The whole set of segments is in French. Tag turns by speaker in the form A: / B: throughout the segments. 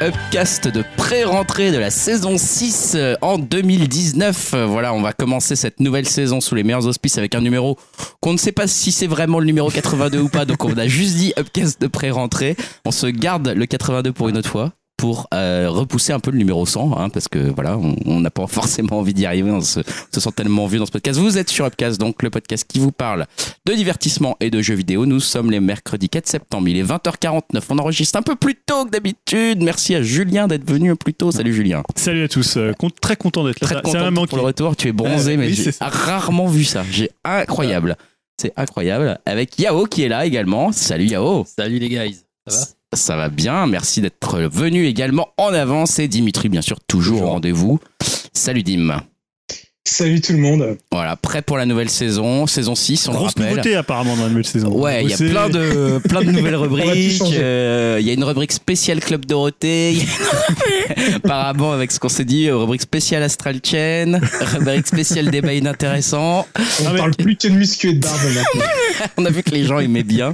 A: Upcast de pré-rentrée de la saison 6 euh, en 2019. Euh, Voilà, on va commencer cette nouvelle saison sous les meilleurs auspices avec un numéro qu'on ne sait pas si c'est vraiment le numéro 82 ou pas, donc on a juste dit Upcast de pré-rentrée. On se garde le 82 pour une autre fois pour euh, repousser un peu le numéro 100, hein, parce que voilà, on on n'a pas forcément envie d'y arriver, on se, on se sent tellement vieux dans ce podcast. Vous êtes sur Upcast, donc le podcast qui vous parle de divertissement et de jeux vidéo. Nous sommes les mercredis 4 septembre, il est 20h49, on enregistre un peu plus tôt que d'habitude. Merci à Julien d'être venu plus tôt. Salut Julien.
B: Salut à tous, euh, con- très content d'être là.
A: Très
B: Ça- ça m'a
A: content
B: manqué.
A: pour le retour, tu es bronzé,
B: Euh,
A: mais
B: oui,
A: j'ai
B: c'est ça.
A: rarement vu ça. J'ai incroyable. C'est incroyable. Avec Yao qui est là également. Salut Yao.
C: Salut les guys, ça va
A: Ça va bien, merci d'être venu également en avance. Et Dimitri, bien sûr, toujours au rendez-vous. Salut Dim.
D: Salut tout le monde.
A: Voilà, prêt pour la nouvelle saison, saison 6, on
B: Grosse
A: le rappelle.
B: nouveauté apparemment dans la nouvelle saison.
A: Ah, ben Ouais, il y a
B: C'est-
A: plein de, plein de nouvelles rubriques.
D: changer.
A: euh, Il y a une rubrique spéciale Club Dorothée. Apparemment, avec ce qu'on s'est dit, euh, rubrique spéciale Astral Chain, rubrique spéciale débat inintéressant.
D: On
B: Ah, mais-
D: parle plus que de muscu et de barbe maintenant.
A: On a vu que les gens aimaient bien.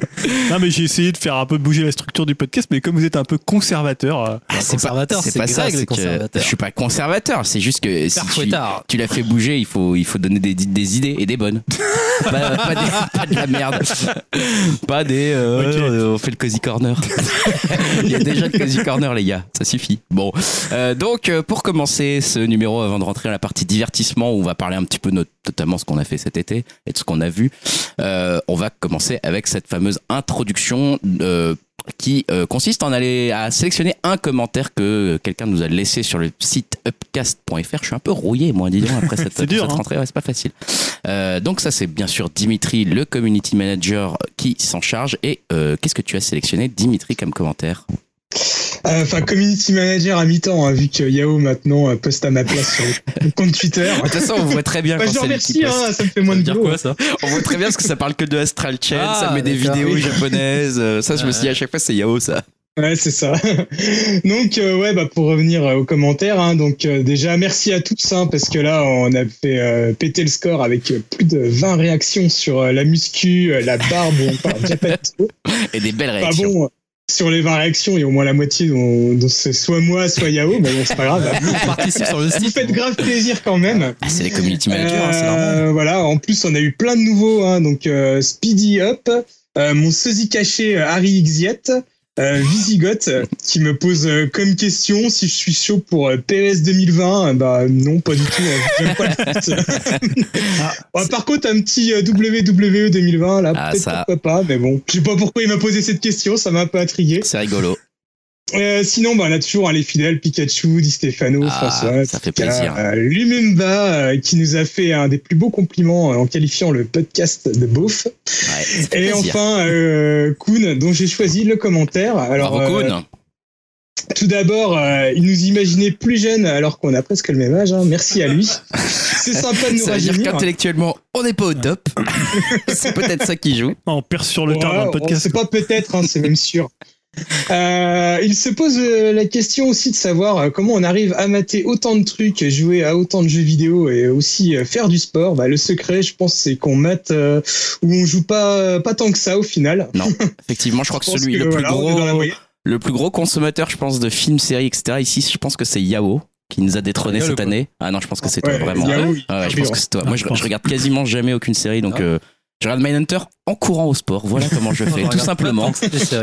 B: Non mais j'ai essayé de faire un peu bouger la structure du podcast, mais comme vous êtes un peu conservateur, euh,
A: Ah,
C: conservateur, c'est Greg, le
A: que
C: conservateur.
A: je suis pas conservateur, c'est juste que si
C: Père
A: tu,
C: Fouettard.
A: tu l'as fait bouger, il faut, il faut donner des, des idées et des bonnes. pas, pas des- pas de la merde. Pas des. euh,
B: Ok.
A: euh, on fait le cozy corner. il y a déjà le cozy corner, les gars. Ça suffit. Bon. Euh, donc, euh, pour commencer ce numéro, avant de rentrer à la partie divertissement, où on va parler un petit peu de notamment ce qu'on a fait cet été et de ce qu'on a vu, euh, on va commencer avec cette fameuse introduction euh, qui euh, consiste en aller à sélectionner un commentaire que quelqu'un nous a laissé sur le site upcast.fr. Je suis un peu rouillé, moi, dis donc, après cette,
B: C'est dur,
A: cette
B: hein.
A: rentrée. Ouais, c'est pas facile. Euh, donc, ça, c'est bien sûr Dimitri, le community manager qui s'en charge. Et euh, qu'est-ce que tu as sélectionné, Dimitri, comme commentaire
D: Euh, Enfin, community manager à mi-temps, hein, vu que Yahoo maintenant euh, poste à ma place sur le compte Twitter.
A: De toute façon, on voit très bien
D: Bah,
A: quand
D: je le
A: c'est lui qui
D: remercie,
A: poste.
D: hein, ça me fait moins de boulot.
C: ça
A: On voit très bien parce que ça parle que de Astral Chain,
C: Ah,
A: ça met des
C: d'accord.
A: vidéos
C: Oui.
A: japonaises. euh, Ça, je me suis dit à chaque fois, c'est Yao, ça.
D: Ouais, c'est ça. donc, euh, ouais, bah, pour revenir euh, aux commentaires, hein, donc euh, déjà, merci à tous, hein, parce que là, on a fait euh, péter le score avec euh, plus de 20 réactions sur euh, la muscu, euh, la barbe, on parle Japan Expo.
A: Et des belles
D: Bah
A: réactions.
D: bon, euh, sur les 20 réactions, il y a au moins la moitié dont, dont c'est soit moi, soit Yahoo, mais bon, c'est pas grave.
C: On participe sur le
D: Vous
C: site.
D: faites grave plaisir quand même.
A: Ah, c'est les community managers, hein, c'est
D: Euh,
A: normal.
D: voilà, en plus, on a eu plein de nouveaux. hein. donc, euh, Speedy Up, euh, mon sosie caché euh, Harry Xiet, euh, Visigoth, euh, qui me pose euh, comme question si je suis chaud pour euh, PES 2020. Euh, Bah non, pas du tout. hein. J'aime pas le foot. Bah, par contre, un petit euh, WWE 2020, là,
A: Ah,
D: peut-être
A: ça.
D: pourquoi pas, mais bon. Je sais pas pourquoi il m'a posé cette question, ça m'a un peu intrigué.
A: C'est rigolo.
D: Euh, sinon, bah, on a toujours hein, les fidèles Pikachu, Di Stefano,
A: Ah,
D: François,
A: ça fait
D: Pika,
A: plaisir.
D: euh, Lumumba, euh, qui nous a fait un des plus beaux compliments euh, en qualifiant le podcast de beauf.
A: Ouais, ça fait
D: Et
A: plaisir.
D: enfin, euh, Kuhn, dont j'ai choisi le commentaire. Alors,
A: Bravo,
D: euh,
A: Koun.
D: tout d'abord, euh, il nous imaginait plus jeunes alors qu'on a presque le même âge. hein. Merci à lui. C'est sympa de nous
A: Ça veut dire
D: rajeunir.
A: qu'intellectuellement, on n'est pas au top. c'est peut-être ça qui joue.
B: on perd sur le tard
D: Ouais,
B: dans le
D: on-
B: podcast.
D: C'est pas peut-être, hein, c'est même sûr. Euh, il se pose euh, la question aussi de savoir euh, comment on arrive à mater autant de trucs, jouer à autant de jeux vidéo et aussi euh, faire du sport. Bah, le secret, je pense, c'est qu'on mate euh, ou on joue pas pas tant que ça au final.
A: Non, effectivement, je crois que
D: pense
A: celui, le, plus
D: voilà, on est dans la
A: gros,
D: moyenne.
A: le plus gros consommateur, je pense, de films, séries, etc. Ici, je pense que c'est Yao qui nous a détrôné
C: Ah,
A: cette
C: rigole, quoi.
A: année. Ah non, je pense que c'est
D: Ouais,
A: toi, vraiment.
D: Yahoo, il-
A: Ah ouais, je pense que c'est toi.
B: Ah,
A: Moi,
B: je
A: je,
B: pense.
A: je regarde quasiment jamais aucune série, donc
C: Ah.
A: euh, je regarde Mindhunter en courant au sport. Voilà comment je fais, tout simplement.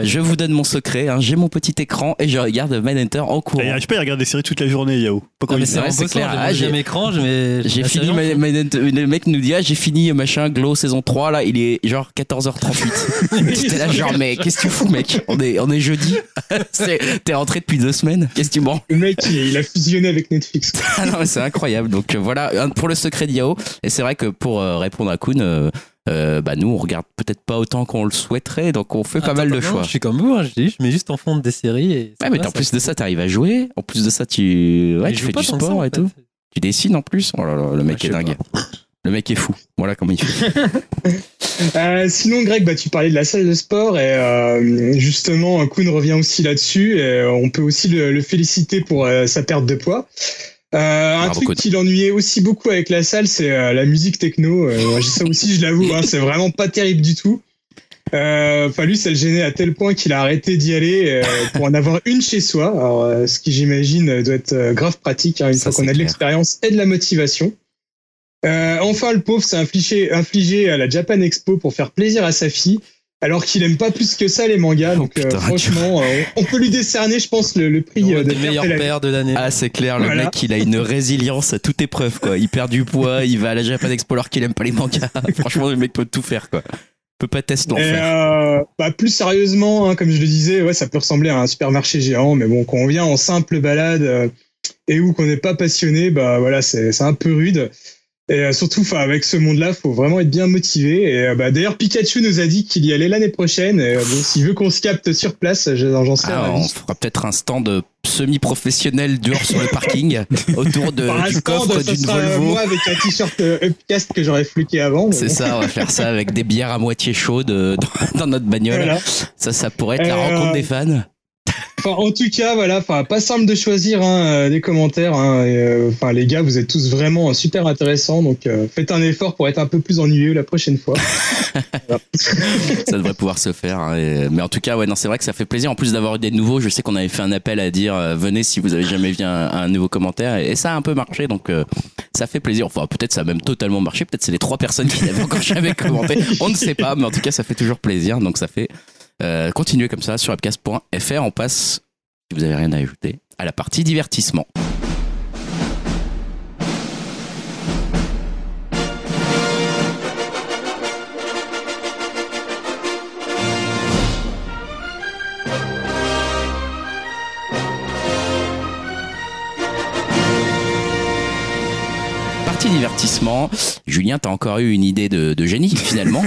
A: Je vous donne mon secret, hein, j'ai mon petit écran et je regarde Mindhunter en
B: Il
A: courant.
B: arrive pas à regarder des séries toute la journée, Yahoo. Pas quand
C: Non, mais
B: il
C: c'est
A: Ouais,
C: vrai,
A: c'est
C: c'est
A: clair.
C: clair.
A: Ah, j'ai-
C: J'ai écran, je mets-
A: J'ai
C: la
A: fini,
C: série en fond.
A: Mind- Mindhunter- le mec nous dit, ah, j'ai fini euh, machin, Glow saison 3, là, il est genre 14h38. T'es là, genre, mais qu'est-ce que tu fous, mec on est, on est jeudi, C'est- t'es rentré depuis deux semaines, qu'est-ce que tu manges
D: Le mec, il, il a fusionné avec Netflix.
A: Ah non, mais c'est incroyable. Donc euh, voilà, un- pour le secret d'Yao. Et c'est vrai que pour euh, répondre à Kuhn, euh, euh, bah, nous, on regarde peut-être pas autant qu'on le souhaiterait, donc on fait pas
C: Attends,
A: mal de
C: non,
A: choix.
C: Je suis comme vous, hein, je dis, je mets juste en fond des séries. Et
A: Ouais, mais en plus de ça, t'arrives à jouer. En plus de ça, tu, ouais, tu fais du sport et tout. Tu dessines en plus. Oh là là, le mec
C: je
A: est
C: sais
A: dingue. Le mec est fou. Voilà comment il fait.
D: Euh, sinon, Greg, bah, tu parlais de la salle de sport et euh, justement, Kuhn revient aussi là-dessus. et euh, On peut aussi le, le féliciter pour euh, sa perte de poids. Euh, un
A: Bravo, Kuhn.
D: truc qui l'ennuyait aussi beaucoup avec la salle, c'est euh, la musique techno. Euh, moi, ça aussi, je l'avoue, hein, c'est vraiment pas terrible du tout. Euh, enfin, lui, ça le gênait à tel point qu'il a arrêté d'y aller euh, pour en avoir une chez soi. Alors, euh, ce qui, j'imagine, euh, doit être euh, grave pratique, hein, une
A: Ça,
D: fois qu'on
A: c'est
D: a de
A: clair.
D: l'expérience et de la motivation. Euh, enfin, le pauvre s'est infligé, infligé à la Japan Expo pour faire plaisir à sa fille, alors qu'il aime pas plus que ça les mangas.
A: Oh,
D: donc, euh,
A: putain,
D: franchement, euh, on peut lui décerner, je pense, le, le prix euh, de
C: Le
D: faire
C: meilleur
D: de la-
C: père de l'année.
A: Ah, c'est clair, le
D: Voilà.
A: mec, il a une résilience à toute épreuve, quoi. Il perd du poids, il va à la Japan Expo alors qu'il aime pas les mangas. Franchement, le mec peut tout faire, quoi. Peut pas tester
D: Et,
A: l'enfer.
D: euh, bah, plus sérieusement, hein, comme je le disais, ouais, ça peut ressembler à un supermarché géant, mais bon, quand on vient en simple balade euh, et où qu'on n'est pas passionné, bah voilà, c'est c'est un peu rude. Et euh, surtout, 'fin, avec ce monde-là, faut vraiment être bien motivé. Et euh, bah, d'ailleurs, Pikachu nous a dit qu'il y allait l'année prochaine. Et, euh, bon, s'il veut qu'on se capte sur place, je- j'en sais
A: Ah,
D: rien.
A: on fera peut-être un stand semi-professionnel dehors sur le parking, autour de-
D: Par
A: Euh, du
D: instant,
A: coffre
D: ça
A: d'une
D: sera euh,
A: Volvo.
D: moi avec un t-shirt euh, Upcast que j'aurais fliqué avant. mais
A: C'est
D: bon,
A: ça, on va faire ça avec des bières à moitié chaudes euh, dans, dans notre bagnole.
D: voilà.
A: Ça, ça pourrait être la
D: Euh,
A: rencontre des fans.
D: Enfin, en tout cas, voilà, enfin, pas simple de choisir hein, euh, les commentaires. hein, et, euh, enfin, les gars, vous êtes tous vraiment euh, super intéressants, donc euh, faites un effort pour être un peu plus ennuyeux la prochaine fois.
A: ça devrait pouvoir se faire. hein, et- Mais en tout cas, ouais, non, c'est vrai que ça fait plaisir. En plus d'avoir eu des nouveaux, je sais qu'on avait fait un appel à dire euh, venez si vous avez jamais vu un, un nouveau commentaire. Et, et ça a un peu marché, donc euh, ça fait plaisir. Enfin, peut-être ça a même totalement marché. Peut-être c'est les trois personnes qui n'avaient encore jamais commenté. On ne sait pas, mais en tout cas, ça fait toujours plaisir. Donc ça fait euh, continuer comme ça sur appcast.fr. On passe, si vous avez rien à ajouter, à la partie divertissement. Partie divertissement. Julien, t'as encore eu une idée de, de génie finalement.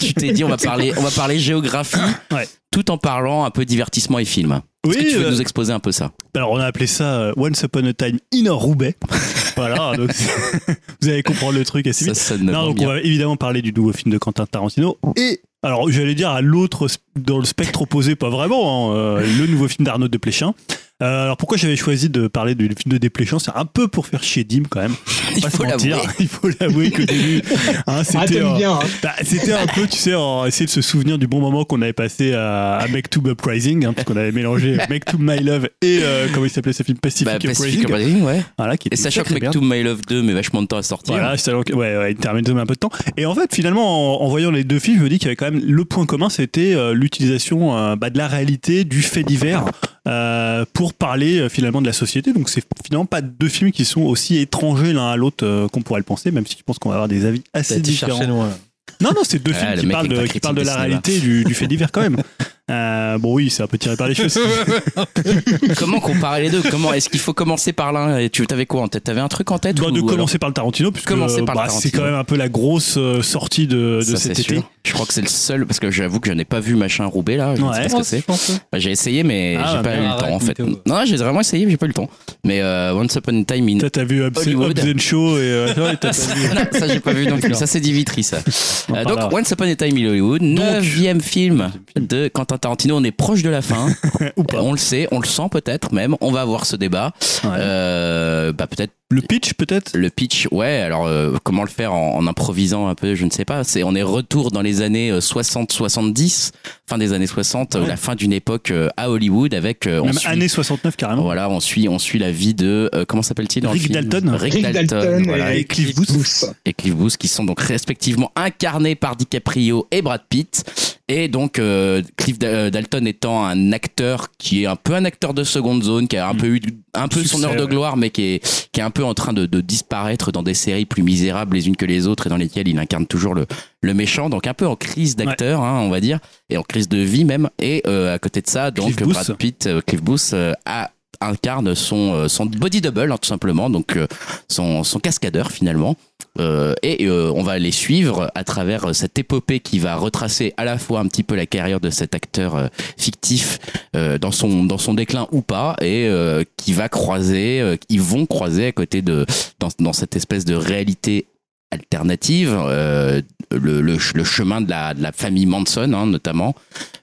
A: tu t'es dit on va parler, on va parler géographie,
B: Ouais.
A: tout en parlant un peu divertissement et film. Est-ce que
B: Oui,
A: tu veux
B: euh,
A: nous exposer un peu ça
B: alors on a appelé ça euh, Once Upon a Time in Roubaix. voilà, donc c'est- vous allez comprendre le truc assez
A: Ça
B: vite.
A: sonne
B: Non, donc
A: bien.
B: on va évidemment parler du nouveau film de Quentin Tarantino et alors j'allais dire à l'autre sp- dans le spectre opposé, pas vraiment, hein, euh, le nouveau film d'Arnaud Desplechin. Euh, alors pourquoi j'avais choisi de parler du film de Desplechin, c'est un peu pour faire chier Dim quand même. Faut
A: Il
B: pas se
A: faut
B: mentir,
A: l'avouer.
B: il faut l'avouer qu'au début, hein,
D: Ah,
B: c'était
D: t'aimes
B: euh,
D: bien. hein.
B: bah, c'était un peu, tu sais, en essayer de se souvenir du bon moment qu'on avait passé à, à Make Tube Uprising, hein, parce qu'on avait mélangé Make Tube My Love et euh, comment il s'appelait ce film Pacific
A: Bah, Pacific
B: Uprising.
A: Uprising, ouais.
B: Voilà, qui
A: Et
B: était
A: sachant que
B: sacrée
A: Make
B: merde.
A: to My Love 2 met vachement de temps à sortir.
B: Voilà, c'est alors que- ouais, ouais, il termine un peu de temps. Et en fait, finalement, en, en voyant les deux films, je me dis qu'il y avait quand même le point commun, c'était euh, l'utilisation euh, bah, de la réalité, du fait divers, euh, pour parler euh, finalement de la société. Donc, c'est finalement pas deux films qui sont aussi étrangers l'un à l'autre euh, qu'on pourrait le penser, même si je pense qu'on va avoir des avis
C: T'as
B: assez
C: été
B: différents.
C: chercher loin. là.
B: Non, non, c'est deux
A: Ah,
B: films
A: le
B: qui
A: mec
B: parlent,
A: avec la
B: de, qui
A: critique
B: parlent de
A: de
B: la
A: cinéma.
B: réalité du, du fait divers quand même. Euh, bon, oui, c'est un peu tiré par les cheveux.
A: Comment comparer les deux Comment Est-ce qu'il faut commencer par l'un Et tu t'avais quoi en tête T'avais un truc en tête
B: Bon,
A: ou
B: Bah, de
A: alors-
B: commencer par le Tarantino, puisque
A: Commencer par le
B: bah, c'est
A: Tarantino.
B: quand même un peu la grosse euh, sortie de, de
A: Ça,
B: cet
A: c'est
B: été.
A: sûr. Je crois que c'est le seul parce que j'avoue que je n'ai pas vu machin Roubaix là. Je ne sais
B: Ouais.
A: pas ce que c'est. Bah, j'ai essayé mais
B: Ah,
A: j'ai pas
B: bah,
A: eu le
C: arrête,
A: temps en fait.
C: Météo.
A: Non, j'ai vraiment essayé, mais j'ai pas eu le temps. Mais euh, Once Upon a Time in
B: Toi, t'as vu Hobbs
A: Hollywood.
B: Hobbs and Shaw et euh, ouais, t'as pas vu.
A: Non, ça j'ai pas vu non plus.
C: D'accord.
A: Ça c'est Divitri ça.
B: On
A: Euh,
B: parle
A: donc
B: là.
A: Once Upon a Time in Hollywood, neuvième film de Quentin Tarantino. On est proche de la fin.
B: Ou pas.
A: On le sait, on le sent peut-être même. On va avoir ce débat.
B: Ouais.
A: Euh, bah peut-être
B: le pitch, peut-être
A: le pitch. Ouais. Alors euh, comment le faire en, en improvisant un peu Je ne sais pas. C'est on est retour dans les années 60-70, fin des années 60, euh,
B: Ouais.
A: la fin d'une époque euh, à Hollywood avec. euh, on
B: Même
A: suit-
B: année 69, carrément.
A: Voilà, on suit, on suit la vie de euh, comment s'appelle-t-il dans le
B: Hein Rick
A: film
B: Dalton.
A: Rick,
D: Rick
A: Dalton,
D: Dalton
A: voilà,
D: et
A: et,
B: Et Cliff Booth.
D: Tous.
A: et Cliff Booth qui sont donc respectivement incarnés par DiCaprio et Brad Pitt. Et donc euh, Cliff Da- euh, Dalton étant un acteur qui est un peu un acteur de seconde zone, qui a un
B: Mm.
A: peu eu un peu son
B: Succès,
A: heure de
B: ouais.
A: gloire, mais qui est qui est un peu en train de, de disparaître dans des séries plus misérables les unes que les autres et dans lesquelles il incarne toujours le le méchant, donc un peu en crise d'acteur, hein, on va dire, et en crise de vie même. Et euh, à côté de ça, donc
B: Cliff Booth.
A: Brad Pitt, euh, Cliff Booth euh, a- incarne son euh, son body double hein, tout simplement, donc euh, son son cascadeur finalement. Euh, et euh, on va les suivre à travers euh, cette épopée qui va retracer à la fois un petit peu la carrière de cet acteur euh, fictif euh, dans son dans son déclin ou pas et euh, qui va croiser euh, ils vont croiser à côté de dans, dans cette espèce de réalité alternative euh, le, le ch- le chemin de la, de la famille Manson, hein, notamment,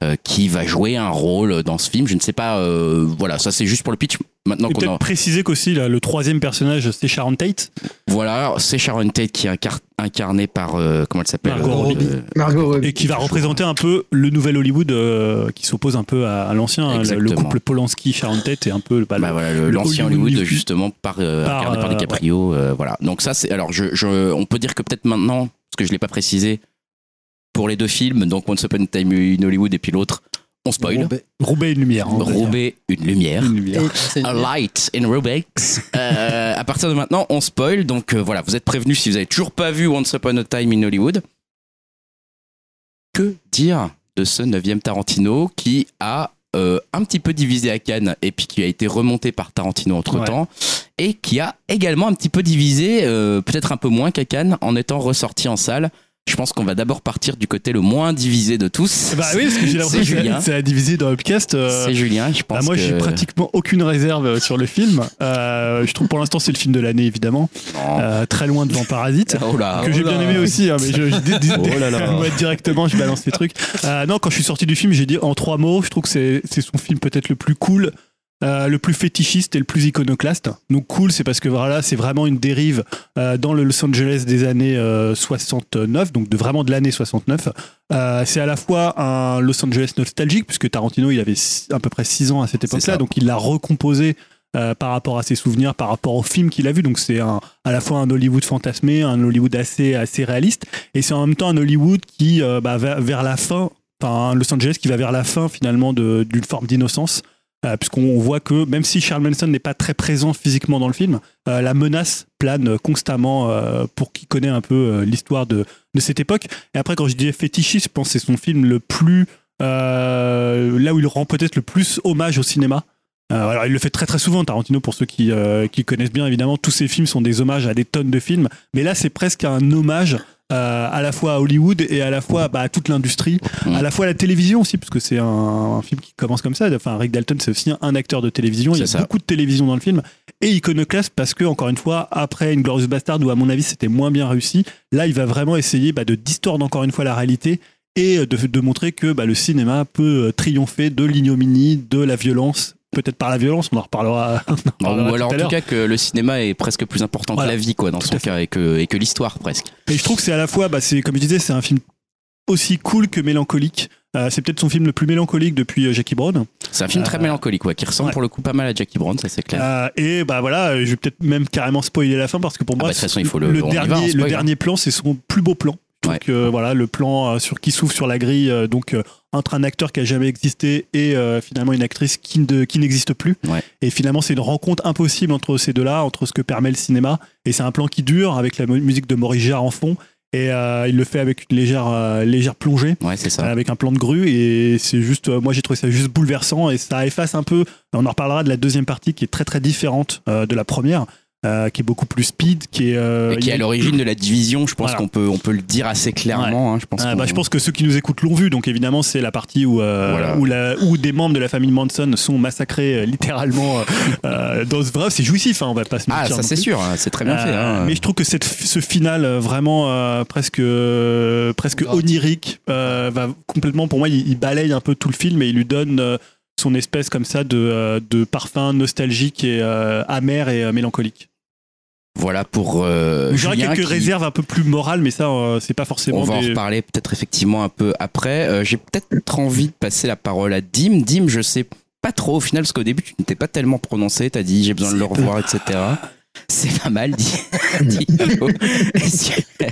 A: euh, qui va jouer un rôle dans ce film. Je ne sais pas, euh, voilà, ça c'est juste pour le pitch. Maintenant
B: Et
A: qu'on
B: peut-être
A: en...
B: préciser qu'aussi, là, le troisième personnage, c'est Sharon Tate.
A: Voilà, c'est Sharon Tate qui est incar- incarnée par, euh, comment elle s'appelle
B: Margot
A: euh,
B: Robbie.
A: le-
D: Margot Robbie.
B: Et qui va représenter un peu le nouvel Hollywood euh, qui s'oppose un peu à, à l'ancien. hein, le- Le
A: Exactement.
B: couple Polanski-Sharon Tate est un peu bah, le-
A: Bah voilà, le-
B: le
A: l'ancien
B: Hollywood
A: Hollywood
B: du-
A: justement par, euh,
B: par,
A: incarné par
B: euh,
A: DiCaprio euh, voilà donc ça c'est alors je, je- on peut dire que peut-être maintenant parce que je l'ai pas précisé pour les deux films donc Once Upon a Time in Hollywood et puis l'autre on spoil
C: Roubaix.
B: Roubaix et une lumière. hein, on va dire.
A: Roubaix une lumière
B: Une lumière.
C: Et c'est-
A: a light in Roubaix Euh, à partir de maintenant on spoil donc euh, voilà vous êtes prévenus si vous avez toujours pas vu Once Upon a Time in Hollywood que dire de ce 9 Tarantino qui a euh, un petit peu divisé à Cannes et puis qui a été remonté par Tarantino entre temps et qui a également un petit peu divisé, euh, peut-être un peu moins qu'à Cannes, en étant ressorti en salle. Je pense qu'on va d'abord partir du côté le moins divisé de tous.
B: Bah oui, parce que j'ai
A: c'est
B: l'impression
A: Julien.
B: que c'est à diviser dans Upcast. euh,
A: C'est Julien, je pense.
B: bah moi,
A: que...
B: j'ai pratiquement aucune réserve euh, sur le film. Euh, je trouve pour l'instant, c'est le film de l'année, évidemment.
A: Non.
B: Euh, très loin devant Parasite.
A: Oh là.
B: que j'ai bien aimé aussi, hein, mais je, je dis- dis-
C: Oh là là.
B: moi, directement, je balance les trucs. Euh, non, quand je suis sorti du film, j'ai dit en trois mots, je trouve que c'est c'est son film peut-être le plus cool, euh, le plus fétichiste et le plus iconoclaste. Donc cool, c'est parce que voilà, c'est vraiment une dérive euh, dans le Los Angeles des années euh, 69, donc de vraiment de l'année 69. Euh, c'est à la fois un Los Angeles nostalgique, puisque Tarantino, il avait si- à peu près 6 ans à cette
A: C'est ça.
B: époque-là, donc il l'a recomposé euh, par rapport à ses souvenirs, par rapport au film qu'il a vu. Donc c'est un- à la fois un Hollywood fantasmé, un Hollywood assez, assez réaliste, et c'est en même temps un Hollywood qui euh, bah, va vers la fin, enfin un Los Angeles qui va vers la fin finalement de- d'une forme d'innocence. euh, puisqu'on voit que même si Charles Manson n'est pas très présent physiquement dans le film, euh, la menace plane constamment euh, pour qui connaît un peu euh, l'histoire de, de cette époque. Et après, quand je dis fétichiste, je pense que c'est son film le plus. euh, là où il rend peut-être le plus hommage au cinéma. Euh, alors, il le fait très très souvent, Tarantino, pour ceux qui, euh, qui connaissent bien, évidemment. Tous ses films sont des hommages à des tonnes de films. Mais là, c'est presque un hommage euh, à la fois à Hollywood et à la fois bah, à toute l'industrie,
A: Mhm.
B: à la fois à la télévision aussi, parce que c'est un, un film qui commence comme ça. Enfin, Rick Dalton, c'est aussi un, un acteur de télévision. Il y a
A: C'est ça.
B: beaucoup de télévision dans le film. Et iconoclaste, parce que, encore une fois, après Une Glorious Bastard, où à mon avis c'était moins bien réussi, là, il va vraiment essayer bah, de distordre encore une fois la réalité et euh, de, de montrer que bah, le cinéma peut euh, triompher de l'ignominie, de la violence. Peut-être par la violence, on en reparlera. Bah, on en reparlera
A: Ou
B: tout
A: alors en
B: à
A: tout
B: l'heure.
A: cas que le cinéma est presque plus important
B: Voilà.
A: que la vie quoi dans
B: Tout
A: son
B: à fait.
A: cas et que, et que l'histoire presque.
B: Et je trouve que c'est à la fois, bah, c'est comme je disais, c'est un film aussi cool que mélancolique. Euh, c'est peut-être son film le plus mélancolique depuis euh, Jackie Brown.
A: C'est un film très
B: Euh,
A: mélancolique ouais, qui ressemble
B: ouais.
A: pour le coup pas mal à Jackie Brown, ça c'est clair.
B: Euh, et bah voilà, euh, je vais peut-être même carrément spoiler la fin parce que pour
A: Ah
B: moi,
A: bah, de toute façon, il faut le- on y va, on
B: dernier,
A: spoil,
B: le
A: hein.
B: dernier plan, c'est son plus beau plan.
A: Ouais.
B: Donc euh, voilà, le plan euh, sur qui s'ouvre sur la grille, euh, donc euh, entre un acteur qui a jamais existé et euh, finalement une actrice qui, ne- qui n'existe plus.
A: Ouais.
B: Et finalement, c'est une rencontre impossible entre ces deux-là, entre ce que permet le cinéma. Et c'est un plan qui dure avec la mu- musique de Maurice Jarre en fond. Et euh, il le fait avec une légère, euh, légère plongée
A: ouais c'est ça.
B: avec un plan de grue et c'est juste euh, moi j'ai trouvé ça juste bouleversant et ça efface un peu on en reparlera de la deuxième partie qui est très très différente euh, de la première euh, qui est beaucoup plus speed qui est euh,
A: et qui est à
B: il-
A: l'origine de la division, je pense
B: Voilà.
A: qu'on peut, on peut le dire assez clairement. hein, je, pense
B: Ah,
A: qu'on-
B: bah, je pense que ceux qui nous écoutent l'ont vu, donc évidemment c'est la partie où, euh,
A: Voilà.
B: où, la- où des membres de la famille Manson sont massacrés euh, littéralement euh, euh, dans ce vrai, c'est jouissif, hein, on va pas se mentir.
A: Ah, ça
B: non
A: c'est
B: plus.
A: sûr, hein, c'est très bien
B: Euh,
A: fait. hein.
B: Mais je trouve que cette, ce final euh, vraiment euh, presque euh, presque
C: Grave.
B: onirique euh, va complètement pour moi il, il balaye un peu tout le film et il lui donne euh, son espèce comme ça de, euh, de parfum nostalgique et euh, amer et euh, mélancolique.
A: Voilà pour. euh,
B: J'aurais
A: Julien
B: quelques
A: qui-
B: réserves un peu plus morales, mais ça euh, c'est pas forcément.
A: On va en
B: des-
A: reparler peut-être effectivement un peu après. Euh, J'ai peut-être envie de passer la parole à Dim. Dim, je sais pas trop au final, parce qu'au début tu ne t'es pas tellement prononcé. T'as dit j'ai besoin de le revoir, etc. C'est pas mal, dit. dit- Est-ce que,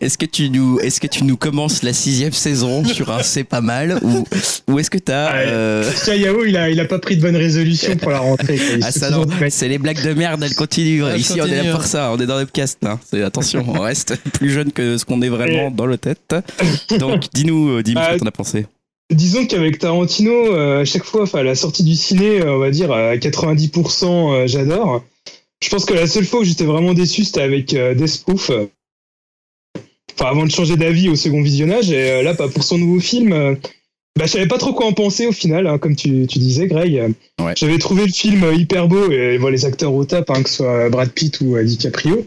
A: est-ce que tu nous, est-ce que tu nous commences la sixième saison sur un c'est pas mal ou, ou est-ce que t'as
D: Ouais.
A: euh,
D: Christian Yao, il a, il a pas pris de bonne résolution pour la rentrée. quoi. Il
A: Ah
D: se
A: ça
D: fait
A: non,
D: toujours mettre-
A: c'est les blagues de merde, elles continuent.
C: Ah, Elles
A: Ici on est là
C: continuent.
A: pour ça, on est dans le podcast. Hein. C'est- Attention, on reste plus jeune que ce qu'on est vraiment dans la tête. Donc dis-nous, euh, dis-nous ce que
D: Ah,
A: t'en as pensé.
D: Disons qu'avec Tarantino, euh, à chaque fois, enfin, à la sortie du ciné, euh, on va dire à 90%, euh, j'adore. Je pense que la seule fois où j'étais vraiment déçu, c'était avec euh, Death Proof. Enfin, avant de changer d'avis au second visionnage, et euh, là, pas pour son nouveau film. euh, Bah, je savais pas trop quoi en penser au final, hein, comme tu, tu disais, Greg. Euh,
A: Ouais.
D: J'avais trouvé le film euh, hyper beau et, euh, bon, les acteurs au top, hein, que ce soit euh, Brad Pitt ou euh, DiCaprio.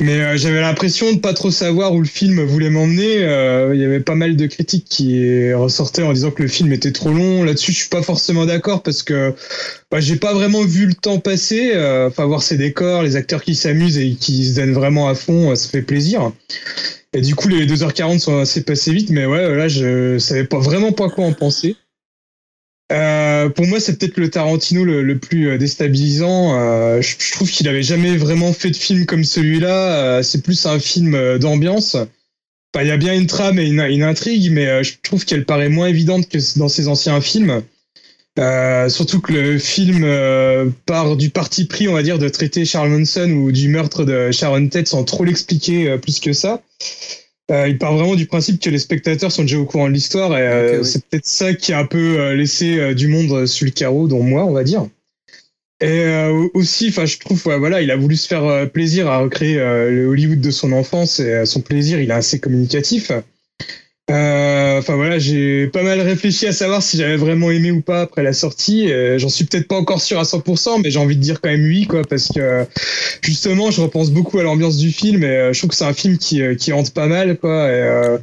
D: Mais euh, j'avais l'impression de pas trop savoir où le film voulait m'emmener. Euh, Il y avait pas mal de critiques qui ressortaient en disant que le film était trop long. Là-dessus, je suis pas forcément d'accord parce que bah, j'ai pas vraiment vu le temps passer. Euh, Enfin, voir ces décors, les acteurs qui s'amusent et qui se donnent vraiment à fond, euh, ça fait plaisir. Et du coup, les 2h40 sont assez passées vite, mais ouais, là, je savais pas vraiment pas quoi en penser. Euh, pour moi, c'est peut-être le Tarantino le, le plus euh, déstabilisant. Euh, je, je trouve qu'il avait jamais vraiment fait de film comme celui-là. Euh, c'est plus un film euh, d'ambiance. Enfin, il y a bien une trame et une, une intrigue, mais euh, je trouve qu'elle paraît moins évidente que dans ses anciens films. Euh, surtout que le film euh, part du parti pris, on va dire, de traiter Charles Manson ou du meurtre de Sharon Tate sans trop l'expliquer euh, plus que ça. Euh, il part vraiment du principe que les spectateurs sont déjà au courant de l'histoire et euh,
E: Ok, oui.
D: c'est peut-être ça qui a un peu euh, laissé euh, du monde euh, sur le carreau, dont moi, on va dire. Et euh, aussi, enfin, je trouve, ouais, voilà, il a voulu se faire euh, plaisir à recréer euh, le Hollywood de son enfance et euh, son plaisir, il est assez communicatif. Euh, Enfin voilà, j'ai pas mal réfléchi à savoir si j'avais vraiment aimé ou pas après la sortie. Euh, J'en suis peut-être pas encore sûr à 100%, mais j'ai envie de dire quand même oui, quoi, parce que euh, justement, je repense beaucoup à l'ambiance du film et euh, je trouve que c'est un film qui, euh, qui hante pas mal, quoi. Et, euh,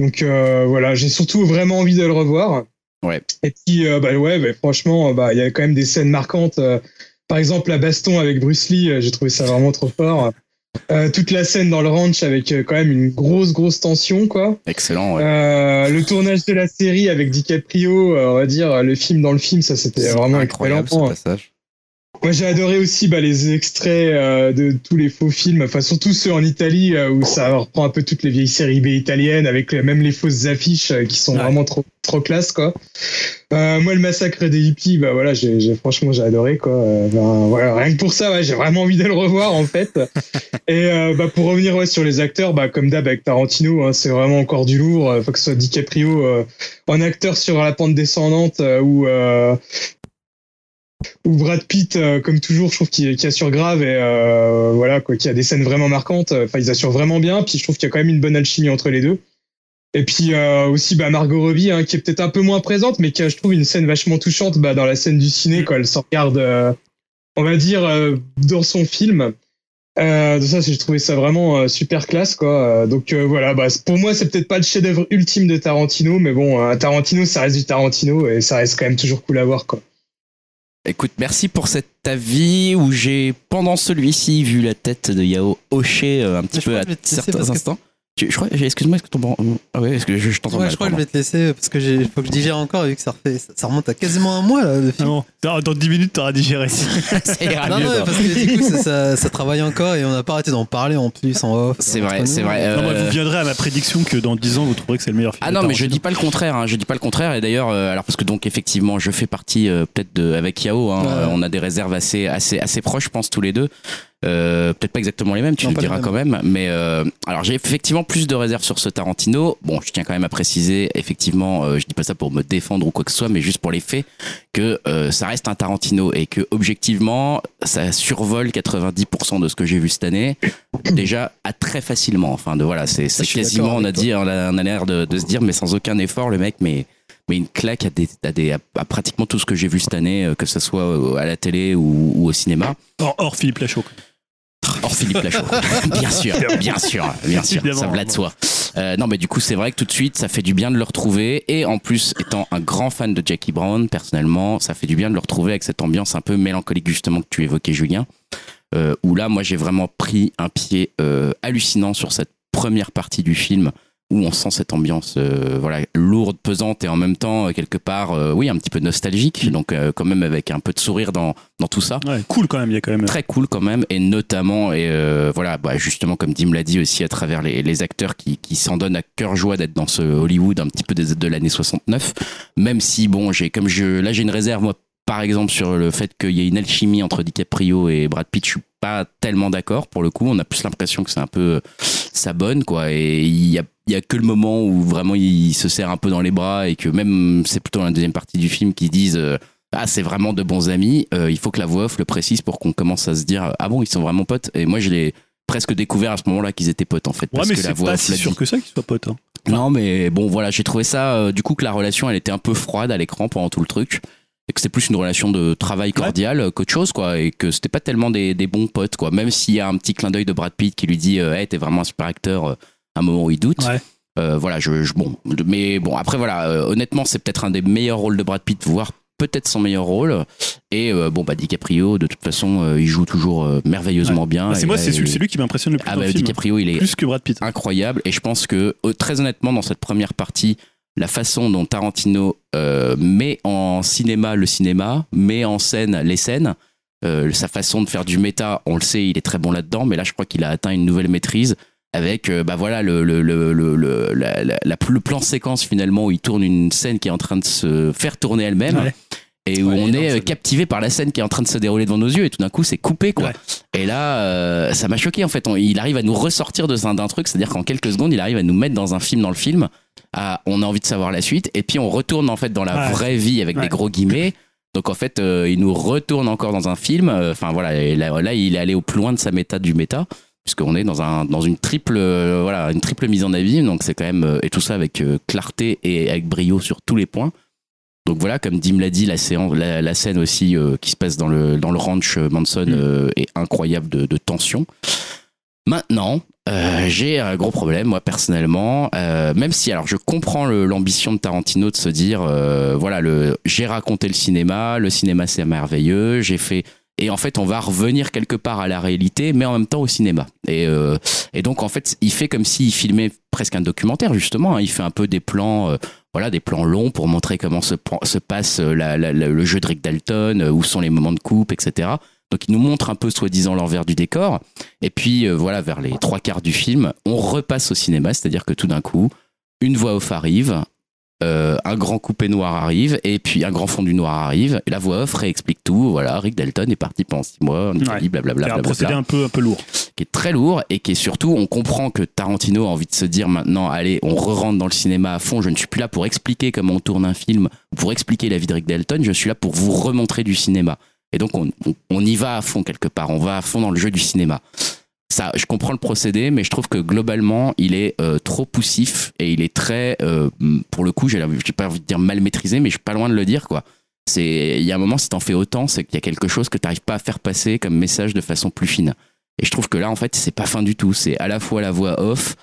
D: donc euh, voilà, j'ai surtout vraiment envie de le revoir.
A: Ouais.
D: Et puis, euh, bah ouais, bah, franchement, bah, il y a quand même des scènes marquantes. Euh, par exemple, la baston avec Bruce Lee, euh, j'ai trouvé ça vraiment trop fort. Euh, toute la scène dans le ranch avec euh, quand même une grosse, grosse tension, quoi.
A: Excellent, ouais.
D: Euh, le tournage de la série avec DiCaprio, euh, on va dire, le film dans le film, ça c'était
E: C'est
D: vraiment
E: incroyable ce
D: excellent.
E: passage.
D: Moi j'ai adoré aussi bah, les extraits euh, de tous les faux films, enfin surtout ceux en Italie euh, où ça reprend un peu toutes les vieilles séries B italiennes avec les- même les fausses affiches euh, qui sont
B: Ouais.
D: vraiment trop trop classe quoi. Euh, moi le massacre des hippies, bah voilà, j'ai j'ai- franchement j'ai adoré quoi. Euh, ben, voilà, rien que pour ça, ouais, j'ai vraiment envie de le revoir en fait. Et euh, bah, pour revenir ouais, sur les acteurs, bah, comme d'hab avec Tarantino, hein, c'est vraiment encore du lourd. Euh, faut que ce soit DiCaprio euh, en acteur sur la pente descendante euh, ou euh, ou Brad Pitt, euh, comme toujours, je trouve qu'il qu'il assure grave et euh, voilà quoi, qu'il y a des scènes vraiment marquantes. Euh, Enfin, ils assurent vraiment bien. Puis je trouve qu'il y a quand même une bonne alchimie entre les deux. Et puis euh, aussi bah, Margot Robbie, hein, qui est peut-être un peu moins présente, mais qui a, je trouve, une scène vachement touchante bah, dans la scène du ciné quand elle s'en regarde, euh, on va dire, euh, dans son film. Euh, donc ça, j'ai trouvé ça vraiment euh, super classe, quoi. Euh, donc euh, voilà, bah, c'est- pour moi, c'est peut-être pas le chef-d'œuvre ultime de Tarantino, mais bon, un Tarantino, ça reste du Tarantino et ça reste quand même toujours cool à voir, quoi.
A: Écoute, merci pour cet avis où j'ai, pendant celui-ci, vu la tête de Yao hocher euh, un petit
C: Je
A: peu
C: crois
A: à
C: que je vais te laisser parce
A: certains
C: que-
A: instants. Tu- Je crois, j'ai- excuse-moi, est-ce que ton ban- Ah ouais, est-ce que je, je t'entends
C: Ouais,
A: mal
C: je crois que je
A: pardon.
C: vais te laisser parce que j'ai faut que je digère encore vu que ça, refait- ça- ça remonte à quasiment un mois là, le
B: Ah
C: film.
B: bon. Dans, dans 10 minutes, t'auras digéré.
A: Ça ira
C: non,
A: mieux,
C: non,
A: toi.
C: parce que du coup ça, ça- ça travaille encore et on n'a pas arrêté d'en parler en plus en off.
A: C'est
C: entre
A: vrai,
C: nous.
A: c'est vrai.
B: Non, moi,
A: euh,
B: vous viendrez à ma prédiction que dans 10 ans, vous trouverez que c'est le meilleur film.
A: Ah
B: de
A: non, mais je
B: Tarantino.
A: dis pas le contraire. hein, je dis pas le contraire. Et d'ailleurs, euh, alors parce que donc effectivement, je fais partie euh, peut-être de avec Yao. hein,
C: Ouais.
A: euh, on a des réserves assez assez assez proches, je pense tous les deux. Euh, peut-être pas exactement les mêmes, tu
C: Non,
A: le
C: pas les
A: diras
C: mêmes.
A: quand même. Mais euh, alors j'ai effectivement plus de réserves sur ce Tarantino. Bon, je tiens quand même à préciser, effectivement, euh, je dis pas ça pour me défendre ou quoi que ce soit, mais juste pour les faits que euh, ça reste un Tarantino et que objectivement, ça survole 90% de ce que j'ai vu cette année. Déjà, à très facilement. Enfin, de voilà, c'est c'est
C: je suis
A: quasiment,
C: d'accord
A: on a
C: avec toi.
A: dit, on a, on a l'air de, de se dire, mais sans aucun effort, le mec, mais mais une claque à, des, à, des, à, à pratiquement tout ce que j'ai vu cette année, euh, que ce soit euh, à la télé ou, ou au cinéma.
B: Or, or Philippe Lachaud.
A: Hors Philippe Lachaud. bien sûr, bien sûr, bien sûr.
B: Évidemment.
A: Ça va de soi. Euh, non, mais du coup, c'est vrai que tout de suite, ça fait du bien de le retrouver. Et en plus, étant un grand fan de Jackie Brown, personnellement, ça fait du bien de le retrouver avec cette ambiance un peu mélancolique, justement, que tu évoquais, Julien. Euh, où là, moi, j'ai vraiment pris un pied euh, hallucinant sur cette première partie du film où on sent cette ambiance euh, voilà lourde, pesante et en même temps euh, quelque part euh, oui un petit peu nostalgique donc euh, quand même avec un peu de sourire dans dans tout ça
B: Ouais, cool quand même, il y a quand même.
A: très cool quand même et notamment et euh, voilà bah justement comme Dim l'a dit aussi à travers les, les acteurs qui, qui s'en donnent à cœur joie d'être dans ce Hollywood un petit peu des, de l'année 69 même si bon j'ai comme je là j'ai une réserve moi par exemple sur le fait qu'il y ait une alchimie entre DiCaprio et Brad Pitt je suis pas tellement d'accord pour le coup on a plus l'impression que c'est un peu ça bonne quoi et il y a il y a que le moment où vraiment il se serre un peu dans les bras et que même c'est plutôt dans la deuxième partie du film qu'ils disent euh, ah, c'est vraiment de bons amis. Euh, il faut que la voix off le précise pour qu'on commence à se dire Ah bon, ils sont vraiment potes. Et moi, je l'ai presque découvert à ce moment-là qu'ils étaient potes en fait.
B: Ouais,
A: parce
B: mais
A: que la
B: c'est
A: voix
B: pas
A: off
B: si
A: l'a
B: sûr
A: dit.
B: que ça qu'il soit pote. hein.
A: Non, mais bon, voilà, j'ai trouvé ça, euh, du coup, que la relation, elle était un peu froide à l'écran pendant tout le truc. Et que c'est plus une relation de travail cordial euh, qu'autre chose, quoi. Et que c'était pas tellement des, des bons potes, quoi. Même s'il y a un petit clin d'œil de Brad Pitt qui lui dit, euh, hey, t'es vraiment un super acteur, euh, à un moment où il doute.
B: Ouais.
A: Euh, voilà, je, je- bon. Mais bon, après, voilà, euh, honnêtement, c'est peut-être un des meilleurs rôles de Brad Pitt, voire peut-être son meilleur rôle. Et euh, bon, bah, DiCaprio, de toute façon, euh, il joue toujours euh, merveilleusement bien.
B: Bah, c'est
A: Et
B: moi,
A: là,
B: c'est
A: il-
B: celui, c'est lui qui m'impressionne le plus
A: Ah,
B: dans
A: bah,
B: le film.
A: DiCaprio, il est
B: Plus que Brad Pitt.
C: Ah,
A: incroyable. Et je pense que, euh, très honnêtement, dans cette première partie, la façon dont Tarantino euh, met en cinéma le cinéma, met en scène les scènes, euh, sa façon de faire du méta, on le sait, il est très bon là-dedans, mais là, je crois qu'il a atteint une nouvelle maîtrise avec euh, bah voilà le, le, le, le- le- la- la- la- le plan séquence finalement où il tourne une scène qui est en train de se faire tourner elle-même
B: Ouais.
A: et où
B: Ouais,
A: on
B: énorme,
A: est euh,
B: ça.
A: captivé par la scène qui est en train de se dérouler devant nos yeux et tout d'un coup c'est coupé quoi
B: Ouais.
A: et là euh, ça m'a choqué en fait On- il arrive à nous ressortir de un- d'un truc c'est à dire qu'en quelques secondes il arrive à nous mettre dans un film dans le film à- on a envie de savoir la suite et puis on retourne en fait dans la
B: Ouais.
A: vraie vie avec des
B: Ouais.
A: gros guillemets donc en fait euh, il nous retourne encore dans un film Euh, enfin voilà et là, là, il est allé au plus loin de sa méta du méta puisqu'on est dans un dans une triple euh, voilà une triple mise en avis donc c'est quand même euh, et tout ça avec euh, clarté et avec brio sur tous les points donc voilà, comme Dim l'a dit, la, séance, la, la scène aussi euh, qui se passe dans le, dans le ranch euh,
B: Mm.
A: Manson euh, est incroyable de, de tension. Maintenant, euh, j'ai un gros problème, moi personnellement, euh, même si alors je comprends le- l'ambition de Tarantino de se dire, euh, voilà, le, j'ai raconté le cinéma, le cinéma c'est merveilleux, j'ai fait... Et en fait, on va revenir quelque part à la réalité, mais en même temps au cinéma. Et, euh, et donc, en fait, il fait comme s'il filmait presque un documentaire, justement. hein. Il fait un peu des plans... euh, voilà des plans longs pour montrer comment se, pan- se passe euh, la- la- la- le jeu de Rick Dalton, euh, où sont les moments de coupe, etc. Donc il nous montre un peu soi-disant l'envers du décor. Et puis euh, voilà, vers les trois quarts du film, on repasse au cinéma, c'est-à-dire que tout d'un coup, une voix off arrive, euh, un grand coupé noir arrive, et puis un grand fondu noir arrive, et la voix off réexplique tout. Voilà, Rick Dalton est parti pendant six mois en Italie, blablabla.
B: C'est un
A: blablabla
B: procédé un peu, un peu lourd.
A: qui est très lourd et qui est surtout, on comprend que Tarantino a envie de se dire maintenant, allez, on re-rentre dans le cinéma à fond, je ne suis plus là pour expliquer comment on tourne un film, pour expliquer la vie de Rick Dalton, je suis là pour vous remontrer du cinéma. Et donc on, on- on y va à fond quelque part, on va à fond dans le jeu du cinéma. Ça, je comprends le procédé, mais je trouve que globalement, il est euh, trop poussif et il est très, euh, pour le coup, j'ai la- j'ai pas envie de dire mal maîtrisé, mais je suis pas loin de le dire, quoi. C'est- Il y a un moment, si t'en fais autant, c'est qu'il y a quelque chose que t'arrives pas à faire passer comme message de façon plus fine. Et je trouve que là, en fait, c'est pas fin du tout. C'est à la fois la voix off,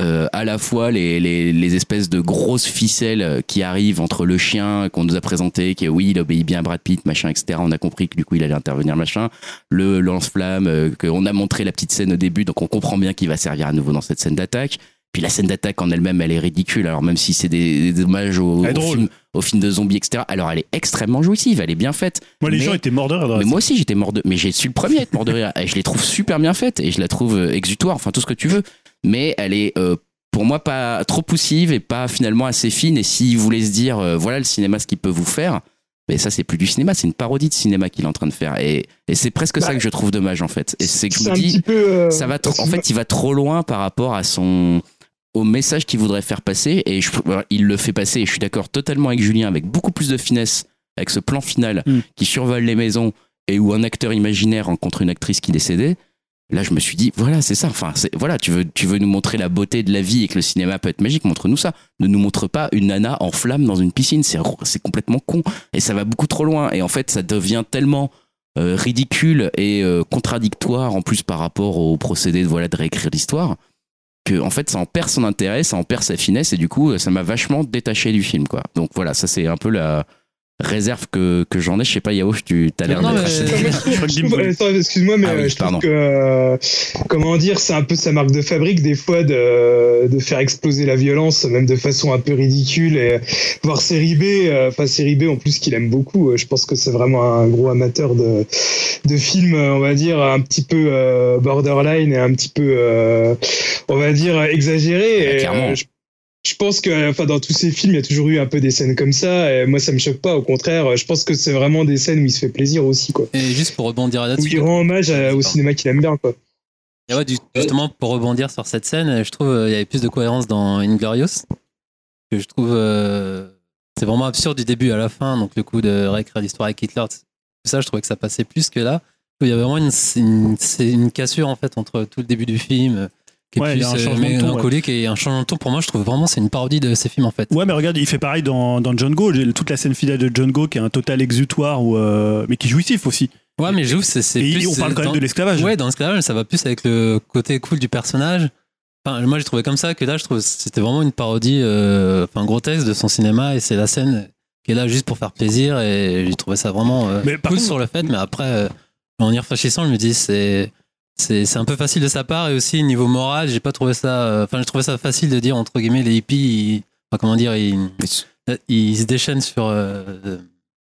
A: euh, à la fois les, les, les espèces de grosses ficelles euh, qui arrivent entre le chien qu'on nous a présenté, qui est oui, il obéit bien à Brad Pitt, machin, etc. On a compris que du coup, il allait intervenir, machin. Le lance-flamme, euh, qu'on a montré la petite scène au début, donc on comprend bien qu'il va servir à nouveau dans cette scène d'attaque. Puis la scène d'attaque en elle-même, elle est ridicule. Alors même si c'est des, des hommages au,
B: Elle est
A: au
B: drôle.
A: film, au film de zombies, etc. Alors elle est extrêmement jouissive, elle est bien faite.
B: Moi, les
A: Mais-
B: gens étaient morts de rire. dans la
A: Mais moi aussi, j'étais mort de. Mais j'ai su le premier à être mort de rire. Et je les trouve super bien faites. Et je la trouve euh, exutoire. Enfin, tout ce que tu veux. Mais elle est, euh, pour moi, pas trop poussive et pas finalement assez fine. Et s'il voulait se dire, euh, voilà le cinéma, ce qu'il peut vous faire. Mais ça, c'est plus du cinéma. C'est une parodie de cinéma qu'il est en train de faire. Et, et c'est presque
D: Bah,
A: ça que je trouve dommage, en fait. Et c'est que je me dis
D: peu. euh,
A: ça va trop- en
D: c'est-
A: fait il va trop loin par rapport à son au message qu'il voudrait faire passer et je- il le fait passer et je suis d'accord totalement avec Julien avec beaucoup plus de finesse avec ce plan final
B: Mm.
A: qui survole les maisons et où un acteur imaginaire rencontre une actrice qui est décédée là je me suis dit voilà c'est ça enfin c'est voilà tu veux tu veux nous montrer la beauté de la vie et que le cinéma peut être magique montre-nous ça ne nous montre pas une nana en flamme dans une piscine c'est c'est complètement con et ça va beaucoup trop loin et en fait ça devient tellement euh, ridicule et euh, contradictoire en plus par rapport au procédé de voilà de réécrire l'histoire que en fait ça en perd son intérêt ça en perd sa finesse et du coup euh, ça m'a vachement détaché du film quoi donc voilà ça c'est un peu la réserve que, que j'en ai je sais pas Yao tu t'as l'air
C: Non,
A: d'être
C: mais-
A: assez
D: Moi,
A: déçu.
D: je trouve-
B: crois que
D: je
B: Dim
D: trouve-
B: voulait-
D: attends, Excuse-moi, mais
A: Ah oui,
D: euh, je trouve
A: pardon.
D: que euh, comment dire, c'est un peu sa marque de fabrique des fois de, de faire exploser la violence, même de façon un peu ridicule. Et euh, voir série B, euh, enfin série B en plus qu'il aime beaucoup. euh, Je pense que c'est vraiment un gros amateur de de films, euh, on va dire un petit peu euh, borderline et un petit peu, euh, on va dire
A: Ah,
D: exagéré. Et,
A: clairement.
D: euh, je- je pense que, enfin, dans tous ces films, il y a toujours eu un peu des scènes comme ça. Et moi, ça me choque pas. Au contraire, je pense que c'est vraiment des scènes où il se fait plaisir aussi, quoi.
C: Et juste pour rebondir
D: Où
C: là-dessus,
D: il rend hommage à- au cinéma qu'il aime bien, quoi.
C: Et ouais, du- justement, pour rebondir sur cette scène, je trouve euh, il y avait plus de cohérence dans Inglorious. Que je trouve. euh, c'est vraiment absurde du début à la fin. Donc, le coup de réécrire l'histoire avec Hitler, tout ça, je trouvais que ça passait plus que là. où Il y a vraiment une, une- c'est une cassure, en fait, entre tout le début du film, qui est
B: Ouais, il y
C: plus
B: a un
C: euh,
B: changement de ton, ouais.
C: mélancolique et un changement de ton. Pour moi, je trouve vraiment c'est une parodie de ces films en fait.
B: Ouais, mais regarde, il fait pareil dans, dans John Go. J'ai toute la scène finale de John Go qui est un total exutoire, ou euh, mais qui est jouissif aussi.
C: Ouais, mais je trouve c'est c'est
B: Et
C: plus euh,
B: on parle quand même
C: dans-
B: de l'esclavage.
C: Ouais, dans l'esclavage, ça va plus avec le côté cool du personnage. Enfin, moi, j'ai trouvé comme ça que là, je trouve que c'était vraiment une parodie, euh, enfin grotesque de son cinéma et c'est la scène qui est là juste pour faire plaisir et j'ai trouvé ça vraiment euh,
B: Mais par
C: cool
B: contre-
C: sur le fait. Mais après, euh, en y réfléchissant, je me dis c'est c'est c'est un peu facile de sa part et aussi niveau moral, j'ai pas trouvé ça. euh, Enfin, je trouvais ça facile de dire entre guillemets les hippies. ils- enfin, comment dire, ils, ils se déchaînent sur euh,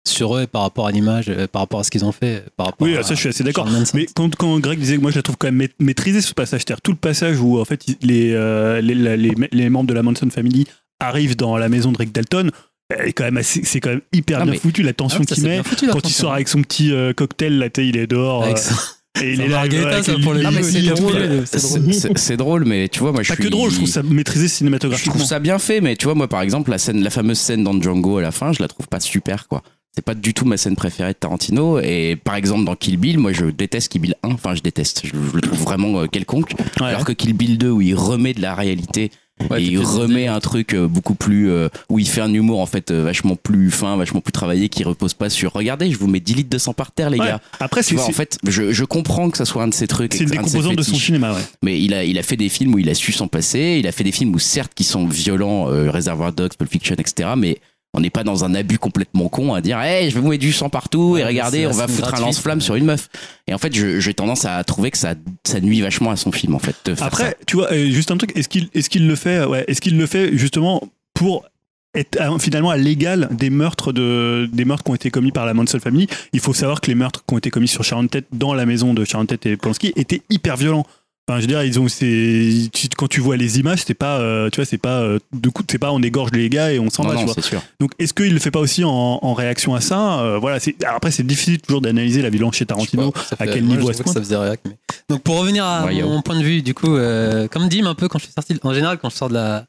C: sur eux et par rapport à l'image, euh, par rapport à ce qu'ils ont fait, par rapport.
B: Oui,
C: à-
B: ça je suis assez
C: à
B: d'accord.
C: Charles Manson.
B: Mais quand, quand Greg disait que moi je la trouve quand même maît- maîtrisée ce passage, c'est-à-dire tout le passage où en fait il- les, euh, les, la- les, les membres de la Manson Family arrivent dans la maison de Rick Dalton, elle est quand même assez- c'est quand même hyper
A: Ah,
B: bien
A: mais-
B: foutu la tension
C: Ah, ça,
B: qu'il
C: c'est
B: met.
C: bien foutu, la
B: Quand il
C: tension.
B: sort avec son petit euh, cocktail, là, tu sais, il est dehors
C: Avec
B: euh,
C: ça.
B: et il
C: ça
B: est là.
C: margarita,
B: avec
C: hein, ça,
B: les
C: pour les
A: Non, mais
B: lumières,
A: c'est
B: il est tout-
A: drôle.
C: drôle.
A: C'est- c'est- C'est drôle, mais tu vois, moi je
B: Pas
A: suis.
B: que drôle, je trouve ça maîtrisé
A: Je
B: cinématographiquement.
A: trouve ça bien fait, mais tu vois, moi par exemple, la, scène, la fameuse scène dans Django à la fin, je la trouve pas super, quoi. C'est pas du tout ma scène préférée de Tarantino. Et par exemple, dans Kill Bill, moi je déteste Kill Bill 1, enfin je déteste, je, je le trouve vraiment euh, quelconque.
B: Ouais.
A: Alors que Kill Bill 2, où il remet de la réalité
C: Ouais,
A: et
C: tout
A: il
C: est dans
A: remet un truc euh, beaucoup plus. euh, où il fait un humour en fait euh, vachement plus fin, vachement plus travaillé, qui repose pas sur regardez, je vous mets 10 litres de sang par terre, les
B: Ouais.
A: gars.
B: Après,
A: Tu
B: c'est
A: vois, en
B: c'est-
A: fait, je, je comprends que ça soit un de ces trucs.
B: c'est une des
A: un de ces
B: composantes de son
A: fétiches.
B: cinéma, ouais.
A: Mais il a, il a fait des films où il a su s'en passer. Il a fait des films où, certes, qui sont violents, euh, Reservoir Dogs, Pulp Fiction, etc. Mais on n'est pas dans un abus complètement con à dire, hey, je vais vous mettre du sang partout et
C: Ouais,
A: regardez,
C: c'est
A: on va
C: assez
A: foutre un
C: gratuit,
A: lance-flamme
C: ouais.
A: sur une meuf. Et en fait, je- j'ai tendance à trouver que ça, ça nuit vachement à son film, en fait. de faire ça.
B: Après, tu vois, euh, juste un truc, est-ce qu'il est qu'il le fait, euh, ouais, est-ce qu'il le fait justement pour être euh, finalement à l'égal des meurtres de des meurtres qui ont été commis par la Manson family Il faut savoir que les meurtres qui ont été commis sur Sharon Tate dans la maison de Sharon Tate et Polanski étaient hyper violents. Enfin, je veux dire, ils ont c'est tu- quand tu vois les images, c'est pas euh, tu vois, c'est pas euh, de coup, c'est pas on égorge les gars et on s'en
A: non,
B: va, tu
A: non,
B: vois.
A: c'est sûr.
B: Donc, est-ce qu'il le fait pas aussi en, en réaction à ça Euh, Voilà, c'est alors après c'est difficile toujours d'analyser la violence chez Tarantino.
C: Je sais pas, ça
B: à
C: fait-
B: quel
C: moi, je
B: niveau elle
C: trouvais
B: se
C: que ça
B: pointe
C: faisait réac, mais- Donc pour revenir à
A: Ouais, yo.
C: mon point de vue, du coup, euh, comme dit un peu quand je suis sorti, en général quand je sors de la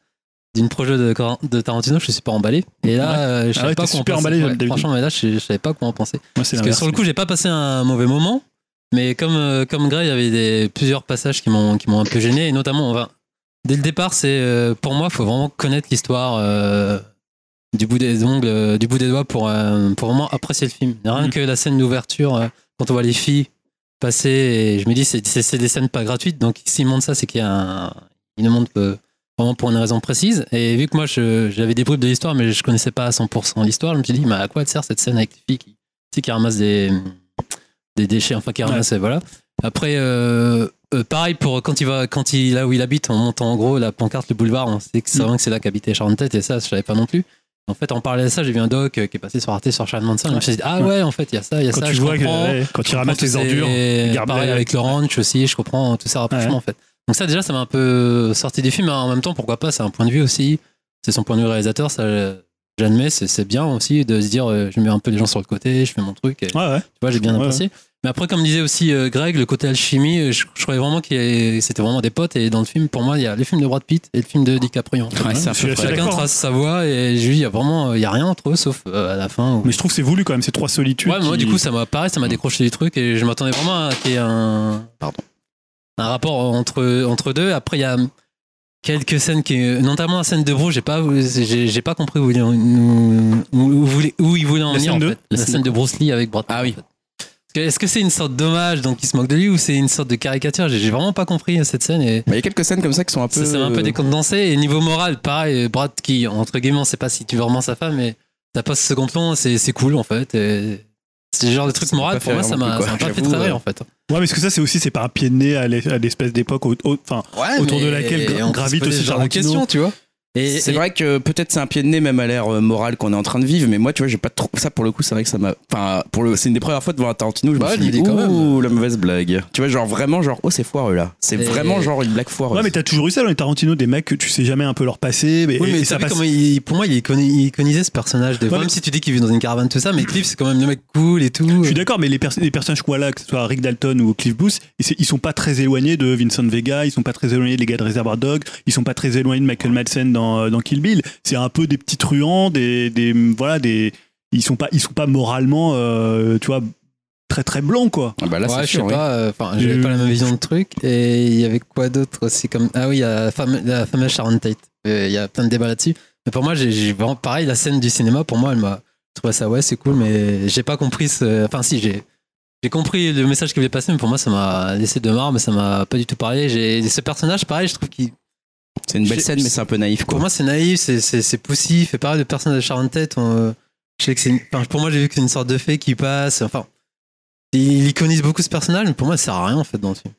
C: d'une projet de, Cor- de Tarantino, je suis super emballé. Et là,
B: Ouais. Ah
C: euh, je savais
B: ouais,
C: pas
B: t'es
C: quoi en
B: super
C: penser.
B: emballé,
C: Ouais,
B: d'habitude.
C: franchement, mais là, je, je savais pas quoi en penser.
B: Moi, c'est
C: Parce que
B: l'inverse.
C: sur le coup, j'ai pas passé un mauvais moment, mais comme euh, comme Gray, il y avait des, plusieurs passages qui m'ont qui m'ont un peu gêné, et notamment, enfin, dès le départ, c'est euh, pour moi, faut vraiment connaître l'histoire euh, du bout des ongles, euh, du bout des doigts pour euh, pour vraiment apprécier le film. Rien
B: Mhm.
C: que la scène d'ouverture, euh, quand on voit les filles passer, et je me dis, c'est c'est- c'est des scènes pas gratuites, donc s'ils montrent ça, c'est qu'il y a un, ils le montrent euh, vraiment pour une raison précise. Et vu que moi, je- j'avais des bribes de l'histoire, mais je connaissais pas à 100% l'histoire, je me suis dit, mais à quoi elle sert cette scène avec les filles qui, tu sais, qui ramassent des, des déchets, enfin qui ramassent, voilà. Après, euh, euh, pareil pour quand il va, quand il là où il habite, on monte en gros la pancarte, le boulevard, on sait que c'est
B: Mm.
C: vraiment que c'est là qu'habitait Sharon Tate, et ça, je savais pas non plus. En fait, en parlant de ça, j'ai vu un doc euh, qui est passé sur Arte sur Sharon Manson. et Je me suis dit, ah ouais, en fait, il y a ça, il y a
B: quand
C: ça.
B: tu
C: je
B: vois que,
C: comprends.
B: ouais, quand tu ramasses les
C: Comprends tous ces-
B: ordures, garde-les.
C: Pareil avec le ranch aussi, je comprends tous ces rapprochements
B: Ouais.
C: en fait. Donc ça déjà, ça m'a un peu sorti du film, mais en même temps, pourquoi pas, c'est un point de vue aussi, c'est son point de vue réalisateur, ça euh, j'admets, c'est c'est bien aussi de se dire, euh, je mets un peu les gens sur le côté, je fais mon truc, et, tu
B: ouais, ouais.
C: vois, j'ai bien
B: Ouais,
C: apprécié. Mais après, comme disait aussi euh, Greg, le côté alchimie, euh, je, je croyais vraiment que c'était vraiment des potes, et dans le film, pour moi, il y a le film de Brad Pitt et le film de DiCaprio. en fait.
A: Ouais, c'est un
B: je
A: peu
B: suis assez
A: vrai.
C: Chacun
B: d'accord. hein.
C: trace sa voie, et je lui dis, il y a vraiment, il y a rien entre eux, sauf euh, à la fin. où-
B: Mais je trouve que c'est voulu quand même, ces trois solitudes.
C: Ouais, mais moi,
B: qui-
C: du coup, ça m'a pareil, ça m'a décroché du truc et je m'attendais vraiment à qu'il y ait un.
A: Pardon.
C: Un rapport entre, entre deux. Après, il y a quelques scènes qui. Notamment la scène de Bro, j'ai pas, j'ai, j'ai pas compris où il, en- où, où voulait- où il voulait en
B: La
C: venir.
B: scène
C: en
B: de-
C: fait. La scène de Bruce Lee avec Brad Pitt,
A: Ah oui.
C: en fait. Parce que Est-ce que c'est une sorte d'hommage, donc il se moque de lui, ou c'est une sorte de caricature j'ai, j'ai vraiment pas compris cette scène et
A: Mais il y a quelques scènes comme ça qui sont un peu.
C: ça ça m'a un peu décondensé. Et niveau moral, pareil, Brad qui, entre guillemets, on sait pas si tu veux vraiment sa femme, mais ça passe second plan, c'est c'est cool en fait. et C'est le genre de truc
A: Ça m'a
C: moral,
A: pas
C: pour
A: fait
C: moi, ça
A: vraiment
C: m'a
A: plus,
C: ça m'a
A: quoi.
C: pas fait
A: J'avoue,
C: très
A: euh,
C: rire en fait.
B: Ouais, mais parce que ça, c'est aussi, c'est pas un pied de nez à l'es- à l'espèce d'époque au- au- enfin,
A: Ah,
B: autour de laquelle gra- gravite aussi
C: en
B: Tarantino.
C: question, tu vois. Et,
A: C'est
C: et-
A: vrai que peut-être c'est un pied de nez même à l'ère euh, morale qu'on est en train de vivre, mais moi tu vois j'ai pas trop ça pour le coup c'est vrai que ça m'a enfin pour le c'est une des premières fois de voir un Tarantino où je
C: Bah,
A: me suis dit
C: l'idée, quand même.
A: ouh la mauvaise blague tu vois genre vraiment genre oh c'est foireux là c'est
C: Et-
A: vraiment genre une blague foireuse
B: Ouais, mais t'as toujours eu ça dans les Tarantino, des mecs que tu sais jamais un peu leur passé. Mais,
C: Oui,
B: et-
C: mais
B: et
C: t'as
B: ça
C: vu
B: passe.
C: comment il- pour moi, il, iconi- il iconisait ce personnage. De,
B: Ouais,
C: même
B: mais-
C: si tu dis qu'il vit dans une caravane, tout ça, mais Cliff, c'est quand même le mec cool et tout. euh.
B: Je suis d'accord, mais les, pers- les personnages, voilà, que ce soit Rick Dalton ou Cliff Booth, et c'est- ils sont pas très éloignés de Vincent Vega, ils sont pas très éloignés des gars de Reservoir Dogs, ils sont pas très éloignés de Michael Madsen dans, euh, dans Kill Bill. C'est un peu des petits truands, des, des voilà, des ils sont pas ils sont pas moralement, euh, tu vois, très très blanc quoi.
A: Ah bah là,
C: ouais,
A: c'est
C: je sais
A: sûr. oui.
C: pas, euh, enfin, j'avais pas la même vision de truc. Et il y avait quoi d'autre aussi comme... Ah oui, il y a la fameuse, la fameuse Sharon Tate. Euh, Il y a plein de débats là-dessus. Mais pour moi, j'ai, j'ai vraiment- pareil, la scène du cinéma, pour moi, elle m'a trouvé ça, ouais, c'est cool, mais j'ai pas compris ce. Enfin, si, j'ai. J'ai compris le message qu'il voulait passer, mais pour moi, ça m'a laissé de marre, mais ça m'a pas du tout parlé. J'ai ce personnage, pareil, je trouve qu'il
A: C'est une belle
C: je-
A: scène, mais c'est un peu naïf.
C: pour
A: Quoi.
C: moi, c'est naïf, c'est- c'est c'est poussif. Et pareil, le personnage de Sharon Tate, on, euh, je sais que c'est une- enfin, pour moi, j'ai vu que c'est une sorte de fée qui passe. Enfin, il iconise beaucoup ce personnage, mais pour moi, ça sert à rien en fait dans le film.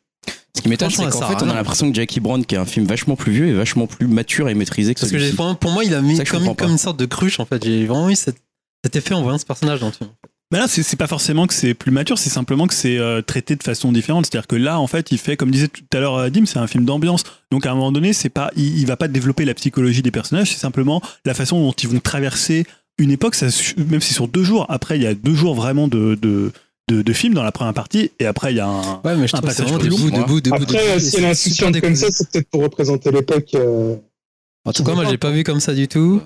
A: Ce qui m'étonne, c'est
C: franchement,
A: qu'en
C: ça
A: fait,
C: sert à
A: on a
C: rien.
A: l'impression que Jackie Brown, qui est un film vachement plus vieux, est vachement plus mature et maîtrisé que
C: Parce que j'ai-
A: celui-ci.
C: pour, pour moi, il a mis
A: Ça, je
C: comme,
A: comprends pas.
C: comme une sorte de cruche en fait. J'ai vraiment eu cette- cet effet en voyant ce personnage dans le film.
B: Mais là, c'est c'est pas forcément que c'est plus mature, c'est simplement que c'est euh, traité de façon différente. C'est-à-dire que là, en fait, il fait, comme disait tout à l'heure euh, Dim, c'est un film d'ambiance. Donc à un moment donné, c'est pas, il, il va pas développer la psychologie des personnages, c'est simplement la façon dont ils vont traverser une époque. Ça, su- même si c'est sur deux jours, après, il y a deux jours vraiment de de, de, de film dans la première partie, et après, il y a un. Ah,
C: Ouais, mais je
B: Un
C: trouve que c'est
B: passage
C: vraiment
A: plus long,
C: debout,
A: moi.
C: debout, debout.
D: Après, euh, si elle a un soutien comme ça, c'est peut-être pour représenter l'époque. euh,
C: En tout cas, moi, j'ai pas vu comme ça du tout.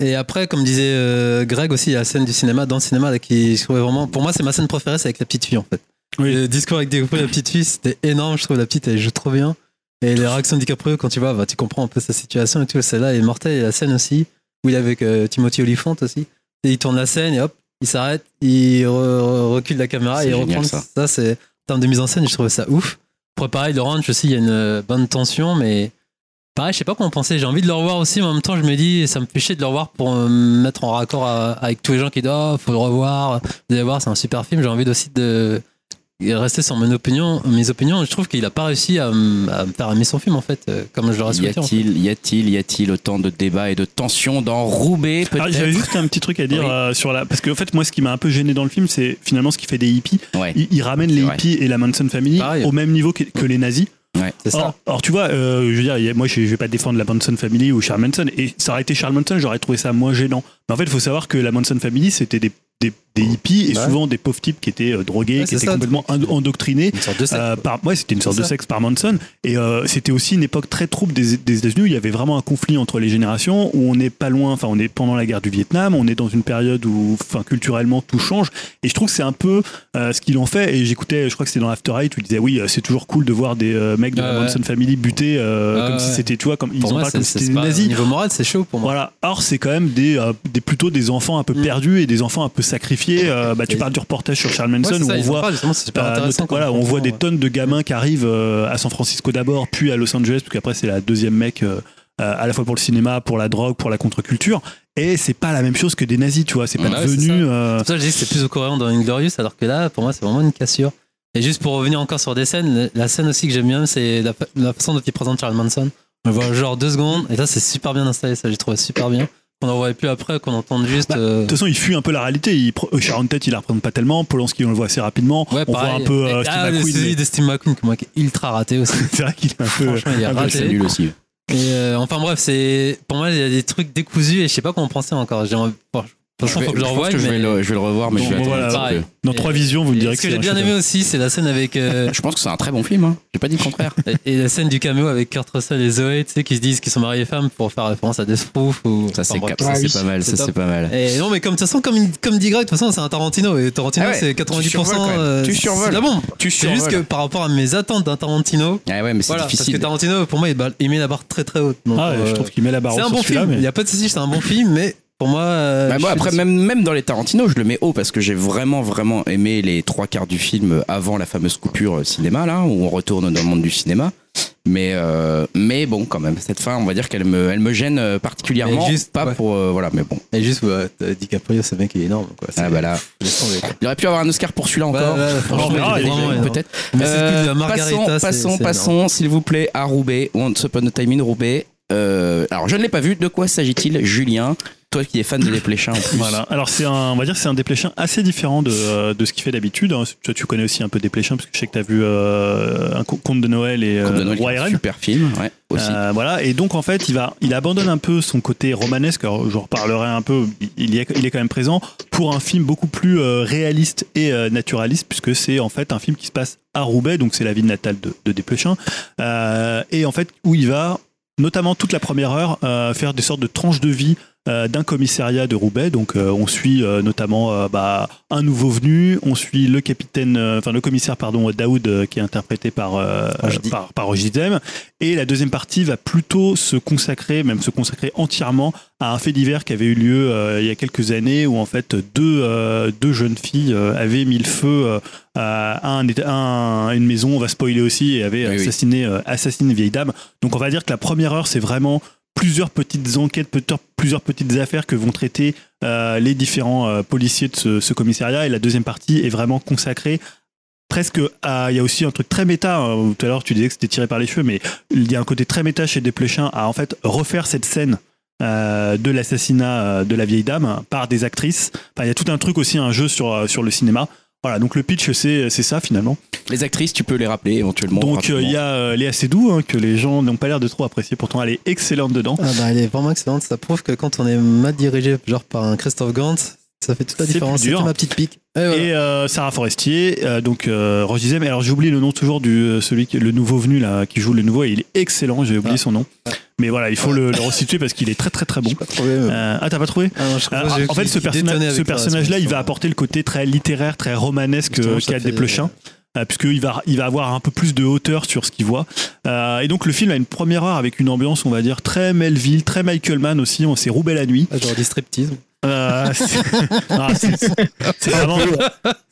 C: Et après, comme disait euh, Greg aussi, il y a la scène du cinéma, dans le cinéma, là, qui je trouvais vraiment. Pour moi, c'est ma scène préférée, c'est avec la petite fille, en fait.
B: Oui.
C: Le discours avec DiCaprio et la petite fille, c'était énorme. Je trouve la petite, elle joue trop bien. Et les réactions de DiCaprio, quand tu vois, bah, tu comprends un peu sa situation et tout. Celle-là est mortelle. Et la scène aussi, où il est avec euh, Timothy Olyphant aussi. Et il tourne la scène et hop, il s'arrête, il re- re- recule la caméra
A: C'est
C: et il
A: génial,
C: reprend.
A: ça.
C: Ça, c'est. En termes de mise en scène, je trouvais ça ouf. Pour pareil, le ranch aussi, il y a une euh, bonne tension, mais pareil, je sais pas quoi en penser. J'ai envie de le revoir aussi, mais en même temps, je me dis, ça me fait chier de le revoir pour euh, me mettre en raccord à- avec tous les gens qui disent, oh, faut le revoir, vous allez voir, c'est un super film. J'ai envie de- aussi de rester sur mon opinion, mes opinions. Je troutrouve qu'il a pas réussi à, m- à me faire aimer son film, en fait, euh, comme je l'aurais
A: Y
C: souhaité. en fait.
A: a-t-il, y a-t-il, y a-t-il autant de débats et de tensions dans Roubaix
B: Ah, J'avais
A: peut-être
B: juste un petit truc à dire
A: Oui.
B: euh, sur la. Parce que, en fait, moi, ce qui m'a un peu gêné dans le film, c'est finalement ce qui fait des hippies.
A: Ouais,
B: Ils, ils ramènent les
A: C'est vrai. Mm.
B: hippies et la Manson Family
C: Pareil.
B: au même niveau que- que les nazis.
A: ouais.
C: C'est ça.
B: Or, or, tu vois, euh, je veux dire, il y a- moi je, je vais pas défendre la Manson Family ou Charles Manson, et ça aurait été Charles Manson, j'aurais trouvé ça moins gênant. Mais en fait, il faut savoir que la Manson Family, c'était des, des, des hippies et
C: Ouais.
B: souvent des pauvres types qui étaient euh, drogués,
C: Ouais,
B: qui
C: c'est
B: étaient
C: ça.
B: complètement ind- endoctrinés.
C: Une sorte de secte,
B: euh,
C: quoi.
B: par, ouais, c'était une sorte
C: C'est
B: de
C: ça.
B: sexe par Manson et euh, c'était aussi une époque très trouble des, des États-Unis où il y avait vraiment un conflit entre les générations où on n'est pas loin enfin on est pendant la guerre du Vietnam on est dans une période où enfin culturellement tout change et je trouve que c'est un peu euh, ce qu'ils ont fait et j'écoutais je crois que c'était dans After Eight où ils disaient oui euh, c'est toujours cool de voir des euh, mecs de la
C: Ouais, ouais.
B: Manson Family buter euh,
C: Ouais,
B: comme
C: ouais.
B: si c'était tu vois comme ils
C: Pour
B: ont
C: moi,
B: pas
C: c'est-
B: comme si
C: c'est-
B: c'était
C: c'est
B: des
C: pas- Au
B: nazis
C: niveau moral, c'est chaud pour moi.
B: voilà. Or, c'est quand même des, euh, des plutôt des enfants un
C: Mm.
B: peu perdus et des enfants un peu sacrifiés. Euh, bah, tu
C: C'est-
B: parles du reportage sur Charles Manson
C: Ouais, c'est
B: où
C: ça,
B: on
C: ils en
B: voit
C: parlent, justement, c'est super
B: euh,
C: intéressant.
B: notamment,
C: comme
B: voilà, on
C: confrontation,
B: voit des
C: ouais.
B: tonnes de gamins qui arrivent euh, à San Francisco d'abord, puis à Los Angeles, parce qu'après c'est la deuxième mec euh, euh, à la fois pour le cinéma, pour la drogue, pour la contre-culture. Et c'est pas la même chose que des nazis, tu vois. C'est pas
C: Ouais,
B: devenu.
C: c'est ça.
B: euh,
C: C'est pour ça que je dis que c'est plus au coréen dans Inglorious, alors que là, pour moi, c'est vraiment une cassure. Et juste pour revenir encore sur des scènes, la- la scène aussi que j'aime bien, c'est la, fa- la façon dont il présente Charles Manson. On le voit genre deux secondes, et ça, c'est super bien installé, ça, j'ai trouvé super bien. Qu'on n'en voyait plus après, qu'on entende juste.
B: Bah,
C: euh,
B: de toute façon, il fuit un peu la réalité. Il, pr- euh, Sharon Tate, il la représente pas tellement. Polanski, on le voit assez rapidement.
C: ouais,
B: on voit
C: pareil.
B: un peu euh,
C: Et-
B: Steve
C: ah, le
B: McQueen,
C: suivi
B: mais
C: de Steve McQueen, que moi, qui est ultra raté aussi.
B: C'est vrai qu'il est un peu.
C: Franchement, il a
B: un peu
C: raté.
A: C'est nul aussi.
C: Et, euh, enfin, bref, c'est. Pour moi, il y a des trucs décousus, et je sais pas comment penser encore. J'ai envie- bon, franchement,
A: vais-
C: faut que je le
A: pense
C: revoie.
A: que je, vais
C: mais-
A: le, je vais le revoir, mais
B: Bon,
A: je vais
B: bon,
A: attendre un
C: voilà.
A: petit peu.
B: Dans
C: Et-
B: trois visions, vous me direz
C: Et Ce que
B: c'est
C: j'ai
B: un
C: bien aimé
B: chef-d'œuvre.
C: aussi, c'est la scène avec. euh,
A: Bah, Je pense que c'est un très bon film. Hein. J'ai pas dit le contraire.
C: Et la scène du cameo avec Kurt Russell et Zoé, tu sais, qui se disent qu'ils sont mariés femmes pour faire référence à Death Proof ou.
A: Ça c'est
C: Enfin, bref.
A: cap- ça,
D: Ah
A: c'est
D: oui,
A: pas mal.
C: c'est
A: Ça
C: top.
A: c'est pas mal.
C: Et non, mais comme de toute façon, comme, il- comme dit Greg, de toute façon, c'est un Tarantino et Tarantino,
A: Ah ouais,
C: c'est
A: tu
C: 90%.
A: survoles quand même.
C: euh,
A: Tu
C: c'est
A: survoles.
C: de la bombe.
A: Tu
C: C'est juste que par rapport à mes attentes d'un Tarantino,
A: Ah ouais, mais c'est
C: voilà, parce que
A: difficile.
C: Tarantino, pour moi, il, bat- il met la barre très très haute. Donc,
B: Ah,
C: euh,
B: je trouve qu'il met la barre
C: c'est un
B: sur
C: bon
B: celui-là,
C: film. Il
B: mais-
C: n'y a pas de souci, c'est un bon film, mais pour moi. euh,
A: Bah,
C: je
A: moi,
C: suis
A: après,
C: déçu.
A: même, même dans les Tarantino, je le mets haut parce que j'ai vraiment, vraiment aimé les trois quarts du film avant la fameuse coupure euh, cinéma, là, où on retourne dans le monde du cinéma. Mais, euh, mais bon, quand même, cette fin, on va dire qu'elle me, elle me gêne euh, particulièrement.
C: Mais juste,
A: pas
C: ouais.
A: pour. euh, voilà, mais bon.
C: Et juste, ouais, euh, DiCaprio, ce mec, il est énorme. Quoi. C'est-
A: Ah, bah là.
C: laisse tomber, quoi.
A: Il aurait pu avoir un Oscar pour celui-là encore.
C: Ouais, ouais, ouais, franchement,
A: Franchement,
B: il est
A: il est
C: vraiment énorme.
A: peut-être.
C: Mais c'est
A: Euh,
C: plus de la Margarita.
A: passons, passons, passons, s'il vous plaît, à Roubaix, Once Upon a Time in Roubaix. Euh, alors, je ne l'ai pas vu. De quoi s'agit-il, Julien Toi qui es fan de Les Pléchins, en plus.
B: Voilà. Alors c'est un, on va dire que c'est un dépléchin assez différent de, euh, de ce qu'il fait d'habitude. hein. Toi tu connais aussi un peu dépléchin parce que je sais que t'as vu euh, un co- conte de Noël et
A: Coupe de Noël,
B: euh,
A: qui est
B: Roi
A: un
B: Eren.
A: super film, ouais, aussi.
B: Euh, voilà et donc en fait il va il abandonne un peu son côté romanesque alors, je reparlerai un peu il, y est- il est quand même présent pour un film beaucoup plus euh, réaliste et euh, naturaliste puisque c'est en fait un film qui se passe à Roubaix donc c'est la ville natale de, de Desplechin euh, et en fait où il va notamment toute la première heure euh, faire des sortes de tranches de vie euh, d'un commissariat de Roubaix. Donc euh, on suit euh, notamment euh, bah, un nouveau venu, on suit le capitaine, euh, enfin le commissaire pardon Daoud euh, qui est interprété par euh,
C: Rojdi.
B: par, par Rojdi Dem. Et la deuxième partie va plutôt se consacrer, même se consacrer entièrement à un fait divers qui avait eu lieu euh, il y a quelques années où en fait deux, euh, deux jeunes filles euh, avaient mis le feu euh, à, un, éta- à un- à une maison, on va spoiler aussi, et avaient
A: Oui, oui.
B: assassiné, euh, assassiné une vieille dame. Donc on va dire que la première heure c'est vraiment plusieurs petites enquêtes, peut-être plusieurs petites affaires que vont traiter euh, les différents euh, policiers de ce, ce commissariat et la deuxième partie est vraiment consacrée presque à il y a aussi un truc très méta hein, tout à l'heure tu disais que c'était tiré par les cheveux mais il y a un côté très méta chez Desplechin à en fait refaire cette scène euh, de l'assassinat euh, de la vieille dame par des actrices enfin il y a tout un truc aussi un jeu sur euh, sur le cinéma voilà donc le pitch c'est c'est ça finalement
A: Les actrices, tu peux les rappeler éventuellement.
B: donc euh, il y a euh, Léa Seydoux hein, que les gens n'ont pas l'air de trop apprécier pourtant elle est excellente dedans
C: Ah bah, elle est vraiment excellente. Ça prouve que quand on est mal dirigé, genre par un Christophe Gant, ça fait toute la
B: C'est
C: différence.
B: plus dur.
C: C'était ma petite pique. Et voilà.
B: Et euh, Sarah Forestier, euh, donc euh, Roche Dizem. alors j'oublie le nom toujours du euh, celui qui, le nouveau venu là qui joue le nouveau et il est excellent, j'ai oublié
C: Ah.
B: son nom.
C: Ah.
B: Mais voilà, il faut le, le resituer parce qu'il est très très très bon.
C: J'ai pas de problème.
B: Euh, ah t'as pas trouvé
C: Ah non, je
B: Euh,
C: crois que j'ai-
B: En fait, ce,
C: j'ai détonné
B: personnage,
C: avec hein.
B: ce
C: toi,
B: personnage-là,
C: parce
B: il
C: que-
B: va apporter le côté très littéraire, très romanesque
C: Justement,
B: euh,
C: ça
B: qu'a
C: fait-
B: Desplechin. Euh, puisqu'il va, il va avoir un peu plus de hauteur sur ce qu'il voit. Euh, et donc le film a une première heure avec une ambiance, on va dire, très Melville, très Michael Mann aussi, on s'est roubé la nuit.
C: Ah, Genre du striptease.
B: Euh, c'est ah, c'est- c'est vraiment,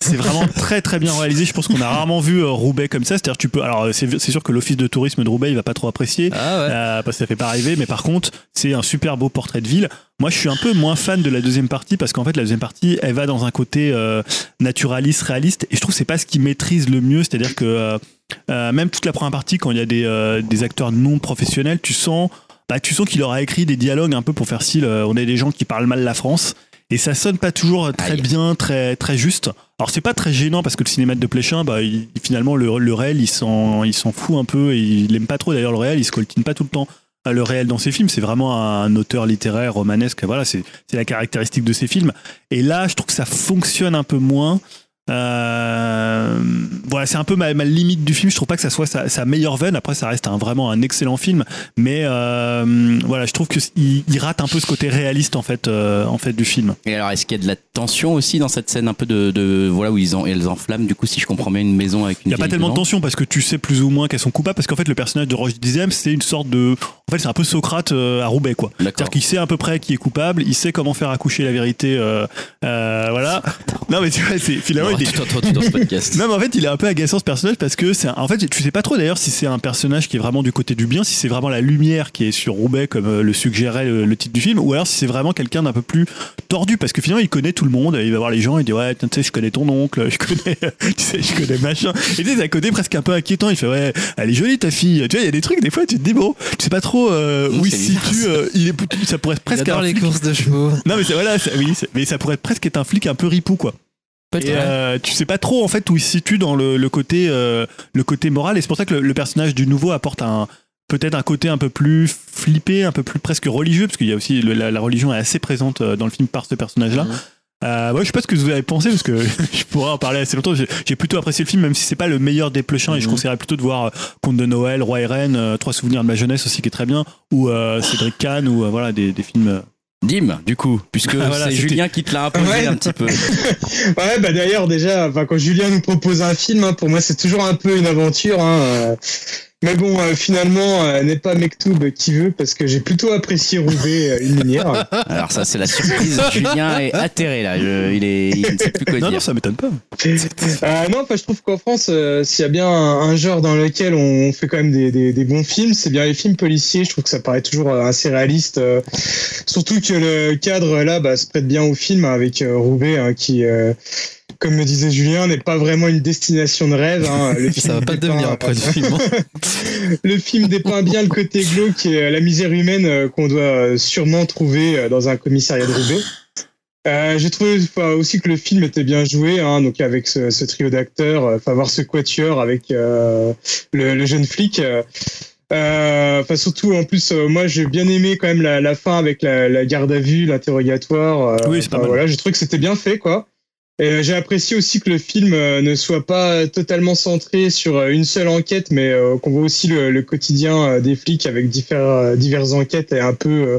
B: c'est vraiment très très bien réalisé. Je pense qu'on a rarement vu euh, Roubaix comme ça. C'est-à-dire, tu peux. Alors, c'est c'est sûr que l'office de tourisme de Roubaix, il va pas trop apprécier.
C: Ah ouais.
B: Euh, parce que ça fait pas rêver, mais par contre, c'est un super beau portrait de ville. Moi, je suis un peu moins fan de la deuxième partie parce qu'en fait, la deuxième partie, elle va dans un côté euh, naturaliste, réaliste, et je trouve que c'est pas ce qui maîtrise le mieux. C'est-à-dire que euh, euh, même toute la première partie, quand il y a des, euh, des acteurs non professionnels, tu sens, bah, tu sens qu'il aura écrit des dialogues un peu pour faire style. euh, on est des gens qui parlent mal la France. Et ça sonne pas toujours très
A: Aïe.
B: bien, très très juste. Alors c'est pas très gênant parce que le cinéma de Pléchin, bah, il- finalement le, le réel, il s'en il s'en fout un peu. et il aime pas trop d'ailleurs le réel. Il se coltine pas tout le temps à le réel dans ses films. C'est vraiment un auteur littéraire romanesque. Voilà, c'est c'est la caractéristique de ses films. Et là, je trouve que ça fonctionne un peu moins. Euh, voilà, c'est un peu ma, ma limite du film. Je trouve pas que ça soit sa, sa meilleure veine. Après, ça reste un- vraiment un excellent film, mais euh, voilà, je trouve que c- il, il rate un peu ce côté réaliste en fait, euh, en fait du film.
A: Et alors, est-ce qu'il y a de la tension aussi dans cette scène un peu de, de- voilà où ils en, elles enflamment du coup si je comprends bien une maison avec une
B: Il y a pas
A: vieille
B: tellement de
A: dedans.
B: tension parce que tu sais plus ou moins qu'elles sont coupables. Parce qu'en fait, le personnage de Roche Dizem, c'est une sorte de, en fait, c'est un peu Socrate euh, à Roubaix quoi.
A: D'accord.
B: C'est-à-dire qu'il sait à peu près qui est coupable, il sait comment faire accoucher la vérité. euh, euh, voilà. Non mais tu vois, c'est finalement
A: Non,
B: il est-
A: tout entend dans ce podcast.
B: Ah Non, mais en fait, il est un peu agaçant ce personnage parce que c'est un- en fait, tu sais pas trop d'ailleurs si c'est un personnage qui est vraiment du côté du bien, si c'est vraiment la lumière qui est sur Roubaix comme euh, le suggérait le, le titre du film, ou alors si c'est vraiment quelqu'un d'un peu plus tordu parce que finalement il connaît tout le monde, il va voir les gens, il dit ouais, tiens, tu sais, je connais ton oncle, je connais, tu sais, je connais machin. Et tu sais, c'est un côté presque un peu inquiétant, il fait ouais, elle est jolie ta fille. Tu vois, il y a des trucs des fois, tu te dis bon, tu sais pas trop euh,
A: Mmh,
B: où il
A: c'est
B: se situe, euh, il est plutôt- ça pourrait
C: Il
B: presque.
C: adore
B: un
C: les
B: flic-
C: courses de chevaux.
B: Non mais c'est- voilà, c'est- oui, c'est- mais ça pourrait presque être un flic un peu ripou quoi. Et, euh, tu sais pas trop en fait où il se situe dans le, le côté euh, le côté moral et c'est pour ça que le, le personnage du nouveau apporte un peut-être un côté un peu plus flippé un peu plus presque religieux parce qu'il y a aussi le- la, la religion est assez présente euh, dans le film par ce personnage là
C: Mhm.
B: euh, moi, je sais pas ce que vous avez pensé parce que je pourrais en parler assez longtemps j'ai j'ai plutôt apprécié le film même si c'est pas le meilleur des plechins et je
C: Mhm.
B: conseillerais plutôt de voir euh, Conte de Noël Roi et Reine euh, Trois souvenirs de ma jeunesse aussi qui est très bien ou euh, Cédric Kahn ou euh, voilà des, des films euh,
A: Dim, du coup, puisque
B: Ah, voilà,
A: c'est
B: c'était-
A: Julien qui te l'a imposé
D: Ouais.
A: un petit peu.
D: Ouais, bah d'ailleurs, déjà, enfin, quand Julien nous propose un film, hein, pour moi, c'est toujours un peu une aventure. hein, euh. Mais bon, euh, finalement, euh, n'est pas Mektoub qui veut, parce que j'ai plutôt apprécié Roubaix euh, une lumière.
A: Alors ça, c'est la surprise. Julien est atterré là. Je- il est, il ne sait plus quoi
B: non non
A: dire.
B: ça m'étonne pas
D: Euh, non, enfin, je trouve qu'en France, euh, s'il y a bien un, un genre dans lequel on fait quand même des, des- des bons films, c'est bien les films policiers. Je trouve que ça paraît toujours euh, assez réaliste. euh, surtout que le cadre, là, bah, se prête bien au film hein, avec euh, Roubaix, hein, qui, euh, comme le disait Julien, n'est pas vraiment une destination de rêve. hein. Le
C: Ça va
D: film
C: pas
D: dépeint,
C: devenir
D: euh,
C: après le film. hein.
D: le film dépeint bien le côté glauque et euh, la misère humaine euh, qu'on doit euh, sûrement trouver euh, dans un commissariat de Roubaix. Euh, J'ai trouvé enfin, aussi que le film était bien joué, hein, donc avec ce, ce trio d'acteurs, euh, enfin voir ce quatuor avec euh, le, le jeune flic. euh, euh, Enfin surtout en plus, euh, moi j'ai bien aimé quand même la, la fin avec la, la garde à vue, l'interrogatoire. euh,
B: Oui, c'est pas
D: enfin,
B: mal.
D: Voilà, j'ai trouvé que c'était bien fait, quoi. Et euh, j'ai apprécié aussi que le film euh, ne soit pas totalement centré sur euh, une seule enquête, mais euh, qu'on voit aussi le, le quotidien euh, des flics avec divers, euh, diverses enquêtes et un peu euh,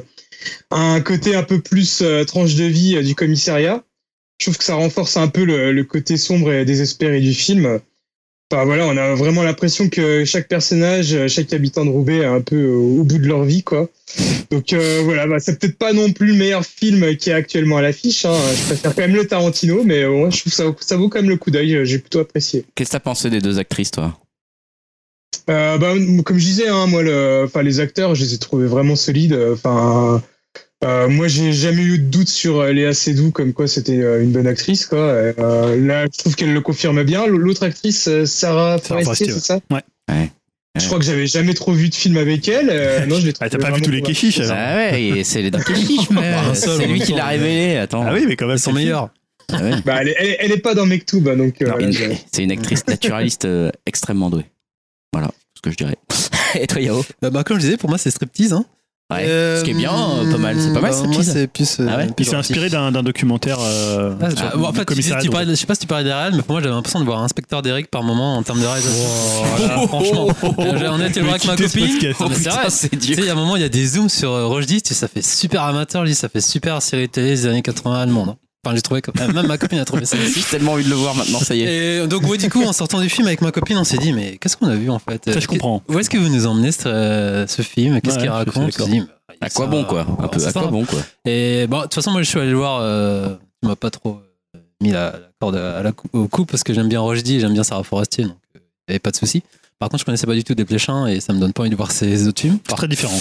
D: un côté un peu plus euh, tranche de vie euh, du commissariat. Je trouve que ça renforce un peu le, le côté sombre et désespéré du film. Enfin voilà, on a vraiment l'impression que chaque personnage, euh, chaque habitant de Roubaix est un peu au, au bout de leur vie, quoi. Donc euh, voilà, bah, c'est peut-être pas non plus le meilleur film qui est actuellement à l'affiche. hein. Je préfère quand même le Tarantino, mais bon, je trouve ça, ça vaut quand même le coup d'œil. euh, J'ai plutôt apprécié.
A: Qu'est-ce que t'as pensé des deux actrices, toi
D: Euh, bah, comme je disais, hein, moi, le, enfin, les acteurs, je les ai trouvés vraiment solides. Enfin, euh, moi, j'ai jamais eu de doute sur euh, Léa Seydoux comme quoi c'était euh, une bonne actrice. Quoi. Euh, là, je trouve qu'elle le confirme bien. L- L'autre actrice, euh, Sarah Forestier,
B: Forestier,
D: c'est ça
B: ouais.
A: Ouais.
D: Je crois que j'avais jamais trop vu de film avec elle. Euh, non, je l'ai
B: Ah, t'as
D: trouvée
B: pas vu
D: vraiment hein.
B: tous les
D: bonne.
B: kéchiches alors
A: Ah ouais, et c'est les dents qui chichent, mais,
C: Bah, Un seul,
A: C'est
C: en
A: lui
C: même
A: qui
C: temps.
A: l'a révélé, attends.
B: Ah oui, mais quand même,
C: Ils sont
B: c'est-
C: meilleurs.
A: Ah ouais.
D: Bah, elle, est- elle, est- elle est pas dans Mektoub, donc. euh,
B: Non,
D: voilà,
A: Une-
D: je-
A: C'est une actrice naturaliste euh, extrêmement douée. Voilà ce que je dirais. Et toi, Yao
C: Euh, bah, comme je disais, pour moi, c'est striptease. Hein.
A: Ouais.
C: Euh,
A: Ce qui est bien, euh, pas mal. C'est pas mal,
C: bah,
A: cette
C: Moi,
A: piste.
C: c'est plus. euh,
A: Ah ouais
B: Il
C: plus
B: s'est
C: gentil.
B: inspiré d'un d'un documentaire. euh,
C: Ah,
B: sur
C: bon, en
B: le
C: fait, tu,
B: commissariat
C: tu
B: de
C: parlais- je sais pas si tu parlais des réels, mais pour moi j'avais l'impression de voir un inspecteur des règles par moment en termes de réels. franchement, euh, on
B: Mais
C: était voir avec ma
B: quittez ce
C: copine.
B: podcast. Oh,
C: mais Oh, c'est vrai,
A: c'est
C: Tu sais, il y a un moment, il y a des zooms sur euh, Roche 10, tu sais, ça fait super amateur, je dis, ça fait super série télé des années 80 allemande. hein. Enfin, j'ai trouvé, comme- même ma copine a trouvé ça aussi.
A: J'ai tellement envie de le voir maintenant, ça y est.
C: Et donc, ouais, du coup, en sortant du film avec ma copine, on s'est dit, mais qu'est-ce qu'on a vu en fait
B: Ça,
C: Euh,
B: je comprends.
C: Où est-ce que vous nous emmenez ce, euh, ce film Qu'est-ce
B: Ouais, je
C: qu'il
B: suis
C: raconte On
B: d'accord.
C: s'est dit, mais, ah,
A: À quoi bon, quoi Un peu,
C: c'est
A: à quoi
C: ça.
A: bon, quoi
C: Et bon, de toute façon, moi, je suis allé le voir, euh, tu m'as pas trop euh, mis la, la corde à la cou- au cou parce que j'aime bien Roche 10 et j'aime bien Sarah Forestier, donc euh, il y avait pas de souci. Par contre, je connaissais pas du tout des Pléchins et ça me donne pas envie de voir ces autres films.
B: C'est très différent.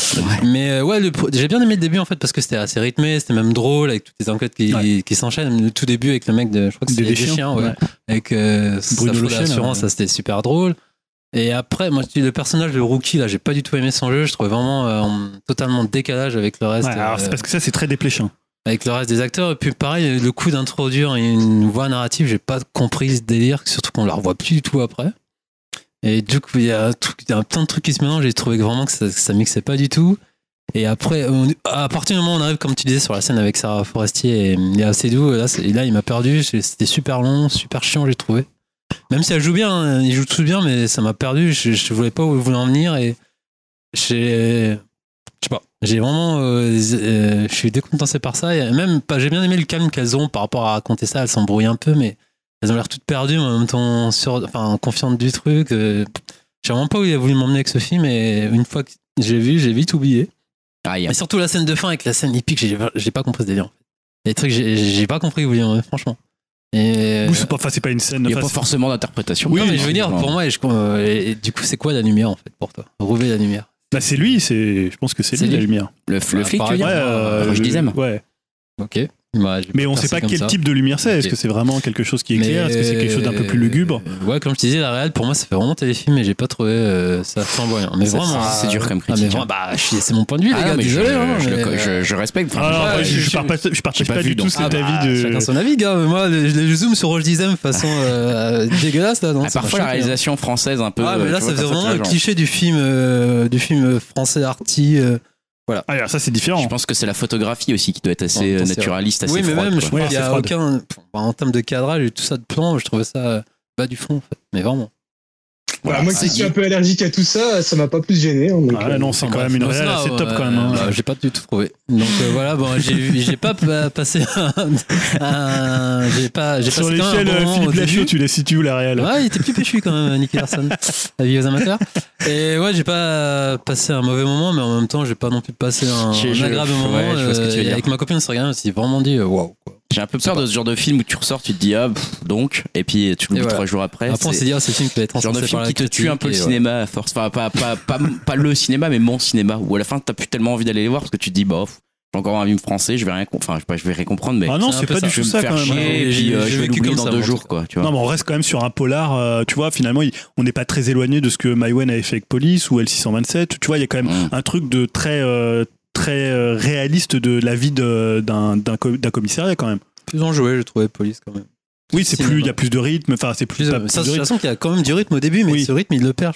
C: Mais euh, ouais, le pro- j'ai bien aimé le début en fait parce que c'était assez rythmé, c'était même drôle avec toutes les enquêtes qui, qui s'enchaînent. Le tout début avec le mec de, je crois que
B: Des
C: c'était des
B: chiens,
C: chiens, ouais.
B: ouais.
C: avec euh,
B: Bruno Le
C: Bruno
B: Chien,
C: l'assurance,
B: ouais.
C: ça c'était super drôle. Et après, moi, je dis, le personnage de Rookie là, j'ai pas du tout aimé son jeu. Je trouvais vraiment euh, en totalement décalage avec le reste,
B: Ouais, alors, c'est
C: euh,
B: parce que ça, c'est très dépléchant.
C: avec le reste des acteurs. Et puis pareil, le coup d'introduire une voix narrative, j'ai pas compris ce délire, surtout qu'on la revoit plus du tout après. Et du coup, il y a un, truc- il y a un plein de trucs qui se mélangent. J'ai trouvé que vraiment que ça, que ça mixait pas du tout. Et après, on- à partir du moment où on arrive, comme tu disais, sur la scène avec Sarah Forestier et Léa Seydoux, là, c'est- là il m'a perdu. C'est- C'était super long, super chiant, j'ai trouvé. Même si elle joue bien, hein, il joue tout bien, mais ça m'a perdu. Je, je voulais pas où vous voulez en venir et j'ai. Je sais pas. J'ai vraiment. euh, z- euh, je suis décontenancé par ça. Et même, pas- j'ai bien aimé le calme qu'elles ont par rapport à raconter ça. Elles s'embrouillent un peu, mais elles ont l'air toutes perdues, mais en même temps sur, enfin, confiantes du truc. euh, je sais vraiment pas où il a voulu m'emmener avec ce film, et une fois que j'ai vu, j'ai vite oublié.
A: Aïe.
C: Mais surtout la scène de fin avec la scène épique, j'ai j'ai pas compris ce délire. en fait. Les trucs, j'ai j'ai pas compris où il voulait, franchement. Et.
B: Ou c'est pas, enfin, c'est pas une scène.
A: Il n'y a
B: enfin,
A: pas forcément d'interprétation. hein.
C: Oui, mais je veux dire, pour moi, je- euh, et- et du coup, c'est quoi la lumière en fait pour toi Rouver la lumière.
B: c'est- bah, c'est lui, c'est. Je pense que c'est
A: C'est
B: lui la
A: lui.
B: lumière.
A: Le, le flic, tu veux
C: Ouais,
A: dire
B: euh,
A: Roche
B: le-
A: Dizem.
B: Ouais.
C: Ok. Bah, j'ai
B: Mais on
C: pas
B: sait pas
C: comme
B: quel
C: ça.
B: type de lumière c'est. Est-ce
C: Ok.
B: que c'est vraiment quelque chose qui éclaire Est-ce que c'est quelque chose d'un peu plus lugubre
C: Euh, Ouais, comme je te disais, la réelle, pour moi, ça fait vraiment téléfilm et j'ai pas trouvé euh, ça flamboyant. Mais
A: Ça,
C: vraiment.
A: c'est- c'est dur comme
C: Ah, mais
A: critique,
C: vraiment,
A: hein.
C: bah, je suis- c'est mon point de vue,
A: Ah
C: les
A: non,
C: gars.
A: mais je-
C: désolé. hein,
A: je
C: mais,
A: le co-
C: euh,
A: je- je respecte. enfin,
B: Alors,
C: ouais,
B: après, Ah, je,
C: je-
B: je partage- je partage
A: j'ai
B: pas
A: pas vu,
B: du tout
A: donc.
B: cet
C: ah, bah,
B: avis de.
C: Chacun son avis, gars. Mais moi, le, le zoom sur Roche Dizem façon euh, dégueulasse, là. Non, ça m'a
A: Ah, Parfois, la
C: choqué, hein.
A: réalisation française, un peu.
C: Ah, mais
A: euh,
C: là,
A: tu vois,
C: ça faisait
A: parfois,
C: vraiment
A: tu
C: le
A: vois, genre,
C: cliché du film, euh, du film français arty. euh,
B: Ah, alors, ça, c'est différent.
A: Je pense que c'est la photographie aussi qui doit être assez
C: Ouais,
A: euh,
C: c'est vrai.
A: naturaliste, assez
C: Oui, mais
A: froide,
C: même, je
A: quoi.
C: trouve
B: Ouais,
C: qu'il y
B: c'est
C: a
B: froid.
C: aucun. Pff, bah, en termes de cadrage et tout ça de plan, je trouvais ça euh, bas du fond, en fait. Mais vraiment. Bah,
D: Voilà, bah, moi qui
A: c'est
D: suis
A: dit.
D: un peu allergique à tout ça, ça m'a pas plus gêné. hein, donc,
B: Ah, là, non, c'est quand
C: Bref,
B: même une
A: Bah,
C: bon,
B: réelle
C: ça,
B: assez
C: ouais,
B: top quand même. hein.
C: bah, j'ai pas du tout trouvé. Donc euh, voilà, bon, j'ai j'ai pas pa- passé un, un- j'ai pas j'ai
B: Sur
C: passé quand même
B: l'échelle euh,
C: un bon moment au
B: Philippe Lachaud,
C: début.
B: tu la situes où la réelle
C: Ouais, il était plus péchu quand même, Nicky Larson, avis aux amateurs. Et ouais, j'ai pas passé un mauvais moment, mais en même temps, j'ai pas non plus passé un,
A: Je-
C: un
A: je-
C: agréable
A: ouais,
C: moment.
A: je vois ce que tu veux
C: et
A: dire.
C: Avec ma copine, on s'est regardé, on s'est vraiment dit, euh, waouh. quoi.
A: J'ai un peu peur de ce genre de film où tu ressors, tu te dis, ah, pff, donc, et puis euh, tu l'oublies
C: Et voilà.
A: trois jours après.
C: Après, on
A: c'est-
C: s'est dit, ah, c'est le film qui va être
A: Genre de
C: encensé par
A: film
C: la
A: qui te tue un peu le
C: critique, et euh, ouais.
A: cinéma à force. Enfin, pas, pas, pas, pas le cinéma, mais mon cinéma. Où à la fin, t'as plus tellement envie d'aller les voir parce que tu te dis, bof, j'ai encore un film français, je vais rien, com- enfin, je sais pas, je vais rien comprendre, mais
B: Ah non,
C: c'est un
B: c'est
C: peu
B: pas
C: ça.
B: du
A: je vais
B: tout
A: me
B: ça
A: faire
B: quand même.
A: chier, et
C: J'ai-
A: puis euh,
C: j'ai
A: je vais
C: vécu
A: l'oublier
C: comme
A: dans
C: ça,
A: deux
C: moi, en
A: jours,
C: tout
A: quoi, tu vois.
B: Non, mais on reste quand même sur un polar. euh, tu vois, finalement, il- on n'est pas très éloigné de ce que Mywen avait fait avec Police ou L627. Tu vois, il y a quand même
A: Mm.
B: un truc de très. euh, très euh, réaliste de la vie de- d'un d'un co- d'un commissariat quand même.
C: Plus enjoué, je trouvais Police quand même.
B: Oui, c'est
C: Cinéma.
B: plus il y a plus de rythme, enfin c'est plus,
C: Plus,
B: pas
C: euh, ça,
B: plus de
C: de toute
B: rythme.
C: façon, qu'il y a quand même du rythme au début, mais
B: Oui.
C: ce rythme, il le perd.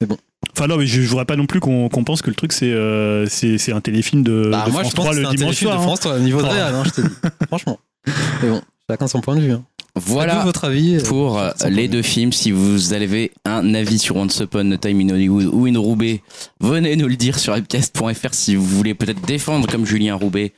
C: je trouve.
B: Enfin non, mais je, je voudrais pas non plus qu'on qu'on pense que le truc c'est euh, c'est c'est un téléfilm de,
C: Bah,
B: de
C: moi,
B: France
C: je pense
B: 3
C: que c'est
B: le
C: un
B: dimanche
C: téléfilm
B: soir.
C: de
B: hein.
C: France 3 au niveau de
B: Oh.
C: réel, hein, je te dis. Franchement. Mais bon, chacun son point de vue. hein. Faites-vous
A: Voilà
C: votre avis. euh,
A: pour euh,
C: sans
A: les
C: problème.
A: deux films. Si vous avez un avis sur Once Upon a Time in Hollywood ou une Roubaix, venez nous le dire sur webcast.fr si vous voulez peut-être défendre comme Julien Roubaix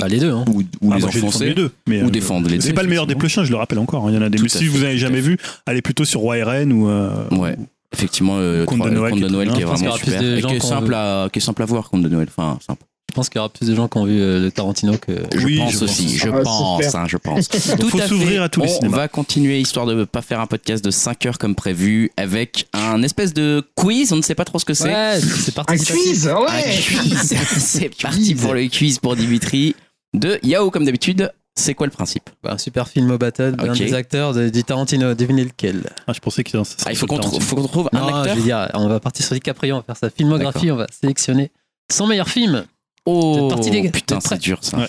C: Bah, les deux, hein.
A: ou, ou
B: Ah,
A: les
B: moi, j'ai défendu
A: enfoncer.
B: les deux. Mais,
A: Ou
B: euh,
A: défendre les deux.
B: C'est pas le meilleur des
A: effectivement.
B: plochins, je le rappelle encore. hein, Il y en a des.
A: Tout à
B: Si
A: fait,
B: vous
A: tout
B: n'avez
A: à
B: jamais
A: fait.
B: vu, allez plutôt sur Roi et Reine ou. euh,
A: Ouais. Effectivement, le
B: Conte de
A: trois- le
B: Noël
A: conte
B: qui
A: de
B: est
A: Noël
B: très
A: qui est
B: bien.
C: Je pense
A: vraiment
C: qu'il y
A: super.
C: aura plus de
A: Et
C: gens
A: qui est
C: qui ont
A: simple
C: vu.
A: à, qui est simple à voir, conte de Noël. Enfin, simple.
C: Je pense qu'il y aura plus de gens qui ont vu euh, le Tarantino que.
A: Je
B: Oui,
A: pense
B: je pense.
A: aussi, je
D: Ah,
A: pense,
D: super.
A: hein, je pense. Tout
B: faut s'ouvrir à tous les
A: on
B: cinémas.
A: va continuer, histoire de ne pas faire un podcast de 5 heures comme prévu, avec un espèce de quiz, on ne sait pas trop ce que c'est.
C: Ouais, c'est
D: euh, Un
C: parti.
D: quiz,
A: Un
D: ouais
A: quiz. c'est parti pour le quiz pour Dimitri de Yahoo comme d'habitude. C'est quoi le principe
C: Bah, un super film au battle, bien
A: Ok.
C: des acteurs de, du Tarantino. Devinez lequel.
B: Ah, je pensais que ça serait
A: Ah, Il faut
B: sur
A: qu'on
B: le
A: trou-
B: Tarantino.
A: faut qu'on trouve
C: Non,
A: un
C: je
A: acteur.
C: veux dire, on va partir sur DiCaprio, on va faire sa filmographie, on va sélectionner son meilleur film.
A: Oh
C: Vous êtes partis, les gars
A: putain,
C: Vous êtes
A: c'est
C: prêts
A: dur ça.
B: Ouais.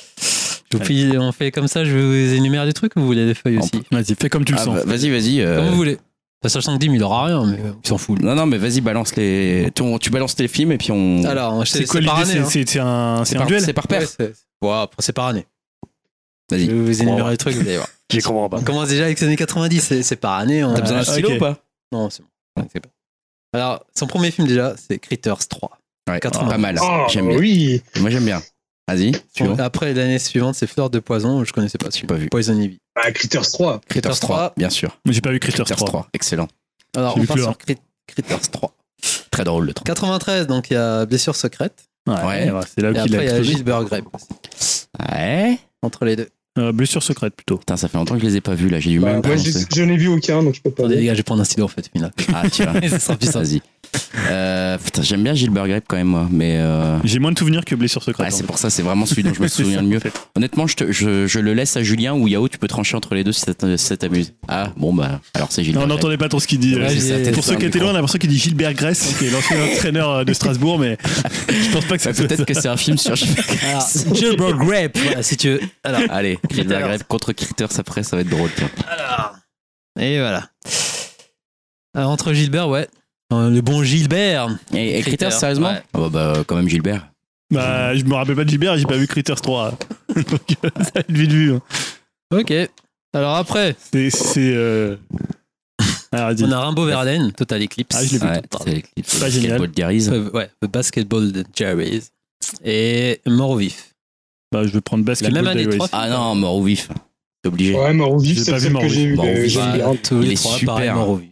C: Je vous file- on fait comme ça, je vous énumère des trucs ou vous voulez des feuilles
A: On
C: aussi
B: Vas-y, fais comme tu le
A: Ah,
B: sens.
A: bah, vas-y, vas-y. euh,
C: Comme vous voulez. Enfin, sachant que Dim, il aura rien, mais euh, il s'en fout. lui.
A: Non, non, mais vas-y, balance les. ton- Tu balances tes films et puis on.
C: Alors,
B: C'est quoi
C: par
B: l'idée C'est-
C: année, hein.
B: C'est c'est un, c'est un
A: par-
B: duel
A: C'est par paire.
C: Ouais, c'est- Ouais, après, c'est par année. Je
A: Vas-y.
C: vais vous
B: On va voir.
C: énumérer des trucs, vous allez voir.
B: J'y comprends
C: On commence déjà avec les années 90, c'est c'est par année. on-
A: T'as besoin d'un
B: Ah, ok.
A: stylo ou pas
C: Non, c'est bon. Ouais, c'est bon. Alors, son premier film déjà, c'est Critters 3.
A: Ouais, ah,
C: 80.
A: pas mal.
D: Oh,
A: J'aime bien.
D: oui
A: Moi j'aime bien. Vas-y, suivant.
C: Après, l'année suivante, c'est Fleur de Poison, je connaissais pas celui
A: pas vu.
C: Poison Ivy.
D: bah, Critters 3.
A: Critters 3, bien sûr.
B: Mais j'ai pas vu Critters
A: Critters
B: 3.
A: 3, excellent.
C: Alors,
B: J'ai
C: on
B: vu
C: part
B: que
C: sur
B: un.
C: Crit- Critters 3.
A: Très drôle le 3.
C: 93, donc il y a Blessure Secrète.
A: Ouais.
B: ouais, c'est là
C: et
B: où il
C: après, il y
B: a
C: a
B: explosé.
C: Gilbert Grape.
A: Ouais.
C: Entre les deux.
B: Euh, Blessure secrète plutôt.
A: Putain, ça fait longtemps que je les ai pas vus là, j'ai du
D: Bah,
A: mal à
D: moi, j'ai-
A: prononcer.
D: je n'ai vu aucun, donc je peux pas
C: Attendez, les
D: dire.
C: gars, je vais prendre un stylo en fait, final.
A: Ah, tu vois.
C: Ça sera plus simple.
A: Vas-y. Euh, putain, j'aime bien Gilbert Grape quand même, moi, mais. Euh...
B: J'ai moins de souvenirs que Blessure
A: ouais,
B: secrète. hein. en
A: c'est
B: fait.
A: pour ça, c'est vraiment celui dont je me
B: C'est
A: souviens
B: ça,
A: le mieux.
B: en fait.
A: Honnêtement, je, te- je, je le laisse à Julien ou Yao, tu peux trancher entre les deux si ça t- si ça t'amuse. Ah, bon, bah, alors c'est
B: Non,
A: Gilbert
B: on
A: Grape.
B: n'entendait pas trop ce qu'il dit.
C: Ouais,
B: euh,
A: C'est ça,
C: j'ai-
A: peut-être
B: Pour
A: ça,
B: ceux qui
A: un
B: étaient
A: micro.
B: loin, on a l'impression qu'il dit Gilbert Gress, qui est l'ancien entraîneur euh, de Strasbourg, mais je pense pas que
A: Ouais,
B: ça
A: Peut-être que c'est un film sur Gilbert
C: Alors,
A: Grape.
C: Gilbert Grape, voilà, si tu veux. Alors,
A: Allez, Gilbert
C: Critters.
A: Grape contre Critters après, ça va être drôle. tiens.
C: et voilà. Alors, entre Gilbert, ouais. Euh, Le bon Gilbert.
A: Et, et Critters,
C: Critters,
A: sérieusement
C: ouais.
A: Ah bah, bah, quand même Gilbert.
B: Bah, je me rappelle pas de Gilbert, j'ai pas vu Critters 3. Donc, euh, ça va être vite vu. hein.
C: Ok. Alors après,
B: C'est. c'est, euh, Ah, Alors, dis.
C: on a Rimbaud Verlaine, Total Eclipse.
B: Ah, je l'ai vu.
A: Ouais,
C: Attends.
A: c'est l'équipe
B: Pas génial.
A: Skateboard Garys.
C: Euh, ouais, The Basketball de Jerry's. Et Mort au vif.
B: Bah, je vais prendre Basketball
C: La même année,
B: Diaries.
C: trois
A: Ah non, mort ou vif. T'es obligé.
D: Ouais, Mort ou Vif,
B: J'ai
D: c'est
B: pas
D: le
B: vu
D: seul
B: Mort
D: que
B: ou
D: j'ai
B: Vif.
D: vu.
A: Mort ou
D: de
A: Vif.
D: Gilbert.
C: Bah, tous
A: Il
C: les
A: est
C: trois,
A: super,
C: pareil,
A: hein.
C: Mort au vif.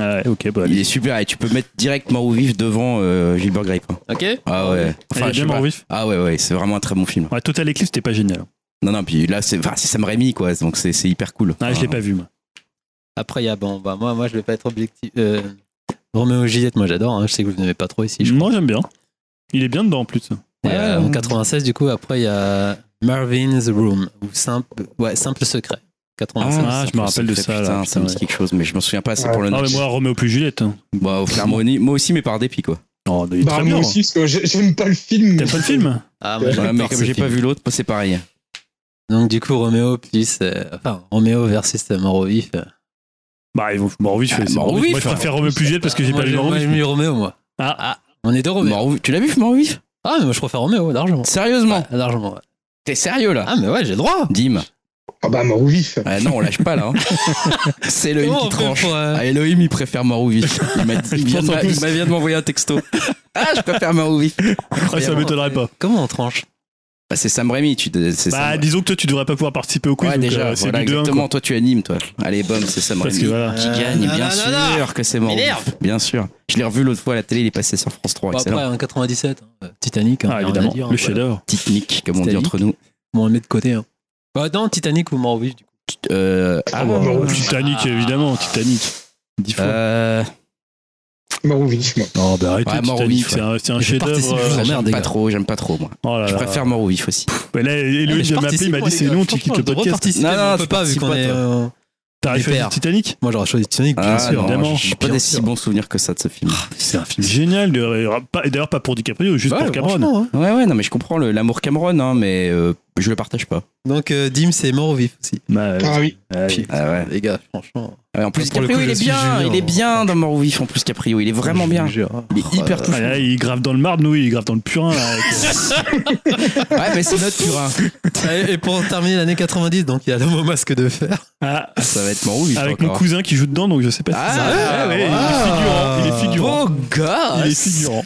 B: Ah ouais, ok, bah.
A: Il est super et tu peux mettre direct mort ou vif devant euh, Gilbert Grape. hein.
C: Ok
A: Ah ouais.
B: Enfin,
A: je sais
B: Eh, bien
A: pas.
B: mort vif.
A: Ah ouais, ouais, c'est vraiment un très bon film.
B: Ouais, Total Eclipse, c'était pas génial.
A: Non, non, puis là, c'est enfin, c'est Sam Raimi, quoi, donc c'est c'est hyper cool.
B: Ah, je l'ai pas vu, moi.
C: Après, il y a, bon, bah, moi, moi, je vais pas être objectif. Euh, Roméo et Juliette, moi, j'adore. hein. Je sais que vous n'aimez pas trop ici. Je
B: Moi, j'aime bien. Il est bien dedans en plus.
C: Et, euh,
A: Ouais.
C: en 96, du coup, après, il y a Marvin's Room, ou Simple, ouais, simple Secret. 96.
B: Ah, je me rappelle de ça, là,
A: Putain, ça me
B: putain,
A: dit quelque chose, mais je m'en souviens pas assez
D: Ouais.
A: pour le
B: Ah,
A: nom.
B: mais moi, Roméo plus Juliette. hein.
A: Bah, clairement, ni- moi aussi, mais par dépit, quoi.
B: Oh, il est
D: Bah,
B: très bien.
D: moi aussi, parce que j'ai- j'aime pas le film.
B: T'aimes pas le film
C: Ah,
D: Ouais,
A: Ouais,
C: j'adore
A: mais comme
C: ce
A: j'ai pas
C: film.
A: vu l'autre, c'est pareil.
C: Donc, du coup, Roméo plus. euh, enfin, Roméo versus euh, Mort au vif. euh.
B: Bah, ils vont mort vif.
A: Ah,
B: c'est
A: Mort
B: Mort
A: vif,
B: vif. Moi, je
A: Mort
B: préfère Roméo plus Juliette parce que j'ai
C: Moi,
B: pas vu Mort
C: Moi,
B: vif.
C: j'ai mis Roméo, moi.
B: Ah.
C: On est deux Roméo.
A: Mort ou- Tu l'as vu, mort ou vif
C: Ah, mais moi, je préfère Roméo, largement.
A: Sérieusement
C: Ouais, largement, ouais.
A: T'es sérieux, là
C: Ah, mais ouais, j'ai le droit.
A: Dim.
D: Ah bah, Mort ou Vif.
A: Ah non, on lâche pas, là. hein. C'est le
C: Comment
A: qui
C: on fait
A: tranche.
C: pour, euh,
A: Ah, Elohim, il préfère mort ou vif. Il m'a dit- il vient de
B: pense en
A: m'a-
B: plus.
A: il m'a- vient de m'envoyer un texto. Ah, je préfère mort ou vif.
B: Ah, ça
A: Incroyable.
B: m'étonnerait pas.
C: Comment on tranche
A: Bah, c'est Sam Raimi, tu te- c'est
B: Bah,
A: Sam-
B: disons que toi, tu devrais pas pouvoir participer au quiz.
A: ouais,
B: donc,
A: déjà,
B: euh, c'est
A: voilà,
B: du 2-1.
A: exactement.
B: quoi.
A: Toi, tu animes, toi. Allez, bum, c'est Sam
B: Parce
A: Raimi.
B: que voilà.
A: Qui
C: Euh,
A: gagne,
C: non,
A: bien
C: non,
A: sûr
C: non,
A: que c'est mort. ou
C: M'énerve. Bah,
A: vif. Bien sûr. Je l'ai revu l'autre fois à la télé, il est passé sur France 3.
C: Bon, Après,
A: Excellent.
C: en 97, hein, euh, Titanic. hein, y a
B: Ah,
C: rien à
B: évidemment.
C: dire, hein,
B: Le
C: voilà.
B: chef-d'œuvre.
A: Petite nique, comme on dit
C: Titanic.
A: entre nous.
C: Bon, on le met de côté. Hein. Bah, non, Titanic ou Mort au vif, du coup.
A: Euh, ah,
D: bah, Mort ou Vif.
B: Titanic, évidemment. Titanic. Dix fois.
A: euh,
D: Mort ou Vif, moi.
B: Non, bah arrêtez,
A: ouais, Mort au
B: Titanic,
A: vif,
B: c'est un, c'est un
C: Je participe,
B: chef-d'œuvre.
C: je vous
B: euh,
C: emmerde.
A: j'aime
C: les
A: pas
C: gars.
A: trop, j'aime pas trop, moi.
B: Oh là
A: Je
B: là.
A: préfère mort ou vif aussi.
B: Mais là,
C: Mais
B: Elohim
C: je
B: vient de m'appeler, il m'a dit
C: participe,
B: c'est
C: les
B: non,
C: gars,
B: tu quittes
C: franchement,
B: le
C: je
B: podcast.
C: reparticipe,
A: Non, non,
C: on
A: tu
C: peut pas, vu
A: participes
C: qu'on
A: pas,
C: est.
A: toi.
C: euh,
B: T'as
C: Les
B: choisi
C: pères.
B: Titanic
C: Moi, j'aurais choisi Titanic, bien
A: Ah,
C: sûr.
A: non,
B: évidemment.
A: je suis pas
C: Bien
A: des
C: sûr.
A: si bons souvenirs que ça de ce film.
B: C'est un film génial. de- pas- Et d'ailleurs, pas pour DiCaprio, juste
C: Ouais,
B: pour Cameron.
C: franchement, hein.
A: Ouais, ouais, non, mais je comprends le- l'amour Cameron, hein, mais euh, Je le partage pas.
C: Donc euh, Dim, c'est mort au vif aussi.
B: Bah,
D: Ah oui.
B: euh,
C: Puis-
A: Ah ouais.
C: Les gars, franchement.
A: Ouais, en plus,
C: Pour le
A: Caprio,
C: coup,
A: il
C: je
A: est
C: suis
A: bien.
C: junior.
A: Il est bien dans Mort ou Vif en plus, Caprio. Il est vraiment bien.
C: Je vous jure.
A: Il est hyper
C: Euh,
A: touchant.
B: ah, là, il grave dans le marbre, nous, il grave dans le purin. là, avec, euh,
A: Ouais, mais c'est notre purin.
C: Et et pour terminer l'année 90, donc il y a l'homme au masque de fer.
B: ah,
A: Ça va être Mort ou Vif.
B: avec mon
A: encore.
B: cousin qui joue dedans, donc je sais pas si
A: Ah,
B: ça- ouais,
C: ah,
B: il est figurant. Il est figurant.
A: Oh, gosse
B: il est figurant.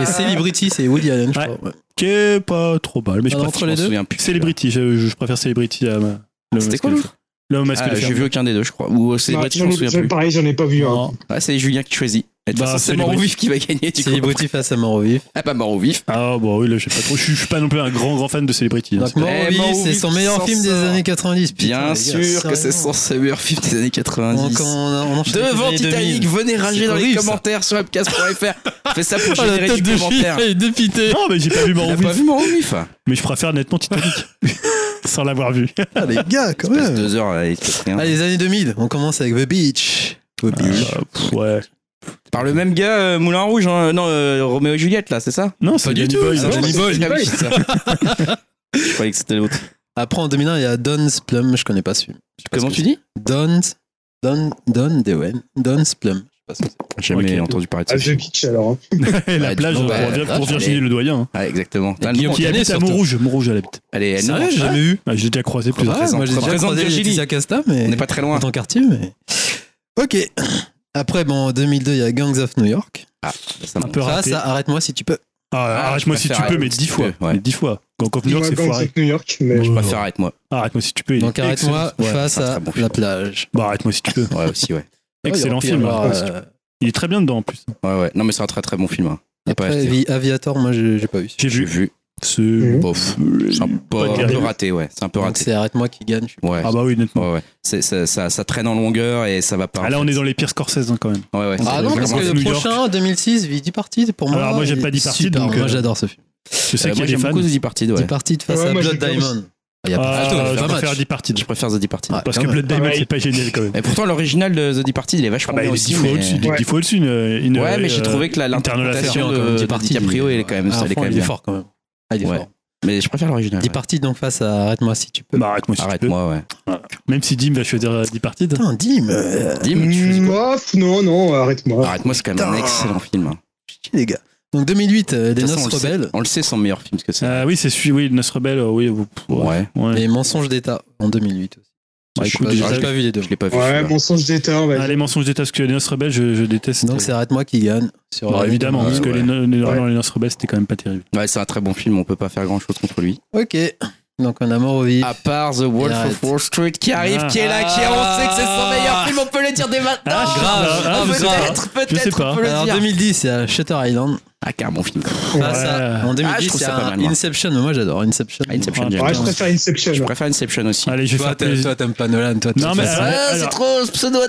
C: Et Celebrity, c'est Woody Allen, je
B: Ouais.
C: crois. ouais.
B: Qui est pas trop mal, mais je
C: Ah,
B: préfère.
C: entre les
A: Je
C: deux.
A: m'en souviens plus.
B: Celebrity, je, je préfère Celebrity à ma- Euh, le
A: C'était
B: masque
A: quoi
B: de
A: l'autre
B: fer. Le masque
A: Ah,
B: de fer.
A: J'ai vu aucun des deux, je crois. Ou euh, c'est
D: Non,
A: Brett, je
D: Bah, j'en
A: m'en
D: ai-
A: souviens
D: j'en ai-
A: plus.
D: Pareil, j'en ai pas vu hein. un.
A: Ah, c'est Julien qui choisit. Et de toute
B: Bah,
A: façon, c'est
B: c'est
A: Mort ou
B: Brett.
A: Vif qui va gagner du coup.
C: Celebrity face à mort au vif.
A: Ah, bah Mort ou Vif.
B: Ah, bon, oui, là, je sais pas trop. Je suis- je suis pas non plus un grand, grand fan de Celebrity. hein.
C: Donc mort
A: Eh,
C: au vif,
A: Mort au
C: c'est
A: vif
C: son
A: qui
C: meilleur
A: s'en
C: film des
A: sort.
C: années 90.
A: Bien
C: Putain, les gars,
A: sûr que c'est
C: sérieusement.
A: son meilleur film des années 90.
C: Quand on, on enchaîne avec les
A: Devant
C: années 2000.
A: Titanic, venez rager
C: C'est
A: dans les
C: horrible, ça.
A: commentaires sur webcast.fr. Fais ça pour
C: Oh, la
A: générer
C: tête
A: du
C: de Gilles,
A: commentaire.
C: elle est dépitée.
B: Non, mais j'ai pas vu
A: Il
B: Mort
A: a
B: au
A: pas
B: Vif.
A: vu Mort ou Vif
B: Mais je préfère nettement Titanic. Sans l'avoir vu.
C: Ah, les gars, quand
A: Passe deux heures là, il se passe rien.
C: Ah, les années 2000, on commence avec The Beach. The Beach.
B: Ah, pff, ouais.
A: Par le même gars, euh, Moulin Rouge, hein, non, euh, Roméo et Juliette là, c'est ça
B: Non, c'est
C: Pas du
B: Danny
C: tout,
B: Boyle.
C: c'est
B: Ah,
C: Danny
B: ouais.
C: Boyle.
A: Ah oui, c'est ça. Je croyais que c'était l'autre.
C: Après, en 2001, il y a Don's Plum, je connais pas celui.
A: Comment tu dis
C: Don's. Don. Don Dewen. Don's Plum. Je sais pas ce que c'est.
A: J'ai Jamais
B: Ok.
A: entendu parler de ça.
D: Ah, je pitch alors. hein.
B: Et la
A: Ouais,
B: plage
A: du coup,
B: pour,
A: bah,
B: Vir-
A: vache,
B: pour Virginie
A: allez.
B: Le Doyen. hein,
A: Ah, exactement. T'as le
C: Guillaume
A: nom.
B: qui habite à
C: surtout.
B: Montrouge. Montrouge, elle habite.
A: Allez, elle
C: Sérieux,
A: nous-
C: j'ai jamais vu.
B: Ah, je l'ai déjà croisé
A: Ah,
B: plusieurs
A: ouais,
B: fois.
A: moi, j'ai déjà croisé Virginie.
C: Casta, mais.
A: on n'est pas très loin.
C: Dans ton quartier, mais. Ok. Après, bon, en 2002, il y a Gangs of New York.
A: Ça
B: Un
A: marche.
B: peu
C: Ça,
B: raté.
C: ça, arrête-moi si tu peux.
B: Ah, Arrête-moi
A: je
B: si tu
A: préfère
B: peux, mais
A: arrêter.
B: dix fois.
A: Ouais.
B: Mais dix fois. Gang of New York,
D: Dis-moi
B: c'est
D: Gangs
B: foiré. Ah,
D: of New York, mais
A: Je préfère arrête moi.
B: Arrête-moi si tu peux. il est
C: Donc, arrête-moi
B: excellent. Ouais.
C: face
A: c'est un
C: à
A: très bon
C: la
A: film.
C: plage.
B: Bah, arrête-moi si tu peux.
A: Ouais, aussi, ouais.
B: Excellent
C: Ouais, il aurait pu y
B: film. hein.
C: avoir,
B: Ouais.
C: euh,
B: Il est très bien dedans en plus.
A: Ouais, ouais. Non, mais c'est un très très bon film. hein. Y a pas à
C: Après,
A: acheter.
C: Avi- Aviator, moi, j'ai j'ai pas vu.
B: J'ai
A: J'ai
B: vu.
A: vu.
B: Ce-
A: Bof. C'est un peu,
B: Pas
A: un peu
B: terrible.
A: raté, ouais. C'est un peu
C: Donc,
A: raté.
C: c'est Arrête-moi qui gagne. je suis-
A: Ouais.
B: Ah bah oui, honnêtement.
A: Ouais, ouais. C'est- Ça, ça, ça traîne en longueur et ça va pas.
B: Ah, là, on est dans les pires Scorsese hein, quand même.
A: Ouais, ouais.
C: Ah
A: c'est
C: non, parce
A: vraiment-
C: que le
B: New York.
C: prochain, 2006, 10 parties, pour moi.
B: Alors, moi, j'aime
C: il-
B: pas 10 parties,
C: super,
B: donc, euh,
C: Moi, j'adore ce film.
B: Je sais
A: Euh,
B: qu'il y
A: moi,
B: a des
A: j'aime
B: fans.
A: beaucoup The Departed,
C: 10
A: ouais.
C: parties de face
D: Ouais,
C: à
D: moi,
C: Blood
D: j'adore
C: Diamond. Il y a pas
B: Ah,
C: photo, il y a
B: je
C: pas
B: préfère
C: match.
B: 10 parties.
A: Je préfère The Departed.
C: Ouais.
B: Parce
C: quand
B: que
C: même.
B: Blood
A: Ah,
B: Diamond,
D: Pareil.
B: c'est pas génial quand même.
A: Et pourtant, l'original de The Departed, il est
B: Ah
A: vachement
B: bah, il
A: bien
B: est
A: aussi.
B: dix fois
A: mais-
B: au-dessus. il est
D: Ouais.
B: dix fois au-dessus. euh, une-
A: Ouais, mais j'ai
B: euh,
A: trouvé que la-
B: Internal Affair.
A: l'interprétation de,
C: Dix
A: de
C: parties,
B: euh,
A: DiCaprio, elle est quand même,
C: Ah,
A: ça, elle est
C: franchement,
A: quand même
C: Il est
A: bien.
C: fort quand même. Ah, il est
A: Ouais.
C: fort.
A: Mais je préfère l'original.
C: 10
A: ouais.
C: parties donc face à Arrête-moi si tu peux.
B: Bah, arrête-moi si tu peux.
A: Arrête-moi, ouais.
B: Même si Dim va choisir euh, 10 parties.
C: Putain, Dim, euh,
A: Dim, tu choisis
D: Mm,
A: quoi
D: off, non, non,
B: Ah,
D: arrête-moi.
A: Arrête-moi, c'est quand même un
C: Putain.
A: excellent film. hein.
C: chier, les gars. Donc 2008, euh,
A: De
C: Les
A: toute façon,
C: Noces
A: on le sait-
C: Rebelles
A: On le sait, son meilleur film, ce que c'est.
B: Ah oui, c'est celui, oui, Nos Rebelle, euh, oui. vous-
A: Ouais.
B: ouais.
C: et Mensonges d'État en 2008 aussi.
B: Bah,
C: Je sais
B: écoute,
C: pas,
B: déjà,
C: j'ai pas vu les deux.
A: Je l'ai pas vu.
D: Ouais,
A: celui-là.
D: mensonge d'État, ouais.
B: Ah, les mensonges d'État, parce que les Noces Rebelles, je, je déteste.
C: Donc c'est Arrête-moi qui gagne. Sur
B: Bah,
C: euh,
B: évidemment, parce que
A: ouais.
B: les, no- les, non, les Noces Rebelles, c'était quand même pas terrible.
A: Ouais, c'est un très bon film, on peut pas faire grand chose contre lui.
C: Ok. Donc on a mort au vif.
A: À part The Wolf
C: Arrête.
A: of Wall Street qui arrive,
B: Ah.
A: qui est là, qui est, on sait que c'est son meilleur film, on peut le dire dès maintenant.
B: Ah, je sais
C: grave,
B: pas, ah,
C: grave,
B: je sais pas.
A: peut-être,
B: Je sais
A: peut-être,
B: pas.
A: on peut le
C: Alors
A: dire.
C: 2010, il y a Shutter Island.
A: Ah, car bon film.
C: Face à- en
A: Ah, je
C: 2010,
A: trouve
C: c'est
A: ça pas
C: un
A: mal, moi.
C: Inception. Moi j'adore Inception.
A: Ah, Inception, j'aime
B: Ouais,
D: Ouais,
A: bien.
D: je préfère Inception.
A: Je préfère Inception aussi.
B: Allez, je vais
C: Toi,
B: faire
C: t'aimes-
B: plaisir.
C: toi, t'aimes pas Nolan, toi. de
B: Non,
C: toute
B: mais
C: façon.
B: alors-
A: Ah, c'est
B: alors-
A: trop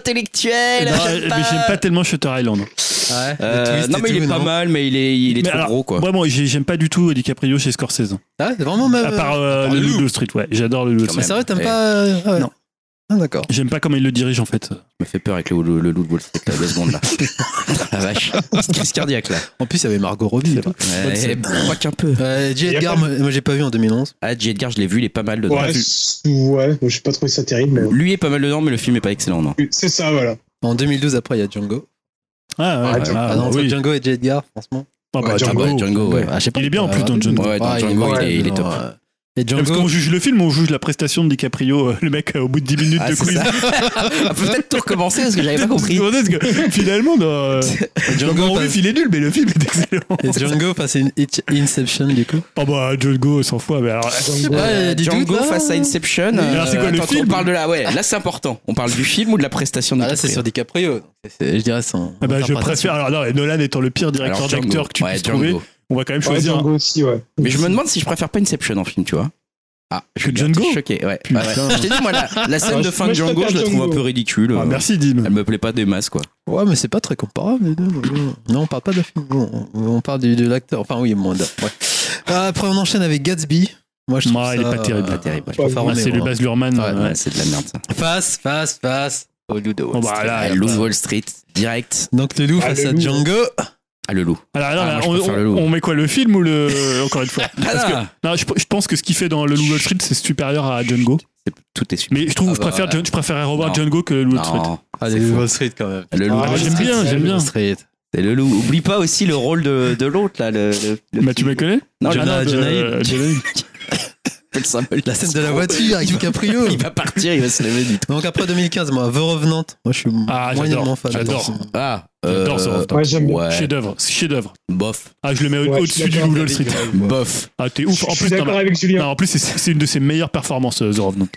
A: pseudo-intellectuel.
B: Non, mais j'aime pas tellement Shutter Island.
C: Ouais, les
A: Euh,
C: twists
A: non,
C: et
A: mais il
C: tout,
A: est pas
C: non
A: mal, mais il est, il est
B: Mais
A: trop
B: alors,
A: gros, quoi.
B: Moi, moi, j'ai- j'aime pas du tout DiCaprio chez Scorsese.
C: Ah, c'est vraiment même.
B: À part euh,
C: à part
B: le
C: le
B: Loup
C: Loup.
B: de Street, ouais. J'adore le Loup de
A: Quand
C: Mais
B: Street.
A: même.
C: c'est vrai, t'aimes
A: Eh.
C: pas. euh, ouais.
B: Non.
C: Ah, d'accord.
B: J'aime pas comment il le dirige en fait.
A: Je me fais peur avec le, le, le loup de Wall Street, là, deux secondes, là. La vache. Petite crise cardiaque, là.
C: En plus, il y avait Margot Robbie. et tout.
A: Ouais, pas qu'un peu.
C: Euh,
D: Il
C: J.
D: y a
C: Edgar,
D: pas-
C: moi, moi, j'ai pas vu en 2011.
A: Ah, J. Edgar, je l'ai vu, il est pas mal dedans.
D: Ouais, c- ouais, je j'ai pas trouvé ça terrible, mais
A: Lui est pas mal dedans, mais le film est pas excellent, non.
D: c'est ça, voilà.
C: En 2012, après, il y a Django.
B: Ah, ouais,
A: Ah,
B: ah,
C: Ah, non, entre
B: oui.
C: Django et J. Edgar, franchement.
B: Ah, bah,
D: Ouais,
B: Django.
A: ouais, Django, ouais.
C: Ah, je sais pas.
B: Il est bien, en plus, dans
C: Ah,
B: Django.
A: Ouais, dans
C: ah,
A: Django, il est- il est
C: non,
A: top.
C: euh, Et
B: Parce
C: Django,
B: qu'on juge le film, on juge la prestation de DiCaprio, euh, le mec euh, au bout de 10 minutes
A: Ah,
B: de
A: c'est
B: quiz.
A: ça. Ah, Peut-être tout recommencer parce que j'avais pas compris.
B: Parce que finalement, dans, euh, dans
C: Django,
B: Mon
C: passe-
B: Ruf, il est nul, mais le film est excellent.
C: et Django face à In- It- Inception, du coup.
B: Ah bah Django, 100 fois. Mais alors,
D: Django.
C: Ouais,
A: Euh,
C: dis
A: Django
C: donc, là.
A: face à Inception. euh,
B: Mais alors, c'est quoi, le
A: attends,
B: film
A: On parle de la, ouais, là c'est important. On parle du film ou de la prestation de
C: Ah, là, c'est
A: DiCaprio
C: sur DiCaprio. donc c'est- c'est- Je dirais son.
B: ah bah, je
C: interprétation.
B: préfère. Alors, non, Nolan étant le pire
A: Alors,
B: directeur
A: Django.
B: d'acteur que tu
A: Ouais,
B: puisses
A: Django.
B: trouver, on va quand même
D: Ouais,
B: choisir. hein. un-
D: Django aussi, ouais.
A: Mais je me demande si je préfère pas Inception en film, tu vois. Ah, je suis
B: Que Django
A: choqué, ouais.
B: Putain.
A: Ouais, ouais. Je t'ai dit, moi, la, la scène
D: Ouais,
A: de
D: je-
A: fin de
D: moi, je
A: Django,
D: préfère
A: je la trouve un
D: Django.
A: peu ridicule.
B: Ah, merci Dim.
A: Elle me plaît pas des masses, quoi.
C: Ouais, mais c'est pas très comparable les deux. mais bon. Non, on parle pas de la film. bon, on, on parle du- de l'acteur. Enfin, oui, moins d'acteur, ouais. Euh, Après, on enchaîne avec Gatsby. Moi, je trouve
B: Ouais, Ah, il est
C: ça,
B: pas terrible.
A: Pas terrible, ouais.
C: je préfère
B: Ah,
C: Roméo,
B: C'est le
C: hein.
B: Baz Luhrmann.
A: Ouais,
B: euh,
A: ouais, c'est de la merde, ça.
C: Face, face, face. Au loup de Wall
B: Bon, bah,
C: Street.
B: là,
A: Ah,
B: il y a
A: Loup
B: pas-
A: Wall Street, direct.
C: Donc le loup
D: Ah,
C: face
D: le
C: à
D: loup.
C: Django.
A: Ah, le loup.
B: Alors, alors,
A: Ah, moi, je
B: on-
A: préfère
B: on,
A: le loup.
B: on met quoi le film ou le encore une fois Parce que-
A: Ah,
B: non, je, je pense que ce qu'il fait dans le Loup de Wall Street c'est supérieur à Django.
A: c'est- Tout est super.
B: Mais je trouve
C: Ah
B: que je préfère
C: bah,
B: Django- je préférerais revoir
A: non.
B: Django que le Loup de Wall Street.
A: Non,
C: Ah,
A: c'est
C: les
A: fou.
C: Wall Street quand même.
A: le loup.
B: Ah,
C: Wall
B: j'aime
C: Street,
B: bien,
C: c'est
B: j'aime
C: Wall
B: bien.
C: Street.
A: C'est le loup. Oublie pas aussi le rôle de, de l'autre, là. Le, le, le
B: Bah
A: petit-
B: tu me connais
A: Non,
B: Ah,
C: Jonah-
B: de-
C: Jonah Hill.
B: Jonah Hill.
A: j'appelle ça le-
C: La scène de la voiture avec DiCaprio.
A: Il va partir, il va se lever du tout.
C: Donc après 2015, moi, The Revenant. Moi, je suis
B: Ah,
C: moyennement
B: j'adore,
C: fan.
B: j'adore.
C: Attends,
A: Ah,
B: J'adore ce
A: euh,
B: Rothman.
D: Ouais, j'aime bien.
A: ouais,
B: Chef d'œuvre, chef d'œuvre.
A: bof,
B: Ah je le mets au-
D: Ouais, je
B: au-dessus
D: suis
B: du
D: d'accord
B: Loup de Wall
D: avec
B: Street.
A: bof.
B: Ah t'es ouf. En
D: Je suis
B: plus non,
D: d'accord
B: mais-
D: avec
B: non,
D: Julien.
B: en plus c'est- c'est une de ses meilleures performances euh, The Revenant.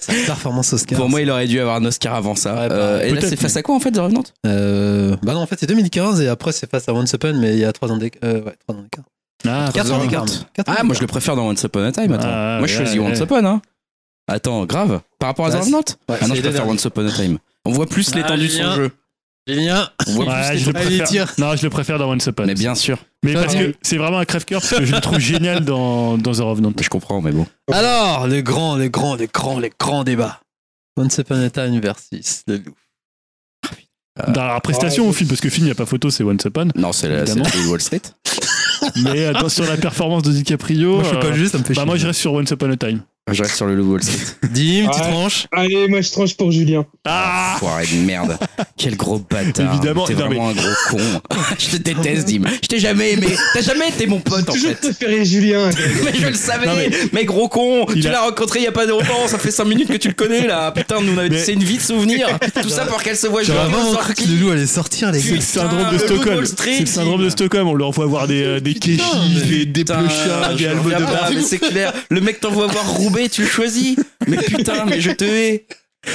C: c'est une Performance Oscar.
A: Pour moi, il aurait dû avoir un Oscar avant ça.
C: Ouais, bah,
A: Euh, et là,
B: peut-être,
A: c'est face à quoi en fait, The Revenant
C: Euh, bah non, en fait, c'est 2015 et après, c'est face à Once Upon, mais il y a 3 ans d'écart. Euh, ouais, 3 ans d'écart.
B: Ah,
C: 4 ans d'écart.
A: Ah, moi je le préfère dans Once Upon a Time. Attends.
B: Ah,
A: moi je
B: ouais,
A: choisis
B: ouais.
A: Once Upon. Hein. Attends, grave. Par rapport à
C: Ouais,
A: The Revenant
C: Ouais,
A: Ah non,
C: c'est
A: je
C: les deux
A: préfère
C: derniers.
A: Once Upon a Time. On voit plus
C: Ah,
A: l'étendue de son
C: Julien.
A: jeu.
C: Julien,
A: On voit
B: Ouais,
A: plus
B: je le
C: allez,
B: préfère.
C: tire.
B: Non, je le préfère dans Once Upon.
A: Mais bien sûr.
B: Mais parce
D: Ouais.
B: que c'est vraiment un crève-cœur parce que je le trouve génial dans, dans The Revenant.
A: Je comprends, mais bon.
C: Alors, le grand, le grand, le grand, le grand débat. Once Upon a Time versus Le Loup.
B: Dans la prestation
D: Ouais.
B: au film, parce que film, il n'y a pas photo, c'est Once Upon.
A: Non, c'est la, c'est
B: Évidemment.
A: la Wall Street.
B: Mais euh, dans- sur la performance de DiCaprio,
C: Moi, je suis
B: euh,
C: pas juste, ça me fait
B: bah,
C: chier.
B: moi je reste sur Once Upon a Time.
A: Je reste sur le Wall Street.
C: Dim, tu
D: Ouais.
C: tranches.
D: Allez, moi je tranche pour Julien.
B: Ah
A: Foiré de merde. Quel gros bâtard.
B: Évidemment,
A: T'es
B: non,
A: vraiment un gros con. je te déteste, Dim. Je t'ai jamais aimé. T'as jamais été mon pote, en
D: Toujours
A: fait.
D: préféré Julien.
A: Mais je le savais.
B: Non,
A: mais...
B: mais-
A: gros con,
B: Il
A: tu
B: a-
A: l'as rencontré il y a pas longtemps. Ça fait 5 minutes que tu le connais, là. Putain, nous, on avait...
B: Mais-
A: c'est une vie de souvenirs. Tout ça pour qu'elle se voit jouer
C: J'aurais vraiment cru que Le
A: sortie.
C: Loup allait sortir, les
B: C'est
C: gars.
B: le syndrome
A: le
B: de
A: Loup de
B: Stockholm.
A: Wall Street,
B: C'est le syndrome de
A: il-
B: Stockholm. On leur envoie voir des, euh, des
C: Putain,
B: kéchis,
C: mais
B: des, des
A: Putain,
B: plechards, des
A: je reviens
B: albums de
A: pas,
B: base.
A: mais c'est clair. Le mec t'envoie voir Roubaix, tu le choisis. Mais putain, mais je te hais.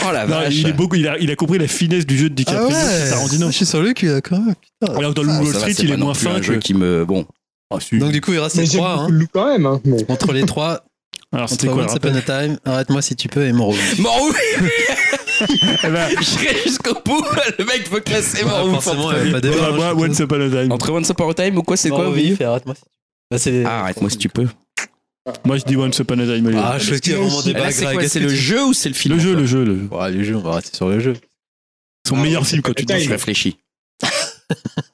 A: Oh la
B: Non,
A: vache.
B: il, est beaucoup, il, a, il a compris la finesse du jeu de DiCaprio. c'est Tarantino.
C: Ah je suis sur le cul, là, quand même. Putain.
B: Alors que dans le
A: Ah,
B: Wall
A: ça va,
B: Street,
A: c'est
B: il
A: pas
B: est
A: non
B: moins
A: plus
B: fin
A: un jeu
B: que.
A: qui me. Bon.
B: Ah, si.
C: Donc, du coup, il reste
D: Mais
C: les
D: j'aime
C: trois.
D: beaucoup
C: Hein.
D: le loup quand même. hein, mais-
C: Entre les trois,
B: Alors c'était
C: entre
B: quoi le
C: Once
B: rappel
C: Upon a Time, arrête-moi si tu peux et Moreau.
A: Bon, oui,
B: Eh ben,
A: j'irai jusqu'au bout. Le mec veut classer
C: Bah,
A: mon
C: forcément, il y avait pas de
B: bah,
C: débat.
B: moi, Once Upon a Time.
A: Entre Once Upon a Time ou quoi, c'est quoi,
C: oui
A: oui
C: Arrête-moi si tu peux. Bah, c'est-
A: Ah, Arrête-moi si tu
B: Eh ben,
A: peux.
B: Moi, je dis Once Upon a Time. allez.
C: Ah, je sais qu'il y a vraiment
D: Et
C: des
A: Et là,
C: blagues.
A: ben, c'est quoi C'est le jeu ou c'est le film
B: le jeu,
A: encore
B: le jeu, le jeu.
C: Ouais, le jeu, on va rester sur le jeu.
B: Son
D: Ah,
B: meilleur
D: Once
B: film quand
D: Upon a
B: tu
D: Time.
B: penses.
A: Je réfléchis.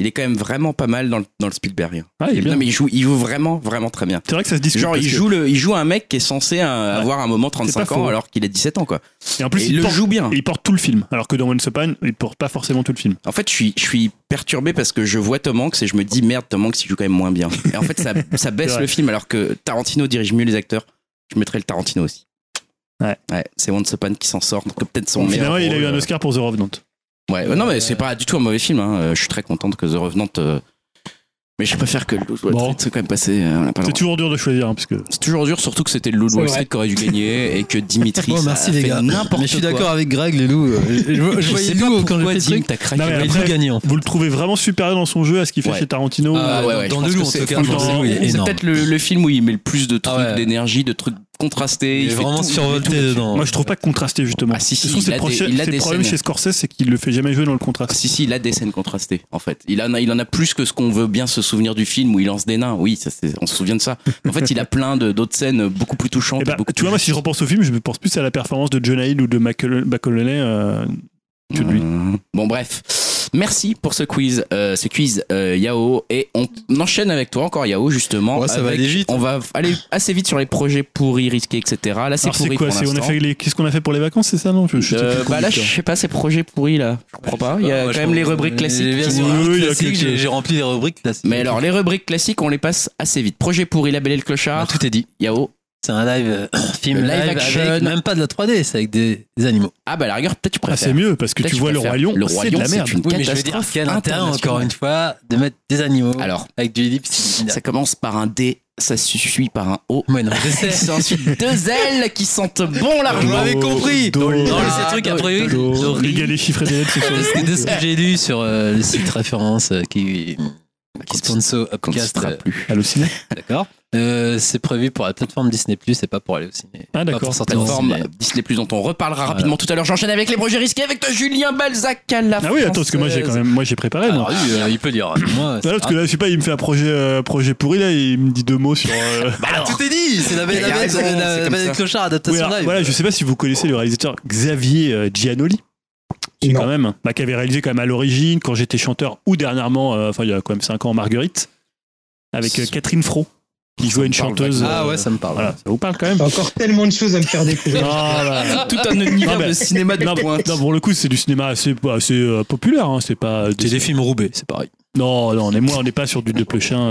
A: Il est quand même vraiment pas mal dans le, dans le Spielberg. hein.
B: Ah, il est bien.
A: Non, mais il joue, il joue vraiment, vraiment très bien.
B: C'est vrai que ça se discute.
A: Genre,
B: parce
A: il
B: que-
A: joue, le, il joue un mec qui est censé euh, avoir un moment 35 ans
B: faux.
A: alors qu'il a 17 ans, quoi.
B: Et en plus,
A: Et
B: il,
A: il le
B: porte,
A: joue bien.
B: et il porte tout le film. Alors que dans Once Upon, il porte pas forcément tout le film.
A: En fait, je suis, je suis perturbé parce que je vois Tom Hanks et je me dis merde, Tom Hanks il joue quand même moins bien. Et en fait, ça, ça
B: C'est
A: baisse
B: vrai.
A: le film alors que Tarantino dirige mieux les acteurs. Je mettrais le Tarantino aussi.
B: Ouais.
A: c'est Once Upon qui s'en sort, donc peut-être son meilleur.
B: Finalement, il a
A: rôle,
B: eu un
A: euh,
B: Oscar pour The Revenant.
A: Ouais, euh, non, mais c'est pas du tout un mauvais film. hein. Euh, Je suis très contente que The Revenant. euh, Mais je préfère que le Loup de Wall
B: Bon.
A: Street soit quand même passé. euh, on l'a pas le
B: C'est
A: droit.
B: toujours dur de choisir, hein, parce que.
A: C'est toujours dur, surtout que c'était le Loup de
D: C'est
A: Wall
D: vrai.
A: Street qui aurait dû gagner et que Dimitri.
C: Bon,
A: ça
C: Oh, merci
A: a
C: les
A: fait
C: gars.
A: N'importe
C: Mais je suis
A: quoi.
C: d'accord avec Greg, les loups. Je, je, je
A: Je
C: voyais
A: sais pas
C: loup quand
A: pourquoi,
C: j'ai fait
A: Dim,
C: le truc.
A: t'as craqué.
B: Non, mais
C: J'aurais
B: après-
C: dû gagner en fait.
B: Vous le trouvez vraiment supérieur dans son jeu, à ce qu'il fait
A: Ouais.
B: chez Tarantino.
A: Ah, ouais, ouais,
C: dans
A: je pense
C: le loup,
A: que
C: en
A: c'est
C: tout cas,
A: fou.
C: dans
B: Dans-
C: le loup, il est
A: C'est
C: énorme.
A: peut-être le, le film où il met le plus de trucs
C: Ah ouais.
A: d'énergie, de trucs contrastés.
C: Il est
A: fait
C: vraiment
A: tout, fait
C: survolté
A: tout.
C: dedans.
B: Moi, je trouve pas contrasté, justement.
A: Ah, si, si,
B: Je trouve
A: il
B: que
A: a
B: ses
A: des-
B: proches-
A: il a
B: ses
A: des
B: problèmes
A: scènes.
B: chez Scorsese, c'est qu'il le fait jamais jouer dans le contraste.
A: Ah, Si, si, il a des scènes contrastées, en fait. Il en a, il en a plus que ce qu'on veut bien se souvenir du film où il lance des nains. Oui, ça, c'est- on se souvient de ça. En fait, il a plein de- d'autres scènes beaucoup plus touchantes.
B: Eh ben,
A: et beaucoup
B: tu vois, moi, si je repense au film, je me pense plus à la performance de John Hill ou de Macaul- Macaulay euh, que de lui.
A: Euh, Bon, bref. Merci pour ce quiz, euh, ce quiz euh, Yao. Et on enchaîne avec toi encore, Yao, justement.
C: Ouais, ça va
A: avec-
C: aller vite.
A: On va aller assez vite sur les projets pourris, risqués, etc. Là, c'est
B: Alors, c'est
A: pourri
B: quoi
A: pour
B: c'est- on a
A: l'instant.
B: fait les- Qu'est-ce qu'on a fait pour les vacances, c'est ça, non je, je sais
A: Euh,
B: plus hein.
A: bah là, je
B: conducteur.
A: sais pas, ces projets pourris, là. Ah, Je comprends pas. Il y a
C: Ah,
A: quand même les rubriques classiques.
C: Les
A: qui
C: versions
A: nous-
B: Oui, oui, il y a
C: classiques,
B: quelques-
C: j'ai- J'ai rempli les rubriques classiques.
A: Mais alors, les rubriques classiques, on les passe assez vite. Projet pourri, la belle et le
C: Ah,
A: clochard.
B: Bah,
C: tout est dit.
A: Yao.
C: C'est un live, euh, film
A: Le
C: live,
A: live action.
C: avec même pas de la 3D, c'est avec des, des animaux.
A: Ah, bah, à la rigueur, peut-être tu
B: Ah, c'est
A: préfères.
B: mieux parce que
A: Peut-être
B: tu vois le
A: préfères.
B: roi lion, Ah,
A: Le
B: c'est de la
A: Lion,
B: merde.
A: c'est une
C: Oui, mais je veux dire,
A: catastrophe
C: quel intérêt, encore
A: internationale.
C: une fois, de mettre des animaux
A: Alors,
C: avec du ellipse.
A: ça commence par un D, ça se suit par un O.
C: Mais non, je sais. Ah,
A: C'est ensuite deux ailes qui sentent bon
C: Vous
A: l'argent.
C: m'avez compris
B: Do-
C: Dans les
B: do-
C: ces trucs, a priori,
B: do-
C: le riz.
B: Les gars, les chiffres et les lettres, c'est sur le
C: C'était de ce
B: compte.
C: que j'ai lu sur euh, le site référence euh, qui, qui sponsor
A: Qu'on ne
C: Upcast.
A: citera
C: euh,
A: plus.
B: Halluciné.
C: D'accord. Euh, c'est prévu pour la plateforme Disney Plus et pas pour aller au ciné.
B: Ah, d'accord.
C: Pas pour sortir au
A: Plateforme
C: ciné.
A: Disney Plus dont on reparlera rapidement tout à l'heure. J'enchaîne avec les projets risqués avec toi, Julien Balzac à la
B: Ah oui, attends, parce que moi j'ai quand même, moi j'ai préparé. moi.
C: Alors, lui, euh, il peut lire. Moi,
B: Ah,
C: c'est
B: non, parce que
C: pas-
B: là, je sais pas, il me fait un projet, euh, projet pourri là, et il me dit deux mots sur. euh,
C: Bah, tout est dit C'est la belle
A: Ah, Il a
C: la bête,
A: raison,
C: la-
A: c'est
C: la
A: comme
C: belle
A: ça.
C: clochard,
B: Oui,
C: adaptation
B: alors,
C: live.
B: voilà, je sais pas si vous connaissez le réalisateur Xavier euh, Giannoli. Si,
D: Non.
B: quand même. Bah, qui avait réalisé quand même à l'origine, quand j'étais chanteur, ou dernièrement, euh, enfin il y a quand même 5 ans, Marguerite, avec euh, Catherine Fro, qui jouait une
A: me parle
B: chanteuse.
C: Ah
B: euh,
C: ouais, ça me parle.
B: Voilà, ça vous parle quand même
D: T'as encore tellement de choses à me faire découvrir.
B: Ah, bah.
A: Tout un univers
B: Non, mais-
A: de cinéma de
B: Non,
A: pointe.
B: non, pour le coup, c'est du cinéma assez, assez euh, populaire. hein, C'est pas
C: C'est des films Roubaix, c'est pareil.
B: Non, non, on est moins, on n'est pas sur du de Plechin.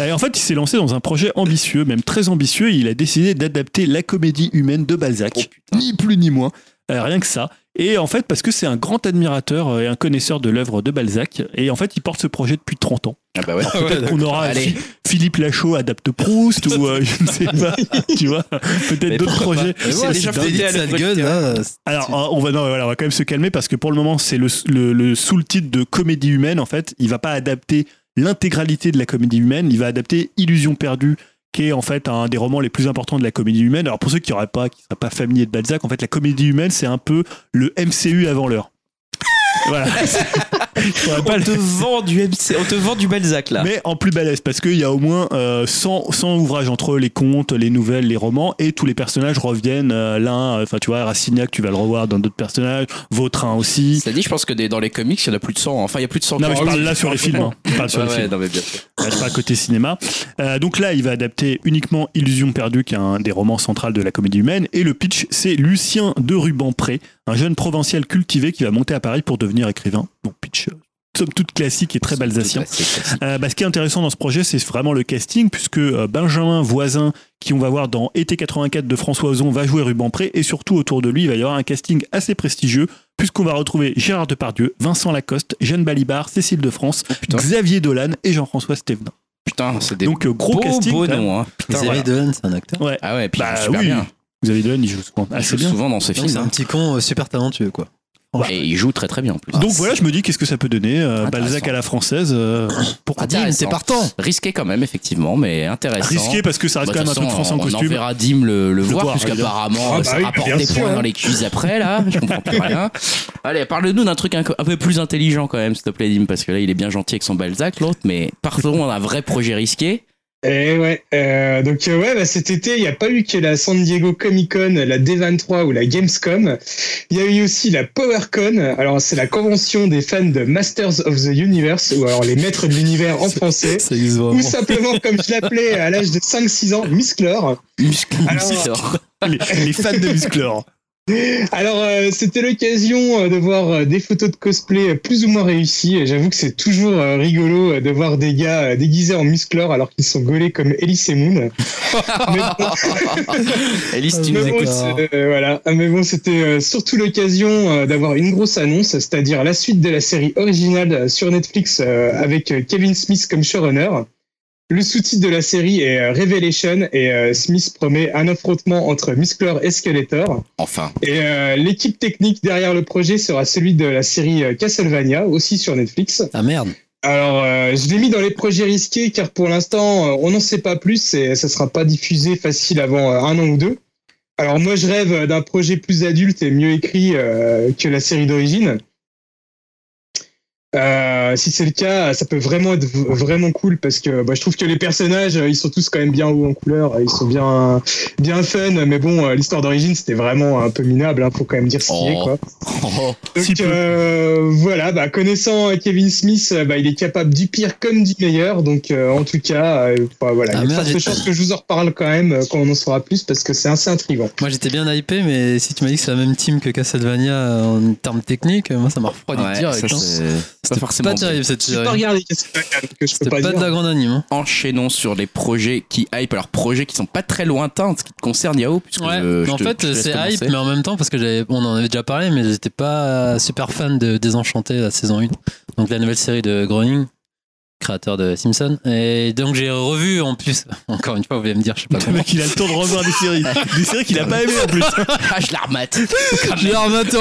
B: euh. Et en fait, il s'est lancé dans un projet ambitieux, même très ambitieux. Il a décidé d'adapter la comédie humaine de Balzac,
A: Oh,
B: ni plus ni moins, Euh, rien que ça. Et en fait, parce que c'est un grand admirateur euh, et un connaisseur de l'œuvre de Balzac, et en fait, il porte ce projet depuis 30 ans.
A: Ah bah ouais.
B: Peut-être qu'on aura
A: Allez.
B: Phi- Philippe Lachaud adapte Proust, ou euh, je ne sais pas, tu vois,
A: Mais
B: peut-être d'autres
A: pourquoi
B: projets.
A: pas. C'est déjà
C: dingue.
A: fêté à
C: Sale
A: l'époque,
C: gueule,
A: tu vois.
C: là,
B: Alors, euh, on va, non, voilà, on va quand même se calmer parce que pour le moment, c'est le, le- le sous-titre de comédie humaine. En fait, il va pas adapter l'intégralité de la comédie humaine. Il va adapter Illusion perdue, qui est en fait un des romans les plus importants de la comédie humaine. Alors pour ceux qui auraient pas, qui seraient pas familiers de Balzac, en fait, la comédie humaine, c'est un peu le MCU avant l'heure. voilà. Je pourrais pas
A: On
B: le-
A: te vend du MC, on te vend du Balzac là.
B: mais en plus balèze, parce qu'il y a au moins euh, 100, 100 ouvrages entre eux, les contes, les nouvelles, les romans, et tous les personnages reviennent euh, l'un, euh, enfin tu vois, Rastignac, tu vas le revoir dans d'autres personnages, Vautrin aussi.
A: Cela dit, je pense que des- dans les comics, il y en a plus de 100. Enfin, il y a plus de 100.
B: Non mais je
A: comics.
B: parle là sur les films, hein. je parle sur
A: Ouais,
B: les
A: ouais,
B: films,
A: non, mais bien sûr.
B: Là, je parle côté cinéma. Euh, donc là, il va adapter uniquement Illusion perdue, qui est un des romans centrales de la comédie humaine, et le pitch, c'est Lucien de Rubempré, un jeune provincial cultivé qui va monter à Paris pour devenir écrivain. Bon, pitch, euh, somme toute classique et très balzacien. Euh, bah, ce qui est intéressant dans ce projet, c'est vraiment le casting, puisque euh, Benjamin Voisin, qui on va voir dans Été 84 de François Ozon, va jouer Rubempré, et surtout autour de lui, il va y avoir un casting assez prestigieux, puisqu'on va retrouver Gérard Depardieu, Vincent Lacoste, Jeanne Balibar, Cécile de France,
A: putain.
B: Xavier Dolan et Jean-François Stévenin.
A: Putain, c'est des
B: Donc euh, gros
A: beaux,
B: casting.
A: beaux
B: quand même.
A: noms. Hein.
B: Putain, voilà.
C: Xavier Dolan, c'est un acteur.
B: Ouais.
A: Ah ouais, puis
B: Bah
A: il joue super
B: oui,
A: bien.
B: Xavier Dolan, il joue souvent
A: Il
B: assez
A: joue
B: bien. Ah
A: souvent dans ses
C: C'est
A: films.
C: un
A: hein.
C: petit con euh, super talentueux, quoi.
B: Ouais.
A: Et il joue très très bien en plus.
B: Donc voilà, je me dis qu'est-ce que ça peut donner euh,
A: Intéressant.
B: Balzac à la française. euh, pourquoi pas
A: Intéressant.
C: c'est partant.
A: Risqué quand même, effectivement, mais intéressant.
B: Risqué parce que ça reste
A: Bah,
B: quand même
A: de
B: un
A: toute
B: truc France
A: façon,
B: en
A: on
B: costume.
A: verra Dim le, le voir,
B: voir,
A: puisqu'apparemment
D: évidemment.
A: ça
D: Ah bah oui,
A: rapporte
D: bien
A: des
D: sûr,
A: points
D: hein.
A: dans les cuisses après, là. Je comprends plus rien. Allez, parle-nous d'un truc un, un peu plus intelligent quand même, s'il te plaît, Dim, parce que là, il est bien gentil avec son Balzac, l'autre, mais partons d'un vrai projet risqué.
D: Et ouais, euh, donc euh, ouais, bah, cet été, il n'y a pas eu que la San Diego Comic Con, la D23 ou la Gamescom. Il y a eu aussi la PowerCon. Alors c'est la convention des fans de Masters of the Universe, ou alors les maîtres de l'univers en français.
C: Ça existe
D: Ou
C: vraiment.
D: simplement, comme je l'appelais à l'âge de 5-6 ans, Musclor. Alors-
B: Les, les fans de Musclor.
D: Alors, euh, c'était l'occasion euh, de voir euh, des photos de cosplay euh, plus ou moins réussies. Et J'avoue que c'est toujours euh, rigolo euh, de voir des gars euh, déguisés en Musclor alors qu'ils sont gaulés comme Elise et Moon. Mais bon,
A: Elise, tu
D: Mais
A: nous
D: bon,
A: écoutes.
D: c'est- euh, voilà. Ah, Mais bon, c'était euh, surtout l'occasion euh, d'avoir une grosse annonce, c'est-à-dire la suite de la série originale euh, sur Netflix euh, avec euh, Kevin Smith comme showrunner. Le sous-titre de la série est euh, Revelation et euh, Smith promet un affrontement entre Musclor et Skeletor.
A: Enfin,
D: Et euh, l'équipe technique derrière le projet sera celui de la série euh, Castlevania, aussi sur Netflix.
C: Ah merde.
D: Alors, euh, je l'ai mis dans les projets risqués car pour l'instant, euh, on n'en sait pas plus et ça sera pas diffusé facile avant euh, un an ou deux. Alors moi, je rêve d'un projet plus adulte et mieux écrit euh, que la série d'origine. Euh, si c'est le cas, ça peut vraiment être v- vraiment cool parce que bah, je trouve que les personnages, euh, ils sont tous quand même bien haut en couleur, ils sont bien bien fun. Mais bon, euh, l'histoire d'origine, c'était vraiment un peu minable, hein, faut quand même dire ce qui est
A: Oh.
D: quoi.
A: oh,
B: Si
D: Donc
B: peu.
D: euh, voilà, bah, connaissant euh, Kevin Smith, euh, bah, il est capable du pire comme du meilleur. Donc euh, en tout cas, euh, bah, voilà,
C: Ah,
D: il y a de
C: merde,
D: fortes
C: j'ai-
D: chances que je vous en reparle quand même euh, quand on en saura plus parce que c'est assez intriguant.
C: Moi j'étais bien hypé, mais si tu m'as dit que c'est la même team que Castlevania euh, en termes techniques, euh, moi ça m'a refroidi
A: ouais,
C: direct.
A: ça,
C: hein.
A: c'est pas
C: C'était
A: forcément.
C: pas terrible cette
D: J'ai
C: série.
D: pas regardé Castlevania, donc, euh, je peux
C: C'était
D: pas,
C: pas,
D: dire.
C: de la grande anime. hein.
A: Enchaînons sur les projets qui hype. Alors, projets qui sont pas très lointains en ce qui te concerne, Yao. Puisque
C: Ouais,
A: je- je
C: en
A: te- je te
C: fait
A: laisse
C: c'est hype,
A: commencer.
C: mais en même temps, parce que j'avais, on en avait déjà parlé, mais j'étais pas super fan de Désenchanté, la saison 1, donc la nouvelle série de Groening, créateur de Simpson. Et donc j'ai revu en plus, encore une fois, vous allez me dire, je sais pas
B: Le
C: comment.
B: mec, il a le temps de revoir des séries. Des séries qu'il a pas aimées en plus.
A: Ah, je la remate.
C: J'ai rematé en-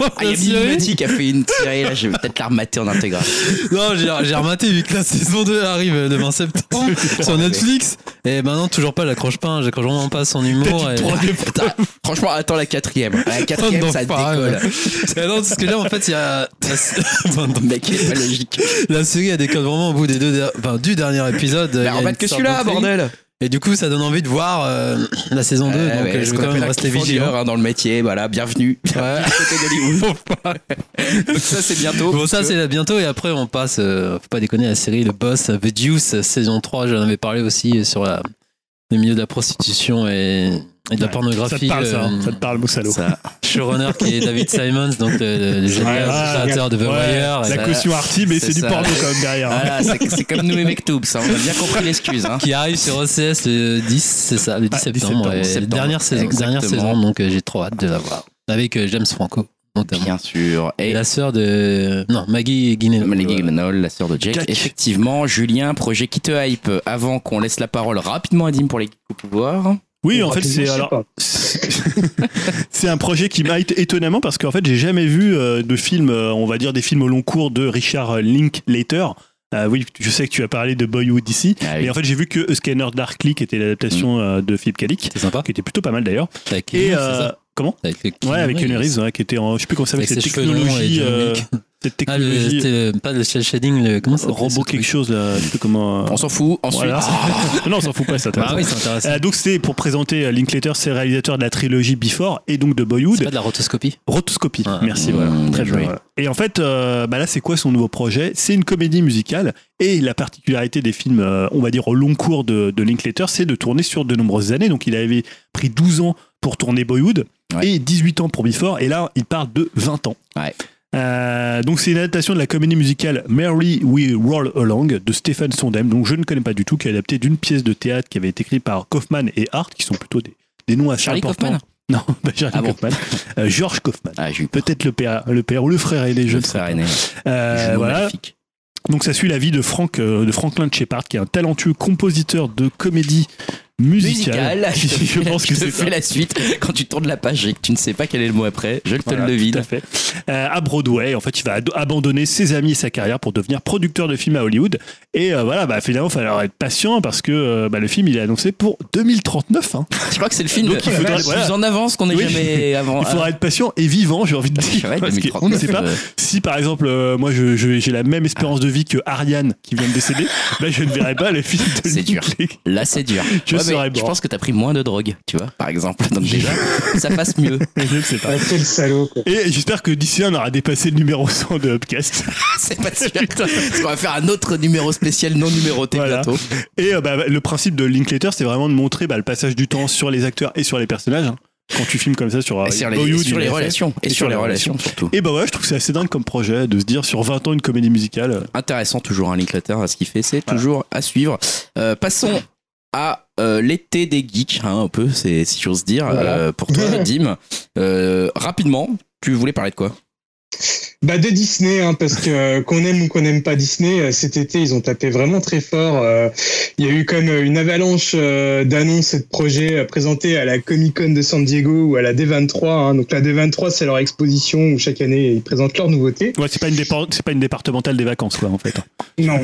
A: Ah, il y a
C: la série.
A: Mimimati qui a fait une série, là, je vais peut-être la remater en intégrale.
C: Non, j'ai j'ai rematé vu que la saison 2 arrive euh, le 20 septembre sur Netflix. Et maintenant, toujours pas, j'accroche pas, hein, j'accroche vraiment pas à son humour. Et...
A: Putain, franchement, attends la quatrième. La quatrième,
C: Oh,
A: ça
C: d'enfoiré,
A: décolle.
C: Et non, parce que là, en fait, il y a.
A: Le Mec, c'est pas logique.
C: La série, elle décolle vraiment au bout des deux. der- Enfin, du dernier épisode. il y
A: Mais
C: a
A: remate
C: une
A: que
C: sorte
A: celui-là,
C: d'intrigue.
A: bordel.
C: Et du coup, ça donne envie de voir euh, la saison 2.
B: Eh
A: Euh,
C: donc
A: ouais,
C: euh,
A: ce
C: je vais
A: qu'on
C: quand même
A: appelle un
C: rester
A: cliffhanger,
C: vigilant.
A: hein, dans le métier, voilà, bienvenue.
C: Ouais.
A: Donc ça c'est bientôt.
C: Bon,
B: euh,
C: ça c'est là bientôt et après on passe, euh, faut pas déconner, à la série Le Boss, The Deuce, euh, saison 3, j'en avais parlé aussi euh, sur la, le milieu de la prostitution et, et de la
B: Ouais.
C: pornographie.
B: Ça te parle, ça.
C: euh,
B: hein. Ça te parle, Boussalo.
A: Ça,
C: showrunner qui est David Simons, donc euh, le, le génial
B: Ouais, ouais,
C: créateur de The
B: Ouais,
C: Wire. et ben,
B: la
C: euh, ça-
B: caution arty, mais
A: c'est
B: c'est du
A: ça.
B: porno quand même derrière. hein.
A: voilà, c'est c'est comme nous les mecs Toubs, hein, on a bien compris l'excuse. Hein.
C: qui arrive sur OCS le 10, c'est ça, le 10
B: Ah, 10
C: septembre.
B: septembre,
C: et
A: septembre.
C: Dernière saison, dernière
A: Exactement.
C: saison, donc euh, j'ai trop hâte de la voir. Avec euh, James Franco, notamment.
A: Bien sûr.
C: Et
A: Et
C: la sœur de. Non, Maggie
B: Euh,
C: Guinée.
A: Malé Gigmanol, la sœur de Jake.
B: Jack.
A: Effectivement, Julien, projet qui te hype. Avant qu'on laisse la parole rapidement à Dim pour les geeks au pouvoir.
B: Oui, en
D: Ah,
B: fait,
D: je
B: c'est
D: sais
B: alors.
D: pas.
B: c'est un projet qui m'a été étonnamment parce qu'en fait, j'ai jamais vu euh, de film, euh, on va dire des films au long cours de Richard Linklater. Euh, oui, je sais que tu as parlé de Boyhood ici,
A: Ah oui.
B: mais en fait, j'ai vu que A Scanner Darkly, qui était l'adaptation
C: Mm.
B: euh, de Philip K. Dick,
C: C'est sympa.
B: qui était plutôt pas mal d'ailleurs.
C: Avec
B: Et
C: Keanu,
B: euh,
C: c'est ça
B: comment
C: Avec le Keanu
B: Ouais, avec une
C: Reeves.
B: Reeves, ouais, qui était en, je sais plus comment ça s'appelle, cette
C: Avec ses cheveux longs et
B: technologie,
C: John
B: euh,
C: Wick.
B: cette
C: Ah, le,
B: technologie, euh,
C: c'était, euh, pas le cel shading, le, comment ça s'appelle,
B: robot
C: ce
B: quelque
C: truc
B: chose, là, je sais plus comment. euh,
A: On s'en fout. Ensuite,
B: voilà. non, on s'en fout pas, ça. t'as
C: Ah
B: raison.
C: oui, c'est intéressant.
B: Euh, donc c'est pour présenter euh, Linklater, c'est le réalisateur de la trilogie Before et donc de Boyhood.
C: c'est pas de la rotoscopie.
B: Rotoscopie.
C: Ah,
B: Merci,
A: mm,
B: voilà.
A: bien
B: Très bien.
A: joué.
B: voilà. Et en fait, euh, bah là, c'est quoi son nouveau projet C'est une comédie musicale. Et la particularité des films, euh, on va dire, au long cours de, de Linklater, c'est de tourner sur de nombreuses années. Donc, il avait pris 12 ans pour tourner Boyhood
A: Ouais.
B: et 18 ans pour Before. Et là, il part de 20 ans.
A: Ouais.
B: Euh, donc c'est une adaptation de la comédie musicale Mary We Roll Along de Stéphane Sondheim, donc je ne connais pas du tout, qui est adaptée d'une pièce de théâtre qui avait été écrite par Kaufman et Hart, qui sont plutôt des, des noms assez
A: Charlie
B: importants.
A: Kaufman
B: Non, pas Charlie
A: Ah bon.
B: Kaufman. Euh, George Kaufman.
A: Ah, j'ai eu peur.
B: Peut-être le père, le père ou le frère aîné, je
A: Je
B: ne
A: vais
B: sais
A: faire
B: pas.
A: René.
B: Euh,
A: Jumeau
B: voilà.
A: maléfique.
B: Donc ça suit la vie de Frank, euh, de Franklin Shepard, qui est un talentueux compositeur de comédie musicale.
A: Musical. Je, te
B: je
A: fais la-
B: pense que
A: je te
B: c'est ça.
A: fais la suite. Quand tu tournes la page et que tu ne sais pas quel est le mot après, je te
B: Voilà,
A: le
B: tout
A: devine.
B: à fait. Euh, à Broadway, en fait, il va ad- abandonner ses amis et sa carrière pour devenir producteur de films à Hollywood. Et euh, voilà, bah, finalement, il va falloir être patient parce que euh, bah, le film, il est annoncé pour 2039. hein.
A: Je crois que c'est le film
B: Donc, il
A: le
B: faudrait-
A: plus
B: voilà.
A: en avance qu'on ait
B: Oui.
A: jamais avant.
B: Il faudra être patient et vivant, j'ai envie de dire.
A: Ouais,
B: parce qu'on ne
A: 2039,
B: sait pas
A: euh,
B: Si par exemple, euh, moi je- je- j'ai la même espérance de vie que Ariane qui vient de décéder, bah je ne verrai pas le film de
A: C'est dur.
B: Linklater.
A: Là, c'est dur.
B: Je
A: Ouais, mais
B: serais
A: je
B: mort.
A: pense que t'as pris moins de drogue, tu vois, par exemple. Donc déjà, ça passe mieux.
B: Je ne sais pas.
D: Ouais, Ah, quel salaud, quoi.
B: Et j'espère que d'ici là, on aura dépassé le numéro 100 de Upcast.
A: c'est pas sûr. Parce qu'on va faire un autre numéro spécial non numéroté
B: Voilà.
A: bientôt.
B: Et euh, bah, le principe de Linklater, c'est vraiment de montrer bah, le passage du temps sur les acteurs et sur les personnages. hein. Quand tu filmes comme ça sur, euh,
A: Et sur les,
B: Bollywood,
A: sur les
B: il l'a fait.
A: relations. Et, sur les relations, surtout.
B: Et bah ouais, je trouve que c'est assez dingue comme projet de se dire sur 20 ans une comédie musicale. euh,
A: Intéressant toujours hein, un Linklater à ce qu'il fait, c'est
B: Voilà.
A: toujours à suivre. Euh, passons à euh, l'été des geeks, hein, un peu, c'est si j'ose dire,
D: Voilà.
A: euh, pour toi, Dim. Euh, rapidement, tu voulais parler de quoi
D: Bah de Disney, hein, parce que euh, qu'on aime ou qu'on n'aime pas Disney, euh, cet été ils ont tapé vraiment très fort. euh, Il y a eu comme euh, une avalanche euh, d'annonces et de projets euh, présentés à la Comic Con de San Diego ou à la D23. hein. Donc la D23 c'est leur exposition où chaque année ils présentent leurs nouveautés.
B: Ouais, c'est pas, une dépar- c'est pas une départementale des vacances, quoi, en fait. hein.
D: Non.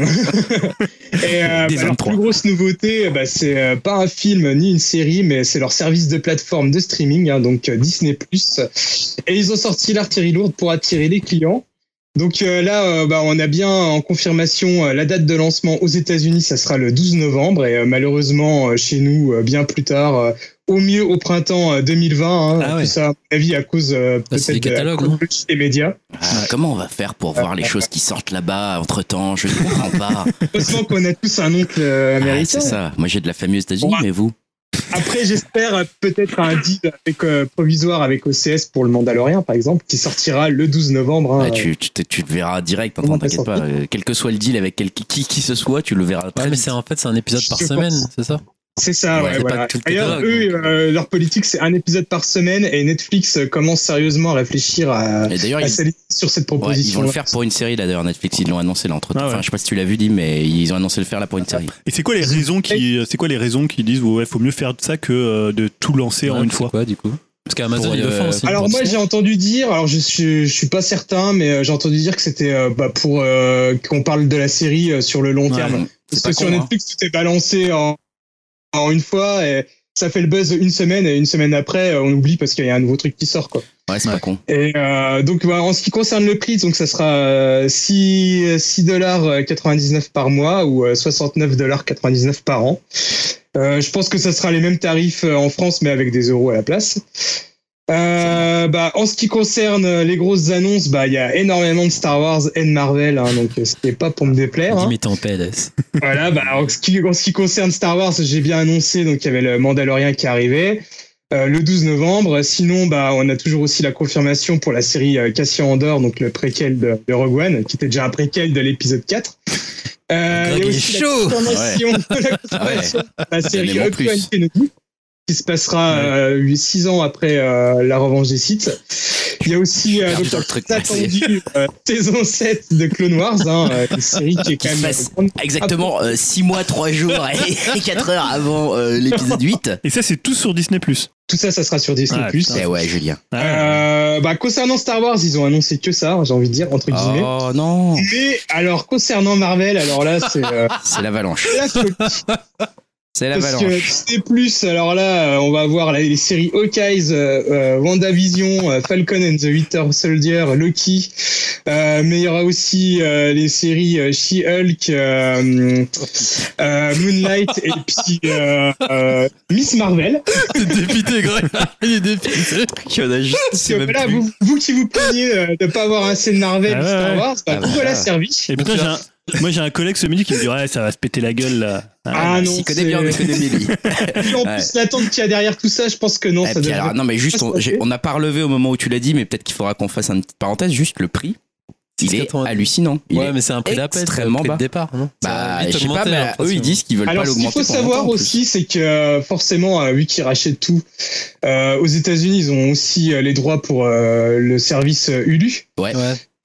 D: et euh,
B: Des
D: bah, leur
B: 23.
D: plus grosse nouveauté, euh, bah, c'est euh, pas un film ni une série, mais c'est leur service de plateforme de streaming, hein, donc euh, Disney+. Et ils ont sorti l'artillerie lourde pour attirer les clients. Donc euh, là, euh, bah, on a bien en confirmation euh, la date de lancement aux États-Unis, ça sera le 12 novembre, et euh, malheureusement euh, chez nous euh, bien plus tard, euh, au mieux au printemps euh, 2020. hein.
B: Ah ouais.
D: Tout ça, à mon avis, à cause euh,
C: Ah,
D: peut-être
C: c'est les
D: de la
C: catalogues,
D: cause
C: non
D: des médias.
A: Comment on va faire pour voir les choses qui sortent là-bas entre temps Je ne comprends pas.
D: Heureusement qu'on a tous un oncle euh,
A: Ah,
D: américain.
A: c'est
C: hein.
A: ça. Moi, j'ai de la famille aux États-Unis,
D: Ouais.
A: mais vous
D: Après, j'espère euh, peut-être un deal avec, euh, provisoire avec OCS pour le Mandalorian, par exemple, qui sortira le 12 novembre. hein.
A: Ah, tu, tu, te- tu te verras direct, hein,
D: Comment
A: t'inquiète
D: t'as
A: pas. Euh, Quel que soit le deal avec quel, qui, qui ce soit, tu le verras
C: Ouais,
A: très
C: mais
A: vite.
C: c'est en fait c'est un épisode par
D: Je
C: semaine,
D: pense.
C: c'est ça
D: C'est ça,
A: Ouais,
D: ouais,
A: c'est
C: pas
D: voilà.
C: tout le
D: D'ailleurs,
C: catalogue,
D: eux, euh, leur politique, c'est un épisode par semaine et Netflix euh, commence sérieusement à réfléchir à,
A: Et d'ailleurs,
D: à
A: ils,
D: s'aligner sur cette
A: ouais, ils
D: proposition.
A: vont le faire pour une série, là, d'ailleurs, Netflix, ils l'ont annoncé là entre temps.
B: Ah ouais.
A: Enfin, je sais pas si tu l'as vu, dit, mais ils ont annoncé le faire là pour une série.
B: Et c'est quoi les raisons qui, euh, c'est quoi les raisons qui disent ouais, faut mieux faire de ça que euh, de tout lancer en
C: Ouais,
B: une
C: c'est
B: fois.
C: quoi du coup Parce qu'Amazon
A: Pour
C: ils le
A: le-
C: font aussi.
D: alors moi j'ai entendu dire, alors je suis je suis pas certain, mais euh, j'ai entendu dire que c'était euh, bah, pour euh, qu'on parle de la série euh, sur le long
C: Ouais,
D: terme.
A: C'est
D: Parce
A: pas
D: que sur
A: con, hein.
D: Netflix, tout est balancé en, en une fois et ça fait le buzz une semaine et une semaine après, euh, on oublie parce qu'il y a un nouveau truc qui sort, quoi.
A: Ouais, c'est pas con.
D: Et euh, donc, bah, en ce qui concerne le prix, donc ça sera euh, euh, 6 6,99$ par mois ou euh, 69,99$ par an. Euh, je pense que ça sera les mêmes tarifs euh, en France, mais avec des euros à la place. Euh, bah, en ce qui concerne euh, les grosses annonces, bah il y a énormément de Star Wars et de Marvel, hein, donc euh, c'était pas pour me déplaire. hein.
C: Dimitri en PLS.
D: Voilà, bah, en, ce qui, en ce qui concerne Star Wars, j'ai bien annoncé, donc il y avait le Mandalorian qui arrivait euh, le 12 novembre. Sinon, bah, on a toujours aussi la confirmation pour la série euh, Cassian Andor, donc le préquel de, de Rogue One, qui était déjà un préquel de l'épisode 4. Euh,
C: Greg
D: il y a
C: est
D: aussi la
C: chaud.
D: confirmation- la confirmation de la série
A: Donnez-moi
D: Obi-Wan
A: plus.
D: Kenobi, qui se passera 6 ans après euh, La Revanche des Sith. Il y a aussi euh,
A: perdu
D: donc,
A: dans le truc,
D: la
A: merci.
D: attendue, euh, saison 7 de Clone Wars, hein, euh, une série qui est
A: Qui
D: quand
A: se
D: même
A: passe
D: Ah
A: Exactement 6 mois, 3 jours et 4 heures avant euh, l'épisode 8.
B: Et ça, c'est tout sur Disney.
D: Tout ça, ça sera sur Disney+.
B: Ah,
A: Eh ouais, Julien.
D: Euh, bah, concernant Star Wars, ils ont annoncé que ça, j'ai envie de dire, entre guillemets.
A: Oh non,
D: Mais alors, concernant Marvel, alors là, c'est euh,
A: c'est l'avalanche.
D: la folie,
A: C'est
D: parce que
A: l'avalanche.
D: Disney+, alors là, euh, on va avoir la- les séries Hawkeyes, euh, euh, WandaVision, euh, Falcon and the Winter Soldier, Loki, euh, mais il y aura aussi euh, les séries euh, She-Hulk, euh, euh, Moonlight, et puis euh, euh, Miss Marvel.
C: dépité, Greg. Il est dépité.
D: Parce que voilà, vous, vous qui vous plaignez euh, de ne pas avoir assez de Marvel
B: Ah
D: et de Star
B: ouais.
D: Wars, bah,
A: Ah
D: vous
A: bah.
D: voilà servi.
B: Et putain, j'ai un- moi, j'ai un collègue ce midi qui me dit Ouais, ça va se péter la gueule là.
D: Ah non,
A: bah, S'il connaît bien
D: c'est-
A: l'économie, lui.
D: Puis en
A: Ouais.
D: plus, l'attente qu'il y a derrière tout ça, je pense que non,
A: Eh,
D: ça
A: puis
D: devrait...
A: alors, non, mais juste, on j'ai- on n'a pas relevé au moment où tu l'as dit, mais peut-être qu'il faudra qu'on fasse une petite parenthèse. Juste le prix, il est
C: 6,90.
A: hallucinant. Il
C: Ouais,
A: est-
C: mais c'est un prix d'appel.
A: extrêmement
C: Extrêmement
A: bas.
C: bas. départ, non Ça va
A: bah, je
C: vite
A: sais pas,
C: augmenter, hein,
A: mais
C: l'impression.
A: eux ils disent qu'ils veulent
D: Alors,
A: pas
D: ce qu'il
A: l'augmenter.
D: faut
A: pour
D: savoir
A: longtemps, en
D: aussi, c'est que euh, forcément, euh, vu qu'ils rachètent tout, euh, aux États-Unis, ils ont aussi euh, les droits pour euh, le service euh, Hulu.
C: Ouais.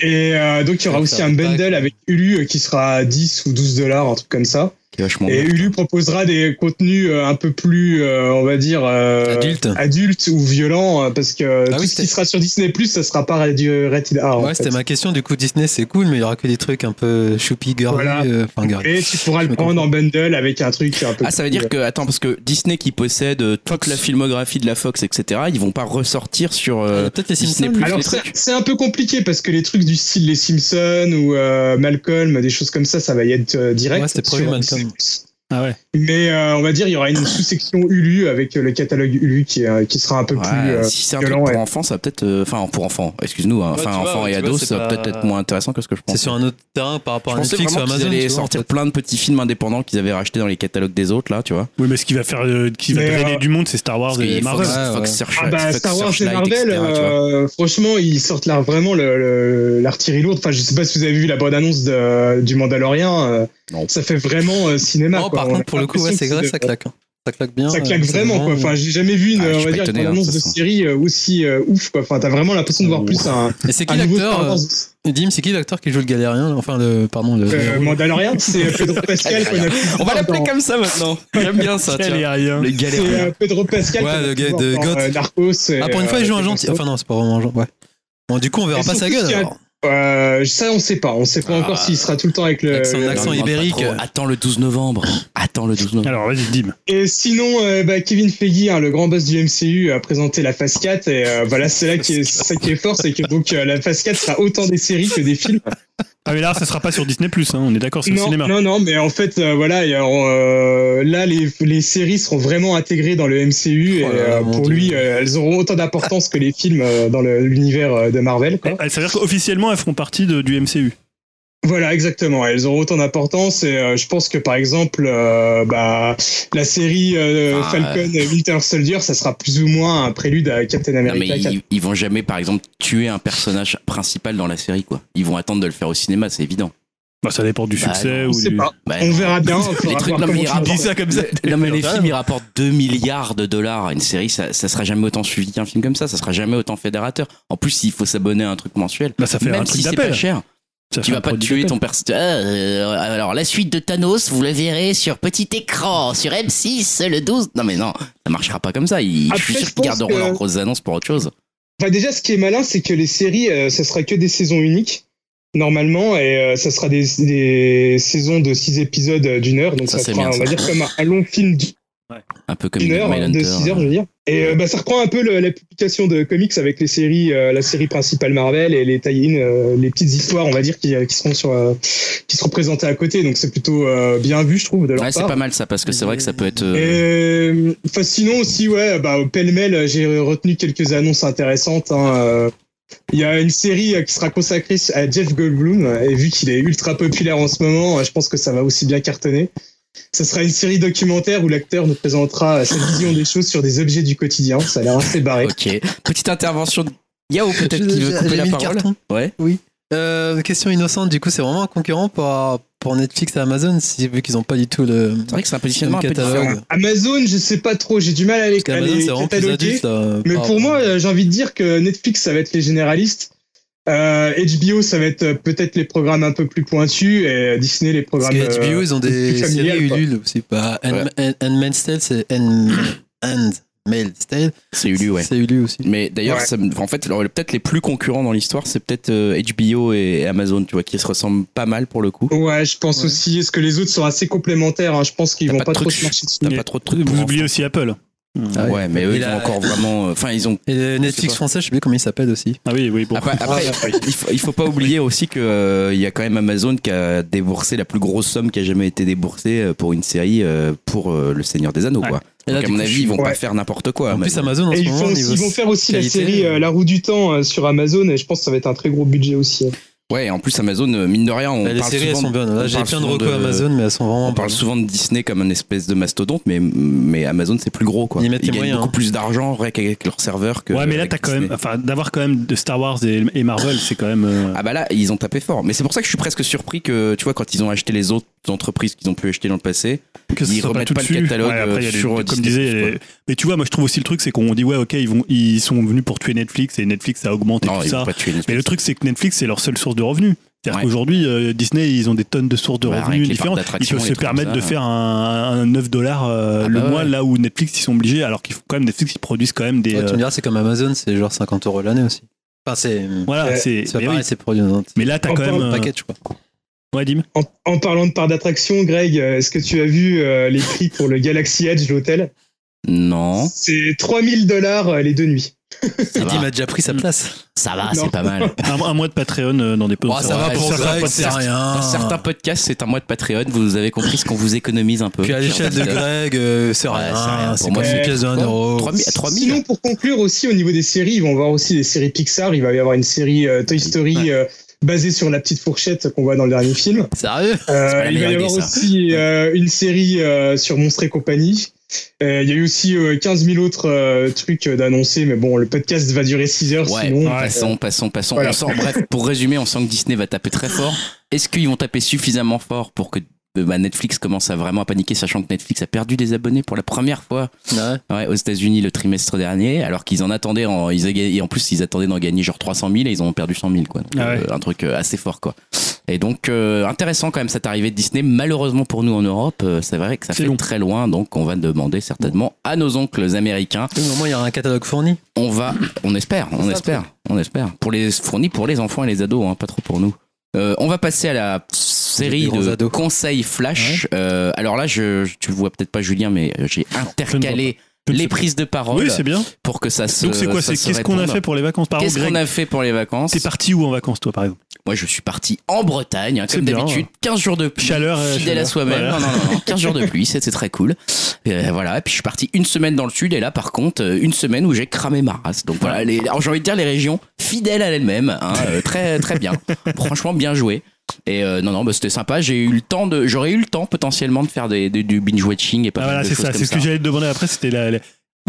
D: Et euh, donc, il y aura
C: Ouais,
D: aussi
C: ça
D: un
C: va pas,
D: bundle
C: quoi.
D: avec Hulu euh, qui sera à 10 ou 12 dollars, un truc comme ça.
A: plus. C'est vachement bien.
D: Et Hulu proposera des contenus euh, un peu plus, euh, on va dire, euh,
C: Adulte.
D: adultes ou violents, euh, parce que euh,
C: Ah
D: tout
C: oui,
D: ce qui
C: c'était-
D: sera sur Disney+, ça sera pas du rated R. Ah, en
C: Ouais,
D: fait.
C: c'était ma question. Du coup, Disney, c'est cool, mais il y aura que des trucs un peu choupi, girly.
D: Voilà.
C: euh, Enfin, girly.
D: Et tu pourras
C: Je
D: le
C: me
D: prendre en bundle avec un truc un peu.
A: Ah, ça veut
D: plus, euh,
A: dire que, attends, parce que Disney qui possède euh, toute la filmographie de la Fox, etc., ils vont pas ressortir sur.
C: Il y
A: euh,
C: a Peut-être les
A: Disney+.
C: Disney
A: plus
D: Alors
A: les
D: c'est-
A: trucs.
D: c'est un peu compliqué parce que les trucs du style les Simpsons ou euh, Malcolm, des choses comme ça, ça va y être euh, direct.
C: Ouais, c'était prévu,
D: sur-
C: Malcolm.
B: Ah ouais.
D: Mais euh, on va dire il y aura une sous-section Hulu avec euh, le catalogue Hulu qui, est, euh, qui sera un peu
A: Ouais,
D: plus. euh,
A: si c'est un truc
D: violent,
A: pour
D: ouais.
A: enfants, ça va peut-être. euh, Enfin, pour enfants, excuse-nous, hein,
C: Ouais,
A: enfin,
C: tu vois,
A: enfants et
C: tu vois,
A: ados,
C: c'est
A: ça va
C: pas-
A: peut-être être euh, moins intéressant que ce que je
C: C'est
A: pense.
C: sur un autre terrain par rapport
A: Je
C: à
A: pensais
C: Netfix ou
A: vraiment qu'ils
C: Amazon.
A: allaient
C: tu vois, en
A: sortir
C: fait.
A: plein de petits films indépendants qu'ils avaient rachetés dans les catalogues des autres, là, tu vois.
B: Oui, mais ce qui va faire, euh, qui va
D: Mais,
B: drainer
D: euh,
B: du monde, c'est Star
A: Parce
B: Wars
A: que
B: et Marvel.
A: Fox,
C: Ouais,
A: Fox
C: ouais.
A: Searchlight,
D: Ah bah
A: Fox
D: Star Wars et
A: Searchlight,
D: Marvel,
A: etc., tu vois.
D: euh, franchement ils sortent là vraiment le- le- l'artillerie lourde. Enfin je sais pas si vous avez vu la bonne annonce de- du Mandalorian. euh,
A: Non.
D: Ça fait vraiment euh, cinéma.
C: Non,
D: quoi.
C: par
D: On
C: contre,
D: a
C: pour le coup, ouais,
D: l'impression
C: c'est
D: que
C: vrai,
D: de-
C: ça claque. hein. Ça claque bien.
D: Ça claque
C: euh,
D: vraiment quoi.
C: bien.
D: Enfin, j'ai jamais vu une, euh,
A: Ah, je
D: on
A: suis
D: va
A: pas
D: dire,
A: étonné,
D: une
A: hein,
D: annonce
A: de
D: de
A: toute façon.
D: série euh, aussi euh, ouf quoi. Enfin, t'as vraiment l'impression de voir plus un,
C: Et c'est qui
D: un nouveau
C: l'acteur
D: Star Wars.
C: euh, Dim, c'est qui l'acteur qui joue le galérien Enfin, le. Pardon, le.
D: Euh,
C: le-
D: Mandalorian, c'est Pedro Pascal qu'on a pu
A: On va
D: voir
A: l'appeler
D: dans-
A: comme ça maintenant. J'aime bien ça,
B: Quel
A: tiens.
B: est rien.
A: Le
D: C'est
A: galérien.
D: euh, Pedro Pascal.
C: Ouais,
D: qu'on a
C: le
D: pu
C: gars
D: voir
C: de
D: dans,
C: God.
D: euh, Narcos. et,
C: Ah, pour une fois, il joue un
D: euh,
C: gentil. Enfin, non, c'est pas vraiment un gentil. Ouais. Bon, du coup, on verra
D: Et
C: pas sa
D: surtout
C: gueule.
D: qu'il y a-
C: alors.
D: Euh, ça, on sait pas. On sait pas
A: Ah.
D: encore s'il sera tout le temps avec le.
C: Avec son
D: le-
C: accent
A: On demande pas
C: ibérique.
A: trop. Attends le 12 novembre. Attends le 12 novembre.
B: Alors, vas-y, Dim.
D: Et sinon, euh, bah, Kevin Feige, hein, le grand boss du MCU, a présenté la phase 4 et euh, voilà, c'est là qui est, c'est ça qui est fort, c'est que donc euh, la phase 4 sera autant des séries que des films.
B: Ah, mais là, ça sera pas sur Disney, hein, on est d'accord, c'est le
D: Non,
B: cinéma.
D: non, non, mais en fait, euh, voilà, et alors, euh, là, les, les séries seront vraiment intégrées dans le MCU et
C: Oh là là,
D: euh,
C: mon
D: pour
C: Dieu.
D: lui, euh, elles auront autant d'importance que les films euh, dans le- l'univers euh, de Marvel. Quoi.
B: Ah, Ça veut dire qu'officiellement, elles feront partie de- du MCU.
D: Voilà, exactement. Elles auront autant d'importance et euh, je pense que par exemple, euh, bah, la série euh,
A: Ah,
D: Falcon et Winter Soldier, ça sera plus ou moins un prélude à Captain
A: Non, mais
D: America. Cap-
A: ils, ils vont jamais, par exemple, tuer un personnage principal dans la série, quoi. Ils vont attendre de le faire au cinéma, c'est évident.
B: Bah, ça dépend du
A: Bah,
B: succès.
A: non,
B: ou
D: On sait
B: du-
D: pas.
A: Bah,
D: On
A: non.
D: verra bien.
A: Les trucs, non, mais ils
B: Tu dis
A: rapportent-
B: ça comme ça.
A: Non, mais les
B: Ça,
A: films, ils rapportent 2 milliards de dollars à une série. Ça, ça sera jamais autant suivi qu'un film comme ça. Ça sera jamais autant fédérateur. En plus, il faut s'abonner à un truc mensuel.
B: Bah, ça fait
A: Même
B: un truc
A: si c'est pas
B: d'appel.
A: cher,
B: Ça
A: tu
B: fait un
A: vas pas
B: produit
A: tuer
B: d'appel.
A: ton personnage. alors, la suite de Thanos, vous la verrez sur petit écran, sur M6, le 12. Non, mais non, ça marchera pas comme ça. Ils, je
D: Après,
A: suis
D: Ah, je
A: sûr qu'ils
D: pense
A: garderont
D: que-
A: leurs grosses annonces pour autre chose.
D: Bah, déjà, ce qui est malin, c'est que les séries, euh, ça sera que des saisons uniques normalement et euh, ça sera des, des saisons de six épisodes euh, d'une heure. Donc
A: Ça,
D: ça,
A: c'est
D: sera,
A: bien,
D: on va
A: ça.
D: dire, comme un, un long film. du-
A: Un peu comme
D: une heure,
A: Mylène
D: de
A: Hunter.
D: 6 heures, je veux dire. Et euh, bah, ça reprend un peu le- la publication de comics avec les séries, euh, la série principale Marvel et les tie-in, euh, les petites histoires, on va dire, qui, qui seront sur, euh, qui seront présentées à côté. Donc c'est plutôt euh, bien vu, je trouve, de leur
A: Ouais, c'est
D: part.
A: pas mal ça, parce que c'est vrai que ça peut être. euh,
D: Euh, enfin, sinon aussi, ouais, bah, pêle-mêle, j'ai retenu quelques annonces intéressantes. hein, euh. Il y a une série euh, qui sera consacrée à Jeff Goldblum, et vu qu'il est ultra populaire en ce moment, euh, je pense que ça va aussi bien cartonner. Ce sera une série documentaire où l'acteur nous présentera euh, sa vision des choses sur des objets du quotidien. Ça a l'air assez barré.
A: Ok. Petite intervention de Yao, peut-être qui veut couper la parole. Ouais.
C: Oui. Euh, question innocente, du coup, c'est vraiment un concurrent pour, pour Netflix et Amazon, si, vu qu'ils n'ont pas du tout le.
A: C'est vrai que c'est un positionnement un
C: Sur
A: peu
C: le catalogue.
A: différent.
C: Ouais.
D: Amazon, je sais pas trop, j'ai du mal à les,
C: Parce
D: à
C: qu'Amazon,
D: les
C: c'est vraiment plus
D: cataloguer.
C: adulte. là,
D: Mais
C: par
D: pour
C: rapport-
D: moi, euh, j'ai envie de dire que Netflix, ça va être les généralistes. Euh, HBO, ça va être euh, peut-être les programmes un peu plus pointus. Et euh, Disney, les
C: Parce
D: programmes.
C: que HBO,
D: euh,
C: ils ont des
D: plus familial,
C: séries
D: quoi.
C: Ulule aussi. Bah, and, Tale, c'est And Man's Tale.
A: C'est Ulu, ouais.
C: C'est Ulu aussi.
A: Mais d'ailleurs,
D: Ouais.
A: ça me- en fait, alors, peut-être les plus concurrents dans l'histoire, c'est peut-être euh, HBO et Amazon, tu vois, qui se ressemblent pas mal pour le coup.
D: Ouais, je pense
C: Ouais.
D: aussi. Parce que les autres sont assez complémentaires. hein. Je pense qu'ils
A: T'as
D: vont
A: pas de
D: pas, trop
A: trucs,
D: se marcher dessus.
A: T'as
B: Mais
A: pas trop de trucs. pour
B: Vous
A: l'instant.
B: oubliez aussi Apple.
A: Ah ouais, mais eux,
C: Et
A: ils
C: la-
A: ont encore vraiment. euh, Enfin, ils ont.
C: Et le
A: Je
C: Netflix
A: sais
C: français, je sais plus comment il s'appelle aussi.
B: Ah oui, oui, bon.
A: Après, après, il, faut, il faut pas oublier aussi que euh, il y a quand même Amazon qui a déboursé la plus grosse somme qui a jamais été déboursée euh, pour une série euh, pour euh, Le Seigneur des Anneaux,
B: Ouais.
A: quoi.
C: Et là,
A: Donc, à
C: du
A: mon
C: coup, je
A: avis,
C: suis-
A: ils vont pas
D: ouais.
A: faire n'importe quoi.
C: En plus,
A: Amazon.
C: Amazon, en
D: Et
C: ce
D: ils,
C: moment,
D: font
C: au
D: aussi-
C: niveau
D: ils vont faire aussi
C: qualité,
D: la série euh,
C: euh,
D: La Roue du Temps euh, sur Amazon. Et je pense que ça va être un très gros budget aussi. hein.
A: Ouais, en plus Amazon, euh, mine de rien, on
C: bah, les
A: parle
C: séries, elles
A: souvent.
C: sont
A: de-
C: bonnes.
A: on
C: Là, j'ai
A: parle
C: plein de
A: souvent
C: recos
A: de-
C: Amazon, mais elles sont vraiment.
A: On parle
C: bonnes.
A: souvent de Disney comme un espèce de mastodonte, mais, mais Amazon c'est plus gros quoi.
C: Ils mettent les
A: gagnent
C: moyens,
A: beaucoup
C: hein.
A: plus d'argent avec, avec leur serveur que.
B: ouais, mais là,
A: avec
B: t'as quand
A: Disney.
B: même. Enfin, d'avoir quand même de Star Wars et, et Marvel, c'est quand même. euh,
A: Ah bah là, ils ont tapé fort. Mais c'est pour ça que je suis presque surpris que, tu vois, quand ils ont acheté les autres entreprises qu'ils ont pu acheter dans le passé,
B: que
A: Ah, Ils
B: soit
A: remettent
B: tout
A: pas le
B: dessus.
A: catalogue,
B: après, il y a
A: euh, sur
B: des, comme
A: Disney+,
B: disait, il y a
A: quoi.
B: les- mais tu vois, moi je trouve aussi le truc, c'est qu'on dit ouais, ok, ils vont, ils sont venus pour tuer Netflix et Netflix a augmenté
A: non,
B: tout
A: ils vont
B: ça.
A: pas tuer Netflix.
B: Mais le truc, c'est que Netflix, c'est leur seule source de revenus. C'est-à-dire
A: Ouais.
B: qu'aujourd'hui, euh, Disney, ils ont des tonnes de sources de
A: Bah, rien que
B: revenus
A: les parcs
B: différentes. Ils
A: d'attractions,
B: peuvent
A: les
B: se
A: trucs comme
B: permettre de
A: ça.
B: faire un, un 9 dollars euh,
A: Ah
B: le
A: bah
B: mois,
A: ouais.
B: là où Netflix, ils sont obligés, alors qu'ils font quand même Netflix, ils produisent quand même des.
C: Ouais, tu
B: euh,
C: me diras, c'est comme Amazon, c'est genre 50 euros l'année aussi. Enfin, c'est.
B: voilà,
D: Ouais.
B: c'est.
C: C'est pas
B: Mais,
C: pareil,
B: oui.
C: c'est produit dans un petit
B: Mais là, t'as
D: On
B: quand même.
D: parle
B: euh,
C: package, quoi.
B: Ouais, Dim.
D: En, en parlant de part d'attraction, Greg, euh, est-ce que tu as vu euh, les prix pour le Galaxy Edge, l'hôtel
C: Hein?
A: Non,
D: C'est 3000 dollars euh, les deux nuits.
A: ça
C: Eddie
A: va,
C: m'a déjà pris
B: Mm.
C: sa place.
A: ça va,
D: Non.
A: c'est pas mal.
B: Un, un mois de Patreon euh, dans des
C: Oh,
A: Ah, ça va pour
B: certains
A: Greg,
B: podcasts.
A: c'est
C: rien.
B: Ah.
A: Dans certains podcasts, c'est un mois de Patreon, vous avez compris ce qu'on vous économise un peu.
C: Puis à l'échelle de Greg, euh, c'est
A: Ouais, c'est rien.
C: rien.
A: Pour
C: C'est
A: moi,
C: comme une
D: c'est-
C: pièce de 1
A: Quoi
C: euro.
A: 3000 Ah, à 3000
D: Sinon, pour conclure aussi au niveau des séries, ils vont avoir aussi des séries Pixar. Il va y avoir une série euh, Toy Story euh, basée sur la petite fourchette qu'on voit dans le dernier film.
C: Sérieux
D: Euh,
A: la
D: il va
A: meilleure
D: y
A: idée,
D: avoir
A: ça.
D: aussi euh, une série euh, sur Monstres et compagnie. Euh, Il y a eu aussi euh, 15 000 autres euh, trucs euh, d'annoncer, mais bon, le podcast va durer 6 heures
A: Ouais,
D: sinon.
A: passons, passons, passons.
D: Voilà.
A: On sent, bref, pour résumer, on sent que Disney va taper très fort. Est-ce qu'ils vont taper suffisamment fort pour que euh, bah, Netflix commence à vraiment à paniquer, sachant que Netflix a perdu des abonnés pour la première fois
C: Ouais.
A: ouais, aux États-Unis le trimestre dernier, alors qu'ils en attendaient, en, ils, a- et en plus ils attendaient d'en gagner genre 300 000 et ils en ont perdu 100 000, quoi. Donc,
B: Ah ouais.
A: euh, un truc euh, assez fort, quoi. Et donc, euh, intéressant quand même cette arrivée de Disney. Malheureusement pour nous en Europe, euh, c'est vrai que ça
B: C'est
A: fait
B: long.
A: très loin, donc on va demander certainement à nos oncles américains
C: Oui, mais au moins, il y a un catalogue fourni.
A: on va, on espère, on
C: Ça, le
A: espère, on espère. Pour les fournis pour les enfants et les ados, hein, pas trop pour nous. Euh, on va passer à la série
C: Des grands
A: de
C: ados.
A: conseils flash. Euh, alors là, je, je- tu le vois peut-être pas Julien, mais j'ai intercalé
B: Ah, Je ne
A: les
B: sais pas.
A: prises de parole
B: Oui, c'est bien.
A: pour que ça se.
B: Donc, c'est quoi
A: ça
B: C'est
A: se
B: qu'est-ce qu'on a
A: réponde.
B: fait pour les vacances Par
A: Qu'est-ce
B: exemple,
A: qu'on
B: Greg,
A: a fait pour les vacances
B: t'es parti où en vacances, toi, par exemple
A: Moi, je suis parti en Bretagne, hein,
B: C'est
A: comme
B: bien,
A: d'habitude. 15 jours de pluie,
B: Chaleur, euh,
A: fidèle à
B: chaleur.
A: soi-même.
B: Voilà.
A: Non, non, non, non, 15 jours de pluie, c'était très cool. Euh, voilà, et puis je suis parti une semaine dans le sud, et là, par contre, euh, une semaine où j'ai cramé ma race. Donc voilà, les- alors, j'ai envie de dire les régions fidèles à elles-mêmes. hein, euh, très, très bien. Franchement, bien joué. Et euh, non, non, bah, c'était sympa. J'ai eu le temps de, j'aurais eu le temps potentiellement de faire des, des- du binge watching et pas
B: Ah,
A: mal
B: voilà,
A: de
B: c'est
A: choses
B: ça.
A: comme
B: C'est ce que j'allais te demander après. C'était la, la-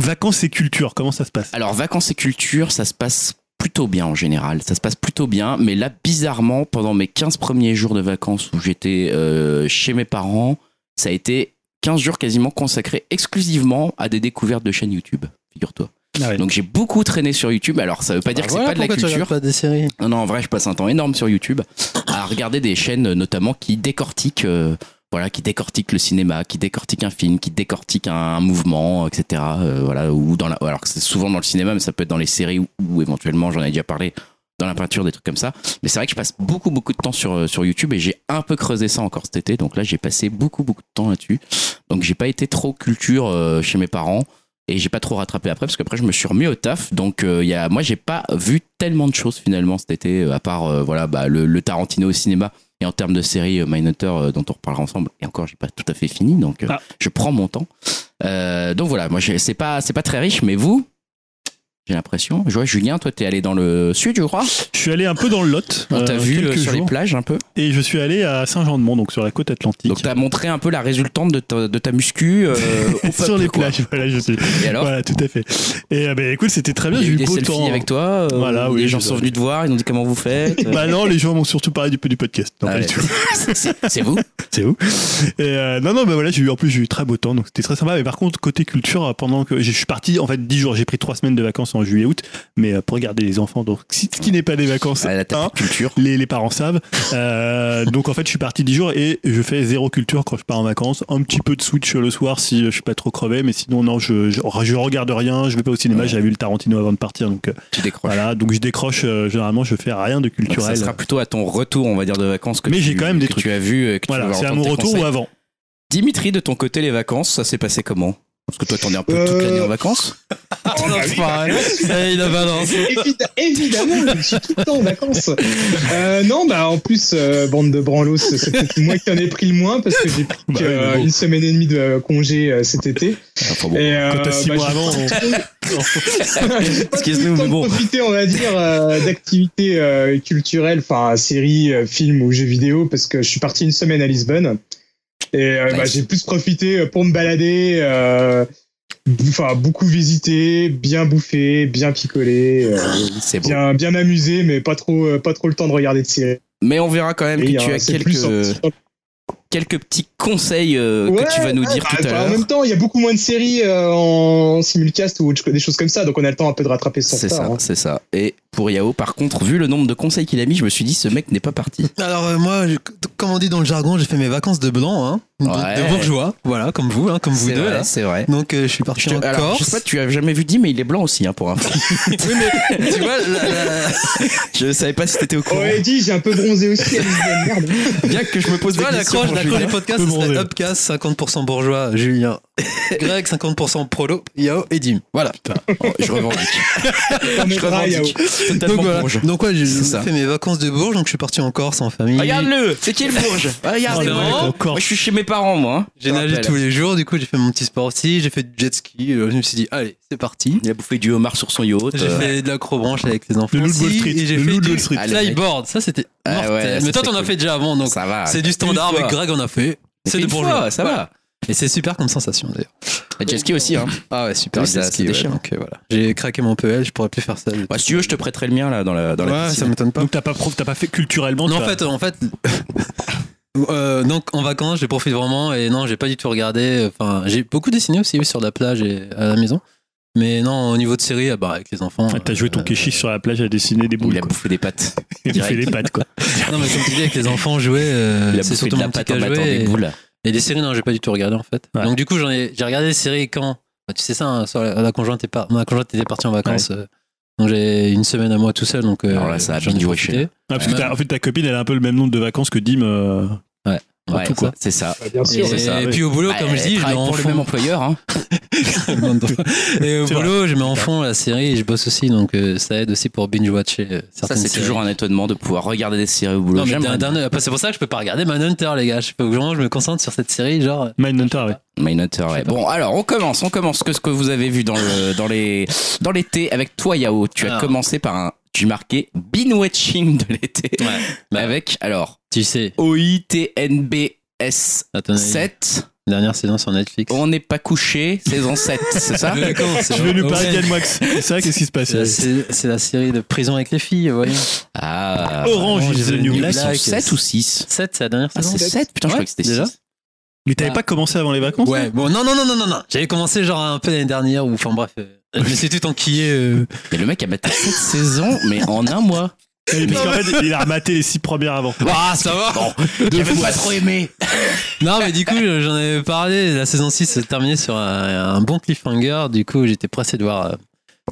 B: vacances et culture. Comment ça se passe
A: Alors, vacances et culture, ça se passe plutôt bien en général. Ça se passe plutôt bien. Mais là, bizarrement, pendant mes 15 premiers jours de vacances où j'étais euh, chez mes parents, ça a été 15 jours quasiment consacrés exclusivement à des découvertes de chaînes YouTube, figure-toi.
B: Ah ouais.
A: Donc, j'ai beaucoup traîné sur YouTube. Alors, ça veut pas dire
C: Bah
A: que
C: voilà
A: c'est pas de la
C: pourquoi tu regardes
A: culture.
C: pas des séries.
A: Non, non, en vrai, je passe un temps énorme sur YouTube à regarder des chaînes, euh, notamment qui décortiquent, euh, voilà, qui décortiquent le cinéma, qui décortiquent un film, qui décortiquent un, un mouvement, etc. euh, voilà, ou dans la, alors que c'est souvent dans le cinéma, mais ça peut être dans les séries ou, ou éventuellement, j'en ai déjà parlé, dans la peinture, des trucs comme ça. Mais c'est vrai que je passe beaucoup, beaucoup de temps sur, euh, sur YouTube et j'ai un peu creusé ça encore cet été. Donc là, j'ai passé beaucoup, beaucoup de temps là-dessus. Donc j'ai pas été trop culture euh, chez mes parents et j'ai pas trop rattrapé après parce qu'après je me suis remis au taf. Donc euh, il y a, moi, j'ai pas vu tellement de choses finalement cet été, euh, à part euh, voilà, bah, le, le Tarantino au cinéma. Et en termes de série euh, Mindhunter, euh, dont on reparlera ensemble, et encore, j'ai pas tout à fait fini, donc euh,
B: Ah.
A: je prends mon temps. Euh, donc voilà, moi, j'ai- c'est pas, c'est pas très riche, mais vous, j'ai l'impression. Je vois, Julien, toi, t'es allé dans le sud, je crois.
B: Je suis allé un peu dans le Lot.
A: On t'a
B: euh,
A: vu euh,
B: quelques
A: sur les
B: jours,
A: plages un peu.
B: Et je suis allé à Saint-Jean-de-Mont, donc sur la côte atlantique.
A: Donc t'as montré un peu la résultante de ta, de ta muscu euh, au
B: sur
A: peuple,
B: les
A: quoi.
B: plages, voilà, je suis.
A: Et alors
B: Voilà, tout à fait. Et euh, ben, écoute, c'était très bien,
A: Il y a
B: j'ai
A: eu
B: eu
A: des
B: beau
A: selfies
B: temps. hein.
A: avec toi. euh,
B: Voilà, oui,
A: les gens
B: je-
A: sont venus te voir, ils nous ont dit comment vous faites.
B: Bah non, les gens m'ont surtout parlé du peu du podcast. Non,
A: Ah
B: pas
A: ouais.
B: du tout.
A: C'est- C'est vous
B: C'est où Et euh, non, non, bah voilà, j'ai eu en plus j'ai eu très beau temps, donc c'était très sympa. Mais par contre, côté culture, euh, pendant que je suis parti, en fait, 10 jours, j'ai pris 3 semaines de vacances en juillet-août, mais euh, pour garder les enfants, donc si- ce qui n'est pas des vacances,
A: Ah, là, t'as
B: hein,
A: plus de culture.
B: les, les parents savent. Euh, donc en fait, je suis parti 10 jours et je fais zéro culture quand je pars en vacances. Un petit peu de Switch le soir si euh, je suis pas trop crevé, mais sinon, non, je, je, je regarde rien, je vais pas au cinéma,
A: Ouais.
B: j'avais vu le Tarantino avant de partir, donc euh,
A: Tu décroches.
B: voilà, donc je décroche, euh, généralement, je fais rien de
A: Donc,
B: culturel.
A: ça sera plutôt à ton retour, on va dire, de vacances que
B: Mais
A: tu-
B: j'ai quand même des
A: que
B: trucs.
A: tu as vu et que tu
B: Voilà,
A: vas
B: c'est à
A: entendre
B: mon
A: tes
B: retour
A: conseils.
B: ou avant.
A: Dimitri, de ton côté, les vacances, ça s'est passé comment Parce que toi, t'en es un peu toute
D: Euh,
A: l'année en vacances.
D: Oh, bah oui,
C: il a balance.
D: Évid- évidemment, je suis tout le temps en vacances. Euh, non, bah en plus, euh, bande de branlos, c'est peut-être moi qui en ai pris le moins parce que j'ai pris
B: Bah oui,
D: euh,
B: mais bon.
D: une semaine et demie de euh, congé euh, cet été.
A: Enfin, bon.
D: Et, euh,
B: Quand t'as 6
D: bah,
B: mois
D: j'ai-
B: avant, hein.
D: j'ai pas eu
A: Excuse-nous,
D: le temps
A: mais
D: de
A: bon.
D: profiter, on va dire, euh, d'activités euh, culturelles, enfin, séries, euh, films ou jeux vidéo, parce que je suis parti une semaine à Lisbonne. Et euh,
A: Nice.
D: bah, j'ai plus profité pour me balader, euh, bou- enfin, beaucoup visiter, bien bouffer, bien picoler, euh,
A: C'est bon.
D: bien, bien m'amuser, mais pas trop, euh, pas trop le temps de regarder de séries.
A: Mais on verra quand même
D: Et,
A: que tu
D: euh,
A: as
D: c'est
A: quelques,
D: plus sorti-
A: quelques petits conseils euh,
D: Ouais,
A: que tu vas nous dire
D: Ah,
A: tout à
D: bah, en
A: l'heure.
D: même temps, il y a beaucoup moins de séries euh, en simulcast ou autre- des choses comme ça, donc on a le temps un peu de rattraper son
A: C'est
D: retard.
A: ça,
D: hein.
A: c'est ça. Et pour Yao, par contre, vu le nombre de conseils qu'il a mis, je me suis dit, ce mec n'est pas parti.
C: Alors euh, moi, je- comme on dit dans le jargon, j'ai fait mes vacances de blanc, hein, de,
A: Ouais.
C: de bourgeois, voilà, comme vous, hein, comme vous
A: C'est
C: deux.
A: vrai,
C: là.
A: c'est vrai.
C: Donc euh, je suis
A: Je,
C: parti
A: te-
C: en
A: alors, je
C: Corse.
A: sais pas, tu as jamais vu dit, mais il est blanc aussi, hein, pour un
C: Oui, mais tu vois, la- la-
A: Je savais pas si t'étais au courant.
D: Oh, Eddie, j'ai un peu bronzé aussi à Lisbonne, merde.
A: Bien que je me pose
C: tu
A: des
C: vois, la
A: questions.
C: croche,
A: pour
C: la croche
A: Julien.
C: du podcast,
B: Peu
C: ce serait
B: bronzé.
C: Upcast 50% bourgeois, Julien, Greg 50% prolo, Yao et Dim. Voilà.
A: Oh, je revendique.
D: On est
A: je
D: bras, Yao.
A: revendique. Totalement
C: Donc voilà.
A: bourge.
C: Donc ouais, j'ai
A: C'est
C: j'ai
A: ça.
C: fait mes vacances de Bourges, donc je suis parti en Corse en famille.
A: Regarde-le C'est qui le bourge Ah, Regarde-le
C: Oh, le mec
A: Moi,
B: en Corse.
A: je suis chez mes parents, moi. hein.
C: J'ai
A: Je te
C: nagé
A: rappelle.
C: tous les jours, du coup j'ai fait mon petit sport aussi, j'ai fait du jet ski, euh, je me suis dit allez, c'est parti.
A: Il a bouffé du homard sur son yacht.
C: J'ai
A: euh,
C: fait de l'acrobranche avec les enfants
B: Le loup de Wall
C: aussi,
B: Street.
C: et j'ai
B: Le
C: fait
B: loup de
C: du
B: Wall Street.
A: Ah, le mec.
C: flyboard. Ça c'était
A: Ah
C: mortel.
A: ouais, ça,
C: Mais toi
A: c'est
C: t'en as
A: cool.
C: fait déjà avant donc
A: ça va.
C: c'est du standard
A: Une
C: mais
A: fois.
C: Greg en a fait. C'est
A: Une
C: de bourgeois.
A: fois, ça va.
C: Et c'est super comme sensation d'ailleurs.
A: Et jet ski aussi, hein.
C: Ah ouais, super.
A: Oui, c'est
C: ça,
A: ce
C: ça
A: qui, ouais,
C: déchire. donc euh, voilà. J'ai craqué mon PL, je pourrais plus faire ça.
A: Bah, si tu veux, je te prêterai le mien, là, dans la, dans la
C: ouais,
A: piscine.
C: ça m'étonne pas.
B: donc t'as pas, pro- t'as pas fait culturellement.
C: Non,
B: tu
C: en
B: as-
C: fait, en fait, euh, donc en vacances, j'ai profité vraiment et non, j'ai pas du tout regardé. Enfin, j'ai beaucoup dessiné aussi oui, sur la plage et à la maison. Mais non, au niveau de série, ah bah, avec les enfants.
B: Ah, T'as joué ton
C: euh,
B: kéchi sur la plage à dessiner des
A: Il
B: boules.
A: a
B: quoi.
A: bouffé des pattes.
B: Il a fait les pattes, quoi.
C: euh, Non, mais comme tu dis, avec les enfants, jouer, euh,
A: Il a
C: c'est
A: bouffé
C: surtout
A: de la
C: mon petit
A: patte
C: cas
A: en battant
C: jouer.
A: des
C: Et,
A: boules.
C: et les séries, non, j'ai pas du tout regardé en fait.
B: Ouais.
C: Donc du coup, j'en ai, j'ai regardé les séries quand bah, Tu sais ça, hein, soit la, la conjointe est pas, ma conjointe était partie en vacances. euh, donc j'ai une semaine à moi tout seul. Donc, euh,
A: Alors là, ça a
C: j'en ai
A: bidoué
C: profité.
A: chez elle.
B: Ah, parce que
C: Ouais.
B: t'as- en fait, ta copine, elle a un peu le même nombre de vacances que Dim. euh, En
A: Ouais,
B: tout, quoi.
A: c'est ça.
D: Bah, Bien
C: Et,
D: sûr,
A: c'est ça,
C: et
B: oui.
C: puis au boulot, comme
A: Bah,
C: je dis,
A: elle
C: je
A: travaille pour le
C: l'enfant.
A: même employeur, hein.
C: et au
B: C'est vrai.
C: boulot, je mets en fond la série et je bosse aussi, donc euh, ça aide aussi pour binge-watcher euh,
A: Ça,
C: certaines
A: c'est toujours un hein. étonnement de pouvoir regarder des séries au boulot.
C: Non, mais
A: J'aime
C: d'un- d'un œil. Après, c'est pour ça que je peux pas regarder Manhunter, les gars. Je peux vraiment, je me concentre sur cette série, genre. euh,
B: Mindhunter,
C: Ah,
B: ouais.
A: Mindhunter, ouais. Bon, alors on commence, on commence. Que ce que vous avez vu dans le, dans les, dans l'été avec toi, Yao. Tu as
B: Ah.
C: Alors.
A: commencé par un, tu marquais binge watching de l'été.
C: Ouais. Bah,
A: avec alors
C: Tu sais,
A: OITNBS
C: à ton avis,
A: 7.
C: dernière saison sur Netflix.
A: On n'est pas couché, saison 7, c'est ça
C: Je vais commencer.
B: Je vais nous parler
C: Ouais.
B: d'Ian Wax. C'est ça, qu'est-ce qui se passe
C: C'est la, sé- c'est la série de prison avec les filles, voyons.
A: Ah.
B: Orange is the New
A: Là,
B: Black.
A: ils sont
C: Black,
A: 7 ou 6
C: 7, c'est la dernière
A: Ah,
C: saison.
A: c'est 7 Putain, je
C: Ouais,
A: croyais que c'était
C: déjà.
A: 6.
B: Mais t'avais
C: Ah.
B: pas commencé avant les vacances
C: Ouais, bon, non, non, non, non, non, non. J'avais commencé genre un peu l'année dernière, ou enfin bref. euh, je me suis tout enquillé. euh,
A: Mais le mec a battu 7 saisons, mais en un mois.
B: Ouais, Parce qu'en fait, il a rematé les six premières avant.
C: Ah, ça va
A: J'avais pas trop aimé.
C: Non, mais du coup, j'en avais parlé. La saison 6 se terminait sur un, un bon cliffhanger. Du coup, j'étais pressé de voir euh,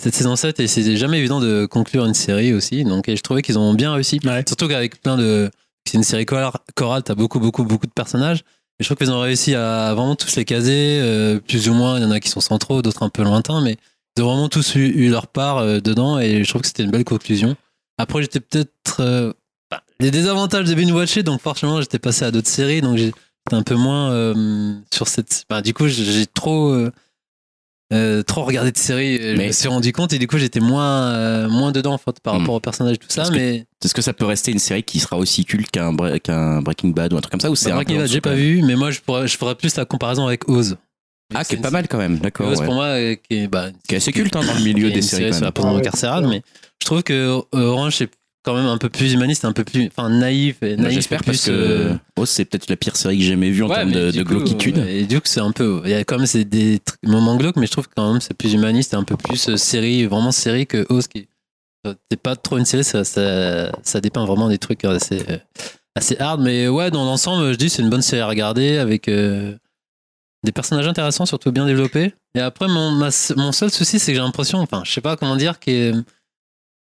C: cette saison 7 et c'est jamais évident de conclure une série aussi. Donc, et je trouvais qu'ils ont bien réussi.
B: Ouais.
C: Surtout qu'avec plein de. C'est une série chorale, chorale t'as beaucoup, beaucoup, beaucoup de personnages. Et je trouve qu'ils ont réussi à vraiment tous les caser, euh, plus ou moins. Il y en a qui sont centraux, d'autres un peu lointains, mais ils ont vraiment tous eu, eu leur part euh, dedans et je trouve que c'était une belle conclusion. Après, j'étais peut-être. euh, bah, les désavantages de binge watcher, donc forcément, j'étais passé à d'autres séries, donc j'ai- j'étais un peu moins euh, sur cette. bah, du coup, j'ai- j'ai trop. euh, euh, trop regardé de séries, et je
A: Mais-
C: me suis rendu compte et du coup j'étais moins euh, moins dedans en fait, par
A: Hmm.
C: rapport au personnage tout ça
A: Parce que-
C: mais
A: Est-ce que ça peut rester une série qui sera aussi culte qu'un Bre- qu'un Breaking Bad ou un truc comme ça ou c'est un
C: Bah, Breaking
A: peu en
C: Bad,
A: dessous,
C: j'ai
A: quand
C: pas
A: même
C: vu mais moi je pourrais je ferais plus la comparaison avec Oz
A: Ah,
C: C'est
A: qui est
C: une
A: pas mal quand même,
C: série-
A: d'accord.
C: Oz
A: ouais.
C: pour moi euh, qui est bah, une
A: Qui est assez culte hein, dans le milieu
C: Il y a
A: des
C: une
A: séries.
C: série
A: quand
C: sur
A: même.
C: la
A: Bah,
C: prison
D: Ah ouais,
C: carcérale,
D: ouais.
C: mais je trouve que euh, Orange est quand même un peu plus humaniste, un peu plus, enfin naïf, et
A: Moi,
C: naïf.
A: J'espère
C: et plus,
A: parce
C: euh,
A: que oh, c'est peut-être la pire série que j'ai jamais vue en
C: ouais,
A: termes
C: mais
A: de,
C: du
A: de
C: coup,
A: glauquitude.
C: euh, Et du coup, c'est un peu, il y a quand même c'est des tr- moments glauques, mais je trouve que quand même c'est plus humaniste, et un peu plus euh, série, vraiment série que Oz qui euh, c'est pas trop une série, ça, ça, ça dépeint vraiment des trucs assez, euh, assez hard, mais ouais, dans l'ensemble, je dis c'est une bonne série à regarder avec. euh, des personnages intéressants, surtout bien développés. Et après, mon, ma- mon seul souci, c'est que j'ai l'impression, enfin, je sais pas comment dire, que euh,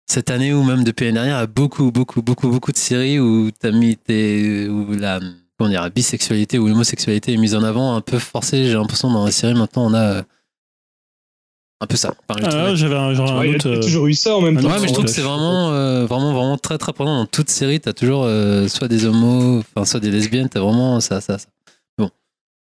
C: cette année ou même depuis l'année dernière, il y a beaucoup, beaucoup, beaucoup, beaucoup de séries où t'as mis tes, où la, comment dire, la bisexualité ou l'homosexualité est mise en avant un peu forcée. J'ai l'impression dans la série maintenant, on a euh, un peu ça. Enfin, je trouve-
B: Ah, j'avais un, j'aurais un
D: Ouais, il a
B: autre. euh,
D: toujours eu ça en même
B: un
D: temps.
B: autre
C: Ouais, mais je trouve que
B: Ouais, je
C: c'est
B: suis
C: vraiment, euh, vraiment, vraiment très, très présent dans toute série. T'as toujours euh, soit des homos, enfin, soit des lesbiennes. T'as vraiment ça, ça, ça.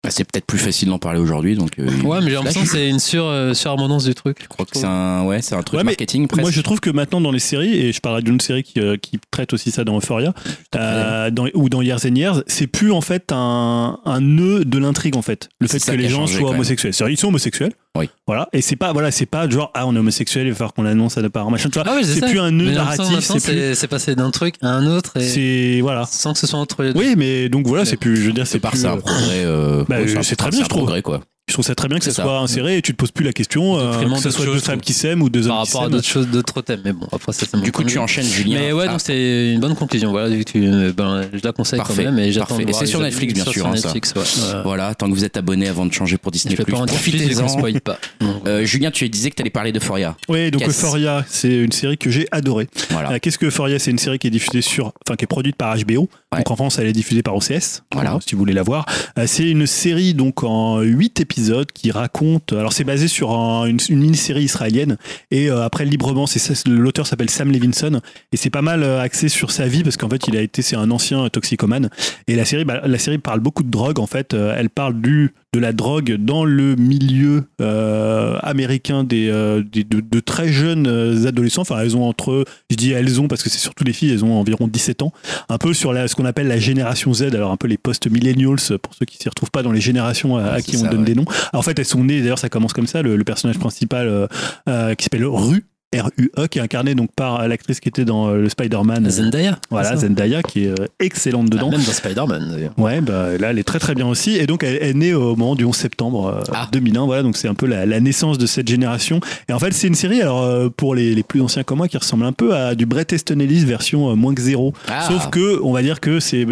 A: Bah, c'est peut-être plus facile d'en parler aujourd'hui, donc. euh,
C: Ouais, mais j'ai l'impression que
A: je
C: c'est une sur, euh, surabondance du truc.
A: crois que c'est un ouais, c'est un truc
B: Ouais, mais
A: marketing presque.
B: Moi, je trouve que maintenant dans les séries, et je parlerai d'une série qui, euh, qui traite aussi ça dans Euphoria, euh, dans- ou dans Years and Years, c'est plus en fait un, un nœud de l'intrigue en fait. Le
A: C'est
B: fait
A: ça
B: que
A: qui
B: les
A: a
B: gens
A: changé, quand
B: soient
A: même.
B: homosexuels. C'est-à-dire, Ils sont homosexuels.
A: Oui.
B: Voilà. Et c'est pas voilà, c'est pas genre ah on est homosexuel, il va falloir qu'on l'annonce à nos parents machin. Tu vois,
C: Ah ouais, c'est
B: c'est
C: ça.
B: plus un nœud
C: Mais l'impression
B: narratif.
C: maintenant,
B: C'est plus-
C: C'est c'est passé d'un truc à un autre et
B: c'est voilà.
C: sans que ce soit entre les deux.
B: Oui, mais donc voilà, c'est plus. Je veux dire,
A: c'est
B: c'est
A: par
B: plus,
A: c'est un
B: euh,
A: progrès. euh,
B: Bah,
A: ouais,
B: c'est
A: un-
B: très bien,
A: c'est un
B: je trouve.
A: progrès, quoi.
B: Je trouve ça très bien que ça
A: C'est ça.
B: soit inséré et tu te poses plus la question euh,
C: Vraiment
B: que ce
C: d'autres
B: soit deux
C: choses,
B: femmes
C: quoi.
B: qui s'aiment ou deux
C: par
B: hommes qui
C: rapport à
B: s'aiment.
C: d'autres choses, d'autres thèmes. Mais bon, après ça, c'est mon
A: Du coup,
C: point de
A: tu
C: vue.
A: enchaînes, Julien.
C: Mais ouais,
A: Ah,
C: donc c'est une bonne conclusion. Voilà, vu que tu, euh, ben, je la conseille
A: Parfait,
C: quand même. Et j'attends
A: parfait.
C: de
A: Et
C: voir
A: c'est
C: les
A: sur
C: autres-
A: Netflix, bien
C: sur
A: sûr, hein, ça.
C: Netflix, ouais. Euh,
A: Voilà, tant que vous êtes abonné avant de changer pour
C: Je
A: Disney+,
C: vais pas en dire plus, vu qu'on
A: profitez-en.
C: spoil pas. Donc,
A: Euh, Julien, tu disais que t'allais parler de Foria.
B: Oui, donc
A: Yes.
B: Euphoria, c'est une série que j'ai adorée.
A: Voilà.
B: Euh, Qu'est-ce que Euphoria C'est une série qui est diffusée sur, enfin qui est produite par HBO.
A: Ouais.
B: Donc en France, elle est diffusée par OCS.
A: Voilà.
B: euh, Si vous voulez la voir, Euh, c'est une série donc en huit épisodes qui raconte. Alors c'est basé sur un- une, une mini-série israélienne et euh, après librement, c'est ça, c'est- l'auteur s'appelle Sam Levinson et c'est pas mal euh, axé sur sa vie parce qu'en fait il a été c'est un ancien toxicomane et la série bah, la série parle beaucoup de drogue en fait. Euh, elle parle du de la drogue dans le milieu euh, américain des, euh, des- de, de très jeunes euh, adolescents. Enfin, elles ont entre, je dis elles ont parce que c'est surtout les filles, elles ont environ 17 ans. Un peu sur la, ce qu'on appelle la génération Z, alors un peu les post-millennials pour ceux qui s'y retrouvent pas dans les générations à, à
A: Ouais,
B: qui
A: c'est
B: on
A: ça,
B: donne
A: ouais.
B: des noms. Alors, en fait, elles sont nées, d'ailleurs, ça commence comme ça. Le, le personnage principal euh, euh, qui s'appelle Rue. R.U.E. E, qui est incarné donc par l'actrice qui était dans euh, le Spider-Man,
C: Zendaya.
B: voilà
C: c'est ça
B: Zendaya qui est euh, excellente
C: Ah,
B: dedans.
C: Même dans Spider-Man. d'ailleurs.
B: Ouais, bah, là, elle est très très bien aussi. Et donc, elle est née au moment du 11 septembre euh,
A: Ah.
B: 2001. Voilà, donc c'est un peu la, la naissance de cette génération. Et en fait, c'est une série, alors euh, pour les, les plus anciens comme moi, qui ressemble un peu à du Bret Easton Ellis version euh, moins que zéro.
A: Ah,
B: Sauf que, on va dire que c'est.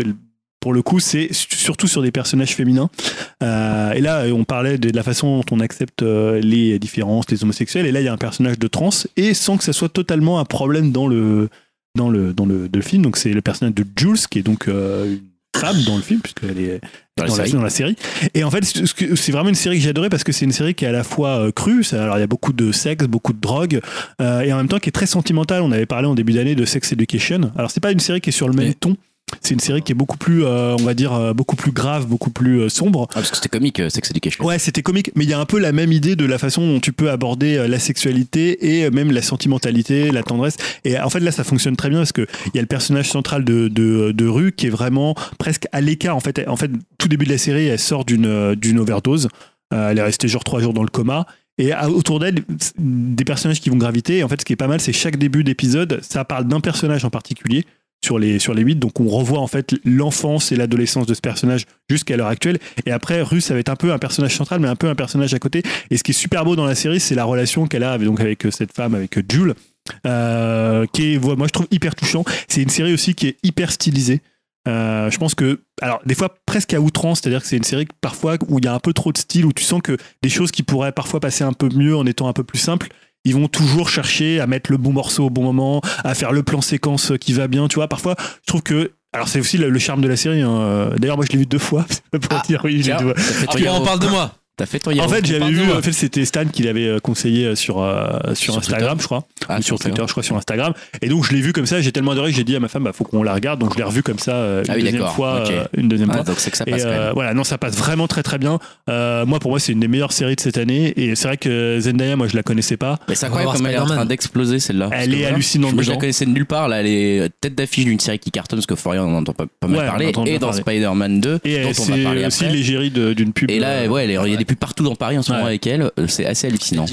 B: Pour le coup, c'est su- surtout sur des personnages féminins. Euh, et là, on parlait de la façon dont on accepte euh, les différences, les homosexuels. Et là, il y a un personnage de trans, et sans que ça soit totalement un problème dans le, dans le, dans le, de le film. Donc, c'est le personnage de Jules, qui est donc euh, une femme dans le film, puisqu'elle est
A: dans la série.
B: dans la série. Et en fait, ce que- c'est vraiment une série que j'ai adorée parce que c'est une série qui est à la fois euh, crue, ça- alors il y a beaucoup de sexe, beaucoup de drogue, euh, et en même temps qui est très sentimentale. On avait parlé en début d'année de Sex Education. Alors c'est pas une série qui est sur le même
C: Oui.
B: ton. C'est une série qui est beaucoup plus, euh, on va dire, euh, beaucoup plus grave, beaucoup plus euh, sombre.
A: Ah, parce que c'était comique, euh, Sex Education.
B: Ouais, c'était comique, mais il y a un peu la même idée de la façon dont tu peux aborder euh, la sexualité et euh, même la sentimentalité, la tendresse. Et euh, en fait, là, ça fonctionne très bien parce que il y a le personnage central de, de, de Rue qui est vraiment presque à l'écart. En fait, Elle- en fait, tout début de la série, elle sort d'une euh, d'une overdose. Euh, elle est restée genre trois jours dans le coma. Et à- autour d'elle, des personnages qui vont graviter. Et en fait, ce qui est pas mal, c'est chaque début d'épisode, ça parle d'un personnage en particulier sur les sur les huit. Donc, on revoit en fait l'enfance et l'adolescence de ce personnage jusqu'à l'heure actuelle. Et après, Rue, ça va être un peu un personnage central, mais un peu un personnage à côté. Et ce qui est super beau dans la série, c'est la relation qu'elle a avec, donc avec euh, cette femme, avec euh, Jules, euh, qui est, moi, je trouve hyper touchant. C'est une série aussi qui est hyper stylisée. Euh, je pense que, alors, des fois presque à outrance, c'est-à-dire que c'est une série que, parfois où il y a un peu trop de style, où tu sens que des choses qui pourraient parfois passer un peu mieux en étant un peu plus simples, ils vont toujours chercher à mettre le bon morceau au bon moment, à faire le plan séquence qui va bien, tu vois. Parfois, je trouve que. Alors, c'est aussi le, le charme de la série. hein. D'ailleurs, moi, je l'ai vu deux fois. Pour dire oui, je l'ai
A: Tiens,
B: vu.
A: t'as fait ton
C: Après, on
A: Yaro.
C: parle de moi.
A: T'as fait ton Yaro.
B: En fait, j'avais
C: pardon,
B: vu,
C: ouais.
B: en fait, c'était Stan qui l'avait euh, conseillé euh, sur, euh, sur,
A: Sur
B: Instagram, je crois.
A: Ah,
B: Ou sur Twitter, je crois, sur Instagram. Et donc, je l'ai vu comme ça, j'ai tellement adoré que j'ai dit à ma femme, bah, faut qu'on la regarde. Donc, je l'ai revu comme ça euh, une,
A: Ah oui,
B: deuxième
A: d'accord,
B: fois,
A: ok.
B: euh, une deuxième
A: Ah,
B: fois.
A: donc c'est que ça
B: Et
A: passe quand
B: euh,
A: même.
B: voilà, non, ça passe vraiment très très bien. Euh, moi, pour moi, c'est une des meilleures séries de cette année. Et c'est vrai que Zendaya, moi, je la connaissais pas.
A: Mais c'est
C: on va
A: incroyable
C: voir
A: comme elle est en train
C: Spider-Man.
A: d'exploser celle-là. Parce que
B: est
A: voilà,
B: hallucinante
A: Moi je la
B: dedans.
A: connaissais de nulle part, là elle est tête d'affiche d'une série qui cartonne parce que Florian on en entend pas, pas mal
B: Ouais, on
A: parler.
B: entend
A: Et
B: bien
A: dans
B: parler.
A: Spider-Man 2,
B: Et
A: dont
B: euh,
A: on va parler
B: c'est aussi
A: après.
B: l'égérie de- d'une pub.
A: Et là,
B: euh,
A: ouais, elle est- il y a des pubs partout dans Paris en ce
B: Ouais.
A: moment avec elle, Euh, c'est assez hallucinant.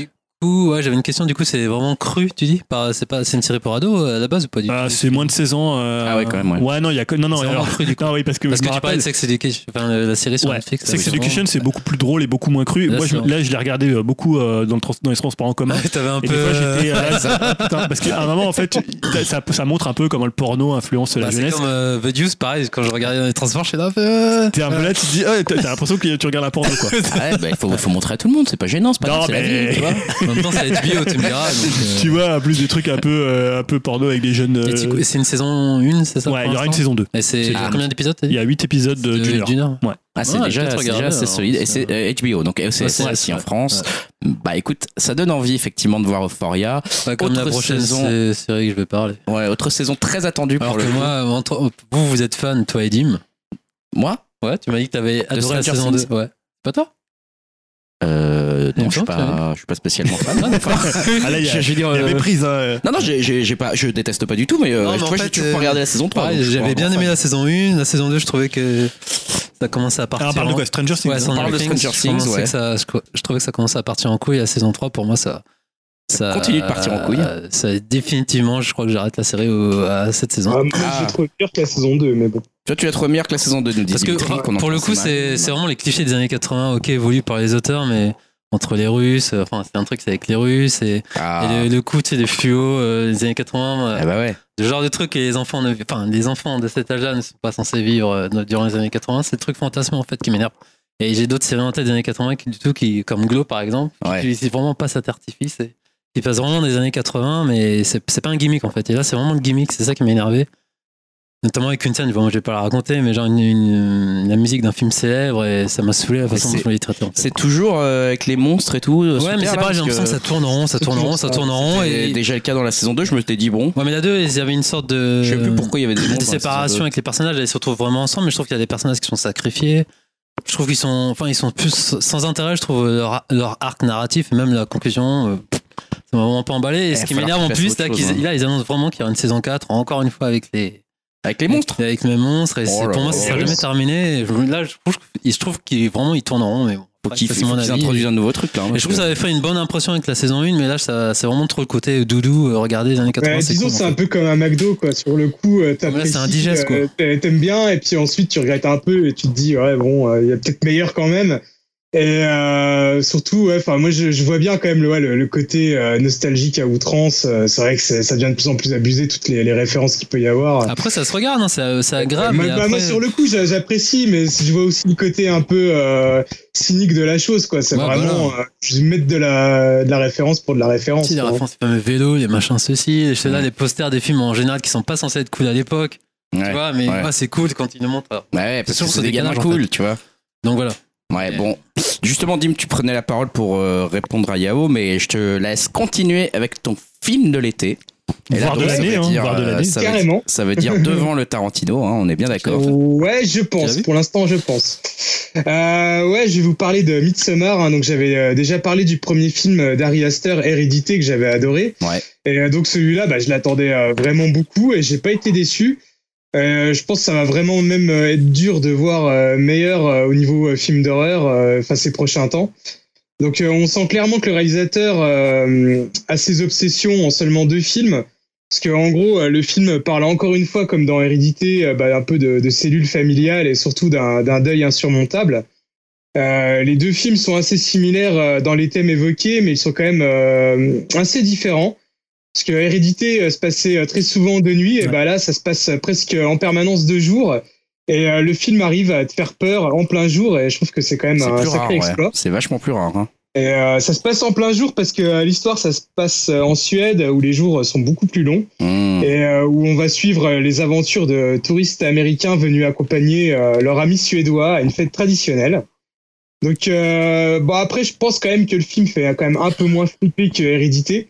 C: Du coup, ouais, j'avais une question. Du coup, c'est vraiment cru, tu dis Par- C'est pas, c'est une série pour ados euh, à la base ou pas du tout
B: euh, c'est moins de 16 ans. euh,
A: Ah ouais, quand même, ouais.
B: non, il y a que- non, non,
C: C'est
B: alors-
C: vraiment cru, du coup.
B: non, oui, parce que
C: Parce
B: je
C: que
B: me
C: tu parlais
B: rappelle,
C: de Sex Education, enfin euh, la série sur
B: Ouais,
C: Netflix. là,
B: Sex
C: oui,
B: Education, c'est
C: vraiment.
B: beaucoup plus drôle et beaucoup moins cru.
C: Bien
B: Moi, je-
C: sûr.
B: là, je l'ai regardé euh, beaucoup euh, dans, le trans- dans les transports en commun.
C: Ouais, T'avais
B: Et
C: un peu.
B: des fois,
C: euh,
B: j'étais. euh, ah, putain, parce qu'à un moment, en fait, ça- ça, ça montre un peu comment le porno influence
C: bah,
B: la
C: c'est
B: jeunesse.
C: comme euh, The Deuce, pareil, quand je regardais dans les transports, j'étais un peu. euh,
B: T'es un peu là, tu te dis, Ah, t'as t'as l'impression que tu regardes la porno, quoi.
A: Ah ouais, bah, il faut, faut montrer à tout le monde, c'est pas gênant, c'est pas
B: Non,
A: grave, c'est la
B: mais-
A: vie, tu vois.
C: En même temps, c'est HBO, tu me diras. donc, euh,
B: Tu vois, en plus des trucs un peu, euh, un peu porno avec des jeunes. euh,
C: et c'est- C'est une saison 1, c'est ça
B: Ouais,
C: pour
B: il y aura une
C: l'instant
B: saison 2.
C: Et c'est
B: C'est-
C: ah, combien d'épisodes t'as
B: Il
C: dit
B: y a 8 épisodes de-
C: De-
B: d'une heure.
C: d'une heure.
A: Ah, c'est
C: Ouais,
A: déjà,
C: j'ai peut-être
A: c'est déjà
C: regardé,
A: assez
C: alors,
A: solide. Et
C: hein, c'est-
A: c'est euh, HBO, donc OCS
C: Ouais,
A: aussi
C: ouais.
A: en France. Bah écoute, ça donne envie effectivement de voir Euphoria.
C: Pas Bah, comme
A: Autre
C: la prochaine
A: saison.
C: sé- série que je vais parler.
A: Ouais, autre saison très attendue pour
C: Alors
A: le
C: que
A: coup.
C: moi, euh, entre- vous, vous êtes fan, toi et Dim.
A: Moi
C: Ouais, tu m'as dit que t'avais adoré la
A: Stranger
C: saison
A: Things
C: 2. Ouais. Pas toi
A: euh, non,
C: Une
A: je suis
C: chance,
A: pas, je suis pas spécialement fan.
B: Ah là, il y a,
A: Je- je veux dire,
B: il y a
A: euh,
B: méprise. hein.
A: Non, non, j'ai- j'ai j'ai pas, je déteste pas du tout, mais, euh,
C: Non, mais
A: tu
C: en
A: vois, j'ai
C: fait,
A: toujours pas
C: euh,
A: regardé la saison 3.
C: Pareil,
A: donc je suis pas
C: J'avais bien
A: vraiment
C: aimé
A: fan.
C: la saison 1. La saison 2, je trouvais que ça commençait à partir.
B: Ah, on parle de
C: en-
B: quoi Stranger Things
C: hein. Ouais,
A: On parle de Stranger
C: je
A: Things,
C: commençais
A: ouais.
C: que ça- je, je trouvais que ça commençait à partir en couille. La saison 3, pour moi, ça. ça
A: continue de partir en couille.
C: euh, ça- définitivement, je crois que j'arrête la série au- à cette saison.
D: Ah, moi,
A: Ah.
D: J'ai trouvé pire que la saison 2, mais bon.
A: Toi, tu l'as trouvé meilleure que la saison 2, nous dit
C: Parce que
A: Dimitri, qu'on en
C: pour le
A: pense
C: coup,
A: mal.
C: c'est c'est vraiment les clichés des années 80, ok, voulus par les auteurs, mais entre les Russes, euh, enfin, c'est un truc c'est avec les Russes et, et
A: Ah,
C: le, le coup, tu sais, des fluos euh, des années 80, euh,
A: eh bah ouais.
C: le genre de truc que les enfants, ne, enfin, les enfants de cet âge-là ne sont pas censés vivre euh, durant les années 80, c'est le truc fantasme en fait qui m'énerve. Et j'ai d'autres séries en tête des années 80 qui, du tout, qui, comme Glow par exemple,
A: Ouais.
C: qui n'utilisent vraiment pas cet artifice et qui passent vraiment des années 80, mais c'est c'est pas un gimmick en fait. Et là, c'est vraiment le gimmick, c'est ça qui m'a énervé. Notamment avec une scène, bon, je vais pas la raconter, mais genre une, une- la musique d'un film célèbre et ça m'a saoulé la façon
A: c'est-
C: dont je l'ai traité. en fait.
A: C'est toujours euh, avec les monstres et tout. euh, hein,
C: Ouais, mais c'est pareil, j'ai l'impression que ça tourne en rond, ça tourne en rond, ça tourne en rond.
A: Et
C: Et...
A: déjà le cas dans la saison 2, je me t'ai dit, bon,
C: Ouais, mais la 2, ils avaient une sorte de.
A: je sais plus pourquoi il y avait des monstres.
C: Euh,
A: hein, dans
C: des
A: la saison
C: séparations
A: 2.
C: avec les personnages, elles se retrouvent vraiment ensemble, mais je trouve qu'il y a des personnages qui sont sacrifiés. Je trouve qu'ils sont, enfin, ils sont plus sans intérêt, je trouve, leur, leur arc narratif et même la conclusion. euh, pff, ça m'a vraiment pas emballé. Et
A: Eh,
C: ce qui
A: falloir
C: m'énerve en
A: qu'ils fassent
C: plus,
A: autre
C: là,
A: chose,
C: qu'ils-
A: hein.
C: là, ils annoncent vraiment qu'il y aura une saison 4, encore une fois, avec les,
A: Avec les monstres.
C: Avec mes monstres. Et
A: Oh
C: c'est-
A: là
C: pour moi,
A: là.
C: ça sera jamais terminé. Et je- Là, je trouve, que- je trouve qu'ils vraiment, ils tournent en rond, mais bon.
A: Faut
C: Après,
A: qu'ils
C: ça, c'est
A: faut
C: mon
A: qu'ils
C: avis.
A: introduisent un nouveau truc là. hein,
C: Et je trouve que ça
A: parce
C: avait fait une bonne impression avec la saison 1, mais là, ça- c'est vraiment trop le côté doudou, euh, regardez les années 80.
D: Ouais, Bah, disons,
C: cool, en
D: c'est
C: fait.
D: un peu comme un McDo, quoi. Sur le coup, euh,
C: Mais là, c'est un
D: t'apprécies,
C: digeste, quoi.
D: euh, t'a- t'aimes bien, et puis ensuite, tu regrettes un peu, et tu te dis, ouais, bon, euh, il y a peut-être meilleur quand même. Et euh, surtout, ouais, enfin, moi, je, je vois bien quand même le, ouais, le, le côté euh, nostalgique à outrance. Euh, c'est vrai que c'est- ça devient de plus en plus abusé, toutes les, les références qu'il peut y avoir.
C: Après, ça se regarde, hein, c'est c'est agréable.
D: Moi,
C: mais
D: bah, moi,
C: après-
D: sur le coup, j'a- j'apprécie, mais je vois aussi le côté un peu euh, cynique de la chose, quoi. C'est
C: Ouais,
D: vraiment euh, je vais mettre de la, de la référence pour de la référence.
C: Si, les
D: quoi.
C: références, les fameux vélos, les machins ceci, les, là, les posters des films en général qui sont pas censés être cool à l'époque.
A: que-
C: Tu
A: Ouais,
C: vois, mais
A: ouais.
C: moi, c'est cool quand ils nous montrent. alors.
A: ouais, parce
C: sûr
A: que
C: que
A: c'est
C: c'est
A: des
C: des
A: gamins
C: ganages, en
A: cool, tu vois.
C: Donc voilà.
A: Ouais, bon. Justement, Dim, tu prenais la parole pour euh, répondre à Yao, mais je te laisse continuer avec ton film de l'été. Et là,
B: Voire de
A: donc, ça veut
B: l'année, hein,
A: dire,
B: voire de
A: euh,
B: l'année.
A: ça veut-
D: Carrément. Oh,
A: Ça veut dire devant le Tarantino, hein, on est bien d'accord.
D: Ouais, je
C: Tu l'as
D: pense.
C: vu
D: Pour l'instant, je pense. Euh, ouais, je vais vous parler de Midsommar. hein. donc, j'avais euh, déjà parlé du premier film euh, d'Ari Aster, Hérédité, que j'avais adoré.
A: Ouais.
D: Et euh, donc, celui-là, bah, je l'attendais euh, vraiment beaucoup et j'ai pas été déçu. Euh, je pense que ça va vraiment même euh, être dur de voir euh, meilleur euh, au niveau euh, film d'horreur euh, enfin, ces prochains temps. Donc, euh, on sent clairement que le réalisateur euh, a ses obsessions en seulement deux films. Parce que en gros, euh, le film parle encore une fois, comme dans Hérédité, euh, bah, un peu de, de cellules familiales et surtout d'un d'un deuil insurmontable. Euh, les deux films sont assez similaires euh, dans les thèmes évoqués, mais ils sont quand même euh, assez différents. Parce que Hérédité euh, se passait euh, très souvent de nuit, et bah là, ça se passe presque en permanence de jour. Et euh, le film arrive à te faire peur en plein jour, et je trouve que c'est quand même
A: C'est
D: un
A: plus rare,
D: sacré
A: ouais.
D: exploit.
A: C'est vachement plus rare. hein.
D: Et, euh, ça se passe en plein jour parce que euh, l'histoire, ça se passe euh, en Suède où les jours euh, sont beaucoup plus longs
A: Mmh.
D: et euh, où on va suivre euh, les aventures de touristes américains venus accompagner euh, leur ami suédois à une fête traditionnelle. Donc, euh, bon, après, je pense quand même que le film fait euh, quand même un peu moins flipper que Hérédité.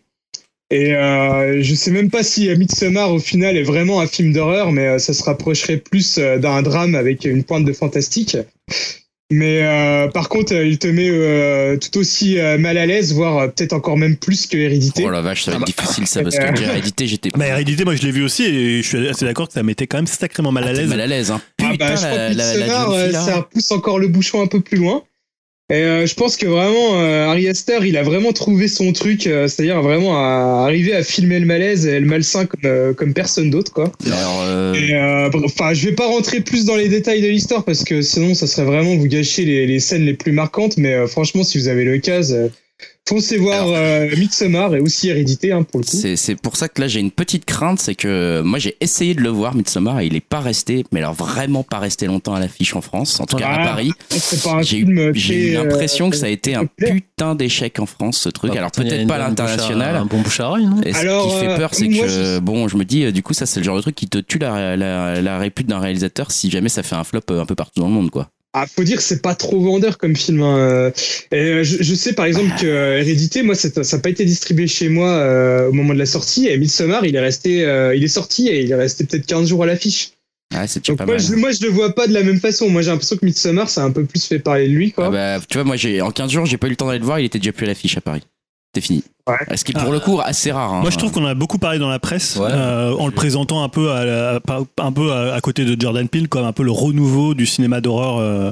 D: Et euh, je sais même pas si euh, Midsommar, au final, est vraiment un film d'horreur, mais euh, ça se rapprocherait plus euh, d'un drame avec une pointe de fantastique. Mais euh, par contre, euh, il te met euh, tout aussi euh, mal à l'aise, voire euh, peut-être encore même plus que Hérédité.
A: Oh la vache, ça va être
D: Ah bah.
A: difficile ça parce que j'ai réédité, j'étais
B: Bah, Hérédité, moi je l'ai vu aussi et je suis assez d'accord que ça m'était quand même sacrément mal à
A: Ah, t'es
B: l'aise.
A: mal à l'aise. Hein.
D: Ah bah,
A: Putain,
D: je crois
A: la, hein.
D: que
A: la, la
D: Midsommar,
A: jeune
D: euh,
A: fille, là.
D: ça pousse encore le bouchon un peu plus loin. Et euh, je pense que vraiment, euh, Ari Aster, il a vraiment trouvé son truc, euh, c'est-à-dire vraiment à arriver à filmer le malaise et le malsain comme, euh, comme personne d'autre, quoi.
A: Alors, euh,
D: Et, euh, br- Enfin, je vais pas rentrer plus dans les détails de l'histoire parce que sinon, ça serait vraiment vous gâcher les, les scènes les plus marquantes. Mais euh, franchement, si vous avez l'occasion, euh, foncez voir
A: Alors-
D: euh, Midsommar et aussi Hérédité, hein, pour le coup.
A: c'est c'est pour ça que là j'ai une petite crainte, c'est que euh, moi j'ai essayé de le voir Midsommar et il est pas resté, mais alors vraiment pas resté longtemps à l'affiche en France, en tout cas à
D: Ah.
A: Paris.
D: C'est pas un
A: J'ai
D: film
A: eu, j'ai eu
D: très, euh,
A: l'impression que ça a été un
D: populaire.
A: putain d'échec en France ce truc.
B: Bah,
C: Ah,
A: Alors
C: putain, il y a
A: peut-être
C: une
A: pas à
C: bonne bouche à- Un
B: hein.
A: l'international.
C: bon bouche à oreille, non
A: Et ce
D: Alors,
A: qui fait
D: euh,
A: peur, c'est
D: moi,
A: que
D: je-
A: bon, je me dis, euh, du coup, ça c'est le genre de truc qui te tue la, la, la répute d'un réalisateur si jamais ça fait un flop euh, un peu partout dans le monde, quoi.
D: Ah, faut dire, c'est pas trop vendeur comme film. hein. Euh, Et euh, je, je sais par exemple que euh, Hérédité, moi, c'est- ça n'a pas été distribué chez moi euh, au moment de la sortie. Et Midsommar, il est resté, euh, il est sorti et il est resté peut-être 15 jours à l'affiche.
A: Ouais, c'est déjà
D: Donc
A: pas
D: moi
A: mal. hein.
D: je, moi, je le vois pas de la même façon. Moi, j'ai l'impression que Midsommar, ça a un peu plus fait parler de lui, quoi.
A: Ah bah, tu vois, moi, j'ai en 15 jours, j'ai pas eu le temps d'aller le voir, il était déjà plus à l'affiche à Paris. C'était fini.
D: Ouais.
A: Ce qui est pour
B: Ah.
A: le coup assez rare. hein.
B: Moi, je trouve qu'on en a beaucoup parlé dans la presse,
C: Ouais.
B: euh, en le présentant un peu, à, la- par- un peu à, à côté de Jordan Peele, comme un peu le renouveau du cinéma d'horreur euh,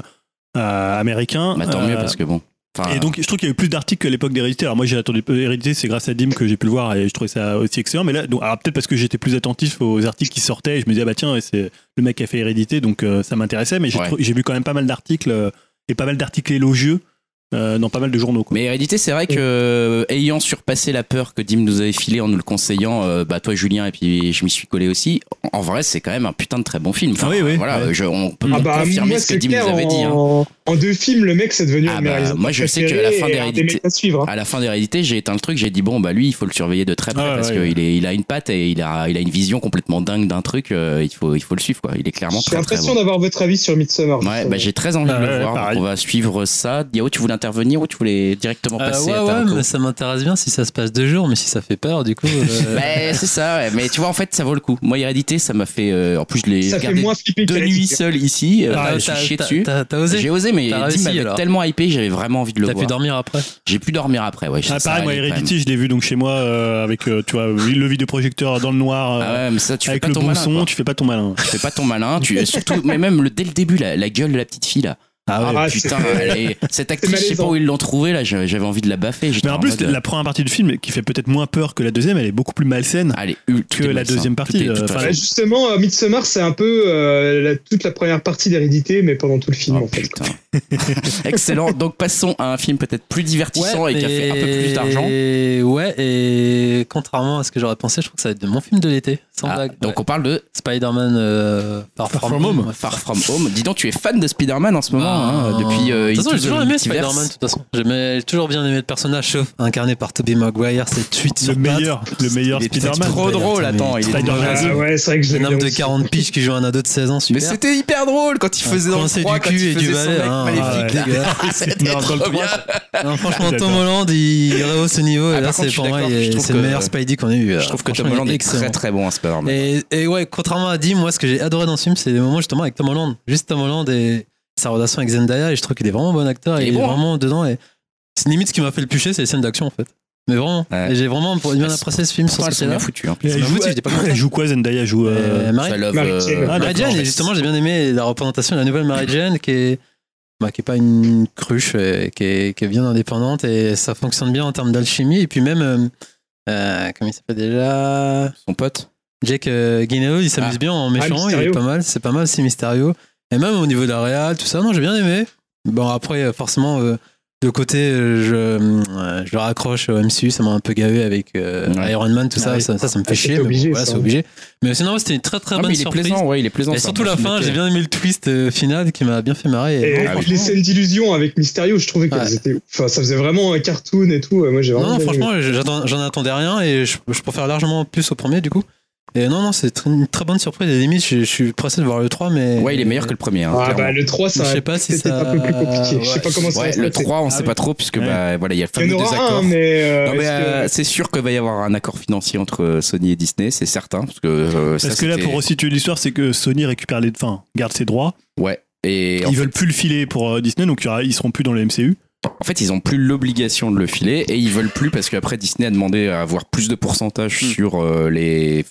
B: euh, américain.
A: Bah, tant mieux
B: Euh,
A: parce que bon. Enfin,
B: Et donc, je trouve qu'il y a eu plus d'articles que l'époque d'Hérédité. Alors, moi, j'ai attendu Hérédité, c'est grâce à Dim que j'ai pu le voir et je trouvais ça aussi excellent. Mais là, donc, alors peut-être parce que j'étais plus attentif aux articles qui sortaient et je me disais, ah, bah tiens, c'est le mec qui a fait Hérédité, donc euh, ça m'intéressait. Mais j'ai
A: Ouais.
B: trou- j'ai vu quand même pas mal d'articles euh, et pas mal d'articles élogieux euh, dans pas mal de journaux. quoi.
A: Mais Hérédité, c'est vrai que euh, ayant surpassé la peur que Dim nous avait filée en nous le conseillant, euh, bah toi Julien et puis je m'y suis collé aussi. En vrai, c'est quand même un putain de très bon film. Enfin,
B: Ah oui, oui,
A: Voilà,
B: ouais.
A: je- on peut
D: Ah bah,
A: confirmer
D: moi,
A: ce que
D: c'est
A: Dim
D: clair,
A: nous avait dit. hein.
D: En, en deux films, le mec, c'est devenu
A: Ah
D: un de mes
A: bah,
D: réalisateurs
A: moi, je sais que
D: préférés
A: la fin
D: et un
A: d'Hérédité-
D: des mecs à suivre. hein.
A: À la fin d'Hérédité, j'ai éteint le truc, j'ai dit bon bah lui, il faut le surveiller de très près
B: Ah,
A: parce
B: ouais,
A: qu'il est, il a une patte et il a, il a une vision complètement dingue d'un truc. euh, il faut, il faut le suivre quoi. Il est Ah, clairement
D: J'ai
A: très très bon.
D: l'impression d'avoir votre avis sur Midsommar.
A: Ouais,
D: justement.
A: bah j'ai très envie de
B: Ah,
A: le
B: ouais,
A: voir.
B: pareil.
A: donc on va suivre ça. Yao, tu voulais intervenir ou tu voulais directement
C: Euh,
A: passer
C: ouais,
A: à ta
C: ouais,
A: reco
C: mais ça m'intéresse bien si ça se passe deux jours, mais si ça fait peur, du coup. euh,
A: Bah, c'est ça, ouais. mais tu vois, en fait, ça vaut le coup. Moi, Hérédité, ça m'a fait. euh, en plus, je l'ai
D: ça fait
A: regardé
D: moins flipper que
A: deux nuits
D: Hérédité. hein.
A: seul ici. euh,
C: t'as-
A: je me suis
C: t'as-
A: chié
C: t'as-
A: dessus.
C: T'as t'as osé
A: J'ai osé, mais
C: T'as
A: Dim
C: réussi,
A: m'avait
C: alors.
A: tellement hypé que j'avais vraiment envie de le
C: T'as pu
A: voir.
C: dormir après
A: J'ai pu dormir après, ouais.
B: Ah,
A: ça
B: pareil, moi,
A: allait quand même.
B: Hérédité, je l'ai vu donc chez moi euh, avec, euh, tu vois, le vidéoprojecteur dans le noir, euh,
A: Ah ouais, mais ça, tu fais
B: avec
A: pas
B: le
A: ton
B: bon
A: malin.
B: son,
A: quoi. Ah,
B: tu fais pas ton malin.
A: Tu fais pas ton malin. Tu, euh, surtout, mais même le, dès le début, la, la gueule de la petite fille, là. Oh,
B: Ah
D: ouais.
A: Putain,
D: c'est-
A: elle est- cette actrice, je sais
D: malaisant.
A: pas où ils l'ont trouvée, là. J'avais j'avais envie de la baffer. j'étais
B: Mais en plus,
A: mode, euh,
B: la première partie du film, qui fait peut-être moins peur que la deuxième, elle est beaucoup plus malsaine.
A: euh, allez, ul- tout
B: que
A: est
B: la
A: malsain.
B: deuxième
A: Tout
B: partie,
A: est- tout
B: euh,
A: à fait.
B: enfin,
D: Bah, justement, euh, Midsommar, c'est un peu euh, la- toute la première partie d'Hérédité, mais pendant tout le film,
A: Oh,
D: en fait.
A: putain. Excellent. Donc passons à un film peut-être plus divertissant et qui a fait un peu plus d'argent.
C: et- Ouais, et contrairement à ce que j'aurais pensé, je trouve que ça va être de mon film de l'été, sans
A: Ah,
C: blague.
A: donc
C: Ouais.
A: on parle de
C: Spider-Man euh, Far,
B: Far
C: From,
B: From Home.
C: ouais.
A: Far From Home. Dis donc, tu es fan de Spider-Man en ce moment, hein,
C: Ah.
A: depuis euh,
C: de toute façon,
A: Into
C: j'ai
A: the
C: toujours aimé
A: Multiverse.
C: Spider-Man, de toute façon. J'aimais- J'ai toujours bien aimé le personnage, sauf incarné par Tobey Maguire, c'est tweet
B: Le
C: sur
B: meilleur, le meilleur
C: Il était
B: Spider-Man.
A: Trop
C: Spider-Man,
A: drôle,
C: mais
A: attends, il est
B: Spider-Man.
A: drôle.
B: Ah,
D: Ah ouais, c'est vrai que je
C: Un
D: l'aime
C: homme
D: bien
C: de
D: aussi.
C: 40 piges qui joue un ado de 16 ans,
A: Mais
C: super.
A: c'était hyper drôle quand il faisait dans le
C: Coincé
A: froid,
C: du
A: quand il
C: cul et du
A: faisait son
C: balai,
A: mec
C: hein,
A: maléfique.
C: ouais,
A: là.
C: dégueulasse.
A: C'était
B: Ah Non, dans
A: trop
B: le
A: bien.
C: Non, franchement, Tom
B: J'adore.
C: Holland, il il rehausse ce niveau.
A: Ah,
C: et là,
A: par contre,
C: c'est
A: je
C: pour
A: suis
C: moi,
A: d'accord, je
C: il-
A: trouve
C: c'est le
A: que-
C: meilleur Spidey qu'on ait eu. euh,
A: Je trouve que
C: Ah Franchement,
A: Tom
C: il
A: Holland est
C: excellent.
A: très très bon en Spider-Man.
C: Et, et ouais, contrairement à Dim, moi, ce que j'ai adoré dans ce film, c'est les moments justement avec Tom Holland. Juste Tom Holland et sa relation avec Zendaya. Et je trouve qu'il est vraiment bon acteur.
A: Il
C: et
A: est
C: il
A: bon,
C: est
A: hein.
C: vraiment dedans. Et c'est limite ce qui m'a fait le pucher, c'est les scènes d'action en fait. Mais vraiment,
A: Ouais.
C: et j'ai vraiment bien
A: Elles
C: apprécié ce film sur
A: Pourtant,
C: ce
A: elles sont bien foutues.
C: côté-là.
A: hein.
C: C'est
B: Elle
C: ma
B: joue,
C: faute, j'étais pas
B: elle
C: content.
B: joue quoi, Zendaya Elle joue. euh,
C: Euh, Marie,
A: Ça love,
D: Mary
A: euh,
D: Jane.
B: Ah,
C: Mary
A: d'accord,
C: Jane,
A: ouais.
C: et justement, j'ai bien aimé la représentation de la nouvelle Mary Jane qui est. bah, qui est pas une cruche, euh, qui est, qui est bien indépendante et ça fonctionne bien en termes d'alchimie. Et puis même, euh, euh, comment il s'appelle déjà
A: Son pote.
C: Jake euh, Gyllenhaal, il s'amuse
A: Ah.
C: bien en méchant, il est
D: Mysterio.
C: pas mal, c'est pas mal, c'est mystérieux. Et même au niveau de la réal, tout ça, non, j'ai bien aimé. Bon, après, euh, forcément, euh, le côté euh, je, euh, je le raccroche au MCU, ça m'a un peu gavé avec euh,
A: Ouais.
C: Iron Man, tout ça,
B: Ah oui.
C: ça, ça, ça me fait
D: Ah,
C: chier.
D: c'est
C: mais bon,
D: obligé,
C: voilà,
D: ça.
C: c'est obligé. Mais sinon, ouais, c'était une très très
A: Ah,
C: bonne
A: mais il est
C: surprise.
A: plaisant, ouais, il est plaisant.
C: Et
A: c'est un
C: surtout
A: bon
C: la
A: film
C: fin,
A: d'été.
C: j'ai bien aimé le twist euh, final qui m'a bien fait marrer.
D: Et
A: Ah oui.
D: les scènes d'illusion avec Mister You, je trouvais que
C: Ouais.
D: c'était, enfin, ça faisait vraiment un cartoon et tout. Moi, j'ai
C: Non,
D: vraiment.
C: non,
D: bien aimé.
C: franchement, j'attends- j'en attendais rien et je, je préfère largement plus au premier du coup. Et non, non, c'est tr- une très bonne surprise. Et limite, je, je suis pressé de voir le 3, mais.
A: Ouais, il est meilleur que le premier. hein,
D: Ah,
A: clairement.
D: bah, le 3, ça
C: Je
D: va
C: sais pas si
D: peut-être
C: ça.
D: être un peu plus compliqué. Je sais pas comment ça va
A: Ouais,
D: se
A: le
D: passer.
A: 3, on
B: Ah
A: sait
B: oui.
A: pas trop, puisque
B: Ouais.
A: bah, voilà, il y a le
D: Il
A: fameux
D: y en aura
A: désaccord.
D: un, mais. euh,
A: Non, mais
D: est-ce que-
A: euh, c'est sûr qu'il va y avoir un accord financier entre euh, Sony et Disney, c'est certain. Parce que, euh, ça,
B: Parce que là,
A: c'était-
B: pour resituer l'histoire, c'est que Sony récupère les, enfin, garde ses droits.
A: Ouais. Et en
B: ils veulent plus le filer pour euh, Disney, donc il y aura- ils seront plus dans le MCU.
A: En fait, ils ont plus l'obligation de le filer et ils veulent plus parce qu'après Disney a demandé à avoir plus de pourcentage
C: Mm.
A: sur euh, les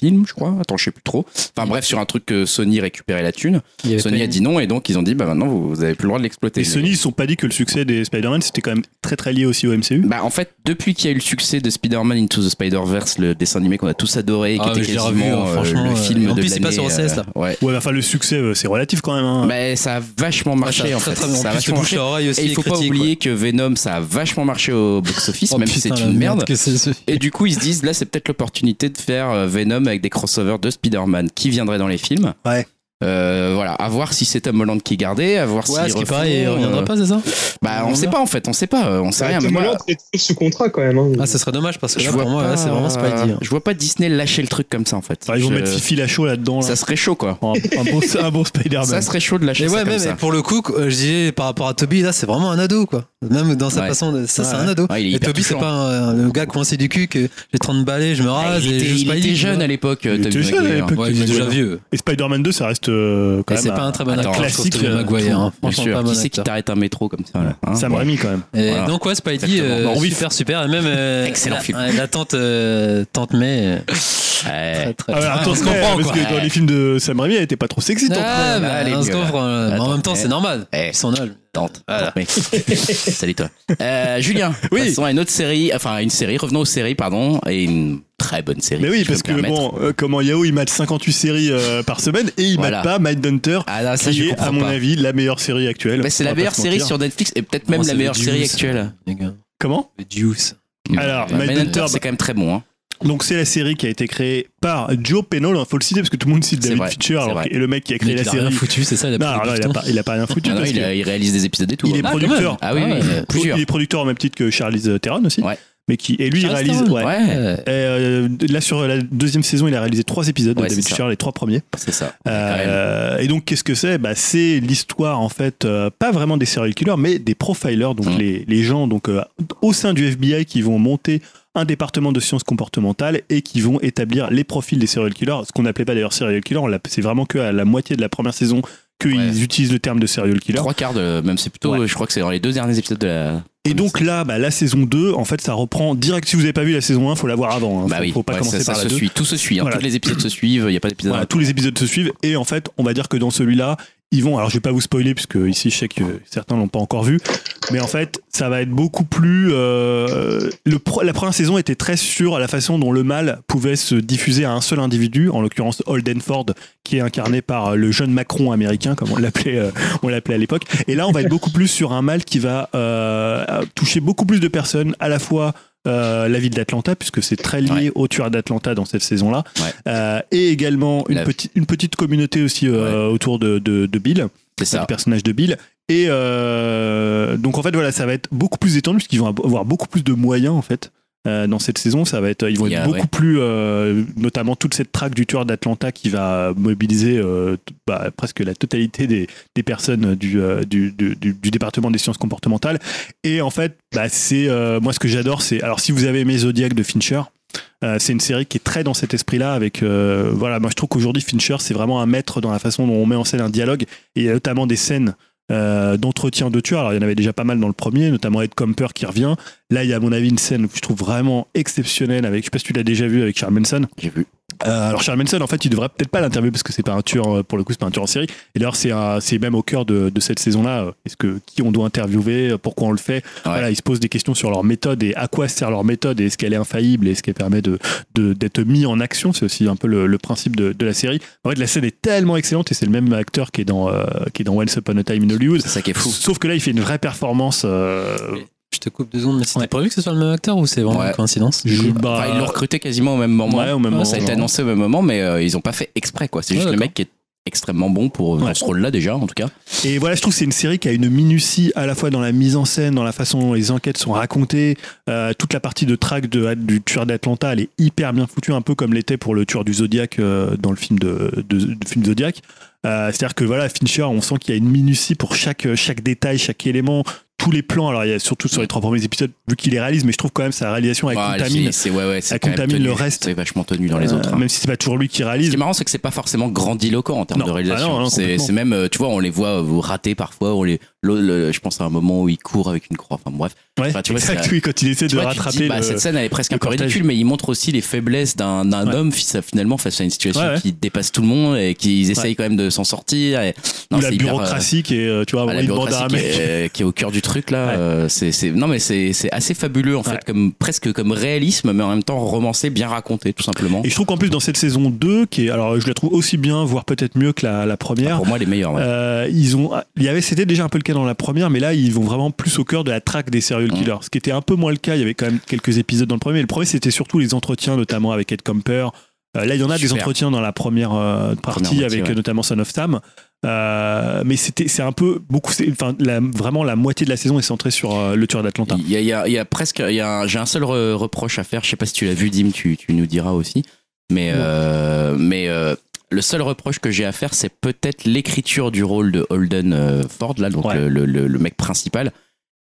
A: films, je crois. Attends, je sais plus trop. Enfin bref, sur un truc que Sony récupérait la thune.
C: Il y avait
A: Sony
C: pas-
A: a dit non et donc ils ont dit bah maintenant vous, vous avez plus le droit de l'exploiter.
B: Et Sony, ils se sont pas dit que le succès des Spider-Man, c'était quand même très très lié aussi au MCU.
A: Bah en fait, depuis qu'il y a eu le succès de Spider-Man Into the Spider-Verse, le dessin animé qu'on a tous adoré, et qui
C: Ah, mais
A: était
C: je l'ai revu, hein,
A: quasiment euh,
C: franchement,
A: le
C: euh,
A: film
C: et en
A: de
C: plus, c'est pas
A: l'année,
C: sur OCS,
A: euh,
C: là.
A: ouais.
B: Ouais, bah, enfin, le succès, euh, c'est relatif quand même. hein.
A: Mais ça a vachement
C: Ouais, ça a
A: marché en
C: très,
A: fait.
C: très bien.
A: Ça a
C: En plus, le
A: vachement
C: bouche
A: marché.
C: à oreille aussi.
A: Et il faut
C: les
A: pas
C: critiques, ouais.
A: oublier que Venom, ça a vachement marché au box-office,
C: Oh,
A: même si
C: putain,
A: c'est
C: la
A: une merde.
C: que c'est ce film.
A: Et du coup, ils se disent, là, c'est peut-être l'opportunité de faire euh, Venom avec des crossovers de Spider-Man qui viendraient dans les films.
B: Ouais.
A: Euh, voilà, à voir si c'est Tom Holland qui gardait, à voir
C: Ouais,
A: si.
C: ce qui est pareil, il
A: on
C: reviendra pas, c'est ça
A: Bah, on sait pas en fait, on sait pas, euh, on sait
D: Bah,
A: rien. mais
D: Tom
A: moi,
D: Holland est toujours sous contrat quand même. hein.
C: Ah, ce serait dommage parce que
A: je
C: là,
A: vois
C: pour moi,
A: pas,
C: là, c'est vraiment Spidey. hein.
A: Je vois pas Disney lâcher le truc comme ça en fait.
B: Enfin, ils vont
A: Je-
B: mettre Fifi Lachaud là-dedans. là.
A: Ça serait chaud quoi.
B: Un, un bon, un bon Spider-Man.
A: Ça serait chaud de lâcher
C: Et
A: ça
C: Ah, bah. ouais,
A: comme
C: même
A: ça.
C: et pour le coup, euh, je disais par rapport à Toby, là, c'est vraiment un ado, quoi. Même dans sa
A: Ouais.
C: façon de. Ça, c'est
B: Ouais.
C: un ado.
A: Ouais, il est
C: et
A: hyper
C: Toby, c'est
A: touchant.
C: pas un, un gars coincé du cul que j'ai 30 balais, je me
A: Ah,
C: rase.
A: il
C: et
A: était,
C: je joue
A: il
C: Spidey,
A: était
C: tu
A: jeune
C: vois.
A: à l'époque. euh,
B: Il était
A: Tobey
B: jeune à
A: Maguire.
B: l'époque.
C: Ouais, il est déjà vieux.
B: Et Spider-Man 2, ça reste euh, quand
C: Et
B: même.
C: c'est pas un très bon acteur.
B: classique,
C: Classique
B: euh,
C: Maguire. hein.
A: Bien
C: Franchement, pas
A: sûr.
C: un bon
A: Qui c'est qui
C: acteur.
A: t'arrête un métro comme ça là, hein
B: Ça
A: Ouais.
B: Raimi quand même.
C: Et
A: Voilà.
C: Donc ouais, Spidey,
A: Exactement.
C: euh,
A: Bon, on vit.
C: super, super. Et même euh,
A: Excellent
C: la,
A: film.
C: la tante, euh, tante May, euh,
A: Ouais.
C: très, très,
B: Ah ouais,
C: très-
B: attends,
C: on se
B: mais,
C: comprend
B: parce
C: quoi.
B: que dans les films de Sam Raimi, elle était pas trop sexy. tant
C: Ah, mais
A: Allez,
C: on se
A: gueule.
C: comprend, euh, mais en
A: Attends,
C: même temps,
A: mais-
C: c'est normal.
A: Eh.
C: Son âge.
A: Tente.
C: Voilà.
A: tente, mais- Salut toi. Euh, Julien,
B: Oui.
A: passons à une autre série, enfin à une série, revenons aux séries, pardon, et une très bonne série.
B: Mais
A: si
B: oui,
A: je peux
B: parce
A: me
B: que
A: permettre.
B: bon, euh, comment Yahoo, il mate 58 séries euh, par semaine et il
A: Voilà.
B: mate pas Mindhunter,
A: Ah là, ça,
B: qui
A: je
B: est, à
A: comprends
B: mon
A: pas.
B: avis, la meilleure série actuelle.
A: Bah, c'est
B: On
A: la
B: va pas
A: meilleure
B: se
A: série
B: mentir. Oh,
A: sur Netflix et peut-être même
C: Moi, c'est
A: la
C: le
A: meilleure
C: Deuce,
A: série actuelle.
C: les gars.
B: Comment
C: Le Deuce.
B: Alors,
A: Bah,
B: Mindhunter,
A: Mindhunter,
B: bah-
A: c'est quand même très bon. Hein.
B: Donc c'est la série qui a été créée par Joe Penol, faut le citer parce que tout le monde cite
A: C'est
B: David
A: vrai,
B: Fincher,
A: c'est
B: alors
A: vrai.
B: que- et le mec qui a créé
C: Mais
B: la
C: il a rien
B: série.
C: foutu, c'est ça, la
B: Non, alors là, il a pas, il a pas rien foutu.
A: Ah non,
B: parce
A: il,
B: que-
A: a- il réalise des épisodes et tout.
B: Il est
A: hein.
B: producteur.
A: Ah oui,
C: Ah,
A: oui,
C: ouais.
A: euh, plusieurs.
B: Il est producteur en même titre que Charlize Theron aussi.
A: Ouais.
B: Mais qui, et lui, il
C: Charlize
B: réalise.
C: Theron,
B: ouais.
A: Ouais,
B: Et, euh, là, sur la deuxième saison, il a réalisé trois épisodes
A: Ouais,
B: de David
A: c'est ça.
B: Fincher, les trois premiers.
A: c'est ça.
B: Euh, et donc, qu'est-ce que c'est bah, C'est l'histoire, en fait, euh, pas vraiment des serial killers, mais des profilers, donc
A: Mm.
B: les, les gens donc, euh, au sein du FBI qui vont monter un département de sciences comportementales et qui vont établir les profils des serial killers, ce qu'on n'appelait pas d'ailleurs serial killer, on l'a- c'est vraiment que à la moitié de la première saison qu'ils
A: Ouais.
B: utilisent le terme de serial killer.
A: Trois quarts de. Même c'est plutôt.
B: Ouais.
A: Je crois que c'est dans les deux derniers épisodes de la.
B: Et donc là, bah, la saison 2, en fait, ça reprend direct. Si vous n'avez pas vu la saison 1, faut la voir avant. hein.
A: Bah
B: faut,
A: oui,
B: faut pas
A: ouais,
B: commencer
A: ça, ça
B: par la
A: se
B: 2.
A: suit. Tout se suit. hein.
B: Voilà.
A: Tous les épisodes se suivent. Il n'y a pas d'épisode.
B: Voilà, tous les épisodes se suivent et en fait, on va dire que dans celui-là, ils vont. Alors, je vais pas vous spoiler puisque ici, je sais que certains l'ont pas encore vu, mais en fait, ça va être beaucoup plus. euh, le pro- la première saison était très sur la façon dont le mal pouvait se diffuser à un seul individu, en l'occurrence Holden Ford, qui est incarné par le jeune Macron américain, comme on l'appelait, euh, on l'appelait à l'époque. Et là, on va être beaucoup plus sur un mal qui va euh, toucher beaucoup plus de personnes, à la fois. euh, la ville d'Atlanta, puisque c'est très lié
A: Ouais.
B: au tueur d'Atlanta dans cette saison-là,
A: Ouais.
B: Euh, et également une,
A: La-
B: petite une petite communauté aussi euh, autour de, de, de Bill,
A: C'est
B: du
A: ça.
B: personnage de Bill. Et euh, donc en fait voilà, ça va être beaucoup plus étendu puisqu'ils vont avoir beaucoup plus de moyens en fait. euh, dans cette saison, ça va être, ils vont
A: Il y
B: être
A: a-
B: beaucoup
A: ouais.
B: plus, euh, notamment toute cette traque du tueur d'Atlanta qui va mobiliser euh, t- bah, presque la totalité des, des personnes du, euh, du, du, du- du département des sciences comportementales. Et en fait, bah, c'est euh, moi ce que j'adore, c'est alors si vous avez aimé Zodiac de Fincher, euh, c'est une série qui est très dans cet esprit-là. Avec euh, voilà, moi je trouve qu'aujourd'hui Fincher c'est vraiment un maître dans la façon dont on met en scène un dialogue. Et il y a notamment des scènes euh, d'entretien de tueurs. Alors il y en avait déjà pas mal dans le premier, notamment Ed Comper qui revient. Là, il y a à mon avis une scène que je trouve vraiment exceptionnelle avec, je sais pas si tu l'as déjà vu avec Charles Manson.
A: J'ai vu.
B: Euh, alors Charles Manson, en fait, il devrait peut-être pas l'interviewer parce que c'est pas un tueur, euh, pour le coup, c'est pas un tueur en série. Et d'ailleurs, c'est un- c'est même au cœur de, de cette saison-là. euh, Est-ce que qui on doit interviewer, euh, pourquoi on le fait Voilà, ils se posent des questions sur leur méthode et à quoi sert leur méthode et est-ce qu'elle est infaillible et est-ce qu'elle permet de de- d'être mis en action. C'est aussi un peu le, le principe de, de la série. En fait, la scène est tellement excellente et c'est le même acteur qui est dans euh, qui est dans Once Upon a Time in Hollywood.
A: C'est ça qui est fou.
B: Sauf que là, il fait une vraie performance. euh,
C: Je te coupe deux secondes, mais c'était prévu que ce soit le même acteur ou c'est vraiment
A: Ouais.
C: une coïncidence
B: je- bah,
A: Enfin, ils l'ont recruté quasiment au même moment.
B: ouais, au même
A: Ça
B: moment,
A: a été
B: genre.
A: annoncé au même moment, mais euh, ils ont pas fait exprès quoi. C'est juste
C: Ouais,
A: le mec qui est extrêmement bon pour pour
B: Ouais.
A: ce rôle-là déjà en tout cas.
B: Et voilà, je trouve que c'est une série qui a une minutie à la fois dans la mise en scène, dans la façon dont les enquêtes sont racontées. Euh, toute la partie de track de, du tueur d'Atlanta, elle est hyper bien foutue, un peu comme l'était pour le tueur du Zodiac euh, dans le film de, de- de film Zodiac. Euh, C'est-à-dire que voilà, Fincher, on sent qu'il y a une minutie pour chaque, chaque détail, chaque élément, tous les plans. Alors, il y a surtout sur les trois premiers épisodes, vu qu'il les réalise, mais je trouve quand même sa réalisation, elle
A: Ouais,
B: contamine,
A: c'est- c'est ouais, ouais, c'est
B: elle
A: quand même
B: contamine
A: tenu.
B: le reste.
A: C'est vachement tenu dans les
B: Euh,
A: autres. hein.
B: même si c'est pas toujours lui qui
A: Ce qui
B: réalise.
A: est marrant, c'est que c'est pas forcément grandiloquent en termes
B: Non,
A: de réalisation.
B: ah non, non,
A: c'est
B: complètement.
A: c'est même, euh, tu vois, on les voit euh, rater parfois. On les, le- le- je pense à un moment où il court avec une croix. Enfin bref,
B: Ouais,
A: Enfin, tu vois,
B: exact,
A: c'est-
B: oui, quand il essaie
A: tu
B: de
A: vois, tu te
B: rattraper.
A: dis, bah,
B: le-
A: cette scène elle est presque
B: le
A: un peu
B: cortège.
A: ridicule, mais il montre aussi les faiblesses d'un d'un
B: Ouais.
A: homme fi- finalement face à une situation
B: Ouais, ouais.
A: qui dépasse tout le monde et qu'ils essayent quand même de s'en sortir. Et...
B: ou la
A: c'est hyper, euh,
B: bureaucratie qui est, euh, tu vois,
A: à la
B: il demande à un
A: bureaucratie qui
B: mec.
A: est, euh, qui est au cœur du truc là.
B: Ouais.
A: euh, c'est- c'est- non mais c'est c'est assez fabuleux en
B: Ouais.
A: fait, comme presque comme réalisme, mais en même temps romancé, bien raconté tout simplement.
B: Et je trouve qu'en plus dans cette saison 2, qui est, alors je la trouve aussi bien, voire peut-être mieux que la, la première.
A: Pour moi, les meilleurs. ouais.
B: euh, ils ont, il y avait, c'était déjà un peu le cas dans la première, mais là ils vont vraiment plus au cœur de la traque des serial
A: Mhm.
B: killers, ce qui était un peu moins le cas. Il y avait quand même quelques épisodes dans le premier. Le premier c'était surtout les entretiens, notamment avec Ed Kemper. Euh, là il y en a des
A: Super.
B: entretiens dans la première euh, partie
A: moitié,
B: avec
A: ouais.
B: euh, notamment Son of Sam. Euh, mais c'était, c'est un peu beaucoup, c'est- enfin la- vraiment la moitié de la saison est centrée sur euh, le tueur d'Atlanta.
A: Il y a, il y a- il y a presque, il y a un- j'ai un seul re- reproche à faire. Je sais pas si tu l'as vu, Dim, tu, tu nous diras aussi. Mais, euh, mais euh, le seul reproche que j'ai à faire, c'est peut-être l'écriture du rôle de Holden euh, Ford, là, donc
B: Ouais.
A: le, le- le- le mec principal,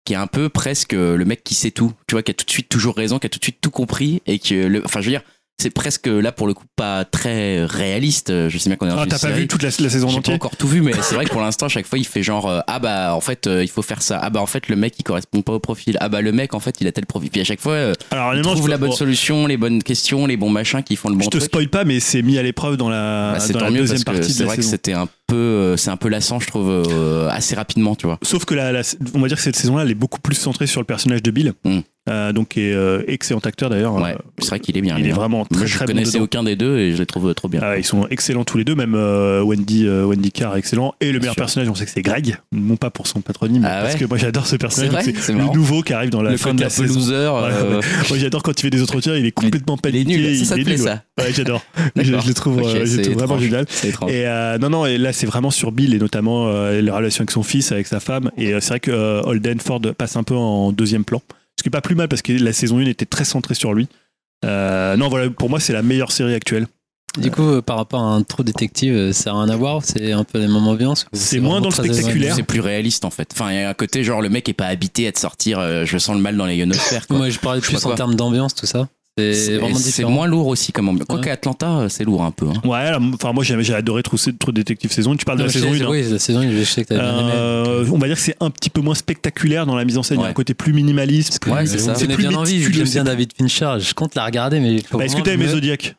A: qui est un peu presque euh, le mec qui sait tout. Tu vois, qui a tout de suite toujours raison, qui a tout de suite tout compris et qui, euh, le, enfin, je veux dire, c'est presque là pour le coup pas très réaliste. Je sais bien qu'on est dans
B: Ah,
A: une
B: t'as pas
A: série.
B: vu toute la, la saison
A: J'ai pas
B: entière
A: encore tout vu, mais c'est vrai que pour l'instant, à chaque fois, il fait genre euh, ah bah en fait euh, il faut faire ça, ah bah en fait le mec il correspond pas au profil, ah bah le mec en fait il a tel profil. Puis à chaque fois, euh,
B: Alors
A: il
B: honnêtement,
A: trouve
B: Ah, je-
A: la bonne
B: bon,
A: solution, les bonnes questions, les bons machins qui font le bon
B: Je te
A: truc.
B: spoil pas, mais c'est mis à l'épreuve dans la,
A: Bah, c'est
B: dans
A: tant
B: la
A: mieux
B: deuxième
A: parce que
B: partie
A: c'est
B: de la
A: vrai que
B: saison.
A: c'était un peu euh, c'est un peu lassant je trouve euh, assez rapidement tu vois.
B: Sauf que la, la- on va dire que cette saison-là, elle est beaucoup plus centrée sur le personnage de Bill,
A: Mm.
B: Euh, donc qui est euh, excellent acteur d'ailleurs.
A: Ouais,
B: Euh,
A: c'est vrai qu'il est bien.
B: il
A: lui,
B: est
A: hein.
B: vraiment très
A: Moi, je
B: très bon.
A: connaissais
B: dedans.
A: aucun des deux et je les trouve euh, trop bien.
B: Ah, ils sont excellents tous les deux, même euh, Wendy euh, Wendy Carr est excellent et le
A: Bien
B: meilleur
A: sûr.
B: personnage, on sait que c'est Greg, non pas pour son patronyme,
A: Ah
B: parce
A: ouais
B: que moi j'adore ce
A: c'est
B: personnage.
A: vrai,
B: donc
A: c'est
B: le
A: marrant.
B: nouveau qui arrive dans la
A: Le
B: fin
A: côté
B: de
A: un
B: la
A: peu
B: saison.
A: loser, euh,
B: Moi j'adore quand il fait des entretiens, il est complètement
A: il
B: paniqué,
A: est nul, ça, ça te
B: il est
A: plaît
B: nul,
A: ça.
B: ouais. Ouais, j'adore. je,
A: D'accord.
B: je le trouve,
A: Ok,
B: euh, je le
A: c'est
B: trouve vraiment
A: étrange.
B: génial.
A: C'est étrange.
B: Et euh, non, non, et là c'est vraiment sur Bill et notamment euh, la relation avec son fils, avec sa femme. Et euh, c'est vrai que euh, Holden Ford passe un peu en deuxième plan. Ce qui est pas plus mal parce que la saison 1 était très centrée sur lui. Euh, non, voilà, pour moi c'est la meilleure série actuelle.
C: Du coup, euh, par rapport à un trop détective, euh, ça n'a rien à voir C'est un peu la même ambiance ou
B: C'est moins
C: vraiment
B: dans le
C: très éloigné
B: spectaculaire.
A: C'est plus réaliste en fait. Enfin, il y a un côté genre le mec est pas habité à te sortir, euh, je sens le mal dans les ionosphères. quoi.
C: Moi, je parlais
A: Je
C: plus
A: sais pas
C: en
A: quoi.
C: termes d'ambiance, tout ça. C'est
A: C'est
C: vraiment
A: c'est
C: différent.
A: moins lourd aussi comme ambiance. Quoique
C: Ouais.
A: Atlanta, euh, c'est lourd un peu. hein.
B: Ouais, alors, enfin moi j'ai j'ai adoré trop, trop Détective saison 1. Tu parles de
C: Non,
B: la
C: je sais,
B: saison hein. Euh, 1.
C: Oui, la saison 1, je sais que t'as bien aimé.
B: on va dire que c'est un petit peu moins spectaculaire dans la mise en scène. Il y a
A: Ouais.
B: un côté plus minimaliste.
C: Parce que
A: Ouais, c'est
C: vous
A: ça.
C: me
A: C'est
C: donnez
B: euh, plus
C: bien envie, vu que
B: méticuleux,
C: j'aime bien
B: c'est-
C: David Fincher. Je compte la regarder, mais. faut
B: Bah, Est-ce que
C: vraiment
B: t'as aimé
C: me-
B: Zodiac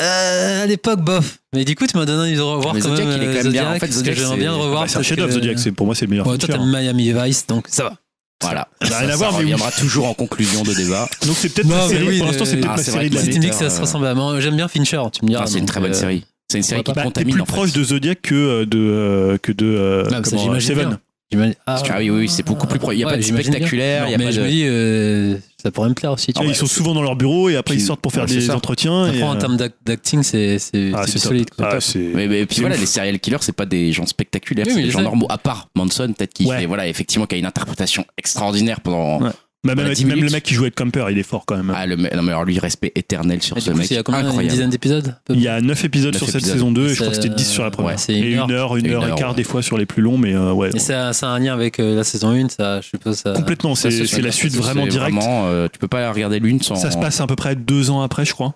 C: Euh, À l'époque, bof. Mais du coup, tu m'as donné envie de revoir
A: Mais
C: quand
A: Zodiac,
C: même.
A: il est
C: euh,
A: quand même bien. En fait,
C: parce que
A: Zodiac,
C: j'aimerais
A: c'est-
C: bien le
A: Bah,
C: revoir.
B: Bah, C'est un
C: parce
B: chef-d'œuvre
C: que-
B: Zodiac, c'est- pour moi c'est le meilleur.
C: euh, Ouais, Toi,
B: Fincher,
C: t'as
B: hein.
C: Miami Vice, donc ça va.
A: Voilà.
B: Ça n'a rien à
A: ça
B: voir, mais oui.
A: reviendra toujours en conclusion de débat.
B: Donc c'est peut-être
C: Non,
B: ma
C: mais
B: série-
C: oui, euh,
B: pour l'instant
C: mais-
B: c'est peut-être
A: Ah,
B: ma
A: c'est
B: série
A: vrai
B: de
A: que
B: l'année.
C: Si tu me dis que ça
A: euh,
C: se ressemble à moi, j'aime bien Fincher, tu me diras.
A: Enfin, Ah, c'est une
C: donc,
A: très bonne
C: euh,
A: série. C'est une série qui
C: pourquoi
B: Bah, t'es
A: contamine.
B: plus
A: en fait.
B: proche de Zodiac que euh, de euh, que de euh,
C: Bah, ça,
B: comment,
C: j'imagine
B: Seven.
C: bien. J'imagine- Ah,
A: Ah oui, oui, oui, c'est beaucoup plus proche. Il n'y a
C: Ouais,
A: pas de
C: j'imagine bien.
A: spectaculaire, il y a
C: Non, mais
A: pas
C: je
A: de- Ah
C: me dis, euh, ça pourrait me plaire aussi.
B: Tu
C: Tu
B: vois,
C: vois.
B: ils sont souvent dans leur bureau et après
A: Puis-
B: ils sortent pour faire
A: ouais, c'est
B: des
A: ça.
B: entretiens.
C: Après,
B: et,
C: en
B: euh,
C: termes d'ac- d'acting, c'est c'est-
B: ah, c'est
C: c'est du
B: top.
C: solide. quoi.
B: Ah, c'est-
A: Mais, mais puis
B: C'est
A: voilà,
B: ouf.
A: les serial killers, c'est pas des gens spectaculaires,
C: Oui,
A: c'est
C: mais
A: des
C: les
A: gens
C: seuls-
A: normaux. À part Manson, peut-être qui
B: Ouais.
A: fait, voilà, effectivement, qui a une interprétation extraordinaire pendant.
B: Ouais. Bah, même,
A: Ouais, dix
B: même le
A: minutes.
B: mec qui jouait de Camper, il est fort quand même.
A: Ah, le, me- non, mais alors lui, respect éternel sur
C: Mais
A: ce
C: du coup,
A: mec.
C: c'est il y a combien Une
A: Incroyable.
C: dizaine d'épisodes à peu près
B: il y a 9 épisodes
A: Neuf
B: sur cette
A: épisodes.
B: saison 2 et je crois que
C: C'est,
B: c'était 10 sur la
C: euh,
B: première.
C: ouais, c'est
B: et
C: une
B: une heure, une
A: Une
B: heure et
A: heure,
B: quart
A: ouais.
B: des fois sur les plus longs, mais euh, ouais.
C: Et ça, ça a un lien avec euh, la saison 1, ça, je suppose. Ça...
B: Complètement, c'est
C: ça, c'est
B: c'est la
C: sûr.
B: suite vraiment
A: C'est
B: directe.
A: Vraiment, euh, tu peux pas regarder l'une sans.
B: Ça se passe à peu près deux ans après, je crois.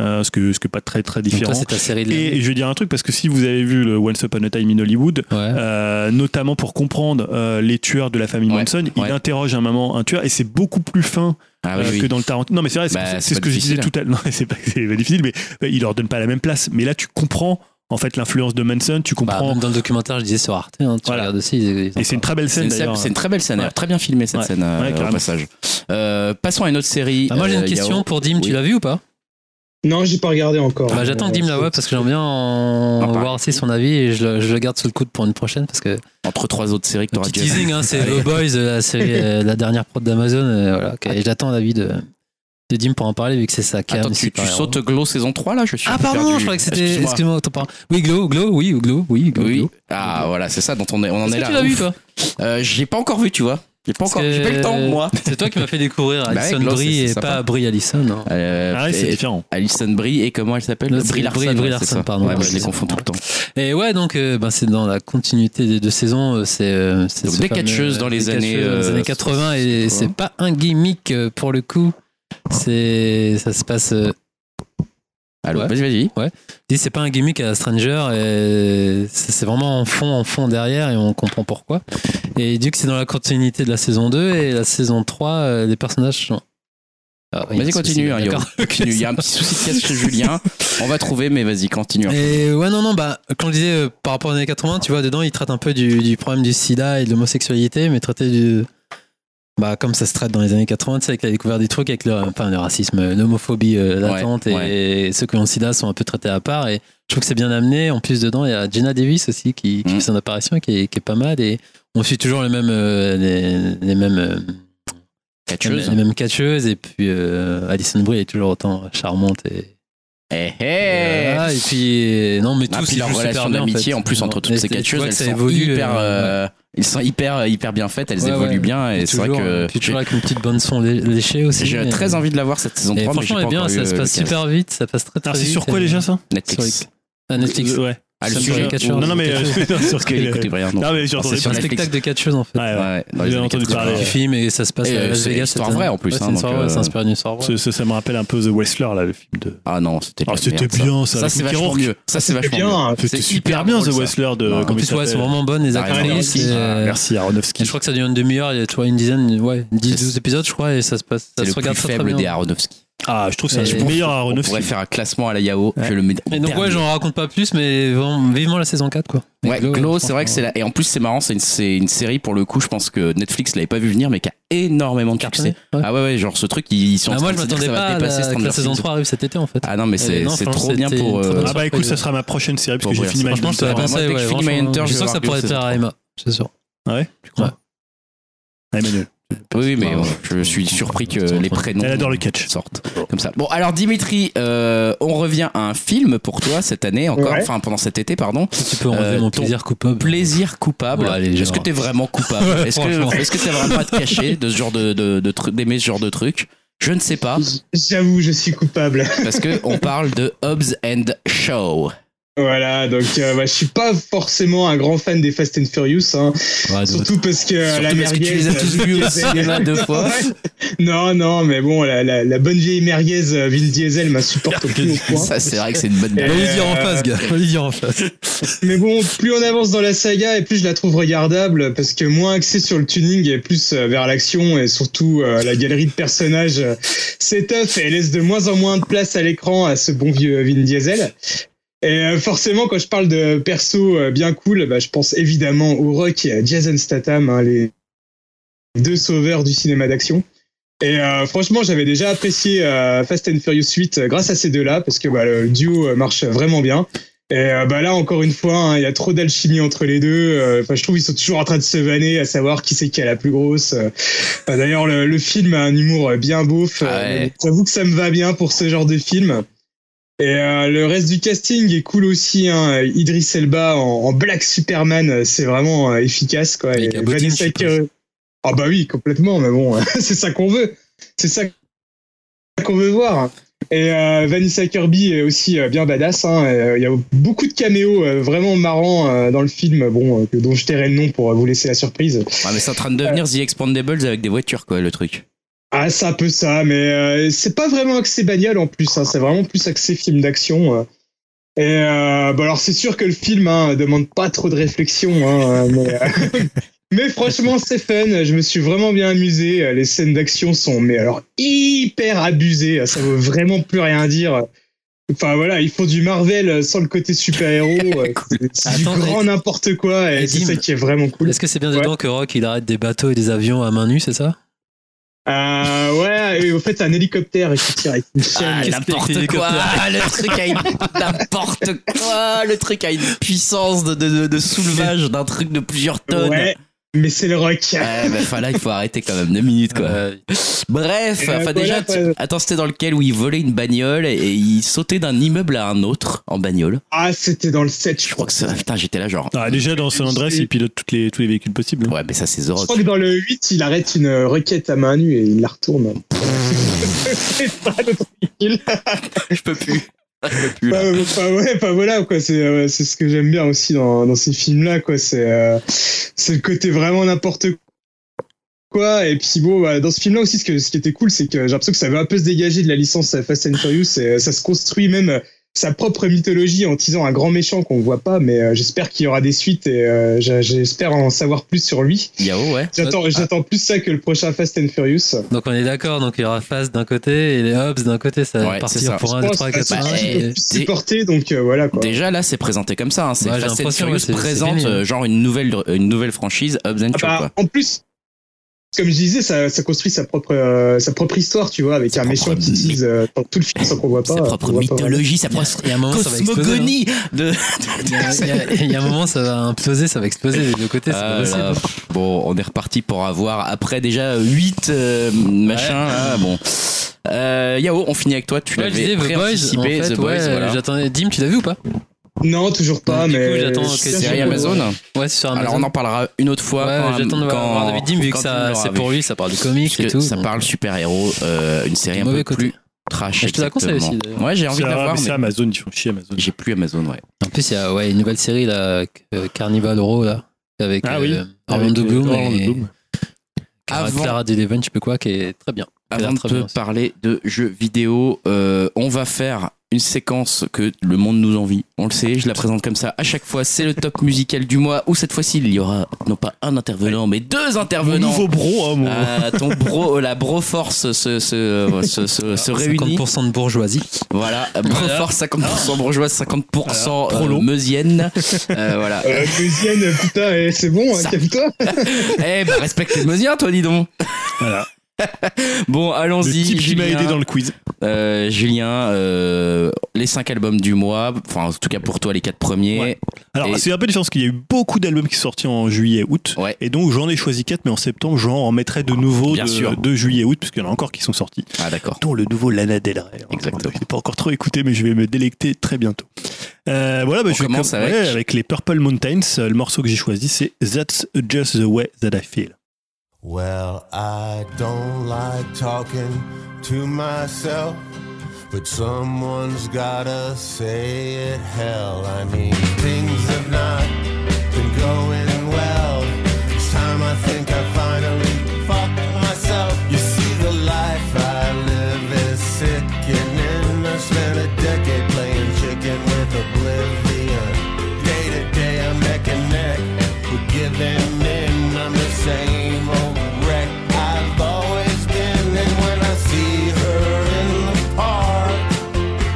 B: euh, ce que ce que pas très très
C: Donc toi,
B: différent.
C: c'est ta série de
B: Et,
C: l'année.
B: je vais dire un truc parce que si vous avez vu le Once Upon a Time in Hollywood,
C: Ouais.
B: euh, notamment pour comprendre euh, les tueurs de la famille
A: Ouais,
B: Manson, il
A: ouais.
B: interroge un moment un tueur et c'est beaucoup plus fin
A: Ah oui,
B: euh,
A: oui.
B: que dans le Tarantino. Non mais c'est vrai, c'est-
A: Bah,
B: c'est
A: c'est
B: ce
A: pas
B: que je
A: difficile.
B: disais tout à l'heure. Non, mais c'est pas que c'est pas difficile, mais euh, il leur donne pas la même place. Mais là, tu comprends en fait l'influence de Manson, tu
C: Bah,
B: comprends.
C: même dans le documentaire, je disais sur Arte, hein, tu
B: Voilà.
C: regardes aussi. ils- ils ont
B: et c'est une très belle
A: C'est
B: scène
A: une, scène-
B: d'ailleurs.
A: c'est une très belle scène,
B: Ouais.
A: d'ailleurs. très bien filmée cette
B: Ouais.
A: scène euh,
B: Ouais,
A: au
B: carrément.
A: passage. Euh, passons à une autre série.
C: Ah, moi j'ai
A: Euh,
C: une
A: il y a-
C: question pour Dim,
A: Oui.
C: tu l'as vu ou pas
D: Non, j'ai pas regardé encore.
C: bah, J'attends que Dim la voit parce que j'aimerais bien
A: Non,
C: en
A: pareil.
C: voir aussi son avis et je le, je le garde sous le coude pour une prochaine parce que.
A: Entre trois autres séries que tu auras
C: Petit teasing, hein, c'est
A: Allez.
C: The Boys, euh, la série, euh, la dernière prod d'Amazon. euh, voilà, ok. Et J'attends l'avis de, de Dim pour en parler vu que c'est sa cam.
A: Ah. Attends, tu, tu
C: super-héros.
A: sautes Glow saison 3 là Je suis
C: Ah
A: un peu
C: pardon,
A: perdu.
C: je crois que c'était.
A: Excuse-moi.
C: Excuse-moi, autant parler. Oui, Glow, Glow, oui, Glow, oui, Glow.
A: Oui.
C: Glow.
A: Ah voilà, c'est ça dont on, est, on en
C: Est-ce
A: est,
C: que
A: là.
C: tu l'as vu
A: Ouf.
C: toi
A: Euh, J'ai pas encore vu, tu vois. J'ai pas
C: Parce
A: encore. J'ai
C: que-
A: pas eu le temps, moi.
C: C'est toi qui m'as fait découvrir
A: Bah ouais,
C: Alison
A: Glow,
C: Brie
A: c'est- c'est
C: et
A: sympa.
C: pas Brie Allison. hein.
A: Euh,
B: Ah ouais, c'est
A: et-
B: différent.
A: Alison Brie et comment elle s'appelle
C: L'autre,
A: Brie
C: c'est
A: Larson.
C: Brie- Brie
A: ouais,
C: Larson,
A: c'est ça.
C: pardon.
A: Ouais, moi, je les
C: Ouais.
A: confonds tout le temps.
C: Et ouais, donc euh, ben, c'est dans la continuité des deux saisons. euh, C'est euh, c'est
A: Donc,
C: ce
A: des
C: fameux-
A: catcheuses dans les
C: des
A: années,
C: catcheuses dans les
A: euh,
C: années 80 et
A: 80.
C: c'est pas un gimmick euh, pour le coup. C'est ça se passe. euh,
A: Allô,
C: Ouais.
A: vas-y, vas-y.
C: dis, c'est pas un gimmick à la Stranger et c'est c'est vraiment en fond, en fond derrière et on comprend pourquoi. Et du que c'est dans la continuité de la saison 2 et la saison 3, euh, les personnages sont. Ah, il y
A: Vas-y,
C: a un souci,
A: continue, hein,
C: d'accord.
A: Continue. Il y a un petit souci de casse chez Julien. On va trouver, mais vas-y, continue.
C: Et ouais, non, non, bah, quand je disais euh, par rapport aux années 80, tu vois, dedans, il traite un peu du, du problème du sida et de l'homosexualité, mais traité du. Bah, comme ça se traite dans les années 80, tu sais, avec la découverte des trucs, avec le, enfin, le racisme, euh, l'homophobie euh, latente,
A: Ouais,
C: et, ceux qui ont le sida sont un peu traités à part, et je trouve que c'est bien amené. En plus, dedans, il y a Gina Davis aussi qui, qui
A: Mm.
C: fait son apparition, qui est, qui est pas mal, et on suit toujours les mêmes. euh, les, les mêmes euh,
A: Catcheuse.
C: les mêmes catcheuses, et puis euh, Alison Brie est toujours autant charmante et,
A: Eh,
C: et
A: eh.
C: voilà, et puis euh, non mais
A: Ah,
C: tout
A: puis leur relation d'amitié en, plus entre toutes ces catcheuses, elles
C: ça
A: sont
C: évolue
A: hyper, euh, ils sont hyper hyper bien faites, elles
C: Ouais,
A: évoluent
C: ouais.
A: bien et c'est vrai que
C: puis toujours avec une petite bande son lé- léchée aussi.
A: j'ai- j'ai
C: mais-
A: très envie de la voir cette saison
C: Et
A: 3 mais j'ai
C: franchement,
A: pas
C: elle est bien,
A: encore eu
C: ça se passe
A: l'occasion.
C: super vite, ça passe très très
B: Alors Ah, c'est
C: vite.
B: sur quoi déjà ça
A: Netflix.
C: À Netflix.
B: Euh, Ouais.
A: Ah le
C: Sur
A: sujet
C: les catcheuses.
B: Non non mais euh, non, sur
A: parce qu'il
B: quel-
A: écoute Brian. non.
B: Non mais j'ai
A: Ah,
B: entendu
A: c'est sur
C: Un
B: parler.
A: Netflix.
C: spectacle de catcheuses en fait.
B: Ouais, ouais.
A: Ouais, dans les
B: J'ai
A: années
B: entendu
A: 80.
B: parler.
C: Du film et ça se passe
A: Et,
C: à
A: euh,
C: Las
A: c'est
C: Vegas.
A: l'histoire
C: c'est un-
A: vraie, en plus,
C: ouais,
A: hein,
C: C'est une
A: donc,
C: soirée, ouais,
A: euh,
C: ça inspire d'une soirée. vraie.
B: Ça, ça, ça me rappelle un peu The Wrestler, là, le film de.
A: Ah non, c'était de
B: Ah,
A: la
B: c'était
A: merde, ça.
B: bien, ça.
A: Ça
B: avec
A: c'est
B: Mickey
A: vachement
B: Rourke.
A: mieux. Ça c'est
D: C'est
A: vachement mieux.
D: bien. hein.
A: C'est
B: C'était
A: hyper
B: super bien,
A: drôle,
B: The
A: ça.
B: Wrestler de.
A: Non, en
B: comment
C: En
B: il
C: plus, ouais,
B: s'appelle
C: c'est vraiment bonne les
A: Ah,
C: actrices.
A: merci.
C: et,
B: Ah,
C: euh,
B: Merci
C: et
B: Aronofsky.
C: Je crois que ça dure une demi-heure, il y a tu vois, une dizaine, ouais, 10-12 épisodes, je crois, et ça se passe, ça
A: C'est
C: se
A: le plus
C: regarde très très
A: faible
C: bien.
A: des Aronofsky.
B: Ah, je trouve que
C: Et
B: c'est
C: je
B: le
C: pense
B: meilleur
A: On pourrait
B: Aronofsky.
A: faire un classement à la Yao.
B: Ouais.
A: Je le mets au
C: Et donc ouais,
A: dernier.
C: j'en raconte pas plus, mais vraiment, vivement la saison 4 quoi. Et
A: Ouais, Glow, c'est vrai que
C: franchement,
A: c'est là. Et en plus, c'est marrant, c'est une, c'est une série pour le coup, je pense que Netflix l'avait pas vu venir, mais qui a énormément de
C: cartonné.
A: succès.
C: Ouais.
A: Ah ouais, ouais, genre ce truc, ils sont en
C: Ah,
A: train
C: moi
A: de
C: je
A: se dire que
C: m'attendais
A: ça
C: pas
A: va
C: à
A: dépasser
C: la, que
A: Stranger
C: la saison
A: Things.
C: 3 arrive cet été en fait.
A: Ah non, mais c'est
C: non,
A: c'est
C: franchement,
A: trop bien
C: c'était
A: pour.
C: une très
A: euh,
C: bonne
B: Ah, bah écoute,
C: surprise.
B: ça sera ma prochaine série, parce
A: Bon,
B: que j'ai
A: voilà,
B: fini
A: ça
B: My
A: marche
C: Franchement, je te la
A: Moi,
B: Hunter.
C: conseille,
A: dès que
C: ouais,
A: je finis
C: franchement,
A: My Hunter,
C: je
A: je vais
C: sens que ça
A: voir Glow
C: pourrait
A: saison
C: plaire à Emma, hein, c'est sûr.
B: Ah ouais
C: Tu crois
B: Ah, Emmanuel.
A: Oui, oui, mais bon, je suis surpris que les prénoms
B: Elle adore le catch.
A: sortent comme ça. Bon, alors Dimitri, euh, on revient à un film pour toi cette année encore,
D: Ouais.
A: enfin pendant cet été, pardon.
C: Tu peux enlever
A: Euh,
C: mon
A: ton
C: plaisir coupable.
A: Plaisir coupable.
C: Ouais, allez,
A: Est-ce que
C: genre.
A: t'es vraiment coupable
C: Ouais,
A: Est-ce
C: franchement.
A: que est-ce que t'as vraiment à te cacher de ce genre de de- de truc- d'aimer ce genre de truc Je ne sais pas.
D: J'avoue, je suis coupable.
A: parce que on parle de Hobbs and Shaw.
D: Voilà, donc euh, bah, je suis pas forcément un grand fan des Fast and Furious, hein.
C: Ouais, de-
D: surtout parce que euh, la
A: Surtout parce que
D: merguez.
A: tu les as tous
D: euh,
A: vus au cinéma deux fois.
D: Ouais. Non, non, mais bon, la, la, la bonne vieille merguez euh, Vin Diesel m'insupporte plus au point.
A: Ça, c'est vrai que c'est une bonne
C: Va
A: blague.
C: lui dire en
D: Euh,
C: face, gars. Va lui dire en face.
D: Mais bon, plus on avance dans la saga et plus je la trouve regardable parce que moins axée sur le tuning et plus euh, vers l'action et surtout euh, la galerie de personnages, euh, c'est tough et laisse de moins en moins de place à l'écran à ce bon vieux euh, Vin Diesel. Et euh, forcément, quand je parle de perso euh, bien cool, bah, je pense évidemment au Rock et à Jason Statham, hein, les deux sauveurs du cinéma d'action. Et euh, franchement, j'avais déjà apprécié euh, Fast and Furious 8 euh, grâce à ces deux-là parce que bah, le duo euh, marche vraiment bien. Et euh, bah là, encore une fois, hein, il y a trop d'alchimie entre les deux. Euh, Enfin, je trouve qu'ils sont toujours en train de se vanner à savoir qui c'est qui a la plus grosse. Euh, bah, D'ailleurs, le, le film a un humour euh, bien beauf.
A: Ah ouais.
D: Euh, J'avoue que ça me va bien pour ce genre de film. Et euh, le reste du casting est cool aussi. Hein. Idris Elba en, en Black Superman, euh, c'est vraiment euh, efficace. Quoi.
C: Avec
D: Et
C: un beau team, je suppose.
D: Ker- Ah bah oui, complètement. Mais bon, c'est ça qu'on veut. C'est ça qu'on veut voir. Et euh, Vanessa Kirby est aussi euh, bien badass. hein. Et, euh, Il y a beaucoup de caméos euh, vraiment marrants euh, dans le film, bon, euh, que- dont je tairai le nom pour euh, vous laisser la surprise.
A: Ouais, mais c'est en train de devenir The Expandables avec des voitures, quoi, le truc.
D: Ah, c'est un peu ça, mais euh, c'est pas vraiment axé bagnole en plus, hein, c'est vraiment plus axé film d'action. euh. Et euh, bah alors, c'est sûr que le film hein, demande pas trop de réflexion, hein, euh, mais, euh, mais franchement, c'est fun, je me suis vraiment bien amusé. euh, Les scènes d'action sont, mais alors, hyper abusées, ça veut vraiment plus rien dire. Enfin voilà, ils font du Marvel sans le côté super-héros, euh, c'est c'est du
C: Attends,
D: grand
C: et-
D: n'importe quoi, et
C: et
D: c'est
C: Dim,
D: ça qui est vraiment cool.
C: Est-ce que c'est bien
D: Ouais.
C: dedans que Rock il arrête des bateaux et des avions à main nue, c'est ça
D: Euh, ouais, et au fait, c'est un hélicoptère qui tire avec une chaîne.
A: Ah,
C: Qu'est-ce qu'il y a
A: n'importe
C: avec
A: quoi, Ah, le truc a une, n'importe quoi, le truc a une puissance de, de, de- de soulevage d'un truc de plusieurs tonnes.
D: Ouais, mais c'est le rock.
A: Ouais, bah, enfin, là, il faut arrêter quand même deux minutes, quoi.
C: Euh,
A: Bref,
D: Et, euh,
A: enfin,
D: voilà,
A: déjà, tu-
D: ouais.
A: attends, c'était dans lequel où il volait une bagnole et il sautait d'un immeuble à un autre en bagnole.
D: Ah, c'était dans le 7, je
A: Je crois
D: crois.
A: que ça, putain, j'étais là, genre.
B: Ah, déjà dans San Andreas, il pilote toutes les, tous les véhicules possibles.
A: Ouais, mais ça, c'est
D: Je
A: Zorro.
D: crois que dans le 8, il arrête une euh, requête à main nue et il la retourne. c'est ça le tranquille.
A: Je peux plus. Je peux plus, là.
D: Enfin, enfin, ouais, enfin, voilà, quoi. C'est euh, c'est ce que j'aime bien aussi dans, dans ces films-là, quoi. C'est euh, c'est le côté vraiment n'importe quoi. Et puis, bon, bah, dans ce film-là aussi, ce, que, ce qui était cool, c'est que j'ai l'impression que ça veut un peu se dégager de la licence Fast and Furious. Et, euh, ça se construit même euh, sa propre mythologie en teasant un grand méchant qu'on voit pas. Mais euh, j'espère qu'il y aura des suites et euh, j'a- j'espère en savoir plus sur lui.
A: Yao, ouais.
D: J'attends j'attends plus ça que le prochain Fast and Furious.
C: Donc on est d'accord, donc il y aura Fast d'un côté et les Hobbs d'un côté, ça va
A: Ouais, c'est
C: partir
A: ça.
C: pour un,
D: Je
C: deux,
D: pense
C: trois,
D: que
C: quatre,
D: c'est
A: bah,
C: cinq,
D: un
A: et-
D: film
C: et-
D: plus supporté, donc euh, voilà quoi.
A: Déjà là, c'est présenté comme ça. Hein. C'est
C: Ouais, j'ai
A: Fast and
C: l'impression,
A: Furious
C: ouais, c'est- c'est
A: présente
C: fini.
A: euh, genre une nouvelle, une nouvelle franchise, Hobbs and
D: Ah
A: Shaw,
D: bah,
A: quoi.
D: en plus, comme je disais, ça, ça construit sa propre, euh, sa propre histoire, tu vois, avec
A: Sa
D: un méchant
A: propre
D: qui
A: myth-
D: tease euh, dans tout le film sans qu'on voit pas.
A: Sa propre
D: qu'on voit bah, pas.
A: mythologie, sa propre
C: Il y a un moment, ça va exploser. non
A: cosmogonie de.
C: Il y a- il y a- il y a un moment, ça va imploser, ça va exploser des deux côtés, c'est
A: Ah
C: pas
A: là
C: possible.
A: là. Bon, on est reparti pour avoir après déjà 8 machins. Ah, bon. Euh, Yao, on finit avec toi. Tu
C: Ouais, je
A: l'avais
C: disais, The Boys, en
A: pré-anticipé,
C: fait,
A: The Boys.
C: ouais,
A: voilà.
C: j'attendais. Dim, tu l'as vu ou pas
D: Non, toujours pas,
C: Donc, du coup,
D: mais.
C: j'attends
D: je euh,
C: que
D: sais
C: c'est
D: pas,
A: Série
D: je-
A: Amazon.
C: Ouais, c'est sur Amazon.
A: Alors on en parlera une autre fois.
C: Ouais,
A: quand-
C: j'attends de voir-
A: quand-
C: voir David Dim, vu que
A: quand
C: ça-
A: on l'aura
C: c'est
A: vu.
C: pour lui, ça parle de comics et
A: Parce que
C: tout.
A: ça
C: donc,
A: parle super héros, euh, une série un
C: Mauvais
A: peu
C: côté.
A: plus trash.
C: Mais je te la conseille
A: exactement.
C: aussi, d'ailleurs.
A: Ouais, j'ai envie
B: C'est
A: de la voir, mais
B: Amazon, ils font chier Amazon.
A: j'ai plus Amazon, ouais.
C: En plus, il y a ouais, une nouvelle série, là, euh, Carnival Row, là, avec
B: Ah oui.
C: euh, Orlando
B: Avec,
C: Bloom
B: euh, Orlando
C: et
B: Bloom.
C: Clara-
A: Avant-
C: Clara Delevingne, je sais plus quoi, qui est très bien. a
A: Avant
C: l'air
A: de
C: très bien
A: te
C: aussi.
A: parler de jeux vidéo, euh, on va faire une séquence que le monde nous envie. On le sait, je la présente comme ça à chaque fois. C'est le top musical du mois où cette fois-ci, il y aura non pas un intervenant, mais deux
B: Mon
A: intervenants.
B: nouveau bro, hein, mon-
A: Euh, ton bro, la Broforce se, se, se, se, se réunit.
C: 50% de bourgeoisie.
A: Voilà, Broforce 50% bourgeoise, 50%
B: Voilà, trop
A: euh,
B: long.
A: meusienne. Euh, voilà.
D: Euh, deuxième, putain, eh, c'est bon, hein,
A: Ça-
D: calme-toi.
A: Eh bah, respecte les meusiens, toi, dis donc.
B: Voilà.
A: Bon,
B: Le
A: allons-y.
B: type qui m'a
A: Julien.
B: aidé dans le quiz.
A: Euh, Julien, euh, les 5 albums du mois, enfin en tout cas pour toi les 4 premiers.
B: Ouais. Alors,
A: Et-
B: c'est un peu différent parce qu'il y a eu beaucoup d'albums qui sont sortis en juillet août.
A: Ouais.
B: Et donc, j'en ai choisi 4, mais en septembre, j'en en mettrai de nouveau
A: Bien sûr.
B: de, de juillet août, parce qu'il y en a encore qui sont sortis.
A: Ah d'accord.
B: Dont le nouveau Lana Del Rey.
A: Exactement.
B: Je l'ai pas encore trop écouté, mais je vais me délecter très bientôt. Euh, voilà, bah,
A: On
B: je vais
A: commence
B: com-
A: avec-
B: ouais, avec les Purple Mountains. Euh, Le morceau que j'ai choisi, c'est That's Just the Way That I Feel.
E: Well, I don't like talking to myself, but someone's gotta say it. Hell, I mean, things have not been going well. This time I think I finally fucked myself. You see, the life I live is sickening. I spent a decade playing chicken with oblivion. Day to day, I'm neck and neck. We're giving in. I'm the same old wreck I've always been. And when I see her in the park,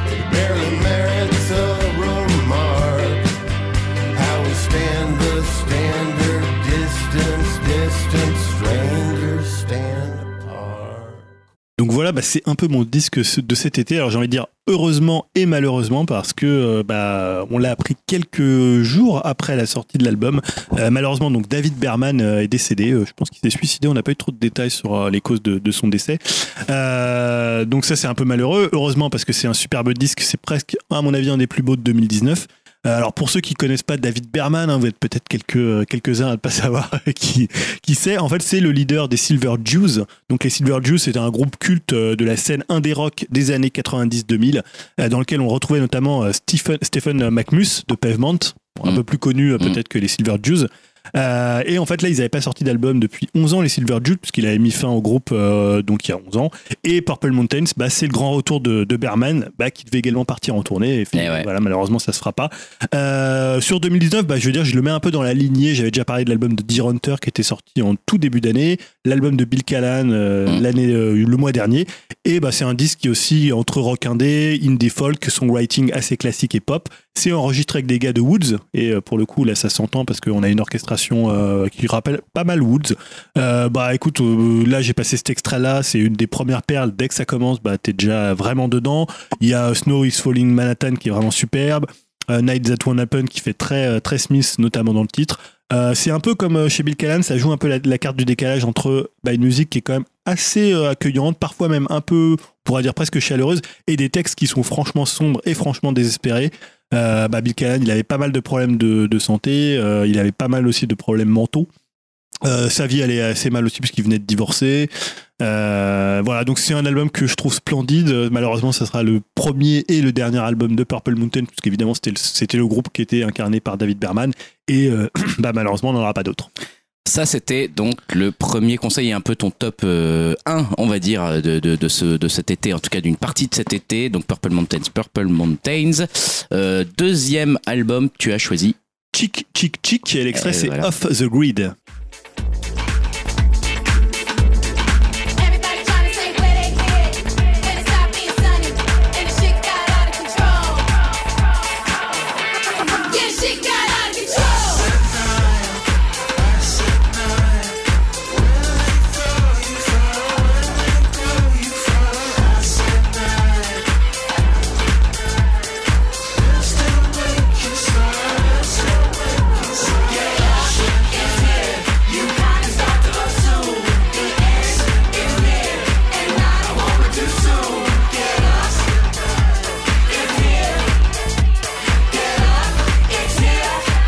E: it barely merits a remark. How we stand the standard distance, distance, strangers stand apart.
B: Donc voilà, bah, c'est un peu mon disque ce- de cet été. Alors j'ai envie de dire heureusement et malheureusement parce que euh, bah, on l'a appris quelques jours après la sortie de l'album. Euh, malheureusement, donc David Berman euh, est décédé. Euh, je pense qu'il s'est suicidé. On n'a pas eu trop de détails sur euh, les causes de, de son décès. Euh, donc ça, c'est un peu malheureux. Heureusement parce que c'est un superbe disque. C'est presque, à mon avis, un des plus beaux de 2019. Euh, Alors pour ceux qui connaissent pas David Berman, hein, vous êtes peut-être quelques quelques uns à ne pas savoir qui qui c'est. En fait, c'est le leader des Silver Jews, donc les Silver Jews, c'était un groupe culte euh, de la scène indé rock des années 90-2000, euh, dans lequel on retrouvait notamment euh, Stephen, Stephen McMus de Pavement, un
A: Mm.
B: peu plus connu euh,
A: Mm.
B: peut-être que les Silver Jews. Euh, et en fait, là, ils n'avaient pas sorti d'album depuis 11 ans, les Silver Jude, puisqu'il avait mis fin au groupe euh, donc il y a 11 ans. Et Purple Mountains, bah, c'est le grand retour de, de Berman, bah, qui devait également partir en tournée. Et, finalement,
A: Eh ouais.
B: voilà, malheureusement, ça se fera pas. Euh, sur 2019, bah, je veux dire, je le mets un peu dans la lignée. J'avais déjà parlé de l'album de Deer Hunter qui était sorti en tout début d'année, l'album de Bill Callan euh,
A: Mm.
B: l'année, euh, le mois dernier. Et bah, c'est un disque qui est aussi entre rock indé, indie folk, songwriting assez classique et pop. C'est enregistré avec des gars de Woods. Et euh, pour le coup, là, ça s'entend parce qu'on a une orchestration euh, qui rappelle pas mal Woods. Euh, bah écoute, euh, là j'ai passé cet extrait là, c'est une des premières perles. Dès que ça commence, bah t'es déjà vraiment dedans. Il y a Snow is Falling Manhattan qui est vraiment superbe. Euh, Night That Won't Happen qui fait très, euh, très Smith, notamment dans le titre. Euh, c'est un peu comme euh, chez Bill Callan, ça joue un peu la, la carte du décalage entre bah, une musique qui est quand même assez euh, accueillante, parfois même un peu, on pourrait dire presque chaleureuse, et des textes qui sont franchement sombres et franchement désespérés. Euh, bah, Bill Callan, il avait pas mal de problèmes de, de santé, euh, il avait pas mal aussi de problèmes mentaux. Euh, sa vie allait assez mal aussi puisqu'il venait de divorcer. Euh, voilà, donc c'est un album que je trouve splendide. Euh, Malheureusement, ça sera le premier et le dernier album de Purple Mountain, puisqu'évidemment, c'était le, c'était le groupe qui était incarné par David Berman. Et euh, bah, malheureusement, on n'en aura pas d'autres.
A: Ça, c'était donc le premier conseil et un peu ton top euh, 1, on va dire, de, de, de, ce, de cet été, en tout cas d'une partie de cet été. Donc Purple Mountains, Purple Mountains. Euh, deuxième album, tu as choisi.
B: Chick, chick, chick, et l'extrait
A: Euh,
B: c'est
A: voilà.
B: Off the Grid.
F: Everybody tryna say where they get it. And it stopped being sunny. And the shit got out of control. Yeah, shit got out of control.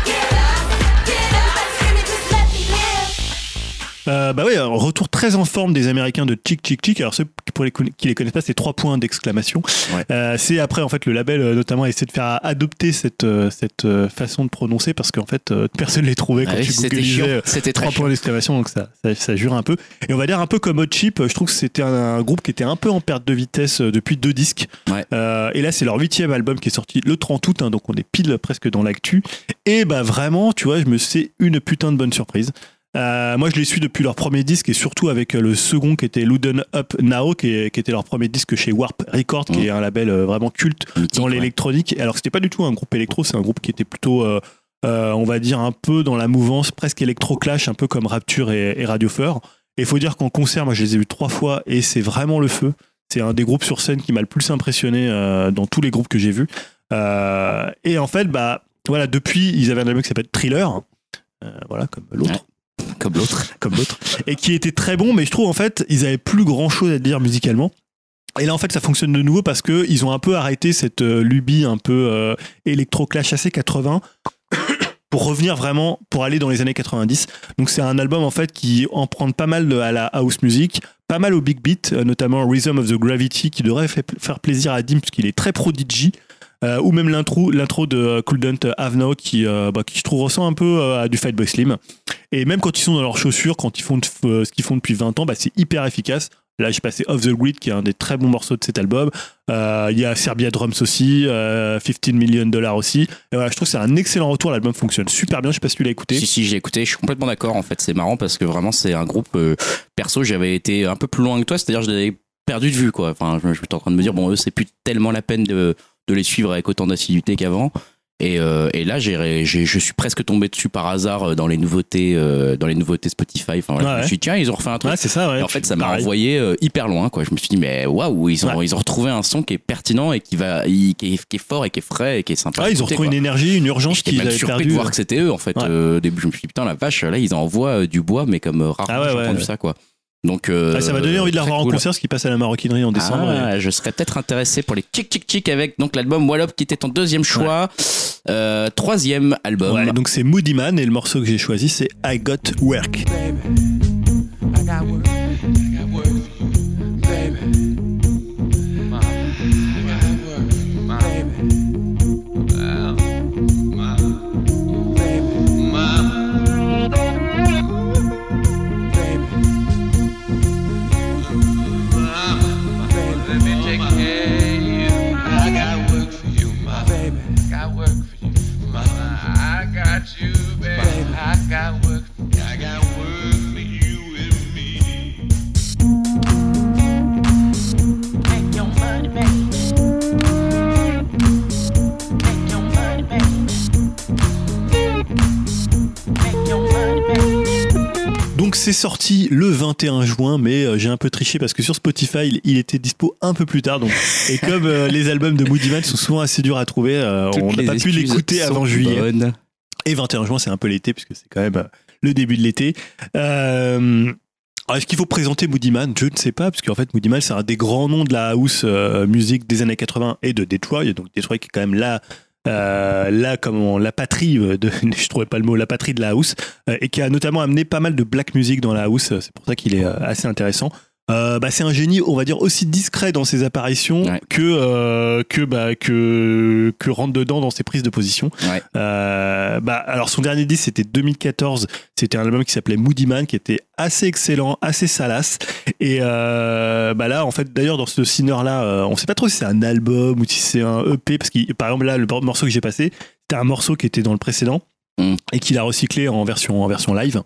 F: Get up. Everybody screaming, just let me live.
B: Euh, bah oui, un retour très en forme des Américains de Chick Chick Chick. Alors ceux pour les, conna- qui les connaissent pas, c'est trois points d'exclamation.
A: Ouais.
B: Euh, c'est après en fait le label euh, notamment a essayé de faire adopter cette euh, cette euh, façon de prononcer parce qu'en fait euh, personne les trouvait quand
A: Ah oui,
B: tu
A: c'était
B: googlisais.
A: chiant,
B: euh,
A: c'était très
B: trois points d'exclamation donc ça, ça ça jure un peu. Et on va dire un peu comme Hot Chip. Je trouve que c'était un, un groupe qui était un peu en perte de vitesse euh, depuis deux disques.
A: Ouais.
B: Euh, et là c'est leur huitième album qui est sorti le 30 août, hein, donc on est pile presque dans l'actu. Et bah vraiment, tu vois, je me sais une putain de bonne surprise. Euh, moi, je les suis depuis leur premier disque et surtout avec euh, le second qui était Luden Up Now, qui, est- qui était leur premier disque chez Warp Records, qui
A: Mhm.
B: est un label euh, vraiment culte
A: mythique,
B: dans
A: ouais.
B: l'électronique. Alors, que c'était pas du tout un groupe électro, c'est un groupe qui était plutôt, euh, euh, on va dire, un peu dans la mouvance presque électroclash, un peu comme Rapture et, et Radiofer. Et faut dire qu'en concert, moi, je les ai vus trois fois et c'est vraiment le feu. C'est un des groupes sur scène qui m'a le plus impressionné euh, dans tous les groupes que j'ai vus. Euh, et en fait, bah voilà, depuis, ils avaient un album qui s'appelle Thriller, Euh, voilà, comme
A: Comme
B: l'autre
A: l'autre.
B: comme d'autres, et qui était très bon, mais je trouve en fait, ils avaient plus grand chose à dire musicalement. Et là, en fait, ça fonctionne de nouveau parce que ils ont un peu arrêté cette euh, lubie un peu euh, électroclash assez 80 pour revenir vraiment, pour aller dans les années 90. Donc, c'est un album en fait qui en prend pas mal de- à la house music, pas mal au big beat, euh, notamment Rhythm of the Gravity qui devrait fa- faire plaisir à Dim puisqu'il est très prodigy. euh, ou même l'intro, l'intro de euh, Cool Dunt Have Now qui, euh, bah, qui je trouve ressemble un peu euh, à du Fatboy Slim. Et même quand ils sont dans leurs chaussures, quand ils font de- euh, ce qu'ils font depuis 20 ans, bah, c'est hyper efficace. Là, j'ai passé Off the Grid, qui est un des très bons morceaux de cet album. Euh, Il y a Serbia Drums aussi, euh, 15 Million Dollars aussi. Et voilà, je trouve que c'est un excellent retour. L'album fonctionne super bien. Je sais pas si tu l'as écouté.
A: Si, si, j'ai écouté, je suis complètement d'accord en fait, c'est marrant parce que vraiment c'est un groupe, euh, perso j'avais été un peu plus loin que toi, c'est-à-dire je l'avais perdu de vue quoi, enfin je, je suis en train de me dire bon eux c'est plus tellement la peine de, de les suivre avec autant d'assiduité qu'avant. Et, euh, et là, j'ai, ré- j'ai- je suis presque tombé dessus par hasard euh, dans les nouveautés, euh, dans les nouveautés Spotify. Enfin, voilà,
B: Ouais,
A: je me suis dit, tiens, ils ont refait un truc.
B: Ouais, c'est ça, ouais.
A: Et en fait, ça m'a
B: Pareil.
A: renvoyé euh, hyper loin. Quoi. Je me suis dit, mais waouh, ils ont,
B: Ouais.
A: ils ont retrouvé un son qui est pertinent et qui, va, y- qui, est, qui est fort et qui est frais et qui est sympa. à
B: Ouais, Ah, ils ont
A: écouter,
B: retrouvé
A: quoi.
B: une énergie, une urgence
A: J'étais
B: qu'ils
A: même
B: avaient
A: surpris
B: perdue.
A: de voir que c'était eux en fait.
B: Ouais.
A: Euh, au début, je me suis dit putain la vache, là ils envoient euh, du bois, mais comme euh, rarement
B: Ah ouais,
A: j'ai
B: ouais.
A: entendu ça quoi. Donc euh,
B: Ah, ça m'a donné envie de la
A: très
B: revoir en
A: cool.
B: concert, ce qui passe à la maroquinerie en décembre.
A: Ah, Je serais peut-être intéressé pour les Chick Chick Chick avec donc l'album Wallop qui était ton deuxième choix, Euh, troisième
B: Ouais,
A: album.
B: donc c'est Moody Man et le morceau que j'ai choisi c'est I Got Work.
G: I got work. I got work for you, baby. Ma, I got work for you, baby. Wow, ma, baby, ma. chick. Hey, you. I got work for you, my baby. Got work for you, my. I got you, baby. I got work. I got work for you and me.
H: Make your money, baby. Make your money, baby. Make your money, baby.
B: Donc c'est sorti le 21 juin, mais euh, j'ai un peu triché parce que sur Spotify, il, il était dispo un peu plus tard. Donc, et comme euh, les albums de Moody Man sont souvent assez durs à trouver, euh,
A: Toutes
B: on n'a
A: les
B: pas pu
A: excuses
B: l'écouter
A: sont
B: avant juillet.
A: bonnes.
B: Et 21 juin, c'est un peu l'été, puisque c'est quand même euh, le début de l'été. Euh, alors, Est-ce qu'il faut présenter Moody Man Je ne sais pas, parce qu'en fait, Moody Man, c'est un des grands noms de la house euh, musique des années 80 et de Detroit. Donc, Detroit qui est quand même la, euh, la, comment, la patrie, euh, de, je trouvais pas le mot, la patrie de la house, euh, et qui a notamment amené pas mal de black music dans la house. C'est pour ça qu'il est euh, assez intéressant. Euh, bah, c'est un génie, on va dire, aussi discret dans ses apparitions
A: Ouais.
B: que, euh, que, bah, que, que rentre dedans dans ses prises de position.
A: Ouais.
B: Euh, bah, alors son dernier disque c'était 2014, c'était un album qui s'appelait Moody Man qui était assez excellent, assez salace et euh, bah là en fait d'ailleurs dans ce sinner là on sait pas trop si c'est un album ou si c'est un EP parce que par exemple là le morceau que j'ai passé c'était un morceau qui était dans le précédent
A: Mm.
B: et qu'il a recyclé en version, en version live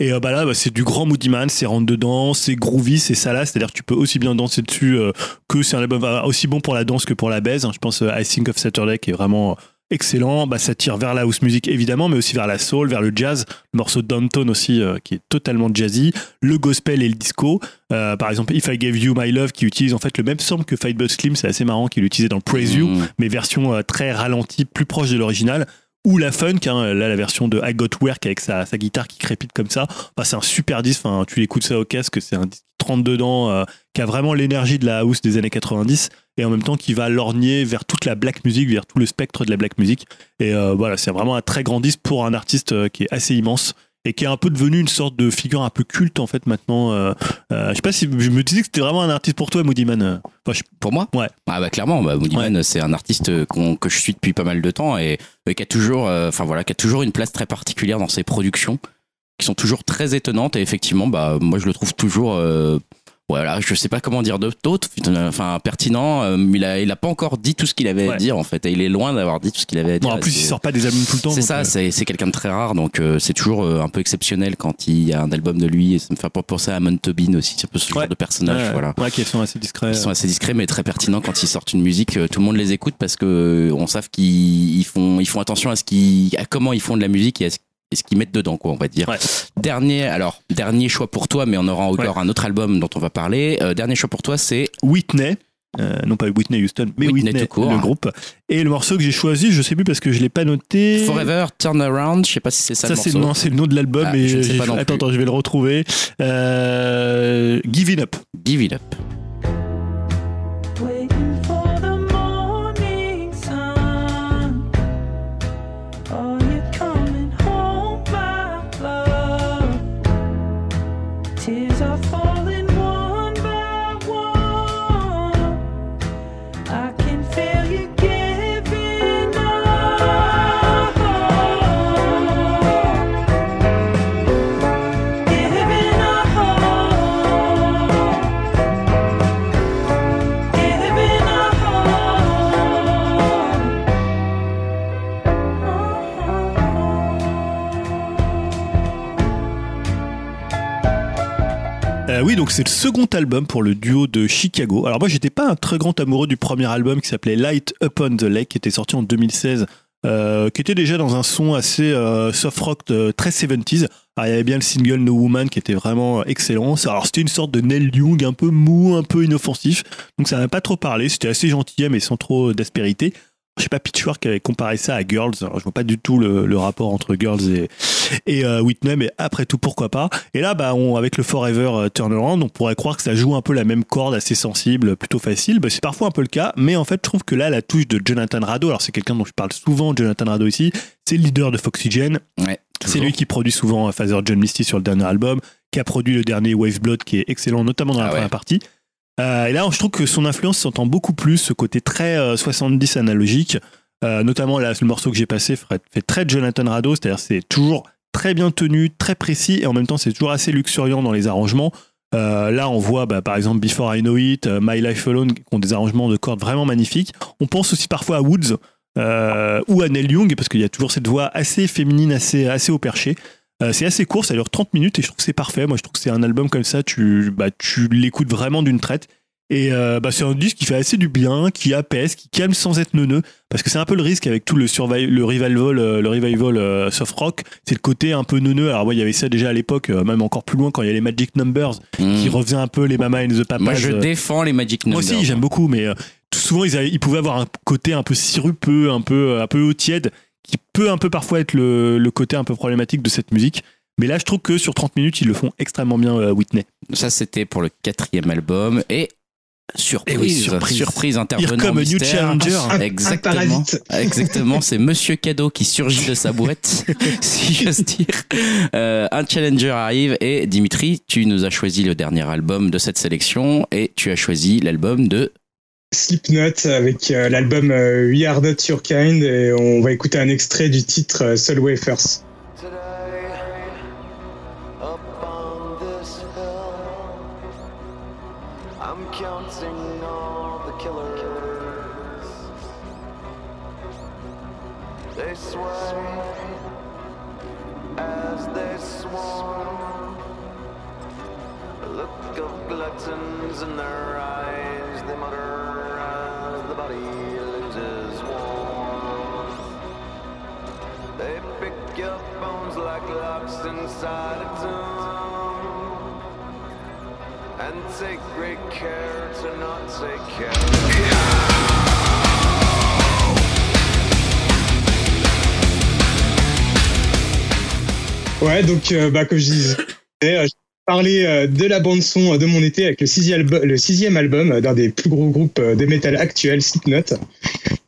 B: et euh, bah là bah, c'est du grand Moody Man, c'est rentre dedans, c'est groovy, c'est salace, c'est à dire que tu peux aussi bien danser dessus euh, que c'est un album euh, aussi bon pour la danse que pour la baise hein. je pense euh, I Think of Saturday qui est vraiment euh, excellent. Bah, ça tire vers la house music évidemment, mais aussi vers la soul, vers le jazz. Le morceau de Downtown aussi, euh, qui est totalement jazzy. Le gospel et le disco. Euh, par exemple, If I Gave You My Love, qui utilise en fait le même sample que Fight But Slim, c'est assez marrant qu'il utilisait dans Praise You,
A: Mmh.
B: mais version euh, très ralentie, plus proche de l'original. Ou la funk, hein, là la version de I Got Work avec sa, sa guitare qui crépite comme ça. Bah, c'est un super disque, enfin, tu l'écoutes ça au casque, c'est un disque qui trente dedans, euh, qui a vraiment l'énergie de la house des années 90 et en même temps qui va lorgner vers toute la black music, vers tout le spectre de la black music. Et euh, voilà, c'est vraiment un très grand disque pour un artiste euh, qui est assez immense et qui est un peu devenu une sorte de figure un peu culte en fait maintenant. Euh, euh, je sais pas si je me disais que c'était vraiment un artiste pour toi, Moody Man. Euh, enfin, je-
A: Pour moi
B: Ouais.
A: Ah bah clairement, bah, Moody
B: Ouais.
A: Man, c'est un artiste qu'on- que je suis depuis pas mal de temps et, et qui a toujours, euh, enfin voilà, qui a toujours une place très particulière dans ses productions, qui sont toujours très étonnantes et effectivement, bah moi je le trouve toujours, euh, voilà, je sais pas comment dire de- d'autre, enfin pertinent. euh, il a, il a pas encore dit tout ce qu'il avait à
B: Ouais.
A: dire en fait, et il est loin d'avoir dit tout ce qu'il avait à dire.
B: bon, en plus,
A: C'est-
B: il sort pas des albums tout le temps.
A: c'est
B: donc,
A: ça,
B: euh,
A: c'est c'est quelqu'un de très rare, donc euh, c'est toujours euh, un peu exceptionnel quand il y a un album de lui. Et ça me fait pas penser à Amon Tobin aussi, c'est un peu ce
B: Ouais.
A: genre de personnage,
B: ouais,
A: voilà.
B: Ouais, qui sont assez discrets.
A: Ils sont assez discrets mais très pertinents quand ils sortent une musique. euh, Tout le monde les écoute parce que euh, on savent qu'ils ils font, ils font attention à ce qu'ils, à comment ils font de la musique et à ce et ce qu'ils mettent dedans, quoi, on va dire.
B: Ouais.
A: Dernier, alors, dernier choix pour toi, mais on aura encore un autre album dont on va parler. Euh, dernier choix pour toi, c'est
B: Whitney. euh, non pas Whitney Houston, mais
A: Whitney
B: Whitney,
A: tout court.
B: le groupe. Et le morceau que j'ai choisi, je sais plus parce que je l'ai pas noté.
A: Forever Turn Around. Je sais pas si c'est ça, le
B: Ça, c'est
A: morceau.
B: le, nom- c'est le nom de l'album.
A: Ah,
B: et
A: je ne sais
B: j'ai-
A: pas non
B: attends,
A: plus.
B: attends, je vais le retrouver. Euh, Give It Up.
A: Give it up.
H: Waiting for the morning sun. Are you coming home, my love? Tears are falling one by one. I can feel you giving up. Giving up. Giving a oh,
B: Euh, oui, donc c'est le second album pour le duo de Chicago. Alors moi, j'étais pas un très grand amoureux du premier album qui s'appelait Light Upon the Lake, qui était sorti en 2016, euh, qui était déjà dans un son assez euh, soft rock euh, très 70s. Alors, il y avait bien le single No Woman qui était vraiment euh, excellent. Ça- Alors c'était une sorte de Neil Young, un peu mou, un peu inoffensif. Donc ça m'a pas trop parlé. C'était assez gentil, mais sans trop d'aspérité. Je sais pas, Pitchfork avait comparé ça à Girls. Alors, je vois pas du tout le, le rapport entre Girls et, et euh, Whitney, mais après tout, pourquoi pas. Et là, bah, on, avec le Forever euh, Turnaround, on pourrait croire que ça joue un peu la même corde, assez sensible, plutôt facile. Bah, c'est parfois un peu le cas, mais en fait, je trouve que là, la touche de Jonathan Rado, alors c'est quelqu'un dont je parle souvent, Jonathan Rado ici, c'est le leader de Foxygen,
A: Ouais,
B: c'est
A: toujours.
B: lui qui produit souvent euh, Father John Misty sur le dernier album, qui a produit le dernier Wave Blood, qui est excellent, notamment dans la
A: Ah ouais.
B: première partie. Euh, et là, je trouve que son influence s'entend beaucoup plus, ce côté très euh, 70 analogique. Euh, notamment, là, le morceau que j'ai passé fait, fait très Jonathan Rado, c'est-à-dire c'est toujours très bien tenu, très précis, et en même temps, c'est toujours assez luxuriant dans les arrangements. Euh, là, on voit bah, par exemple Before I Know It, euh, My Life Alone, qui ont des arrangements de cordes vraiment magnifiques. On pense aussi parfois à Woods euh, ou à Neil Young, parce qu'il y a toujours cette voix assez féminine, assez, assez au perché. Euh, c'est assez court, ça dure 30 minutes et je trouve que c'est parfait. Moi, je trouve que c'est un album comme ça, tu, bah, tu l'écoutes vraiment d'une traite. Et euh, bah, c'est un disque qui fait assez du bien, qui apaise, qui calme sans être neuneux. Parce que c'est un peu le risque avec tout le, survi- le revival, euh, le revival euh, soft rock. C'est le côté un peu neuneux. Alors, ouais, il y avait ça déjà à l'époque, euh, même encore plus loin quand il y a les Magic Numbers qui revient un peu les Mama and the Papas.
A: Mmh. Hmm. Moi, je
B: euh,
A: défends les Magic
B: moi
A: Numbers.
B: aussi, j'aime beaucoup, mais euh, tout souvent, ils, avaient- ils pouvaient avoir un côté un peu sirupeux, un peu, euh, un peu eau tiède, qui peut un peu parfois être le, le côté un peu problématique de cette musique. Mais là, je trouve que sur 30 minutes, ils le font extrêmement bien, euh, Whitney.
A: Ça, c'était pour le quatrième album. Et surprise,
B: Eh oui, surprise.
A: surprise, intervenant
B: Here come a new
A: mystère.
B: challenger.
A: Exactement. Ah,
D: Un
A: Exactement, c'est Monsieur Cadeau qui surgit de sa boîte, si j'ose dire. Euh, un challenger arrive et Dimitri, tu nous as choisi le dernier album de cette sélection et tu as choisi l'album de
D: Slipknot avec euh, l'album euh, We Are Not Your Kind et on va écouter un extrait du titre euh, Soul Wafers.
I: Today, up on this hill, I'm counting all the killers. They sway as they swarm. A look of gluttons in their eyes, they mutter as the body loses warmth. They pick your bones like locks inside a tomb And take great care to not take care
D: Ouais, donc euh, bah, comme je disais, euh, je parlais euh, de la bande son euh, de mon été avec le sixième, albu- le sixième album euh, d'un des plus gros groupes euh, de métal actuels, Slipknot,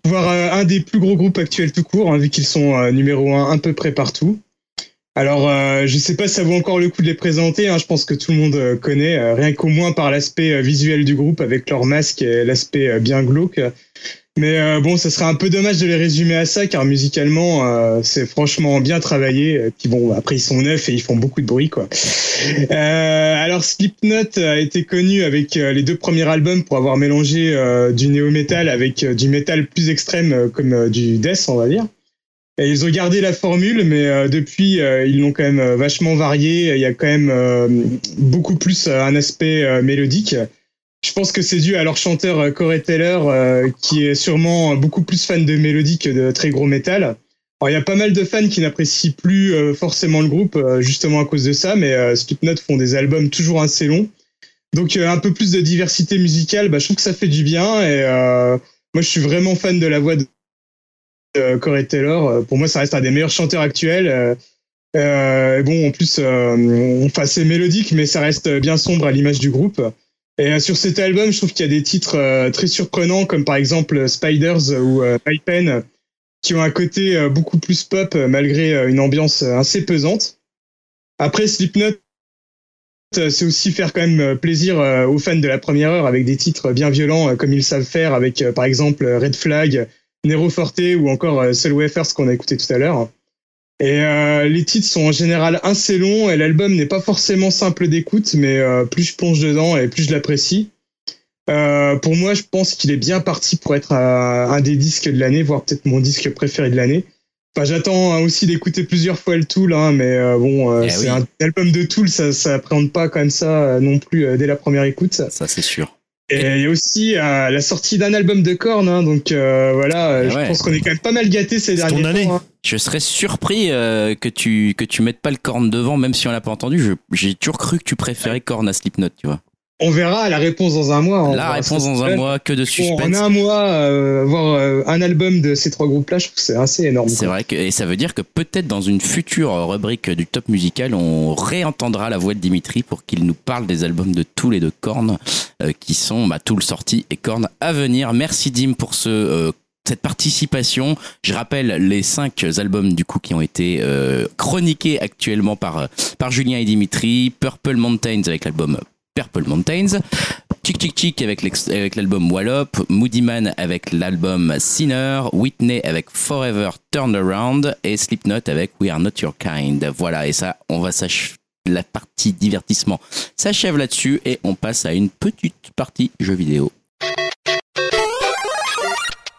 D: voire euh, un des plus gros groupes actuels tout court, hein, vu qu'ils sont euh, numéro un à peu près partout. Alors, euh, je sais pas si ça vaut encore le coup de les présenter. hein, je pense que tout le monde euh, connaît, euh, rien qu'au moins par l'aspect euh, visuel du groupe avec leur masque et l'aspect euh, bien glauque. Mais euh, bon, ce serait un peu dommage de les résumer à ça, car musicalement, euh, c'est franchement bien travaillé. Et Puis bon, après ils sont neufs et ils font beaucoup de bruit, quoi. Euh, alors Slipknot a été connu avec euh, les deux premiers albums pour avoir mélangé euh, du néo-metal avec euh, du métal plus extrême, euh, comme euh, du death, on va dire. Et ils ont gardé la formule, mais euh, depuis, euh, ils l'ont quand même euh, vachement varié. Il y a quand même euh, beaucoup plus euh, un aspect euh, mélodique. Je pense que c'est dû à leur chanteur euh, Corey Taylor, euh, qui est sûrement beaucoup plus fan de mélodie que de très gros métal. Alors, il y a pas mal de fans qui n'apprécient plus euh, forcément le groupe, euh, justement à cause de ça, mais euh, Slipknot font des albums toujours assez longs. Donc, euh, un peu plus de diversité musicale, bah, je trouve que ça fait du bien. Et euh, moi, je suis vraiment fan de la voix de euh, Corey Taylor. Euh, Pour moi, ça reste un des meilleurs chanteurs actuels. euh, euh, et bon, en plus, euh, enfin, c'est mélodique, mais ça reste bien sombre à l'image du groupe. Et euh, sur cet album, je trouve qu'il y a des titres euh, très surprenants, comme par exemple euh, Spiders euh, ou euh, My Pen, euh, qui ont un côté euh, beaucoup plus pop, euh, malgré euh, une ambiance euh, assez pesante. Après, Slipknot, euh, c'est aussi faire quand même euh, plaisir euh, aux fans de la première heure avec des titres bien violents, euh, comme ils savent faire, avec euh, par exemple euh, Red Flag, Nero Forte ou encore euh, Soul Wafers qu'on a écouté tout à l'heure. Et euh, les titres sont en général assez longs et l'album n'est pas forcément simple d'écoute, mais euh, plus je plonge dedans et plus je l'apprécie. Euh, pour moi, je pense qu'il est bien parti pour être euh, un des disques de l'année, voire peut-être mon disque préféré de l'année. Enfin, j'attends hein, aussi d'écouter plusieurs fois le Tool, hein, mais euh, bon, euh,
A: Eh
D: c'est
A: oui.
D: un album de Tool, ça, ça appréhende pas comme ça euh, non plus euh, dès la première écoute.
A: ça, c'est sûr.
D: Et il y a aussi euh, la sortie d'un album de Korn, hein, donc euh, voilà, euh,
A: Ah
D: je
A: ouais.
D: pense qu'on est quand même pas mal gâtés
B: C'est
D: ces derniers
B: ton
D: temps,
B: année.
D: hein.
A: Je serais surpris euh, que tu que tu mettes pas le corne devant, même si on l'a pas entendu. Je- J'ai toujours cru que tu préférais corne à Slipknot, tu vois.
D: On verra la réponse dans un mois. hein. on
A: La
D: verra
A: réponse
D: ce que
A: dans
D: Oh, bah, c'est.
A: un mois, que de
D: Bon,
A: suspense.
D: en un mois, euh, voir euh, un album de ces trois groupes-là, je trouve que c'est assez énorme.
A: C'est
D: quoi.
A: vrai que et ça veut dire que peut-être dans une future rubrique du top musical, on réentendra la voix de Dimitri pour qu'il nous parle des albums de tous les deux Korn euh, qui sont bah, tout le sorti et Korn à venir. Merci Dim pour ce euh, cette participation. Je rappelle les cinq albums du coup qui ont été euh, chroniqués actuellement par euh, par Julien et Dimitri. Purple Mountains avec l'album Purple Mountains. Chick Chick Chick avec l'ex- avec l'album Wallop, Moody Man avec l'album Sinner, Whitney avec Forever Turnaround et Slipknot avec We Are Not Your Kind. Voilà, et ça, on va s'ach- la partie divertissement s'achève là-dessus et on passe à une petite partie jeux vidéo.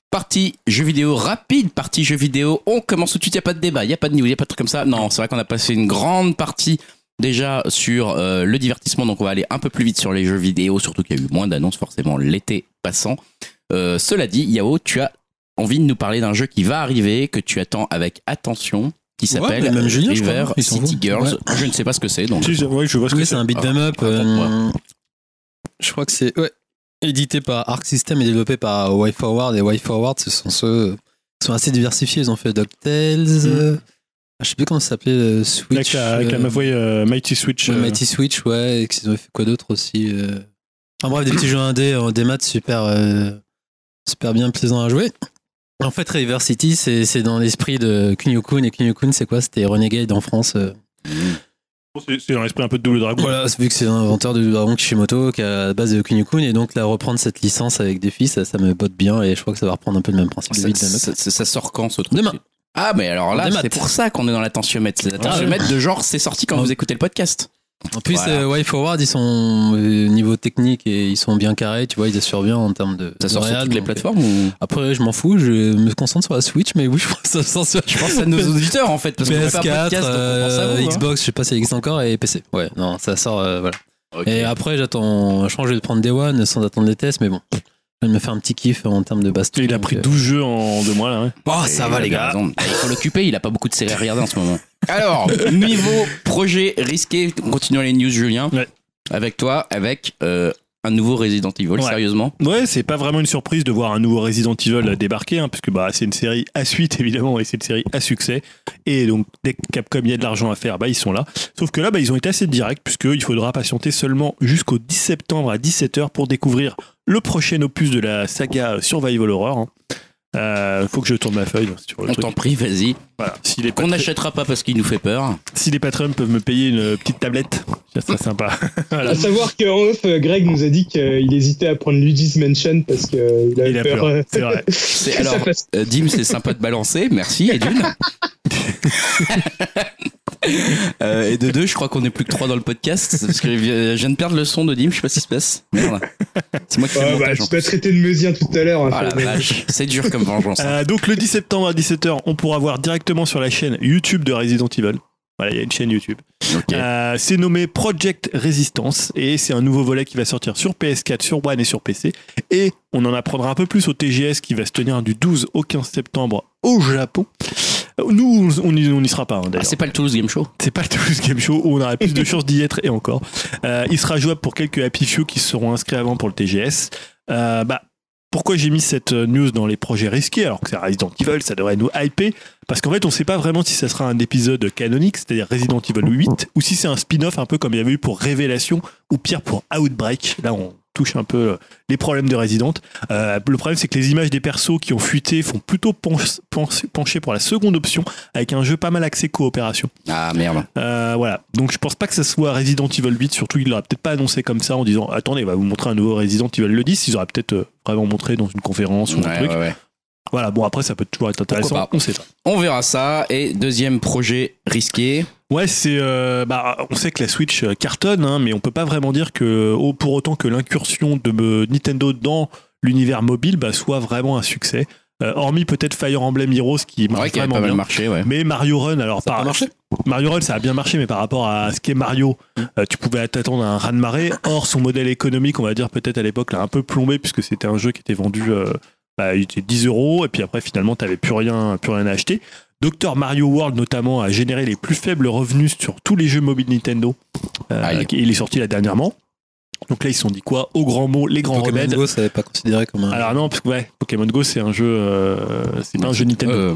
A: Partie jeux vidéo rapide, partie jeux vidéo. On commence tout de suite, il n'y a pas de débat, il n'y a pas de niveau, il n'y a pas de truc comme ça. Non, c'est vrai qu'on a passé une grande partie déjà sur euh, le divertissement, donc on va aller un peu plus vite sur les jeux vidéo, surtout qu'il y a eu moins d'annonces forcément l'été passant. Euh, cela dit, Yao, tu as envie de nous parler d'un jeu qui va arriver, que tu attends avec attention, qui
C: Ouais,
A: s'appelle
C: mais même Julien, je
A: River
C: crois, hein, ils sont
A: City
C: bons.
A: Girls.
C: Ouais.
A: Je ne sais pas ce que c'est, donc
B: Si, je- ouais, je vois ce que
C: Oui,
B: c'est.
C: c'est un beat 'em up.
A: Ah,
C: euh, je crois que c'est ouais, édité par Arc System et développé par WayForward. Et WayForward, ce sont ceux qui sont assez diversifiés. Ils ont fait DuckTales. euh, ah, je sais plus comment ça s'appelait. euh,
B: Mm. Avec
C: Switch.
B: la, avec la
C: euh,
B: Mavoy, euh, Mighty Switch.
C: ouais,
B: euh,
C: Mighty Switch, ouais. Et qu'ils ont fait quoi d'autre aussi euh. Enfin bref, des petits jeux indés en démat super, euh, super bien plaisant à jouer. En fait, River City, c'est c'est dans l'esprit de Kunio-kun. Et Kunio-kun, c'est quoi C'était Renegade en France. euh,
B: c'est- C'est dans l'esprit un peu de double dragon.
C: Voilà, vu que c'est l'inventeur du dragon Kishimoto qui est à la base de Kunio-kun et donc là reprendre cette licence avec des filles, ça, ça me botte bien et je crois que ça va reprendre un peu le même principe. de
A: ça,
C: beat 'em up.
A: ça- ça- ça sort quand ce truc
C: Demain.
A: Ah, mais alors là,
C: Des maths.
A: c'est pour ça qu'on est dans l'attention-mètre. C'est l'attention-mètre de genre, c'est sorti quand
C: Non.
A: vous écoutez le podcast.
C: En plus,
A: Voilà.
C: euh, Way Forward, ils sont euh, niveau technique et ils sont bien carrés, tu vois, ils assurent bien en termes de.
A: Ça
C: de
A: sort sur
C: réal,
A: toutes les
C: donc,
A: plateformes ou...
C: euh, Après, je m'en fous, je me concentre sur la Switch, mais oui, je crois que ça sort sur
A: Je pense à nos auditeurs en fait, parce qu'on fait pas un
C: PS4,
A: podcast, donc on pense à
C: euh,
A: vous. hein.
C: Xbox, je sais pas si X encore, et PC. Ouais, non, ça sort, euh, voilà.
A: Ok.
C: Et après, j'attends, je pense que je vais prendre Day One sans attendre les tests, mais bon, je viens de me faire un petit kiff en termes de baston.
B: Il a
C: donc,
B: pris
C: euh,
B: 12 jeux en deux mois là. ouais.
A: Oh,
B: ça va, les gars.
A: Il faut l'occuper, il a pas beaucoup de séries à regarder en ce moment. Alors, niveau projet risqué, on continue les news, Julien.
B: Ouais.
A: Avec toi, avec euh, un nouveau Resident Evil,
B: Ouais.
A: sérieusement.
B: Ouais, c'est pas vraiment une surprise de voir un nouveau Resident Evil débarquer, hein, puisque bah, c'est une série à suite évidemment, et c'est une série à succès. Et donc dès que Capcom il y a de l'argent à faire, bah, ils sont là. Sauf que là, bah, ils ont été assez directs, puisqu'il faudra patienter seulement jusqu'au 10 septembre à 17h pour découvrir le prochain opus de la saga Survival Horror. hein. Euh, faut que je tourne ma feuille hein, sur le
A: On
B: truc.
A: t'en prie, vas-y.
B: Voilà. Si les
A: Qu'on
B: patrons-
A: n'achètera pas parce qu'il nous fait peur.
B: si les patrons peuvent me payer une petite tablette, ça serait sympa.
D: À savoir qu'en off, euh, Greg nous a dit qu'il hésitait à prendre Luigi's Mansion parce qu'il avait
B: Il a
D: peur.
B: peur,
D: euh,
B: c'est vrai.
A: C'est-
D: que ça
A: Alors,
D: fasse-
A: euh, Dim, c'est sympa de balancer, merci, et d'une. Euh, et de deux, je crois qu'on est plus que trois dans le podcast, parce que euh, je viens de perdre le son de Dim, je sais pas ce qui se passe. Merde. C'est moi qui fais le
D: Ouais, bah,
A: montage.
D: tu
A: en
D: t'as
A: plus.
D: traité de meusien tout à l'heure. hein,
A: Ah la
D: faut- mais-
A: vache, c'est dur comme vengeance. hein.
B: Euh, donc le 10 septembre à 17h, on pourra voir directement sur la chaîne YouTube de Resident Evil. Voilà, il y a une chaîne YouTube.
A: Ok.
B: Euh, c'est nommé Project Resistance et c'est un nouveau volet qui va sortir sur PS4, sur One et sur PC. Et on en apprendra un peu plus au TGS qui va se tenir du 12 au 15 septembre au Japon. Euh, Nous, on n'y on n'y sera pas. hein,
A: Ah,
B: d'ailleurs.
A: c'est pas le Toulouse Game Show.
B: C'est pas le Toulouse Game Show où on aura plus de chances d'y être et encore. Euh, il sera jouable pour quelques Happy Few qui seront inscrits avant pour le TGS. Euh, bah, pourquoi j'ai mis cette euh, news dans les projets risqués alors que c'est Resident Evil, ça devrait nous hyper Parce qu'en fait, on sait pas vraiment si ça sera un épisode canonique, c'est-à-dire Resident Evil 8, ou si c'est un spin-off un peu comme il y avait eu pour Révélation ou pire pour Outbreak. Là, on touche un peu euh, les problèmes de Resident. Euh, le problème, c'est que les images des persos qui ont fuité font plutôt penche- penche- pencher pour la seconde option avec un jeu pas mal axé coopération.
A: Ah merde.
B: Euh, voilà. Donc je pense pas que ça soit Resident Evil 8, surtout il l'aurait peut-être pas annoncé comme ça en disant attendez, on va vous montrer un nouveau Resident Evil le 10, ils auraient peut-être euh, vraiment montré dans une conférence ou un
A: Ouais,
B: truc.
A: ouais, ouais.
B: Voilà, bon après ça peut toujours être
A: Pourquoi
B: intéressant,
A: pas.
B: on sait pas.
A: On verra ça. Et deuxième projet risqué.
B: Ouais, c'est euh, bah on sait que la Switch euh, cartonne hein, mais on peut pas vraiment dire que oh, pour autant que l'incursion de euh, Nintendo dans l'univers mobile bah, soit vraiment un succès. Euh, hormis peut-être Fire Emblem Heroes qui marche
A: Ouais, qui avait pas
B: vraiment
A: mal
B: bien.
A: marché, ouais.
B: Mais Mario Run, alors par- Mario Run, ça a bien marché, mais par rapport à ce qu'est Mario, euh, tu pouvais t'attendre à un raz de marée. Or, son modèle économique, on va dire peut-être à l'époque, l'a un peu plombé puisque c'était un jeu qui était vendu, euh, bah, il était 10 euros et puis après finalement, t'avais plus rien, plus rien à acheter. Dr Mario World notamment a généré les plus faibles revenus sur tous les jeux mobiles Nintendo. Euh,
A: Aïe.
B: et il est sorti là dernièrement. Donc là, ils se sont dit quoi Au grand mot, les grands
C: Pokémon
B: remèdes.
C: Go, ça n'est pas considéré comme un.
B: Alors non, parce que ouais, Pokémon Go, c'est un jeu, euh, c'est pas un jeu Nintendo.
A: Euh,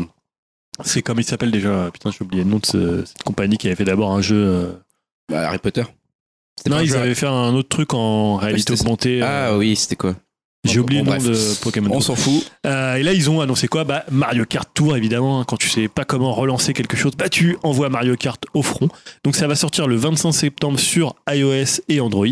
B: C'est comme il s'appelle déjà. Putain, j'ai oublié le nom de ce- cette compagnie qui avait fait d'abord un jeu. euh,
A: bah, Harry Potter. C'était
B: Non,
A: pas un
B: ils
A: jeu-
B: avaient fait un autre truc en réalité
A: c'était-
B: augmentée. euh,
A: Ah oui, c'était quoi
B: J'ai
A: bon,
B: oublié
A: bon,
B: le nom
A: bref.
B: de Pokémon.
A: On
B: Go.
A: s'en fout.
B: Euh, et là, ils ont annoncé quoi Bah Mario Kart Tour, évidemment. hein, quand tu sais pas comment relancer quelque chose, bah tu envoies Mario Kart au front. Donc ça va sortir le 25 septembre sur iOS et Android.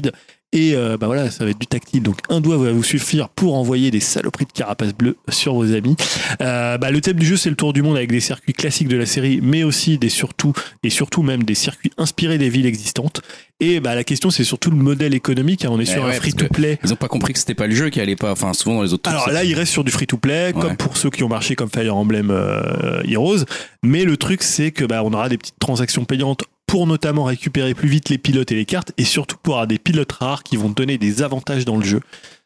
B: Et euh, bah voilà, ça va être du tactile. Donc un doigt va vous suffire pour envoyer des saloperies de carapace bleue sur vos amis. Euh, bah, le thème du jeu, c'est le tour du monde avec des circuits classiques de la série, mais aussi des surtout et surtout même des circuits inspirés des villes existantes. Et bah la question, c'est surtout le modèle économique. hein. On est sur
A: Eh ouais,
B: un
A: parce que-
B: free-to-play.
A: Ils ont pas compris que c'était pas le jeu qui allait pas. Enfin, souvent dans les autres.
B: Alors
A: trucs,
B: là,
A: ça-
B: il reste sur du free-to-play,
A: Ouais.
B: comme pour ceux qui ont marché comme Fire Emblem euh, Heroes. Mais le truc, c'est que bah, on aura des petites transactions payantes pour notamment récupérer plus vite les pilotes et les cartes, et surtout pour avoir des pilotes rares qui vont te donner des avantages dans le jeu.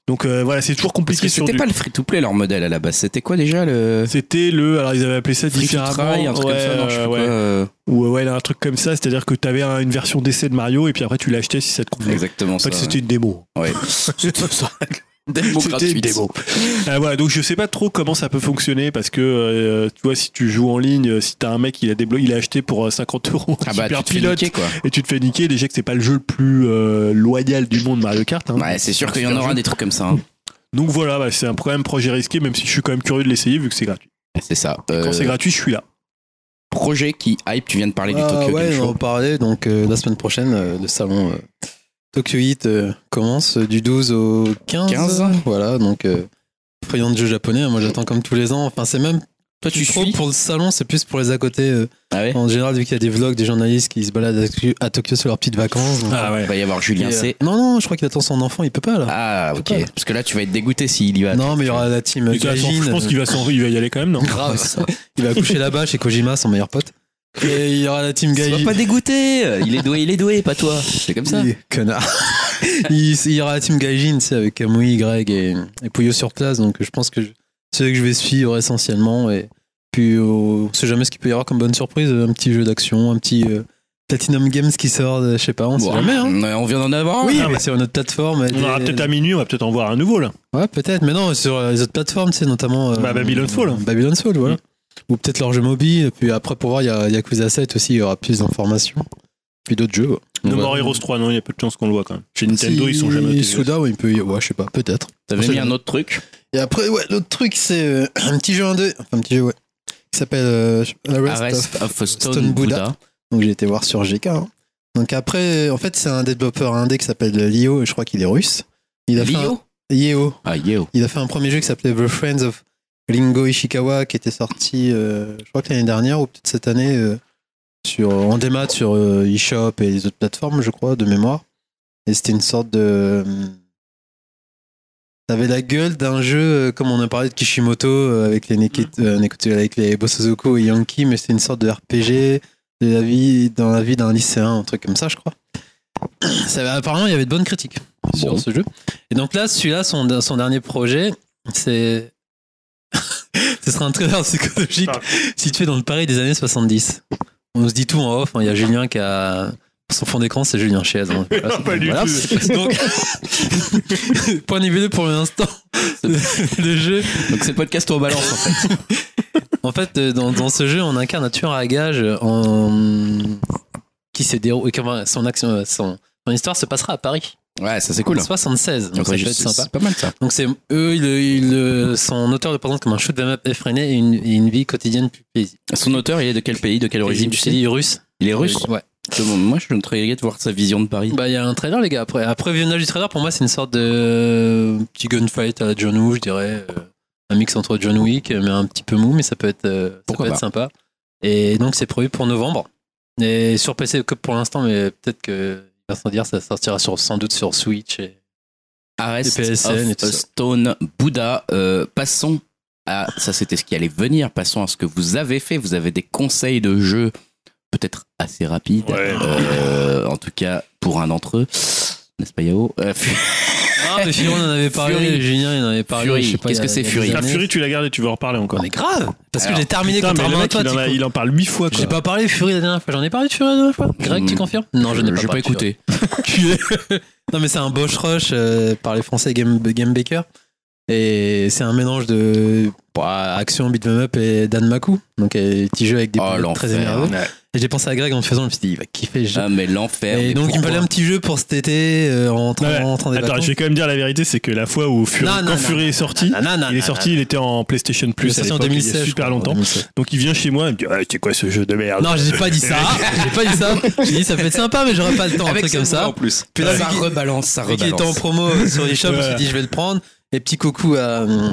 B: Donc euh, voilà, c'est toujours
A: Parce
B: compliqué
A: que
B: sur
A: c'était
B: du-
A: pas le free-to-play leur modèle à la base. C'était quoi déjà le
B: C'était le, alors ils avaient appelé ça
A: free to
B: différemment,
A: try, un truc
B: ouais,
A: comme ça, non, je sais
B: euh,
A: pas
B: ouais.
A: quoi, euh,
B: ou euh, ouais, un truc comme ça, c'est-à-dire que tu avais une version d'essai de Mario et puis après tu l'achetais si ça te convenait.
A: Exactement
B: En
A: ça.
B: fait, c'était une démo.
A: Ouais. Démo
B: C'était une
A: gratuite.
B: démo. Euh, voilà, donc je sais pas trop comment ça peut fonctionner parce que euh, tu vois, si tu joues en ligne, euh, si t'as un mec, il a, déblo- il a acheté pour euh, 50 euros un
A: Ah bah, tu
B: super
A: te fais
B: pilote
A: niquer, quoi.
B: et tu te fais niquer, déjà que c'est pas le jeu le plus euh, loyal du monde Mario Kart. hein.
A: Ouais, c'est sûr qu'il y en
B: Super
A: aura
B: jeu.
A: des trucs comme ça. hein.
B: Donc voilà, bah, c'est un problème projet risqué, même si je suis quand même curieux de l'essayer vu que c'est gratuit.
A: C'est ça.
B: Quand
A: Euh,
B: c'est gratuit, Ah je suis là.
A: projet qui hype, tu viens de parler du Tokyo
C: Ah ouais,
A: Game
C: on va
A: Show.
C: en parler. Donc euh, la semaine prochaine, euh, le salon euh, Tokyo Heat euh, commence euh, du 12 au 15.
A: 15.
C: Voilà, donc euh, friand de jeux japonais. Moi, j'attends comme tous les ans. Enfin, c'est même
A: Toi, tu
C: plus trop
A: suis
C: pour le salon, c'est plus pour les à côté. euh,
A: Ah ouais
C: En général, vu qu'il y a des vlogs des journalistes qui se baladent à Tokyo- à Tokyo sur leurs petites vacances. donc,
B: Ah ouais.
A: Il va y avoir
C: et,
A: Julien
C: euh,
A: C.
C: non, non, je crois qu'il attend son enfant. Il peut
B: euh,
C: pas là.
A: Ah, ok.
C: sais pas.
A: Parce que là, tu vas être dégoûté s'il y va.
C: non, mais il y aura la team
B: Il doit s'en-
C: Gaijin,
B: je pense qu'il va s'en il va y aller quand même, non
C: Grave, il va coucher là-bas chez Kojima, son meilleur pote. Et il y aura la team Gaijin.
A: Sois pas dégoûté. Il est doué, il est doué, pas toi. C'est comme ça.
C: Il- Connard. il, il y aura la team Gaijin, tu sais, avec Kamui, Greg et, et Puyo sur place. Donc je pense que je- c'est eux que je vais suivre essentiellement. Et puis oh, on sait jamais ce qu'il peut y avoir comme bonne surprise. Un petit jeu d'action, un petit euh, Platinum Games qui sort, euh, je sais pas, on sait
A: Bon,
C: jamais. hein.
A: ouais, On vient d'en avoir.
C: Oui,
A: un.
C: mais sur notre plateforme.
B: On aura peut-être à minuit, on va peut-être en voir un nouveau là.
C: Ouais, peut-être. Mais non, sur euh, les autres plateformes, tu sais, notamment. euh,
B: Bah, Babylon's Fall.
C: Babylon's Fall, voilà. Ou peut-être leur jeu mobile. Puis après, pour voir, il y a Yakuza 7 aussi, il y aura plus d'informations. Puis d'autres jeux.
B: No
C: Ouais.
B: More Heroes 3, non, il y a peu de chances qu'on le voit quand même. Chez Nintendo,
C: Si
B: ils sont jamais intelligents.
C: Souda, ouais, il peut y- Ouais, je sais pas, peut-être.
A: T'avais mis un autre truc.
C: Et après, ouais, l'autre truc, c'est euh, un petit jeu indé. Enfin, un petit jeu, ouais. Qui s'appelle euh, Arrest
A: Arrest
C: of-
A: of a Stone,
C: Stone Buddha.
A: Buddha.
C: Donc, j'ai été voir sur GK. hein. Donc, après, en fait, c'est un développeur indé qui s'appelle Lio, et je crois qu'il est russe. Il a fait un-
A: Lio
C: Yeo.
A: Ah, yo.
C: Il a fait un premier jeu qui s'appelait The Friends of Ringo Ishikawa, qui était sorti, euh, je crois que l'année dernière ou peut-être cette année, euh, sur, en démat sur euh, eShop et les autres plateformes, je crois, de mémoire. Et c'était une sorte de. Ça avait la gueule d'un jeu, euh, comme on a parlé de Kishimoto, euh, avec les, Neke- euh, Nekoto- avec les Bosozoku et Yankee, mais c'était une sorte de RPG de la vie, dans la vie d'un lycéen, un truc comme ça, je crois. Ça, apparemment, il y avait de bonnes critiques sur
A: Bon.
C: ce jeu. Et donc là, celui-là, son, son dernier projet, c'est. ce sera un trailer psychologique
B: Ah.
C: situé dans le Paris des années 70. On se dit tout en off. hein. Il y a Julien qui a. Son fond d'écran, c'est Julien Chiez. hein. Voilà,
B: pas du
C: voilà.
B: tout.
C: Donc, point niveau 2 pour l'instant, le jeu.
A: Donc, c'est podcast au balance, en fait.
C: En fait, euh, dans, dans ce jeu, on incarne un tueur à gages en... qui s'est déroulé. comment- Son, action, euh, son, son histoire se passera à Paris.
A: Ouais, ça, c'est cool.
C: En 76. Donc, ça peut
A: Après, je-
C: être
A: c'est
C: sympa.
A: c'est pas mal ça.
C: Donc, c'est eux, ils- ils- son auteur le présente comme un shoot 'em up effréné et une, et une vie quotidienne plus paisible.
A: Son auteur, il est de quel pays, de quelle origine tu
C: Je
A: sais
C: dis Euh, russe.
A: Il est russe.
C: Ouais.
A: Je me demande- Moi, je me très inquiet de voir sa vision de Paris.
C: Bah, il y a un trailer, les gars. Après, après le visionnage du trailer, pour moi, c'est une sorte de euh, petit gunfight à la John Woo, je dirais. euh, Un mix entre John Wick, euh, mais un petit peu mou, mais ça peut être, euh, ça
A: Pourquoi
C: peut être
A: pas.
C: sympa. Et donc, c'est prévu pour novembre. Et sur PC que pour l'instant, mais peut-être que Vincent dire ça sortira sur, sans doute sur Switch. et-
A: Arrest
C: Les PSN et
A: of
C: tout
A: a
C: ça.
A: Stone Buddha. Euh, passons à ça, c'était ce qui allait venir. Passons à ce que vous avez fait. Vous avez des conseils de jeu peut-être assez rapides,
B: Ouais.
A: Euh, en tout cas pour un d'entre eux, n'est-ce pas Yao Euh,
C: Ah, mais Fury, on en avait parlé.
A: Fury.
C: Julien, il en avait parlé.
A: Fury.
C: je sais pas,
A: Qu'est-ce
C: il y a-
A: que c'est,
C: il y a
A: Fury
C: des
B: La
C: années.
B: Fury, tu la gardes et tu veux en reparler encore.
C: Mais grave Parce que
A: Alors,
C: j'ai terminé
B: Putain, mais le
C: contrairement à
B: mec,
C: toi.
B: il en, a-
C: Tico.
B: il en parle huit fois.
C: J'ai
B: Quoi.
C: pas parlé Fury la dernière fois. J'en ai parlé de Fury la dernière fois Greg, tu
A: Hmm.
C: confirmes Non, je n'ai pas,
A: j'ai pas
C: parlé de Fury.
A: écouté.
C: Culé. non mais c'est un Bosch Rush euh, par les Français Game, Game Baker. Et c'est un mélange de bah, action, beat'em up et Dan Maku. Donc, euh, petit jeu avec des
A: Oh,
C: pilotes très énervés.
A: l'enfer.
C: Et j'ai pensé à Greg en le faisant, je me suis dit, il va kiffer. ce jeu.
A: Ah, mais l'enfer.
C: et
A: mais
C: donc, il me
A: pourquoi
C: fallait un petit jeu pour cet été euh, en train,
B: Ouais.
C: en train des
B: Attends,
C: vacances.
B: je vais quand même dire la vérité, c'est que la fois où Fury,
C: Non, non,
B: quand
C: non,
B: Fury
C: non,
B: est sorti,
C: Nanana,
B: il est sorti, il était en PlayStation
C: il est
B: Plus à
C: sorti en
B: l'époque, il y
C: 2016.
B: a
C: je crois,
B: super
C: en
B: longtemps.
C: 2016.
B: Donc il vient chez moi, il me dit Ah, c'est quoi ce jeu de merde
C: Non, j'ai pas dit ça. J'ai pas dit ça. J'ai dit ça peut être sympa, mais j'aurais pas le temps. un
A: Avec
C: truc
A: ce
C: comme
A: mot
C: ça.
A: en plus.
C: Puis là,
A: ça
C: vu qu'il-
A: rebalance, ça
C: Vu qu'il était en
A: rebalance.
C: promo euh, sur eShop, je me suis
B: Ouais.
C: dit, je vais le prendre. Et petit coucou à, euh,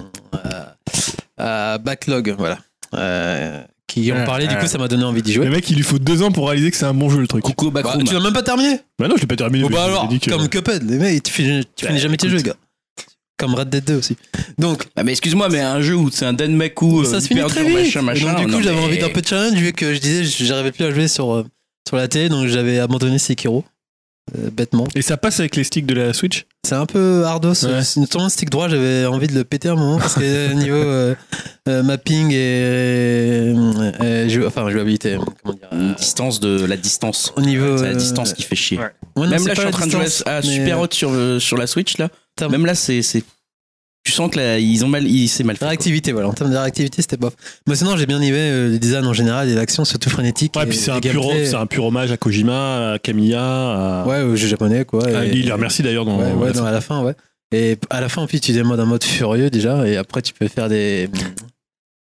C: à- à Backlog, voilà. Euh, qui en parlait, du coup, ça m'a donné envie d'y
B: Le
C: jouer.
B: mec, il lui faut deux ans pour réaliser que c'est un bon jeu le truc.
A: bah, Coucou
C: Bah,
A: Backroom.
C: tu l'as même pas terminé
B: Bah non, je l'ai pas terminé.
C: Bon,
B: mais
C: bah
B: je vous ai
C: alors,
B: dit que-
C: comme Cuphead, les mecs, tu finis, tu finis jamais tes jeux, gars. Comme Red Dead 2 aussi. Donc,
A: Ah, mais excuse-moi, mais un jeu où c'est un Danmaku
C: ça se finit très vite.
A: Bah, machin,
C: Et
A: machin.
C: donc, du
A: non,
C: coup, j'avais
A: mais-
C: envie d'un peu de challenge, vu que je disais, je- j'arrivais plus à jouer sur, euh, sur la télé, donc j'avais abandonné Sekiro. euh, bêtement.
B: Et ça passe avec les sticks de la Switch
C: C'est un peu ardos.
B: Ouais.
C: Notamment le stick droit, j'avais envie de le péter un moment parce que niveau euh, euh, mapping et, euh, jou- enfin jouabilité, comment dire, euh,
A: Une distance de la distance.
C: au niveau
A: C'est la
C: euh,
A: distance qui fait chier.
C: ouais, non,
A: Même
C: c'est
A: là, je
C: pas
A: suis en
C: la
A: train de jouer
C: distance,
A: à à
C: mais, Ah
A: Super
C: euh,
A: Hot sur, le- sur la Switch, là.
C: T'as-
A: Même là, c'est. c'est- Tu sens que là, ils ont mal. il- C'est
C: Ah,
A: mal fait. quoi.
C: Réactivité, voilà. En termes de réactivité, c'était bof. Mais sinon, j'ai bien aimé euh, le design en général et l'action, surtout frénétique.
B: Ouais,
C: et
B: puis c'est
C: le
B: un, pur,
C: gameplay.
B: c'est un pur hommage à Kojima, à Camilla, à.
C: Ouais, au jeu japonais, quoi.
B: à-
C: et-
B: Ah, il les remercie d'ailleurs dans.
C: Ouais, ouais,
B: dans la-
C: non, à la fin, ouais. Et à la fin, puis tu démodes en mode furieux déjà, et après tu peux faire des.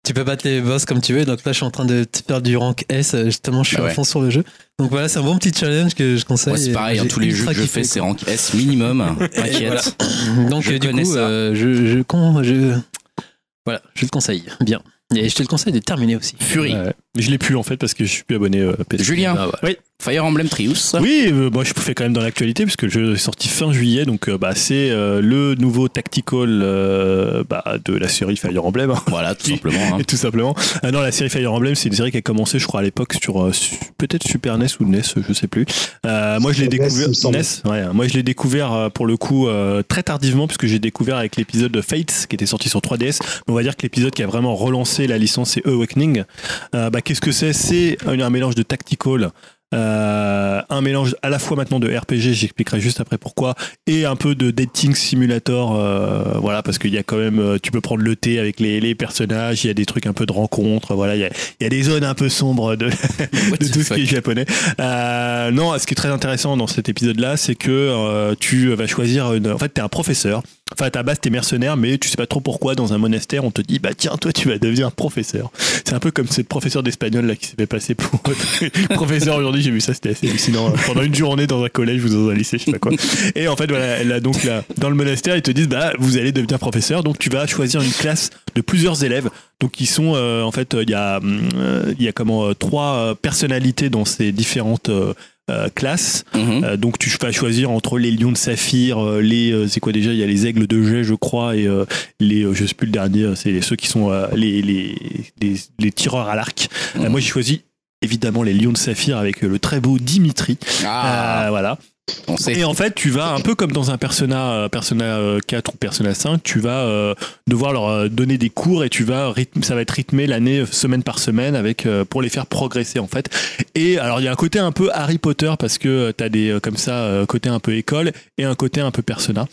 C: Tu peux battre les boss comme tu veux. Donc là, je suis en train de te faire du rank S, euh, justement, je suis
A: Ah ouais.
C: à fond sur le jeu. Donc voilà, c'est un bon petit challenge que je conseille.
A: Moi, c'est pareil, hein,
C: J'ai
A: tous les jeux
C: ultra
A: que je
C: kiffé,
A: fais, c'est rank S minimum. T'inquiète.
C: voilà. Donc
A: Je
C: euh, du
A: connais
C: coup,
A: ça.
C: euh, je, je, con- je- Voilà, je le conseille. Bien. Et je te le conseille de le terminer aussi.
A: Fury.
B: Ouais. Je l'ai plus en fait parce que je suis plus abonné euh, à PS.
A: Julien.
C: Ah ouais.
A: Fire Emblem Trius.
B: Oui, euh, moi je fais quand même dans l'actualité puisque le jeu est sorti fin juillet, donc euh, bah, c'est euh, le nouveau tactical euh, bah, de la série Fire Emblem. hein,
A: Voilà, tout simplement. hein.
B: tout simplement. Ah non, la série Fire Emblem, c'est une série qui a commencé, je crois, à l'époque sur euh, su- peut-être Super NES ou NES, je sais plus. Euh, moi je l'ai
D: Sur NES,
B: découvert
D: il me semble.
B: NES, ouais. moi je l'ai découvert euh, pour le coup euh, très tardivement puisque j'ai découvert avec l'épisode de Fates qui était sorti sur 3DS. Mais on va dire que l'épisode qui a vraiment relancé la licence c'est Awakening. Euh, bah, qu'est-ce que c'est C'est un un mélange de tactical euh, un mélange à la fois maintenant de RPG, j'expliquerai juste après pourquoi, et un peu de dating simulator, euh, voilà, parce qu'il y a quand même, euh, tu peux prendre le thé avec les, les personnages, il y a des trucs un peu de rencontres, voilà, il y a, il y a des zones un peu sombres de,
A: What
B: de
A: the
B: tout ce qui est
A: fuck.
B: japonais. Euh, non, ce qui est très intéressant dans cet épisode-là, c'est que euh, tu vas choisir une. En fait, t'es un professeur. Enfin, à ta base, t'es mercenaire, mais tu sais pas trop pourquoi. Dans un monastère, on te dit, bah tiens, toi, tu vas devenir professeur. C'est un peu comme cette professeur d'espagnol là qui s'est fait passer pour professeur aujourd'hui. J'ai vu ça, c'était assez hallucinant. Pendant une journée dans un collège ou dans un lycée, je sais pas quoi. Et en fait, voilà, elle a donc là, dans le monastère, ils te disent, bah vous allez devenir professeur. Donc, tu vas choisir une classe de plusieurs élèves. Donc ils sont euh, en fait euh, il y a hum, euh, il y a comment euh, trois euh, personnalités dans ces différentes euh, euh, classes.
A: Mhm.
B: Euh, donc tu vas choisir entre les lions de saphir, euh, les euh, c'est quoi déjà il y a les aigles de jet je crois et euh, les euh, je sais plus le dernier euh, c'est les- ceux qui sont euh, les, les les les tireurs à l'arc. Euh,
A: Mhm.
B: moi j'ai choisi évidemment les lions de saphir avec euh, le très beau Dimitri.
A: Ah,
B: Euh, voilà.
A: on sait.
B: Et en fait, tu vas un peu comme dans un Persona, euh, Persona euh, 4 ou Persona 5, tu vas euh, devoir leur euh, donner des cours et tu vas rythme, ça va être rythmé l'année euh, semaine par semaine avec euh, pour les faire progresser en fait. Et alors il y a un côté un peu Harry Potter parce que tu as des euh, comme ça euh, côté un peu école et un côté un peu Persona.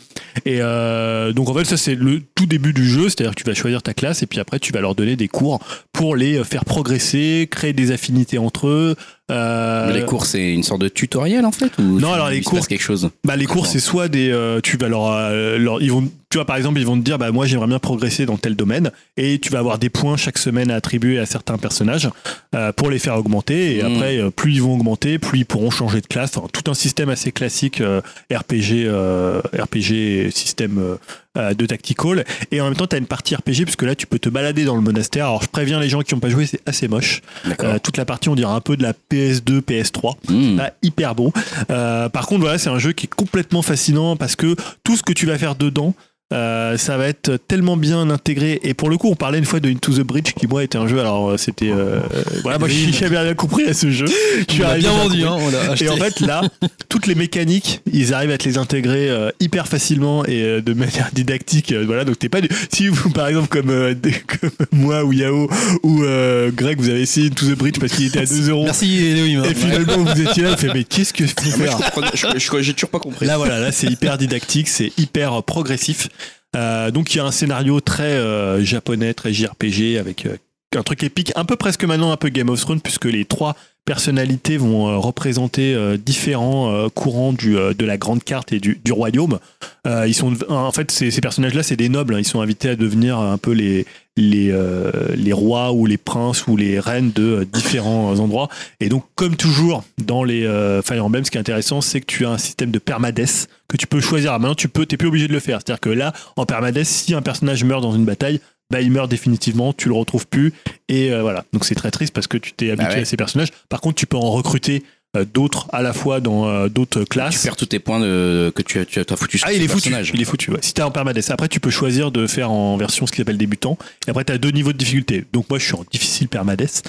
B: Et euh, donc en fait ça c'est le tout début du jeu, c'est-à-dire que tu vas choisir ta classe et puis après tu vas leur donner des cours pour les euh, faire progresser, créer des affinités entre eux. euh,
A: Mais Les cours, c'est une sorte de tutoriel en fait ou
B: Non, alors, les
A: il se
B: cours-
A: passe quelque chose.
B: bah les cours
A: D'accord.
B: c'est soit des euh, tu vas leur, euh, leur- ils vont tu vois par exemple ils vont te dire bah moi j'aimerais bien progresser dans tel domaine et tu vas avoir des points chaque semaine à attribuer à certains personnages euh, pour les faire augmenter et
A: Mhm.
B: après euh, plus ils vont augmenter plus ils pourront changer de classe Enfin, tout un système assez classique euh, RPG euh, RPG système euh, euh, de tactical et en même temps tu as une partie RPG puisque là tu peux te balader dans le monastère alors je préviens les gens qui n'ont pas joué c'est assez moche
A: D'accord.
B: Euh, toute la partie on dirait un peu de la PS2 PS3
A: Hmm.
B: pas hyper bon. Euh, par contre, voilà, c'est un jeu qui est complètement fascinant parce que tout ce que tu vas faire dedans, euh, ça va être tellement bien intégré. Et pour le coup, on parlait une fois de Into the Bridge qui, moi, était un jeu. Alors, euh, c'était. euh, voilà, moi, je- j'avais rien compris à ce jeu. Je suis
C: On l'a
B: arrivé,
C: bien
B: j'ai compris.
C: vendu, hein, on l'a acheté.
B: Et en fait, là, toutes les mécaniques, ils arrivent à te les intégrer euh, hyper facilement et euh, de manière didactique. euh, voilà, donc t'es pas. du- Si vous, par exemple, comme, euh, des- comme moi ou Yao ou euh, Greg, vous avez essayé Into the Bridge parce qu'il était à 2 euros.
C: Merci Elohim.
B: Et finalement, vous étiez là, vous faites, mais qu'est-ce que je peux faire
A: J'ai toujours pas compris.
B: Là, voilà, là, c'est hyper didactique, c'est hyper euh, progressif. Euh, donc il y a un scénario très euh, japonais, très JRPG, avec euh, un truc épique, un peu presque maintenant un peu Game of Thrones, puisque les trois personnalités vont euh, représenter euh, différents euh, courants du, euh, de la grande carte et du, du royaume. Euh, ils sont, en fait, ces, ces personnages-là, c'est des nobles. hein. Ils sont invités à devenir un peu les, les, euh, les rois ou les princes ou les reines de euh, différents endroits. Et donc, comme toujours dans les euh, Fire Emblem, ce qui est intéressant, c'est que tu as un système de permadeath que tu peux choisir. Alors maintenant, tu peux, t'es plus obligé de le faire. C'est-à-dire que là, en permadeath, si un personnage meurt dans une bataille, bah, il meurt définitivement, tu le retrouves plus. Et euh, voilà. Donc, c'est très triste parce que tu t'es habitué
A: Ah ouais.
B: à ces personnages. Par contre, tu peux en recruter euh, d'autres à la fois dans euh, d'autres
A: Tu
B: classes.
A: perds tous tes points de, que tu as, tu as t'as foutu sur
B: Ah, il
A: ce
B: est foutu.
A: personnage.
B: Il est foutu. Ouais. Si t'es en permadeath, après tu peux choisir de faire en version ce qu'ils appelle débutant. Et après t'as deux niveaux de difficulté. Donc moi je suis en difficile permadeath.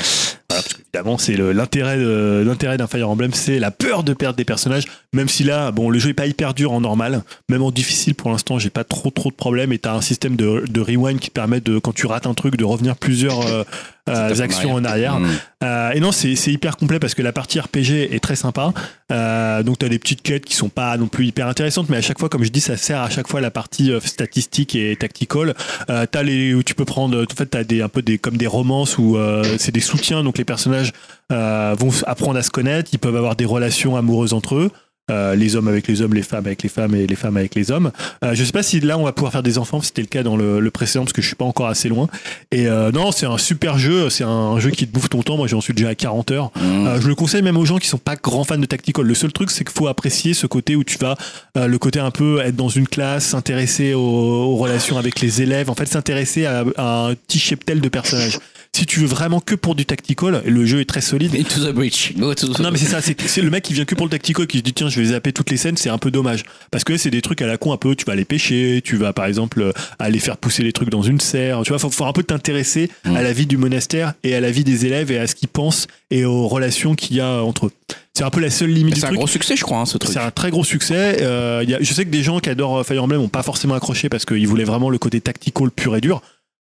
B: Voilà, parce qu'évidemment c'est le- l'intérêt de- l'intérêt d'un Fire Emblem, c'est la peur de perdre des personnages. Même si là, bon, le jeu est pas hyper dur en normal, même en difficile pour l'instant, j'ai pas trop trop de problèmes. Et t'as un système de, de rewind qui te permet de quand tu rates un truc de revenir plusieurs euh, euh,
A: Stop
B: actions en arrière.
A: Mm.
B: Euh, et non, c'est c'est hyper complet parce que la partie RPG est très sympa. Euh, donc, tu as des petites quêtes qui sont pas non plus hyper intéressantes, mais à chaque fois, comme je dis, ça sert à chaque fois la partie euh, statistique et tactical. Euh, t'as les où tu peux prendre, en fait, t'as des un peu des comme des romances où euh, c'est des soutiens, donc les personnages euh, vont s- apprendre à se connaître, ils peuvent avoir des relations amoureuses entre eux. Euh, les hommes avec les hommes, les femmes avec les femmes et les femmes avec les hommes. Euh, je sais pas si là on va pouvoir faire des enfants, c'était le cas dans le, le précédent parce que je suis pas encore assez loin. Et euh, non, c'est un super jeu, c'est un jeu qui te bouffe ton temps. Moi j'en suis déjà à 40 heures.
A: Mm.
B: Euh, je le conseille même aux gens qui sont pas grands fans de tactical. Le seul truc, c'est qu'il faut apprécier ce côté où tu vas, euh, le côté un peu être dans une classe, s'intéresser aux, aux relations avec les élèves, en fait s'intéresser à, à un petit cheptel de personnages. Si tu veux vraiment que pour du tactical, le jeu est très solide.
A: Into the breach. Go to the-
B: Non mais c'est ça, c'est c'est le mec qui vient que pour le tactical qui se dit tiens je vais zapper toutes les scènes, c'est un peu dommage. Parce que c'est des trucs à la con un peu, tu vas aller pêcher, tu vas par exemple euh, aller faire pousser les trucs dans une serre, tu vois, faut, faut un peu t'intéresser
A: Mm.
B: à la vie du monastère et à la vie des élèves et à ce qu'ils pensent et aux relations qu'il y a entre eux. C'est un peu la seule limite
A: Mais
B: du
A: C'est un
B: truc.
A: gros succès, je crois, hein, ce truc.
B: C'est un très gros succès. Euh, il y a- je sais que des gens qui adorent euh, Fire Emblem n'ont pas forcément accroché parce qu'ils voulaient vraiment le côté tactical pur et dur.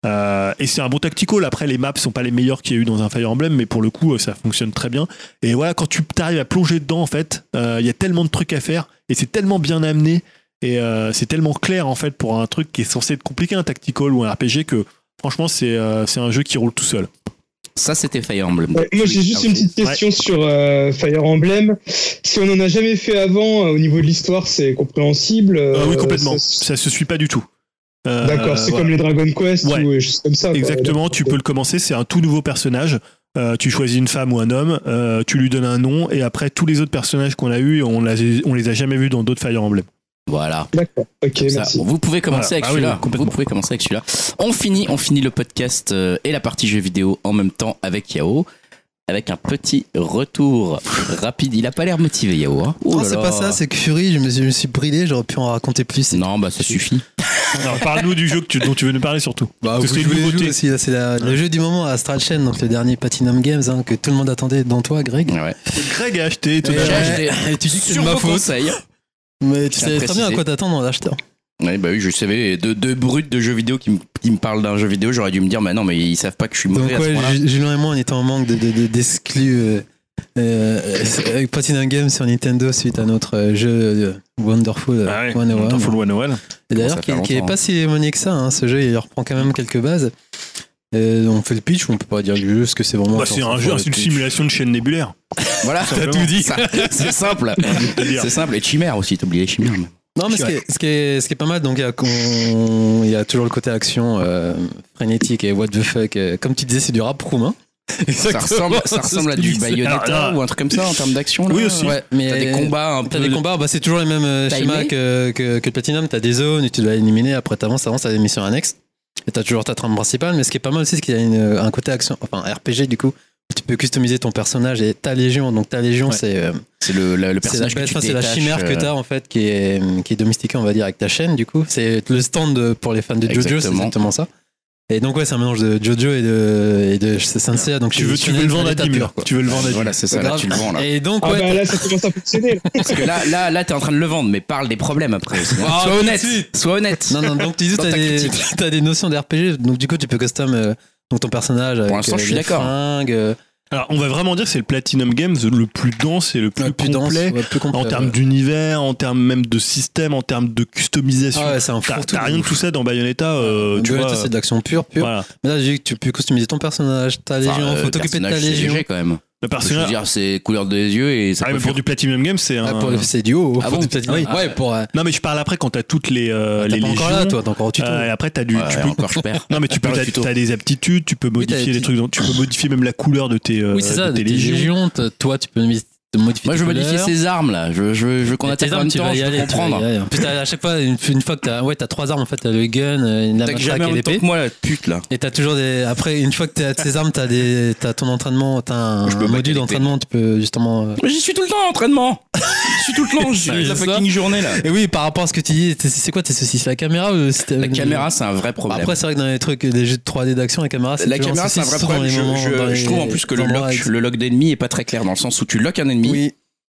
B: Euh, et c'est un bon tactical. Après, les maps sont pas les meilleurs qu'il y a eu dans un Fire Emblem, mais pour le coup, euh, ça fonctionne très bien. Et voilà, quand tu arrives à plonger dedans, en fait, euh, il y a tellement de trucs à faire et c'est tellement bien amené et euh, c'est tellement clair en fait pour un truc qui est censé être compliqué, un tactical ou un RPG que. Franchement, c'est euh, c'est un jeu qui roule tout seul.
A: Ça, c'était Fire Emblem.
D: Ouais, moi, j'ai
A: Ah,
D: juste une petite question sur euh, Fire Emblem. Si on en a jamais fait avant, euh, au niveau de l'histoire, c'est compréhensible.
B: Euh, oui,
D: euh,
B: complètement.
D: ça-
B: Ça se suit pas du tout. Euh,
D: D'accord, c'est
B: voilà.
D: comme les Dragon Quest
B: Ouais.
D: ou euh, juste comme ça. quoi.
B: Exactement, tu peux le commencer, c'est un tout nouveau personnage. Euh, tu choisis une femme ou un homme, euh, tu lui donnes un nom, et après tous les autres personnages qu'on a eus, on, l'a- on les a jamais vus dans d'autres Fire Emblem.
A: Voilà.
D: D'accord, ok,
A: Comme ça,
D: merci.
A: vous pouvez commencer
B: Voilà.
A: avec
B: Ah oui,
A: celui-là.
B: oui, complètement.
A: vous pouvez commencer avec celui-là. On finit, on finit le podcast euh, et la partie jeux vidéo en même temps avec Yao. Avec un petit retour rapide. Il a pas l'air motivé, Yao. hein. Oh
J: Non,
A: là
J: c'est
A: là.
J: pas ça, c'est que Fury, je me, suis- je me suis bridé, j'aurais pu en raconter plus. c'est-
A: Non, bah ça suffit.
B: Alors parle-nous du jeu que tu- dont tu veux nous parler surtout.
J: Bah,
B: Parce
J: vous
B: que c'est une
J: jouez les
B: nouveauté.
J: jeux aussi, là, c'est la- le jeu du moment à Astral Chain, donc le dernier Platinum Games hein, que tout le monde attendait, dont toi, Greg.
A: Ouais.
B: Greg a acheté, étonnamment.
A: J'ai acheté
J: Et tu dis que c'est
A: sur
J: de ma
A: vos
J: faute.
A: conseils.
J: Mais tu
A: Tiens,
J: savais très bien à
A: préciser.
J: quoi t'attendre en l'achetant.
A: Oui, bah oui, je savais. Deux, deux brutes de jeux vidéo qui me, qui me parlent d'un jeu vidéo, j'aurais dû me dire, bah non, mais ils savent pas que je suis
J: Donc
A: mauvais à ce
J: ouais,
A: point-là.
J: Ju- Julien et moi, on était en manque de- de- de- d'exclus euh, euh, euh, avec Platinum Games sur Nintendo suite à notre euh, jeu euh, Wonderful euh,
B: Ah ouais,
J: 101.
B: Wonderful 101.
J: Et
A: Ça
J: d'ailleurs,
A: fait
J: qui, qui est
A: longtemps,
J: pas si démoniaque que ça, hein, ce jeu, il reprend quand même quelques bases. Euh, on fait le pitch, on peut pas dire du jeu, parce que c'est vraiment...
B: Bah, c'est un jeu, c'est une simulation de chaîne nébulaire.
A: Voilà,
B: T'as tout dit.
A: Ça, C'est simple.
B: te dire.
A: C'est simple. Et Chimère aussi, t'as oublié Chimère. mais-
J: Non, mais ce qui, est, ce, qui est, ce qui est pas mal, donc il y a, qu'on- il y a toujours le côté action euh, frénétique et what the fuck. euh, comme tu disais, c'est du rap roumain.
A: Ça ressemble, ça ressemble à du Bayonetta
B: Alors là-
A: ou un truc comme ça en termes d'action. là.
B: Oui, aussi.
A: Ouais.
J: Ouais, mais
A: T'as des combats un peu.
J: T'as des combats, bah, c'est toujours les mêmes euh,
A: Timé.
J: schémas que, que, que le Platinum. T'as des zones et tu dois éliminer. Après, t'avances, t'avances, t'as des missions annexes. Et t'as toujours ta trame principale. Mais ce qui est pas mal aussi, c'est qu'il y a une- euh, un côté action, enfin RPG du coup. où Tu peux customiser ton personnage et ta légion. Donc ta légion,
B: Ouais.
J: c'est euh,
A: C'est le, le, le
J: c'est la,
A: personnage que
J: bête,
A: tu
J: enfin, c'est la
A: détaches,
J: chimère que
A: euh,
J: t'as en fait qui est, qui est domestiquée, on va dire, avec ta chaîne du coup. C'est le stand de- pour les fans de JoJo, c'est
A: Exactement.
J: exactement ça. Et donc ouais, c'est un mélange de JoJo et de, et de Sensei. Donc
B: Tu veux, tu veux le vendre à 10 000. Tu veux le vendre à 10 000.
A: Voilà, c'est ça. Là, tu le vends. Là.
J: Et donc
D: Ah
J: ouais,
B: ben.
D: bah là, ça commence à fonctionner. là.
A: Parce que là, là, là t'es en train de le vendre, mais parle des problèmes après. aussi, hein.
J: Ah,
A: sois
J: tout de
A: honnête.
J: suite.
A: Sois honnête.
J: Non, non, donc tu disais,
A: Dans
J: t'as
A: ta
J: des,
A: critique.
J: t'as des notions d'RPG, donc du coup, tu peux custom euh, donc ton personnage avec
A: l'instant,
J: euh,
A: je suis
J: les
A: d'accord.
J: fringues, euh,
B: Alors, on va vraiment dire que c'est le Platinum Games le plus dense et le plus,
C: Ouais, plus dense,
B: complet
C: ouais, plus complet,
B: en
C: ouais.
B: termes d'univers, en termes même de système, en termes de customisation.
C: Ah ouais, c'est un
B: T'as-
C: fourre-tout
B: T'as
C: de
B: rien de
C: ouf.
B: tout ça dans Bayonetta. euh, tu
C: Violetta,
B: vois,
C: c'est de l'action pure, pure.
B: voilà.
C: Mais là, vu que tu peux customiser ton personnage, ta légion,
A: Enfin, euh,
C: faut t'occuper de ta
A: personnage, c'est
C: légion.
A: léger, quand même. Je
B: Le
A: veux
B: personnage.
A: dire, c'est couleur des yeux et ça
B: Ah, mais
A: peut
B: pour
A: faire-
B: du Platinum Games, c'est
C: Ah,
B: un.
C: pour- c'est du haut.
A: Ah
C: faut
A: bon
C: du platine.
A: Oui.
C: Ouais, pour.
A: Ah,
C: euh,
B: Non, mais je parle après quand t'as toutes les. euh,
C: T'es
B: les
C: Ah, pas encore là,
B: légions.
C: toi, t'es encore au tuto.
B: Euh, et après, t'as du.
A: Ouais,
B: tu peux-
A: encore je perds.
B: Non, mais tu peux.
C: Par le
B: T'as
C: tuto.
B: t'as des aptitudes, tu peux
C: t'as
B: modifier
C: des
B: les
C: petits-
B: trucs. donc Tu peux modifier même la couleur de tes. euh,
K: Oui, c'est ça,
B: de
K: tes
B: tes légions.
K: légions, t- toi, tu peux modi- te modifier.
A: Moi, je
K: tes
A: veux modifier
K: couleurs.
A: ses armes là. Je, je veux, je veux qu'on
K: Et tes
A: attaque en
K: armes,
A: même
K: tu vas
A: temps,
K: y
A: je peux
K: aller, tu vas y
A: comprendre.
K: aller. En plus, t'as- à chaque fois, une, une fois que t'as, ouais, t'as trois armes, en fait, t'as le gun, euh, la
A: T'as
K: matraque et
A: jamais autant
K: l'épée.
A: que moi, la pute là.
C: Et t'as toujours des. Après, une fois que t'as tes armes, t'as des... t'as ton entraînement, t'as un,
A: Je peux
C: un
A: pas
C: module
A: calculer.
C: d'entraînement, tu peux justement. euh,
A: Mais j'y suis tout le temps en entraînement. Je suis tout le temps, je suis
K: Ouais,
A: la
K: c'est
A: fucking journée là.
C: Et oui, par rapport à ce que tu dis, t'es- c'est quoi tes soucis C'est la caméra ou le système
A: La caméra, c'est un vrai problème.
C: Après, c'est vrai que dans les trucs, les jeux de 3D d'action, la caméra, c'est
A: la
C: toujours
A: caméra,
C: souci,
A: c'est un vrai
C: surtout dans
A: problème.
C: les
A: Je,
C: moments-
A: je-
C: dans
A: je
C: les-
A: trouve en plus que le
C: dans
A: lock,
C: ride.
A: le lock d'ennemi est pas très clair dans le sens où tu lock un ennemi,
C: Oui,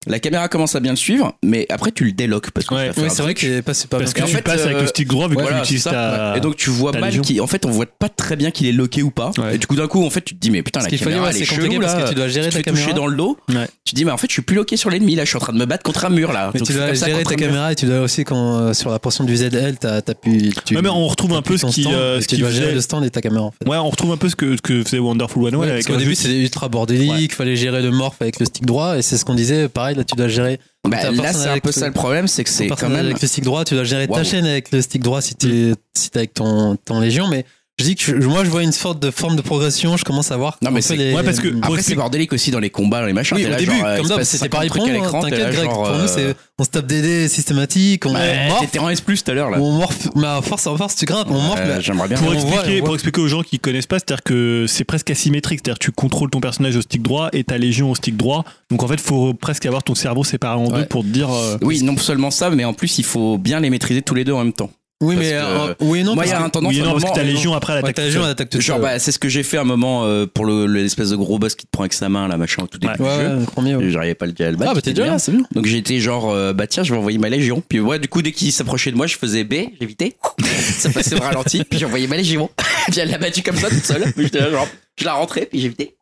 A: la caméra commence à bien le suivre, mais après tu le délock parce que
B: Ouais.
A: tu vas faire
C: oui
A: un
C: c'est vrai
A: truc.
C: que c'est pas
B: Parce que
A: en
C: bien.
B: tu
A: fait,
B: passes avec
A: euh,
B: le stick droit vu que tu
A: Voilà,
B: utilises
A: c'est ça,
B: ta.
A: ouais. Et donc tu vois
B: ta
A: mal
B: légion.
A: qui, en fait, on voit pas très bien qu'il est loqué ou pas.
B: Ouais.
A: Et du coup d'un coup, en fait, tu te dis mais putain
C: Ce
A: la
C: qu'il faut dire,
A: caméra
C: ouais,
A: elle est
C: c'est compliqué
A: chelou
C: parce
A: là.
C: que tu dois gérer
A: te
C: ta
A: fais
C: caméra.
A: toucher dans le dos.
C: Ouais.
A: Tu te dis mais en fait, je suis plus loqué sur l'ennemi là. Je suis en train de me battre contre un mur là.
C: Mais
A: Donc,
C: tu
A: c'est
C: dois
A: comme ça,
C: gérer
A: contre
C: ta
A: un mur.
C: caméra et tu dois aussi quand euh, sur la portion du ZL, t'as t'as pu. tu-
B: Ouais, mais on retrouve un
C: t'appuies
B: peu ce
C: ton
B: qui.
C: stand
B: euh,
C: et
B: Ce
C: tu
B: qui
C: dois gérer
B: faisait-
C: le stand et ta caméra en fait.
B: Ouais, on retrouve un peu ce que, ce que faisait Wonderful One
C: Ouais,
B: One
C: parce
B: avec euh,
C: qu'au
B: un
C: début,
B: jeu
C: c'était ultra bordélique, fallait gérer le morph avec le stick droit, et c'est ce qu'on disait, pareil, là, tu dois gérer
A: Bah,
C: T'as un
A: là,
C: personnage
A: c'est un
C: avec
A: peu
C: le-
A: ça le problème, c'est que
C: ton
A: c'est quand
C: personnage
A: même.
C: avec le stick droit, tu dois gérer ta
A: Waouh.
C: chaîne avec le stick droit si t'es si t'es avec ton, ton légion, mais je dis que je- moi, je vois une sorte de forme de progression, je commence à voir.
A: Non, mais
C: un peu
A: c'est-
C: les-
B: Ouais, parce que-
C: les-
A: Après, c'est bordélique aussi dans les combats, dans les machins.
C: Oui,
A: T'es
C: au
A: là,
C: début,
A: genre, euh, il
C: comme
A: se
C: d'hab,
A: passe
C: c'était
A: 50
C: pareil
A: trucs
C: pour
A: à
C: nous, hein,
A: l'écran, t'es là,
C: t'inquiète, Greg.
A: genre,
C: Pour
A: euh,
C: nous, c'est, on se tape des dés systématiques, on
A: Ouais,
C: morph,
A: T'étais en S plus tout à l'heure là.
C: on morph, mais à force, à force, tu grimpes, on morph,
A: Euh,
C: mais
A: J'aimerais bien.
B: Pour
C: on
B: expliquer,
C: voit, on voit.
B: pour expliquer aux gens qui connaissent pas, c'est-à-dire que c'est presque asymétrique, c'est-à-dire que tu contrôles ton personnage au stick droit et ta légion au stick droit. Donc en fait, faut presque avoir ton cerveau séparé en
A: Ouais.
B: deux pour te dire. euh,
A: Oui, non seulement ça, mais en plus, il faut bien les maîtriser tous les deux en même temps.
C: Oui,
A: parce
C: mais
A: que-
C: euh, oui, et non,
A: Moi, il
C: parce
A: y a un
C: que-
A: tendance
B: oui,
A: à
B: non,
A: un
B: parce que
A: moment,
B: ta
A: euh,
B: légion après
C: ouais,
B: l'attaque.
C: ta légion, elle attaque tout
A: Genre, bah, c'est ce que j'ai fait un moment euh, pour le- l'espèce de gros boss qui te prend avec sa main, là, machin, au tout début
C: Ouais,
A: du jeu.
C: ouais, le premier, ouais.
A: J'arrivais pas à le dire à le battre,
C: Ah, bah t'es
A: c'était
C: déjà
A: bien.
C: là, c'est bien.
A: Donc j'étais genre, euh, bah tiens, je vais envoyer ma légion. Puis ouais, du coup, dès qu'il s'approchait de moi, je faisais B, j'évitais. Ça passait au ralenti, puis j'envoyais ma légion. puis elle l'a battue comme ça toute seule. Puis j'étais là, genre, je la rentrais, puis j'évitais.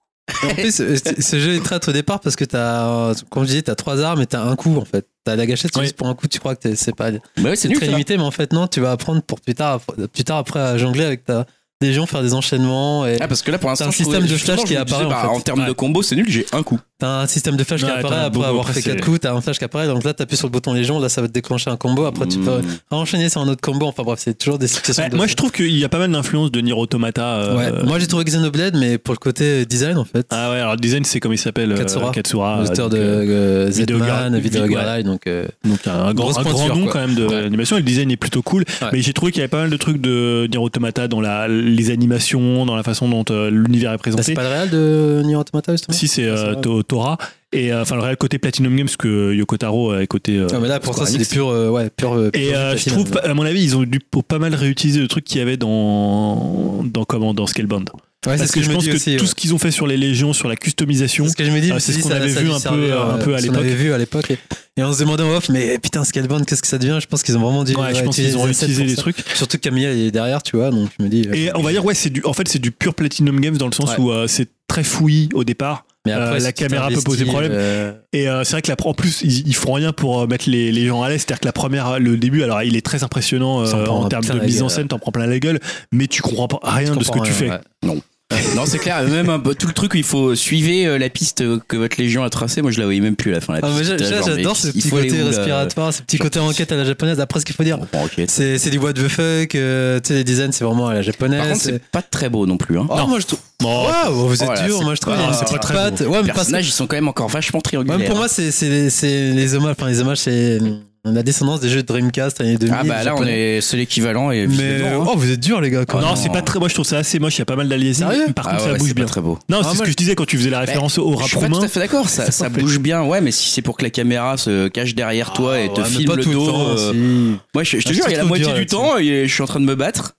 C: Et En plus, euh, c- ce jeu est traître au départ parce que t'as, euh, comme je disais, t'as trois armes et t'as un coup en fait. T'as la gâchette, c'est
B: Oui.
C: juste pour un coup, tu crois que t'es- c'est pas
A: Bah ouais, c'est
C: c'est
A: nul.
C: très
A: ça.
C: limité, mais en fait, non, tu vas apprendre pour plus tard, plus tard après à jongler avec ta légion, faire des enchaînements et
A: Ah, parce que là, pour l'instant,
C: un
A: je
C: système
A: trouvais-
C: de
A: justement,
C: flash qui
A: je me disais,
C: apparaît, en
A: bah,
C: fait.
A: en termes de combo, c'est nul, j'ai un coup.
C: t'as un système de flash
B: Ouais,
C: qui
B: t'en as
C: apparaît après
B: beaucoup,
C: avoir
B: après,
C: fait
B: c'est-
C: quatre coups, t'as un flash qui apparaît, donc là t'appuies sur le bouton légion, là ça va te déclencher un combo, après tu peux
A: Mm.
C: enchaîner sur un autre combo, enfin bref, c'est toujours des situations
B: Ouais,
C: de-
B: moi, je trouve qu'il y a pas mal d'influence de Nier Automata. euh,
C: Ouais. Moi j'ai trouvé Xenoblade, mais pour le côté euh, design en fait,
B: Ah ouais, alors le design, c'est comme il s'appelle euh,
C: Katsura.
B: Katsura.
C: l'auteur
B: donc,
C: de
B: euh,
C: euh,
B: Video
C: Zetman,
B: Gar-
C: Video
B: Vid- ouais.
C: Garay, donc euh,
B: Donc un, un grand,
C: grosse
B: un grand
C: pointure,
B: nom
C: quoi.
B: quand même de
C: Ouais.
B: l'animation et le design est plutôt cool
C: Ouais.
B: mais j'ai trouvé qu'il y avait pas mal de trucs de Nier Automata dans la, les animations dans la façon dont euh, l'univers est
C: bah,
B: présenté
C: c'est pas le réel de Nier Automata justement
B: Si c'est
C: Ah, c'est
B: euh,
C: vrai.
B: To- Tora et euh, enfin le réel côté Platinum Games que Yoko Taro est côté. euh,
C: Non, Ah, mais là, pour
B: Square
C: toi, c'est des
B: Enix.
C: purs. euh, ouais, purs, euh,
B: Et
C: purs
B: euh, je
C: platines,
B: trouve,
C: hein.
B: à mon avis, ils ont dû pour pas mal réutiliser le truc qu'il y avait dans dans comment dans Scalebound.
C: Ouais, c'est
B: Parce
C: ce
B: que, je
C: me
B: pense
C: dis
B: que
C: aussi,
B: tout
C: ouais.
B: ce qu'ils ont fait sur les légions, sur la customisation,
C: C'est ce que je me
B: Ah,
C: dis, je me
B: c'est
C: suis
B: ce
C: dit,
B: qu'on
C: ça-
B: avait
C: ça
B: vu
C: lui
B: un peu,
C: servait,
B: euh, un peu à
C: ce qu'on
B: l'époque.
C: avait vu à l'époque. Et, et on se demandait en off, mais putain, Scalebound, qu'est-ce que ça devient Je pense qu'ils ont vraiment dit.
B: Ouais, je pense qu'ils ont réutilisé des
C: des
B: trucs.
C: Surtout que Camilla est derrière, tu vois, donc je me dis. euh,
B: Et on va dire ouais, c'est du, en fait, c'est du pur Platinum Games dans le sens
C: Ouais.
B: où euh, c'est très fouillis au départ.
C: mais
B: euh, la
C: si tu
B: caméra peut
C: t'investis,
B: poser problème.
C: euh,
B: Et euh, c'est vrai que la, en plus, ils, ils feront rien pour euh, mettre les, les gens à l'aise. C'est-à-dire que la première, le début, alors il est très impressionnant euh,
C: Ça en prend
B: en
C: un
B: termes
C: plein
B: de
C: la
B: mise en
C: gueule.
B: scène, t'en prends plein la gueule, mais tu comprends pas rien
C: tu
B: de ce que
C: comprends
B: tu
C: rien,
B: fais.
C: ouais.
A: Non, c'est clair. Même un peu- tout le truc où il faut suivre euh, la piste euh, que votre légion a tracée, moi je la voyais même plus à la fin. La
C: Ah,
A: piste,
C: mais j'a-
A: J'étais là, genre,
C: J'adore
A: mais
C: ce
A: il
C: petit
A: faut aller
C: côté
A: où, là
C: respiratoire, ce petit
A: Genre-
C: côté enquête à la japonaise. Après, ce qu'il faut dire,
A: Bon, ok.
C: c'est c'est du what the fuck, euh, tu sais, les designs, c'est vraiment à la japonaise.
A: Par contre,
C: c'est-
A: c'est pas très beau non plus. Hein.
C: Oh, moi je trouve.
B: Oh,
C: Waouh, vous
A: Oh
C: êtes
A: là,
C: dur,
A: c'est
C: moi je trouve.
A: pas-
C: il y a une
A: c'est
C: petite
A: pas très
C: patte.
A: les
C: Ouais, mais parce que-
A: personnages, ils sont quand même encore vachement triangulaires.
C: Même pour moi, c'est c'est- c'est les hommages. Enfin, les hommages, c'est la descendance des jeux de Dreamcast années 2000.
A: ah bah là, on
C: japonais.
A: est, c'est l'équivalent et
C: Mais
A: visiblement, hein.
C: oh, vous êtes durs, les gars. Quoi.
B: non,
A: non.
B: c'est pas très. Moi, je trouve ça assez moche. Il y a pas mal d'aliasing.
C: Sérieux
B: Par
A: Ah
B: contre, ça
A: ouais,
B: bouge
A: c'est
B: bien.
A: pas très beau.
B: Non,
C: Ah,
B: c'est ce
C: moi,
B: que je disais quand tu faisais la référence au
A: Je
B: rap
A: suis pas
B: roumain.
A: tout à fait d'accord, ça, ça bouge bien, ouais, mais si c'est pour que la caméra se cache derrière toi et te
C: Ah, Ouais, mais
A: filme
C: pas
A: le
C: tout
A: dos.
C: temps,
A: euh,
C: si.
A: Moi, je, je te
C: Ah,
A: jure,
C: c'est
A: il y a la
C: trop
A: moitié
C: dur,
A: du
C: là-dessus.
A: temps, et je suis en train de me battre.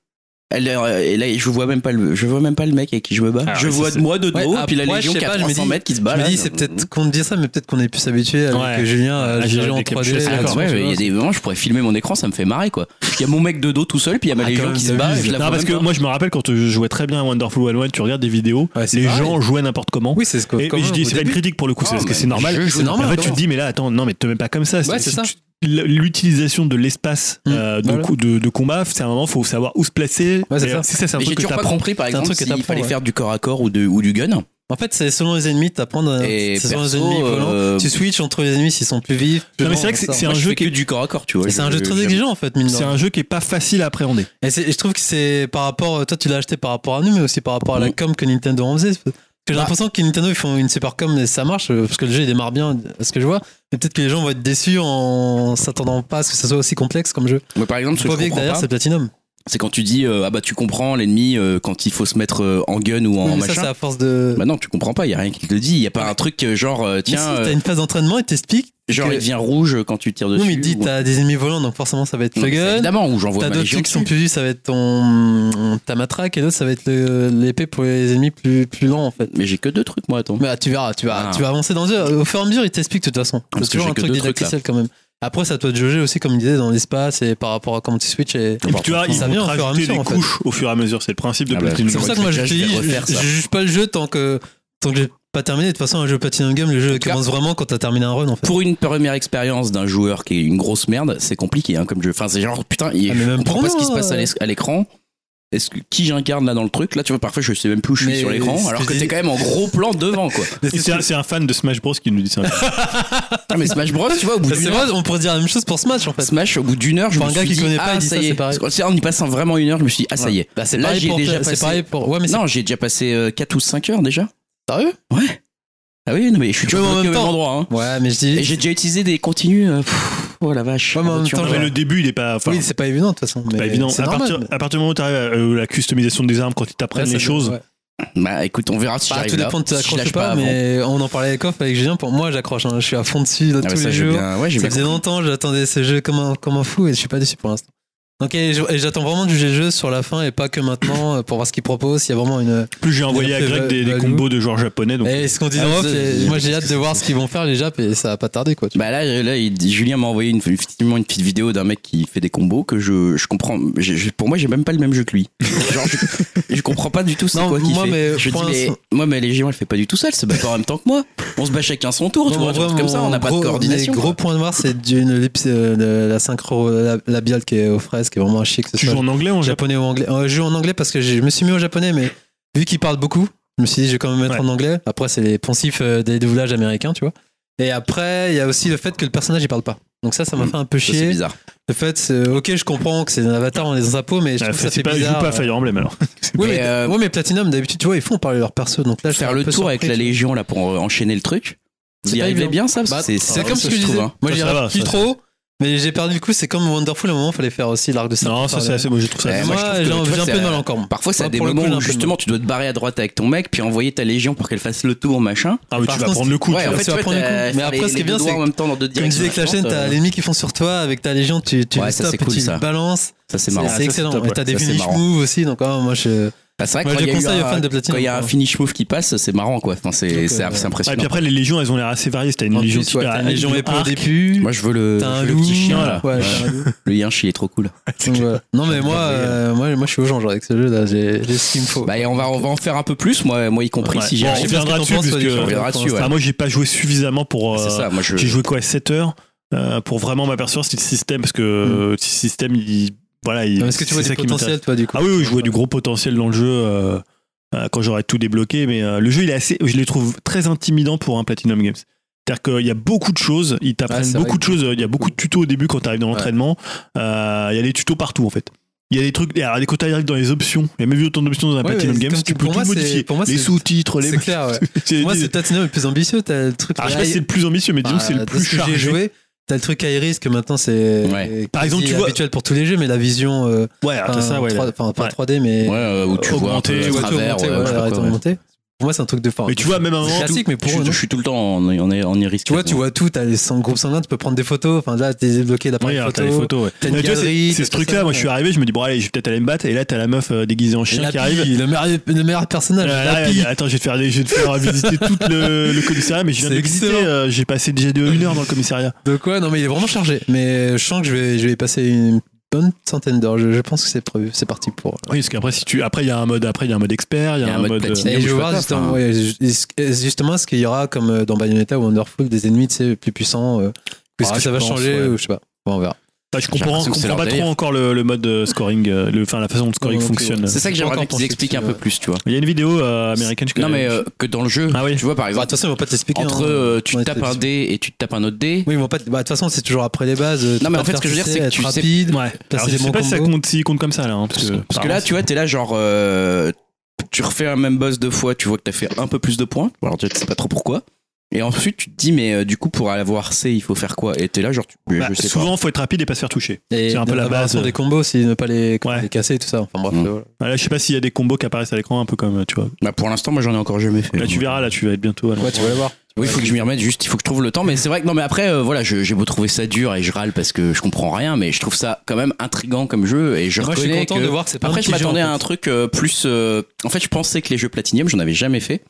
A: Elle, euh, et là, je vois même pas le, je vois même pas le mec avec qui je me bats.
B: Ah,
A: je
B: ouais,
A: vois
B: ça, c'est-
A: moi de dos,
C: Ouais,
A: puis la
C: après,
A: Légion
C: je sais
A: qui a
C: pas, je me
A: 300
C: dis-
A: mètres qui se bat.
C: je me
A: là.
C: dis, c'est peut-être qu'on dit ça, mais peut-être qu'on est plus habitué avec
B: Ouais.
C: Julien à
B: Ah,
C: juger
B: j'aurais
C: en euh,
B: des
C: 3D.
B: captures,
A: Ah,
B: D'accord,
A: ouais, il y a des moments, je pourrais filmer mon écran, ça me fait marrer quoi. Il y a mon mec de dos tout seul, puis il y a ma
C: Ah, quand
A: Légion
C: même,
A: qui se bat. et je la
B: Non,
A: vois
B: parce
A: même
B: que
A: pas.
B: moi je me rappelle quand je jouais très bien à Wonderful 101, tu regardes des vidéos,
C: Ouais, c'est
B: les
C: pareil.
B: gens jouaient n'importe comment.
C: Oui, c'est ce que.
B: Et,
C: quand
B: mais je
C: même,
B: dis,
C: au
B: c'est pas une
C: début.
B: critique pour le coup,
A: Ah,
B: c'est parce que
A: mais
B: c'est normal.
A: je joue
B: En
A: normal,
B: fait, tu te
A: d'accord.
B: dis, mais là, attends, non, mais te mets pas comme ça.
C: Ouais, c'est
B: si
C: ça. Mmh.
B: tu- l- L'utilisation de l'espace euh, de,
C: Voilà.
B: cou- de, de combat, c'est un moment, faut savoir où se placer.
C: Ouais, c'est
B: Et,
C: ça.
B: euh, si ça, c'est un
A: Mais j'ai
B: truc que
A: toujours pas
B: t'apprends.
A: compris par
C: C'est un
A: exemple
C: truc que
A: s'il
C: t'apprends,
A: fallait
C: ouais.
A: faire du corps à corps ou, de, ou du gun.
C: En fait, c'est selon les ennemis, t'apprends. d'un-
A: Et
C: C'est selon les
A: perso,
C: ennemis
A: euh,
C: volants. Tu switches entre les ennemis s'ils sont plus vifs. plus
B: Non, mais
C: lents,
B: c'est vrai que c'est
C: etc.
B: c'est un
A: Moi, je
B: jeu
A: fais
B: qui
A: que
B: est-
A: du corps à corps, tu vois.
C: Et c'est un jeu
A: Je-
C: très
A: j'aime-
C: exigeant en fait, mine de
B: c'est
C: rien.
B: un jeu qui est pas facile à appréhender.
C: Et c'est- je trouve que c'est par rapport, toi tu l'as acheté par rapport à nous, mais aussi par rapport à la
A: Mhm.
C: com que Nintendo en faisait. Parce que j'ai
A: Bah.
C: l'impression que Nintendo ils font une super com et ça marche, euh, parce que le jeu il démarre bien, à ce que je vois. Mais peut-être que les gens vont être déçus en s'attendant pas à ce que ça soit aussi complexe comme jeu.
A: Moi, par exemple, ce
C: Je
A: que
C: vois
A: je
C: bien que
A: comprends
C: derrière
A: pas,
C: c'est Platinum.
A: c'est quand tu dis euh, ah bah tu comprends l'ennemi euh, quand il faut se mettre euh, en gun ou en
C: Oui, mais ça
A: machin.
C: c'est à force de.
A: Bah non, tu comprends pas, il y a rien qui te le dit, il y a pas un truc euh, genre euh,
C: Mais si,
A: tiens euh,
C: t'as une phase d'entraînement, il t'explique.
A: genre
C: que-
A: il devient rouge quand tu tires dessus.
C: Non, mais il te dit
A: ou-
C: t'as des ennemis volants, donc forcément ça va être
A: Non,
C: le
A: c'est
C: gun.
A: Évidemment, où j'envoie
C: T'as
A: ma
C: d'autres
A: légion
C: trucs qui sont
A: dessus.
C: plus vifs, ça va être ton ta matraque et d'autres ça va être le- l'épée pour les ennemis plus plus lents en fait.
A: Mais j'ai que deux trucs moi, attends.
C: Bah, tu verras, tu vas,
A: Ah.
C: tu vas avancer dans le jeu. Au fur et à mesure, il t'explique de toute façon.
A: Parce que
C: C'est toujours
A: j'ai
C: un
A: que
C: truc
A: deux trucs,
C: didacticiel quand même. Après, c'est à toi de jauger aussi, comme il disait, dans l'espace et par rapport à comment tu switches. Et...
B: Et puis tu vois, ils
C: bah, Ça
B: vont
C: vient
B: te
C: au fur et à
B: rajouter
C: mesure,
B: des
C: en fait.
B: couches au fur et à mesure. C'est le principe de
A: Ah bah,
B: Platinum.
A: c'est
C: C'est pour ça que
A: Ouais,
C: moi, je,
A: je
C: te
A: vais
C: dis,
A: refaire
C: je-
A: ça.
C: je juge pas le jeu tant que, tant que j'ai pas terminé. De toute façon, un jeu Platinum Game, le jeu
A: cas-
C: commence vraiment quand t'as terminé un run en fait.
A: Pour une première expérience d'un joueur qui est une grosse merde, c'est compliqué hein, comme jeu. Enfin, c'est genre putain, il
C: Ah, mais
A: je
C: même
A: comprends
C: pour
A: pas ce
C: moi,
A: qui se passe à
C: euh.
A: l'es- à l'écran. Est-ce que qui j'incarne là dans le truc Là, tu vois, parfois je sais même plus où je suis
C: Mais
A: sur l'écran,
C: c'est
A: alors
C: ce
A: que
C: que
A: t'es
C: j'ai-
A: quand même en gros plan devant quoi.
B: Et C'est un- c'est un fan de Smash Bros qui nous dit ça.
A: Ah, mais Smash Bros, tu vois, au bout
C: Bah, C'est
A: d'une heure,
C: vrai, on pourrait dire la même chose pour Smash en fait.
A: Smash, au bout d'une heure, je
C: Pour
A: me
C: un gars
A: suis
C: qui
A: dit,
C: connaît pas,
A: ah
C: il dit
A: ça
C: ça,
A: y est.
C: c'est pareil.
A: Parce que, en y passant vraiment une heure, je me suis dit, ah ça y est.
C: Bah, c'est
A: Là,
C: pareil
A: j'y ai
C: pour-
A: déjà
C: c'est
A: passé.
C: pareil pour. Ouais, mais c'est
A: non, j'ai déjà passé 4 ou 5 heures déjà.
C: sérieux
A: Ouais. Ah oui, non, mais je suis
C: Oui, mais
A: toujours
C: en
A: bloqué au
C: même
A: même
C: temps-
A: endroit. Hein.
C: Ouais, mais je dis.
A: Et j'ai déjà utilisé des continues. euh, pff, oh la vache.
C: Ouais, mais en même temps,
B: Non, mais
C: Ouais.
B: le début, il est pas. enfin,
C: Oui, c'est pas évident de toute façon.
B: c'est pas évident.
C: C'est
B: À
C: normal.
B: partir, à partir du moment où tu arrives à euh, la customisation des armes, quand ils
C: Ouais,
B: t'apprennent
C: ça-
B: les choses,
C: ouais.
A: Bah écoute, on verra si
C: Bah,
A: j'arrive
C: tout
A: là.
C: dépend de
A: Si je
C: t'accroches
A: lâche
C: pas,
A: avant.
C: mais on en parlait avec Off, avec Julien. Pour moi, j'accroche, hein. je suis à fond dessus là,
A: Ah, bah,
C: tous
A: ça,
C: les
A: j'ai
C: jours.
A: bien- ouais, j'ai
C: Ça
A: bien
C: faisait longtemps, j'attendais ces jeux comme un, comme un fou et je suis pas déçu pour l'instant. Donc, et je- et j'attends vraiment de juger le jeu sur la fin et pas que maintenant euh, pour voir ce qu'il propose. Il y a vraiment une.
B: plus j'ai envoyé à
C: après,
B: Greg
C: va-
B: des, des
C: va
B: combos de joueurs japonais. Donc,
C: Et Eh, ce qu'on dit
A: Ah,
C: dans Off,
A: ça,
C: et
A: j'ai-
C: moi j'ai hâte de voir ce qu'ils vont faire les Japs et ça va pas tarder quoi. tu
A: Bah là, là il- Julien m'a envoyé une, effectivement une petite vidéo d'un mec qui fait des combos que je, je comprends. j'ai- j'ai- pour moi, j'ai même pas le même jeu que lui. Genre, je, je comprends pas du tout c'est
C: Non,
A: quoi qu'il
C: moi,
A: fait.
C: mais
A: je dis,
C: pour
A: mais,
C: l'instant-
A: moi, mais les gens, elle fait pas du tout ça. Elle se bat pas en même temps que moi. On se bat chacun son tour, tu vois.
C: Non, mais
A: un truc
C: vraiment,
A: comme ça, on n'a pas de
C: gros-
A: coordination.
C: mais Gros point noir, c'est d'une ellipse, euh, de la synchro la- labiale qui est aux fraises, qui est vraiment un chic.
B: tu joues en anglais ou en japonais
C: japonais ou anglais. Euh, je joue en anglais parce que je me suis mis au japonais, mais vu qu'ils parlent beaucoup, je me suis dit, je vais quand même mettre
B: Ouais.
C: en anglais. Après, c'est les poncifs euh, des doublages américains, tu vois. Et après, il y a aussi le fait que le personnage, il parle pas. Donc Hmm. ça, ça m'a fait un peu
A: Ça, C'est
C: chier.
A: bizarre.
C: Le fait, c'est- ok, je comprends que c'est un avatar, on est dans sa peau, mais je
B: Ah,
C: trouve que ça
B: c'est
C: fait
B: pas- Je
C: bizarre. hein.
B: joue pas à Fire Emblem alors.
A: Mais,
C: Oui, mais,
A: euh,
C: ouais, mais Platinum, d'habitude, tu vois, ils font parler leur perso. Donc là, je suis
A: Faire
C: un
A: le
C: peu
A: tour avec
C: surpris,
A: la
C: tu vois.
A: Légion là pour euh, enchaîner le truc.
C: C'est
A: Vous y
C: pas
A: arrivez
C: évident.
A: bien ça Parce
C: Bah,
A: que c'est-
C: C'est comme ce que je
A: je
C: disais.
A: trouve, hein.
C: Moi,
B: Ça,
C: j'y
B: ça va,
C: arrive plus
B: ça, ça
C: trop, mais j'ai perdu le coup. C'est comme Wonderful, à un moment, fallait faire aussi l'arc de
B: Non, ça c'est assez beau, je trouve ça.
A: Ouais,
B: assez
A: moi,
B: moche.
A: je trouve
C: Moi,
A: que,
C: j'ai
A: tu vois,
C: j'ai un peu
A: c'est-
C: de mal encore.
A: Parfois, c'est
C: Moi,
A: à des
C: pour le
A: moments
C: coup, j'ai un
A: où
C: peu de
A: justement tu dois te barrer à droite avec ton mec, puis envoyer ta légion pour qu'elle fasse le tour, machin.
B: Ah, mais
C: par
B: tu vas
C: contre,
B: prendre le coup.
A: ouais,
B: tu
A: en
B: vois.
A: fait,
C: tu vas
A: ouais,
C: prendre le coup.
A: t'as-
C: Mais
A: faire
C: après,
A: les-
C: ce qui est
A: les
C: bien,
A: deux doigts
C: c'est
A: en même temps dans deux
C: Comme
A: directions
C: disait Clash N,
A: différentes,
C: t'as
A: euh,
C: l'ennemi qui font sur toi, avec ta légion, tu, tu
A: Ouais,
C: les
A: ça,
C: stops
A: c'est
C: et
A: cool,
C: tu
A: ça.
C: balances.
A: Ça, c'est
C: C'est
A: marrant.
B: Ah,
C: c'est
B: ça, c'est
C: excellent.
B: top,
C: Et t'as
B: ouais.
C: des
A: Ça, c'est
C: finish
A: marrant.
C: moves aussi, donc ah, moi je.
A: Ah, c'est vrai que
C: Moi,
A: quand
C: je
A: il y a eu
C: conseille aux
A: un-
C: fans de Platinum,
A: Quand il y a un
C: quoi.
A: finish move qui passe, c'est marrant quoi. Enfin, c'est
C: Donc,
A: c'est
C: euh,
A: c'est
B: Ah, et puis
A: impressionnant.
B: après, les légions, elles ont l'air assez variées. T'as une
C: En
B: légion
C: plus, ouais,
B: ah,
C: t'as une légion
B: une
C: épée au
B: arc.
C: début.
A: Moi, je veux le
C: T'as un
A: je veux le
C: loup.
A: petit chien là.
C: Ouais,
A: Ouais.
C: t'as un loup.
A: Le yinch, il est trop cool.
C: Donc, voilà. Non, mais moi, euh, moi, moi, je suis au genre avec ce jeu-là. J'ai j'ai ce qu'il me faut.
A: Bah, et on va on va en faire un peu plus, moi, moi y compris
B: Ouais.
A: si j'y
B: Bon,
C: Je sais
A: arrive.
B: on
C: pas
B: reviendra
C: ce que t'en
B: dessus, parce
C: penses, toi,
B: que-
C: Alexandre,
A: On reviendra
C: pour
A: dessus,
C: l'instant.
A: ouais.
B: Ah, moi, j'ai pas joué suffisamment pour.
A: C'est
B: euh,
A: ça, moi je.
B: J'ai joué quoi 7 heures euh, pour vraiment m'apercevoir si le système, parce que euh, si le système, il, voilà, il,
C: Hmm. Non, mais Est-ce que tu
B: c'est
C: vois
B: ça
C: du
B: qui m'intéresse.
C: potentiel, toi, du coup
B: Ah oui, oui, je vois du gros potentiel dans le jeu euh, euh, quand j'aurai tout débloqué, mais euh, le jeu, il est assez, je le trouve très intimidant pour un Platinum Games. C'est-à-dire qu'il y a beaucoup de choses, ils
C: Ah,
B: t'apprennent
C: c'est
B: beaucoup
C: vrai.
B: de choses, il y a beaucoup de tutos au début quand tu arrives dans l'entraînement, Euh, il y a des tutos partout en fait. Il y a des trucs, et alors, quand tu arrives dans les options, il y a même vu autant d'options dans un
C: Ouais,
B: Platinum
C: mais
B: Games,
C: comme-
B: tu peux
C: pour
B: tout
C: moi, c'est-
B: modifier.
C: pour moi,
B: les
C: c'est-
B: sous-titres, les.
C: C'est clair, ouais.
B: C'est-
C: Moi, c'est Platinum le plus ambitieux. T'as le truc.
B: Alors, Ah, je sais pas si c'est le plus ambitieux, mais disons que c'est le
C: Bah, de
B: plus
C: ce que j'ai
B: chargé.
C: joué, T'as le truc Iris que maintenant c'est
A: Ouais.
B: Par exemple, tu vois-
C: habituel pour tous les jeux, mais la vision, euh,
B: Ouais, alors, t'as
C: enfin,
B: ça, ouais.
C: 3, enfin, pas
B: Ouais.
C: 3D, mais
A: Ouais, euh, où tu vois un
B: Augmenter,
A: peu à
B: ouais,
A: travers.
C: augmentée,
A: ouais, je sais pas
C: arrête
A: quoi, ouais.
C: d'augmenter. Pour moi, c'est un truc de fort.
B: Mais tu vois, même à un moment.
C: c'est classique, mais pour
A: je,
C: eux, non.
A: je suis tout le temps en, en, en iris.
C: Tu vois, tu vois tout, t'as les 100 groupes sanguins, tu peux prendre des photos. Enfin, là, t'es débloqué d'appareil
B: Oui, alors, t'as
C: photo.
B: les photos, ouais.
C: t'as une
B: Mais tu vois,
C: galerie,
B: c'est-
C: t'as
B: c'est ce
C: tout
B: truc-là,
C: ça,
B: moi je suis arrivé, je me dis, bon allez, je vais peut-être aller me battre, et là t'as la meuf euh, déguisée en
C: Et
B: chien
C: la
B: qui arrive.
C: pille, Le meilleur, le meilleur personnage.
B: Ah,
C: la
B: là,
C: pille.
B: attends, je vais te faire, je vais te faire visiter tout le, le commissariat, mais je viens de
C: C'est
B: le visiter.
C: excellent.
B: euh, J'ai passé déjà de une heure dans le commissariat.
C: De quoi Non, mais il est vraiment chargé. Mais je sens que je vais, je vais y passer une bonne centaine d'heures. Je, je pense que c'est prévu. C'est parti pour.
B: Oui, parce qu'après, si tu, après, il y a un mode, après, il y a un mode expert, il y a un mode. euh,
A: platine.
C: Et je veux
A: Ou
C: voir
A: je sais pas,
C: justement,
A: enfin.
C: ouais, ju- est-ce- justement est-ce qu'il y aura, comme euh, dans Bayonetta ou Wonderful, des ennemis tu sais, plus puissants euh, Est-ce
B: Ah,
C: que
B: je
C: ça va
B: pense,
C: changer
B: ouais.
C: ou je sais pas Bon, On verra.
B: Ah, je
A: J'ai
B: comprends,
A: l'impression que c'est
B: comprends
A: leur
B: pas trop
A: délire.
B: encore le, le mode euh, scoring, euh, le, enfin la façon dont le scoring
C: Non, non plus,
B: fonctionne.
C: ouais.
A: C'est ça que j'aimerais
C: Encore
A: bien qu'ils
C: pensé
A: expliquent un
C: dessus,
A: peu
C: ouais.
A: plus, tu vois.
B: Il y a une vidéo euh, américaine. je
A: Non, mais
B: connais.
A: euh, que dans le jeu,
B: Ah oui.
A: tu vois, par
C: Bah, De toute
A: exemple,
C: façon, ils vont pas t'expliquer.
A: entre euh, tu tapes un dé et tu tapes un autre dé,
C: Oui, ils vont pas. te- bah, De toute façon, c'est toujours après les bases. euh,
A: Non, mais en
C: pas
A: fait,
C: te
A: ce que je veux dire,
C: faire
A: c'est que
C: sucer,
A: tu
C: être
A: sais-
C: rapide.
B: ouais.
C: passer
B: Alors, je
C: des
B: sais
C: bons
B: pas si ça
C: combos.
B: compte, s'il compte comme ça là. hein, parce, que,
A: Parce que là, tu vois, t'es là genre. euh, tu refais un même boss deux fois, tu vois que t'as fait un peu plus de points. Alors, tu sais pas trop pourquoi. Et ensuite, tu te dis, mais euh, du coup, pour avoir C, il faut faire quoi Et t'es là, genre, tu, mais
B: Bah,
A: je sais
B: souvent, faut être rapide et pas se faire toucher.
C: Et
B: C'est un peu la
C: la variation
B: base.
C: des combos, c'est ne pas les,
B: Ouais.
C: les casser et tout ça. Enfin bref.
A: Mm.
C: euh, voilà.
B: Ah, Là, je sais pas s'il y a des combos qui apparaissent à l'écran, un peu comme tu vois.
A: pas. Bah, pour l'instant, moi, j'en ai encore jamais fait.
B: Là, Bah, tu verras, là, tu vas être bientôt. à l'enfant.
C: Ouais, tu vas les voir.
A: Oui, il faut que je m'y remette, juste, il faut que je trouve le temps. Mais c'est vrai que, non, mais après, euh, voilà, je- j'ai beau trouver ça dur et je râle parce que je comprends rien, mais je trouve ça quand même intrigant comme jeu. Et je
C: Moi, je suis
A: reconnais
C: content
A: que-
C: de voir que c'est pas un
A: Après,
C: petit
A: je
C: jeu,
A: m'attendais à
C: en fait.
A: un truc euh, plus. euh, en fait, je pensais que les jeux Platinum, j'en avais jamais fait.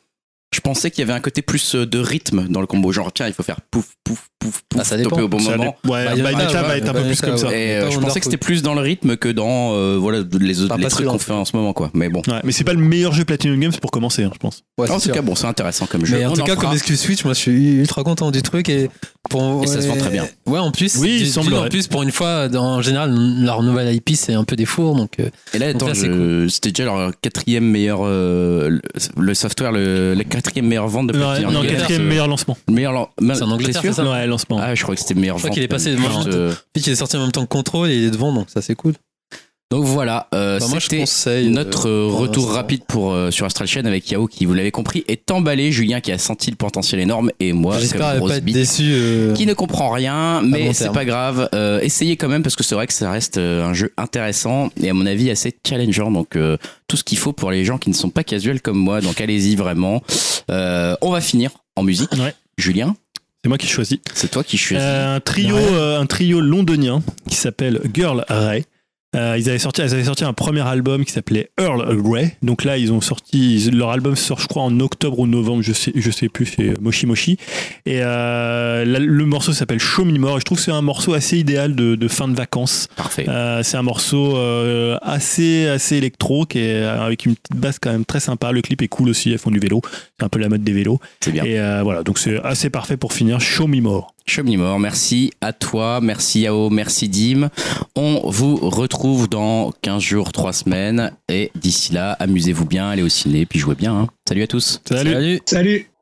A: Je pensais qu'il y avait un côté plus euh, de rythme dans le combo. Genre, tiens, il faut faire pouf, pouf, pouf, pouf,
C: Ah, ça
A: stopper
C: dépend.
A: au bon
B: Ça
A: moment.
B: dé- Ouais,
C: Bayonetta,
B: Bayonetta
C: ouais,
B: va être un peu plus
C: Bayonetta,
B: comme ça.
C: ouais.
A: Et euh,
C: Attends,
A: je
C: on
A: pensais
C: leur
A: que c'était plus dans le rythme que dans euh, voilà, les, autres-
C: Pas
A: les
C: pas
A: trucs
C: sûr,
A: qu'on
C: en
A: fait en ce moment. quoi. Mais bon.
B: Ouais, mais c'est pas le meilleur jeu Platinum Games pour commencer, hein, je pense.
C: Ouais,
A: en
C: c'est
A: tout
C: sûr.
A: cas, bon, c'est intéressant comme jeu.
C: Mais en
A: On
C: tout cas,
A: fera.
C: comme excuse Switch, moi je suis ultra content du truc et pour
A: Et ça se vend très bien.
C: Ouais, en plus,
B: Oui, il
C: dis- dis-
B: semblerait.
C: en plus pour une fois, dans- en général, leur nouvelle IP c'est un peu des fours, donc euh,
A: Et là,
C: Donc
A: attends,
C: là, c'est
A: je- c'était déjà leur quatrième meilleur. euh, le, le software, le, la quatrième meilleure vente de
B: Non,
A: Platinum
B: non,
A: Games.
B: quatrième
A: Euh,
B: meilleur lancement.
A: meilleur lan-
C: c'est en
A: T'es
C: Angleterre,
A: sûr
C: c'est ça
B: Ouais, lancement.
A: Ah, je crois que c'était meilleur.
C: Je crois
A: vente,
C: qu'il est passé
A: euh,
C: devant.
A: juste, euh,
C: puis qu'il est sorti en même temps que Control et il est devant, donc ça c'est cool.
A: Donc voilà, euh,
C: Enfin, moi je
A: c'était
C: conseille
A: notre euh,
C: euh, pour
A: retour
C: l'instant.
A: rapide pour euh, sur Astral Chain avec Yao qui, vous l'avez compris, est emballé. Julien qui a senti le potentiel énorme et moi,
C: J'espère
A: comme grosse
C: pas être
A: bite,
C: déçu. euh,
A: qui ne comprend rien, mais
C: long
A: c'est
C: terme.
A: pas grave. Euh, essayez quand même parce que c'est vrai que ça reste euh, un jeu intéressant et à mon avis assez challengeant. Donc euh, tout ce qu'il faut pour les gens qui ne sont pas casuels comme moi. Donc allez-y vraiment. Euh, on va finir en musique.
B: Ouais.
A: Julien,
B: C'est moi qui choisis.
A: c'est toi qui choisis.
B: Euh, un trio, euh, un trio londonien qui s'appelle Girl Ray. Euh, ils avaient sorti, elles avaient sorti un premier album qui s'appelait Earl Grey. Donc là, ils ont sorti ils- leur album sort, je crois, en octobre ou novembre, je sais, je sais plus. C'est Moshi Moshi. Et euh, là, le morceau s'appelle Show Me More. Et je trouve que c'est un morceau assez idéal de, de fin de vacances.
A: Parfait.
B: Euh, c'est un morceau euh, assez assez électro qui est euh, avec une petite basse quand même très sympa. Le clip est cool aussi. Elles font du vélo. C'est un peu la mode des vélos.
A: C'est bien.
B: Et euh, voilà, donc c'est assez parfait pour finir. Show Me More.
A: Chomnimore, merci à toi, merci Yao, merci Dim. On vous retrouve dans 15 jours, 3 semaines. Et d'ici là, amusez-vous bien, allez au ciné, puis jouez bien. hein. Salut à tous.
B: Salut.
D: Salut